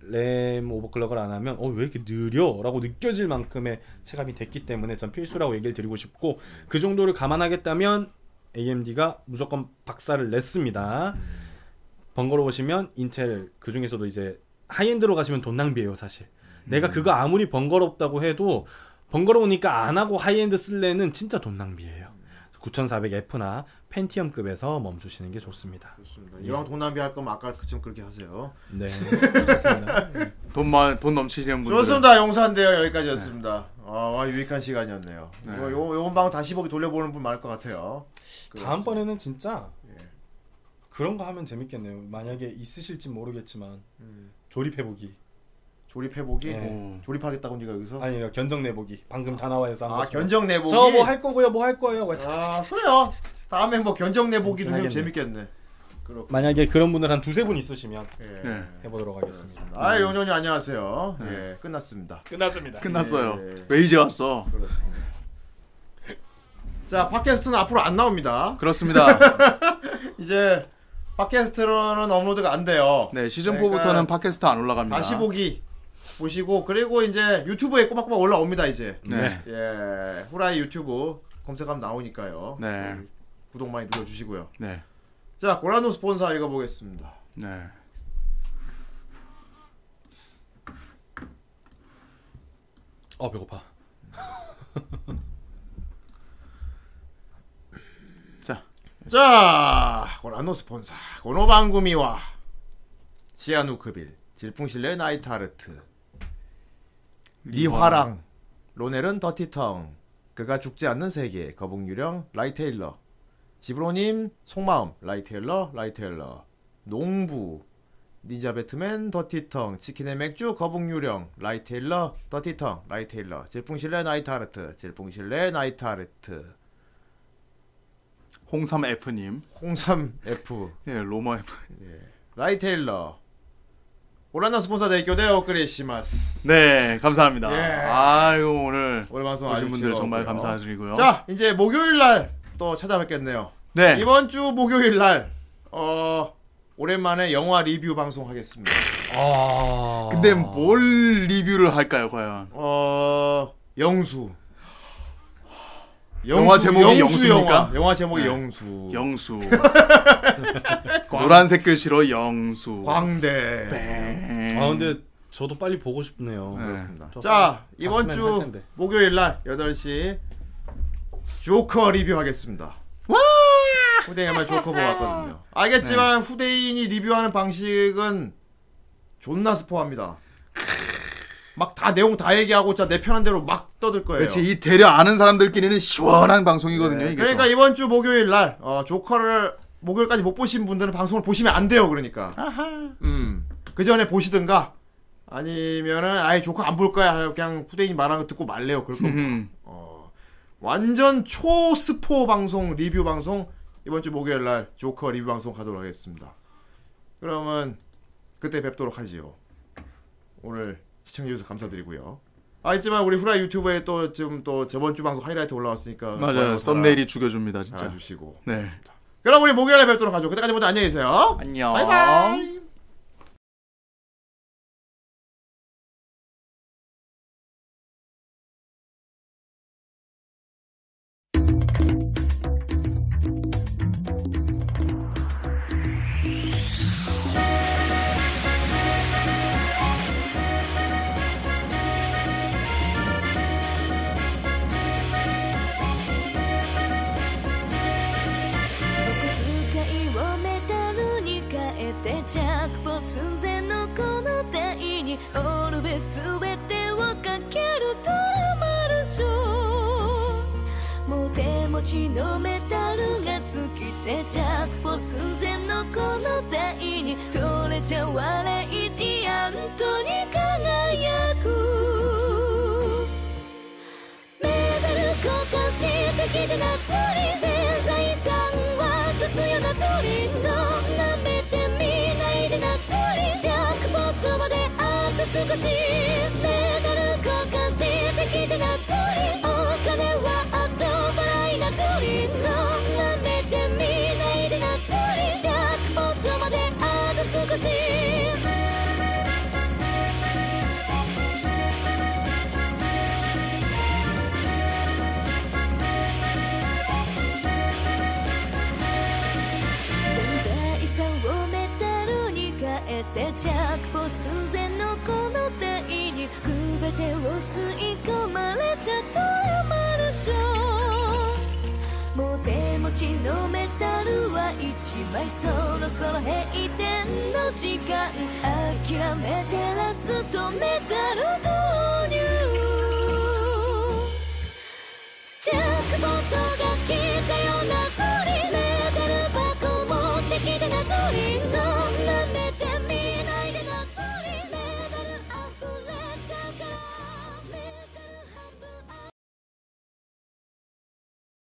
[SPEAKER 4] 램 오버클럭을 안 하면 어 왜 이렇게 느려라고 느껴질 만큼의 체감이 됐기 때문에 전 필수라고 얘기를 드리고 싶고 그 정도를 감안하겠다면 AMD가 무조건 박살을 냈습니다. 번거로우시면 인텔 그 중에서도 이제 하이엔드로 가시면 돈 낭비예요 사실. 내가 그거 아무리 번거롭다고 해도 번거로우니까 안 하고 하이엔드 쓸래는 진짜 돈 낭비예요. 9400F나 펜티엄급에서 멈추시는 게 좋습니다.
[SPEAKER 2] 좋습니다. 이왕 돈 낭비할 거면 아까 그쯤 그렇게 하세요.
[SPEAKER 4] 네.
[SPEAKER 3] 돈 많, 돈 넘치시는 분들.
[SPEAKER 2] 좋습니다. 용산대요 여기까지였습니다. 아, 와, 유익한 시간이었네요. 이거 요, 요번 방은 다시 보기 돌려보는 분 많을 것 같아요.
[SPEAKER 4] 다음번에는 진짜
[SPEAKER 2] 예.
[SPEAKER 4] 그런 거 하면 재밌겠네요. 만약에 있으실지 모르겠지만
[SPEAKER 2] 음.
[SPEAKER 4] 조립해 보기.
[SPEAKER 2] 조립해 보기.
[SPEAKER 4] 예.
[SPEAKER 2] 조립하겠다고 네가 여기서.
[SPEAKER 4] 아니 그러니까 견적 내보기. 방금 다 나와서
[SPEAKER 2] 아, 견적 내보기?
[SPEAKER 4] 저뭐 할 거고요. 뭐 할 거예요.
[SPEAKER 2] 아 그래요. 다음에 뭐 견적 내보기도 해면
[SPEAKER 4] 하겠네.
[SPEAKER 2] 재밌겠네. 그렇고.
[SPEAKER 4] 만약에 그런 분들 한 두세 분 있으시면
[SPEAKER 2] 네.
[SPEAKER 4] 해보도록 하겠습니다.
[SPEAKER 2] 아 용현이 안녕하세요. 예, 끝났습니다.
[SPEAKER 4] 끝났습니다.
[SPEAKER 3] 끝났어요.
[SPEAKER 2] 예.
[SPEAKER 3] 왜 이제 왔어?
[SPEAKER 2] 자 팟캐스트는 앞으로 안 나옵니다.
[SPEAKER 3] 그렇습니다.
[SPEAKER 2] 이제 팟캐스트로는 업로드가 안 돼요.
[SPEAKER 3] 네, 시즌
[SPEAKER 2] 그러니까
[SPEAKER 3] 4부터는 팟캐스트 안 올라갑니다.
[SPEAKER 2] 다시 보기 보시고 그리고 이제 유튜브에 꼬박꼬박 올라옵니다 이제.
[SPEAKER 3] 네.
[SPEAKER 2] 예, 후라이 유튜브 검색하면 나오니까요.
[SPEAKER 3] 네.
[SPEAKER 2] 구독 많이 눌러주시고요.
[SPEAKER 3] 네.
[SPEAKER 2] 자 고라노 스폰서 읽어보겠습니다.
[SPEAKER 3] 네.
[SPEAKER 4] 어 배고파.
[SPEAKER 2] 자, 고라노 스폰사 고노방구미와 시아누크빌 질풍실레 나이트하르트 리화랑 로넬은 더티텅 그가 죽지 않는 세계 거북유령 라이테일러 지브로님 속마음 라이테일러 라이테일러 농부 닌자 배트맨 더티텅 치킨의 맥주 거북유령 라이테일러 더티텅 라이테일러 질풍실레 나이트하르트 질풍실레 나이트하르트
[SPEAKER 3] 홍삼 F님.
[SPEAKER 2] 홍삼 F
[SPEAKER 3] 예, 로마 F.
[SPEAKER 2] 라이테일러 오란나 스폰서 대교 대오 크리시마스
[SPEAKER 3] 네, 감사합니다.
[SPEAKER 2] 예.
[SPEAKER 3] 아유 오늘
[SPEAKER 2] 오늘 방송 아주
[SPEAKER 3] 오신 분들 정말
[SPEAKER 2] 즐거웠고요.
[SPEAKER 3] 감사드리고요.
[SPEAKER 2] 자 이제 목요일 날 또 찾아뵙겠네요
[SPEAKER 3] 네.
[SPEAKER 2] 이번 주 목요일 날어 오랜만에 영화 리뷰 방송 하겠습니다
[SPEAKER 4] 아.
[SPEAKER 3] 근데 뭘 리뷰를 할까요, 과연?
[SPEAKER 2] 어 영수
[SPEAKER 3] 영화 제목이 영수입니까?
[SPEAKER 2] 영화 영화 제목이
[SPEAKER 3] 네.
[SPEAKER 2] 영수
[SPEAKER 3] 영수. 노란색 글씨로 영수.
[SPEAKER 2] 광대
[SPEAKER 3] 네.
[SPEAKER 4] 아 근데 저도 빨리 보고 싶네요.
[SPEAKER 3] 그렇습니다.
[SPEAKER 4] 저
[SPEAKER 2] 자
[SPEAKER 4] 빨리
[SPEAKER 2] 이번
[SPEAKER 4] 봤으면 할
[SPEAKER 2] 주
[SPEAKER 4] 텐데.
[SPEAKER 2] 목요일 날 8시 조커 리뷰하겠습니다. 후대인만 조커 보고 왔거든요. 알겠지만
[SPEAKER 4] 네.
[SPEAKER 2] 후대인이 리뷰하는 방식은 존나 스포합니다. 막 다 내용 다 얘기하고 진짜 내 편한 대로 막 떠들 거예요.
[SPEAKER 3] 그렇지 이 대려 아는 사람들끼리는 시원한 방송이거든요. 이게
[SPEAKER 2] 그러니까
[SPEAKER 3] 또.
[SPEAKER 2] 이번 주 목요일 날 어, 조커를 목요일까지 못 보신 분들은 방송을 보시면 안 돼요. 그러니까. 음. 그 전에 보시든가 아니면은 아예 조커 안 볼 거야. 그냥 후대인이 말하는 거 듣고 말래요. 그럴 거면
[SPEAKER 3] 음,
[SPEAKER 2] 완전 초스포 방송 리뷰 방송 이번 주 목요일 날 조커 리뷰 방송 가도록 하겠습니다. 그러면 그때 뵙도록 하지요. 오늘 시청해 주셔서 감사드리고요. 아 있지만 우리 후라이 유튜브에 또 지금 또 저번 주 방송 하이라이트 올라왔으니까
[SPEAKER 3] 맞아요. 썸네일이 죽여줍니다, 진짜.
[SPEAKER 2] 주시고
[SPEAKER 3] 네.
[SPEAKER 2] 그럼 우리 목요일에 뵙도록 하죠. 그때까지 모두 안녕히 계세요.
[SPEAKER 3] 안녕.
[SPEAKER 2] 바이바이.
[SPEAKER 5] ちのメタルが尽きてちゃもう寸前のこの台に取れちゃわれイディアントに輝くメダル交換してきて夏に全財産渡すよ夏にそんな目で見ないで夏にジャックポットまであと少しメダル交換してきて夏にお金は後払い夏にそんな目で見ないで夏にジャックポットまであと少し大差をメダルに変えてジャックポット寸前のこの台に全てを吸い込まれたトラマルショーも手持ちのメダルは一枚そろそろ閉店の時間諦めてラストメダルだ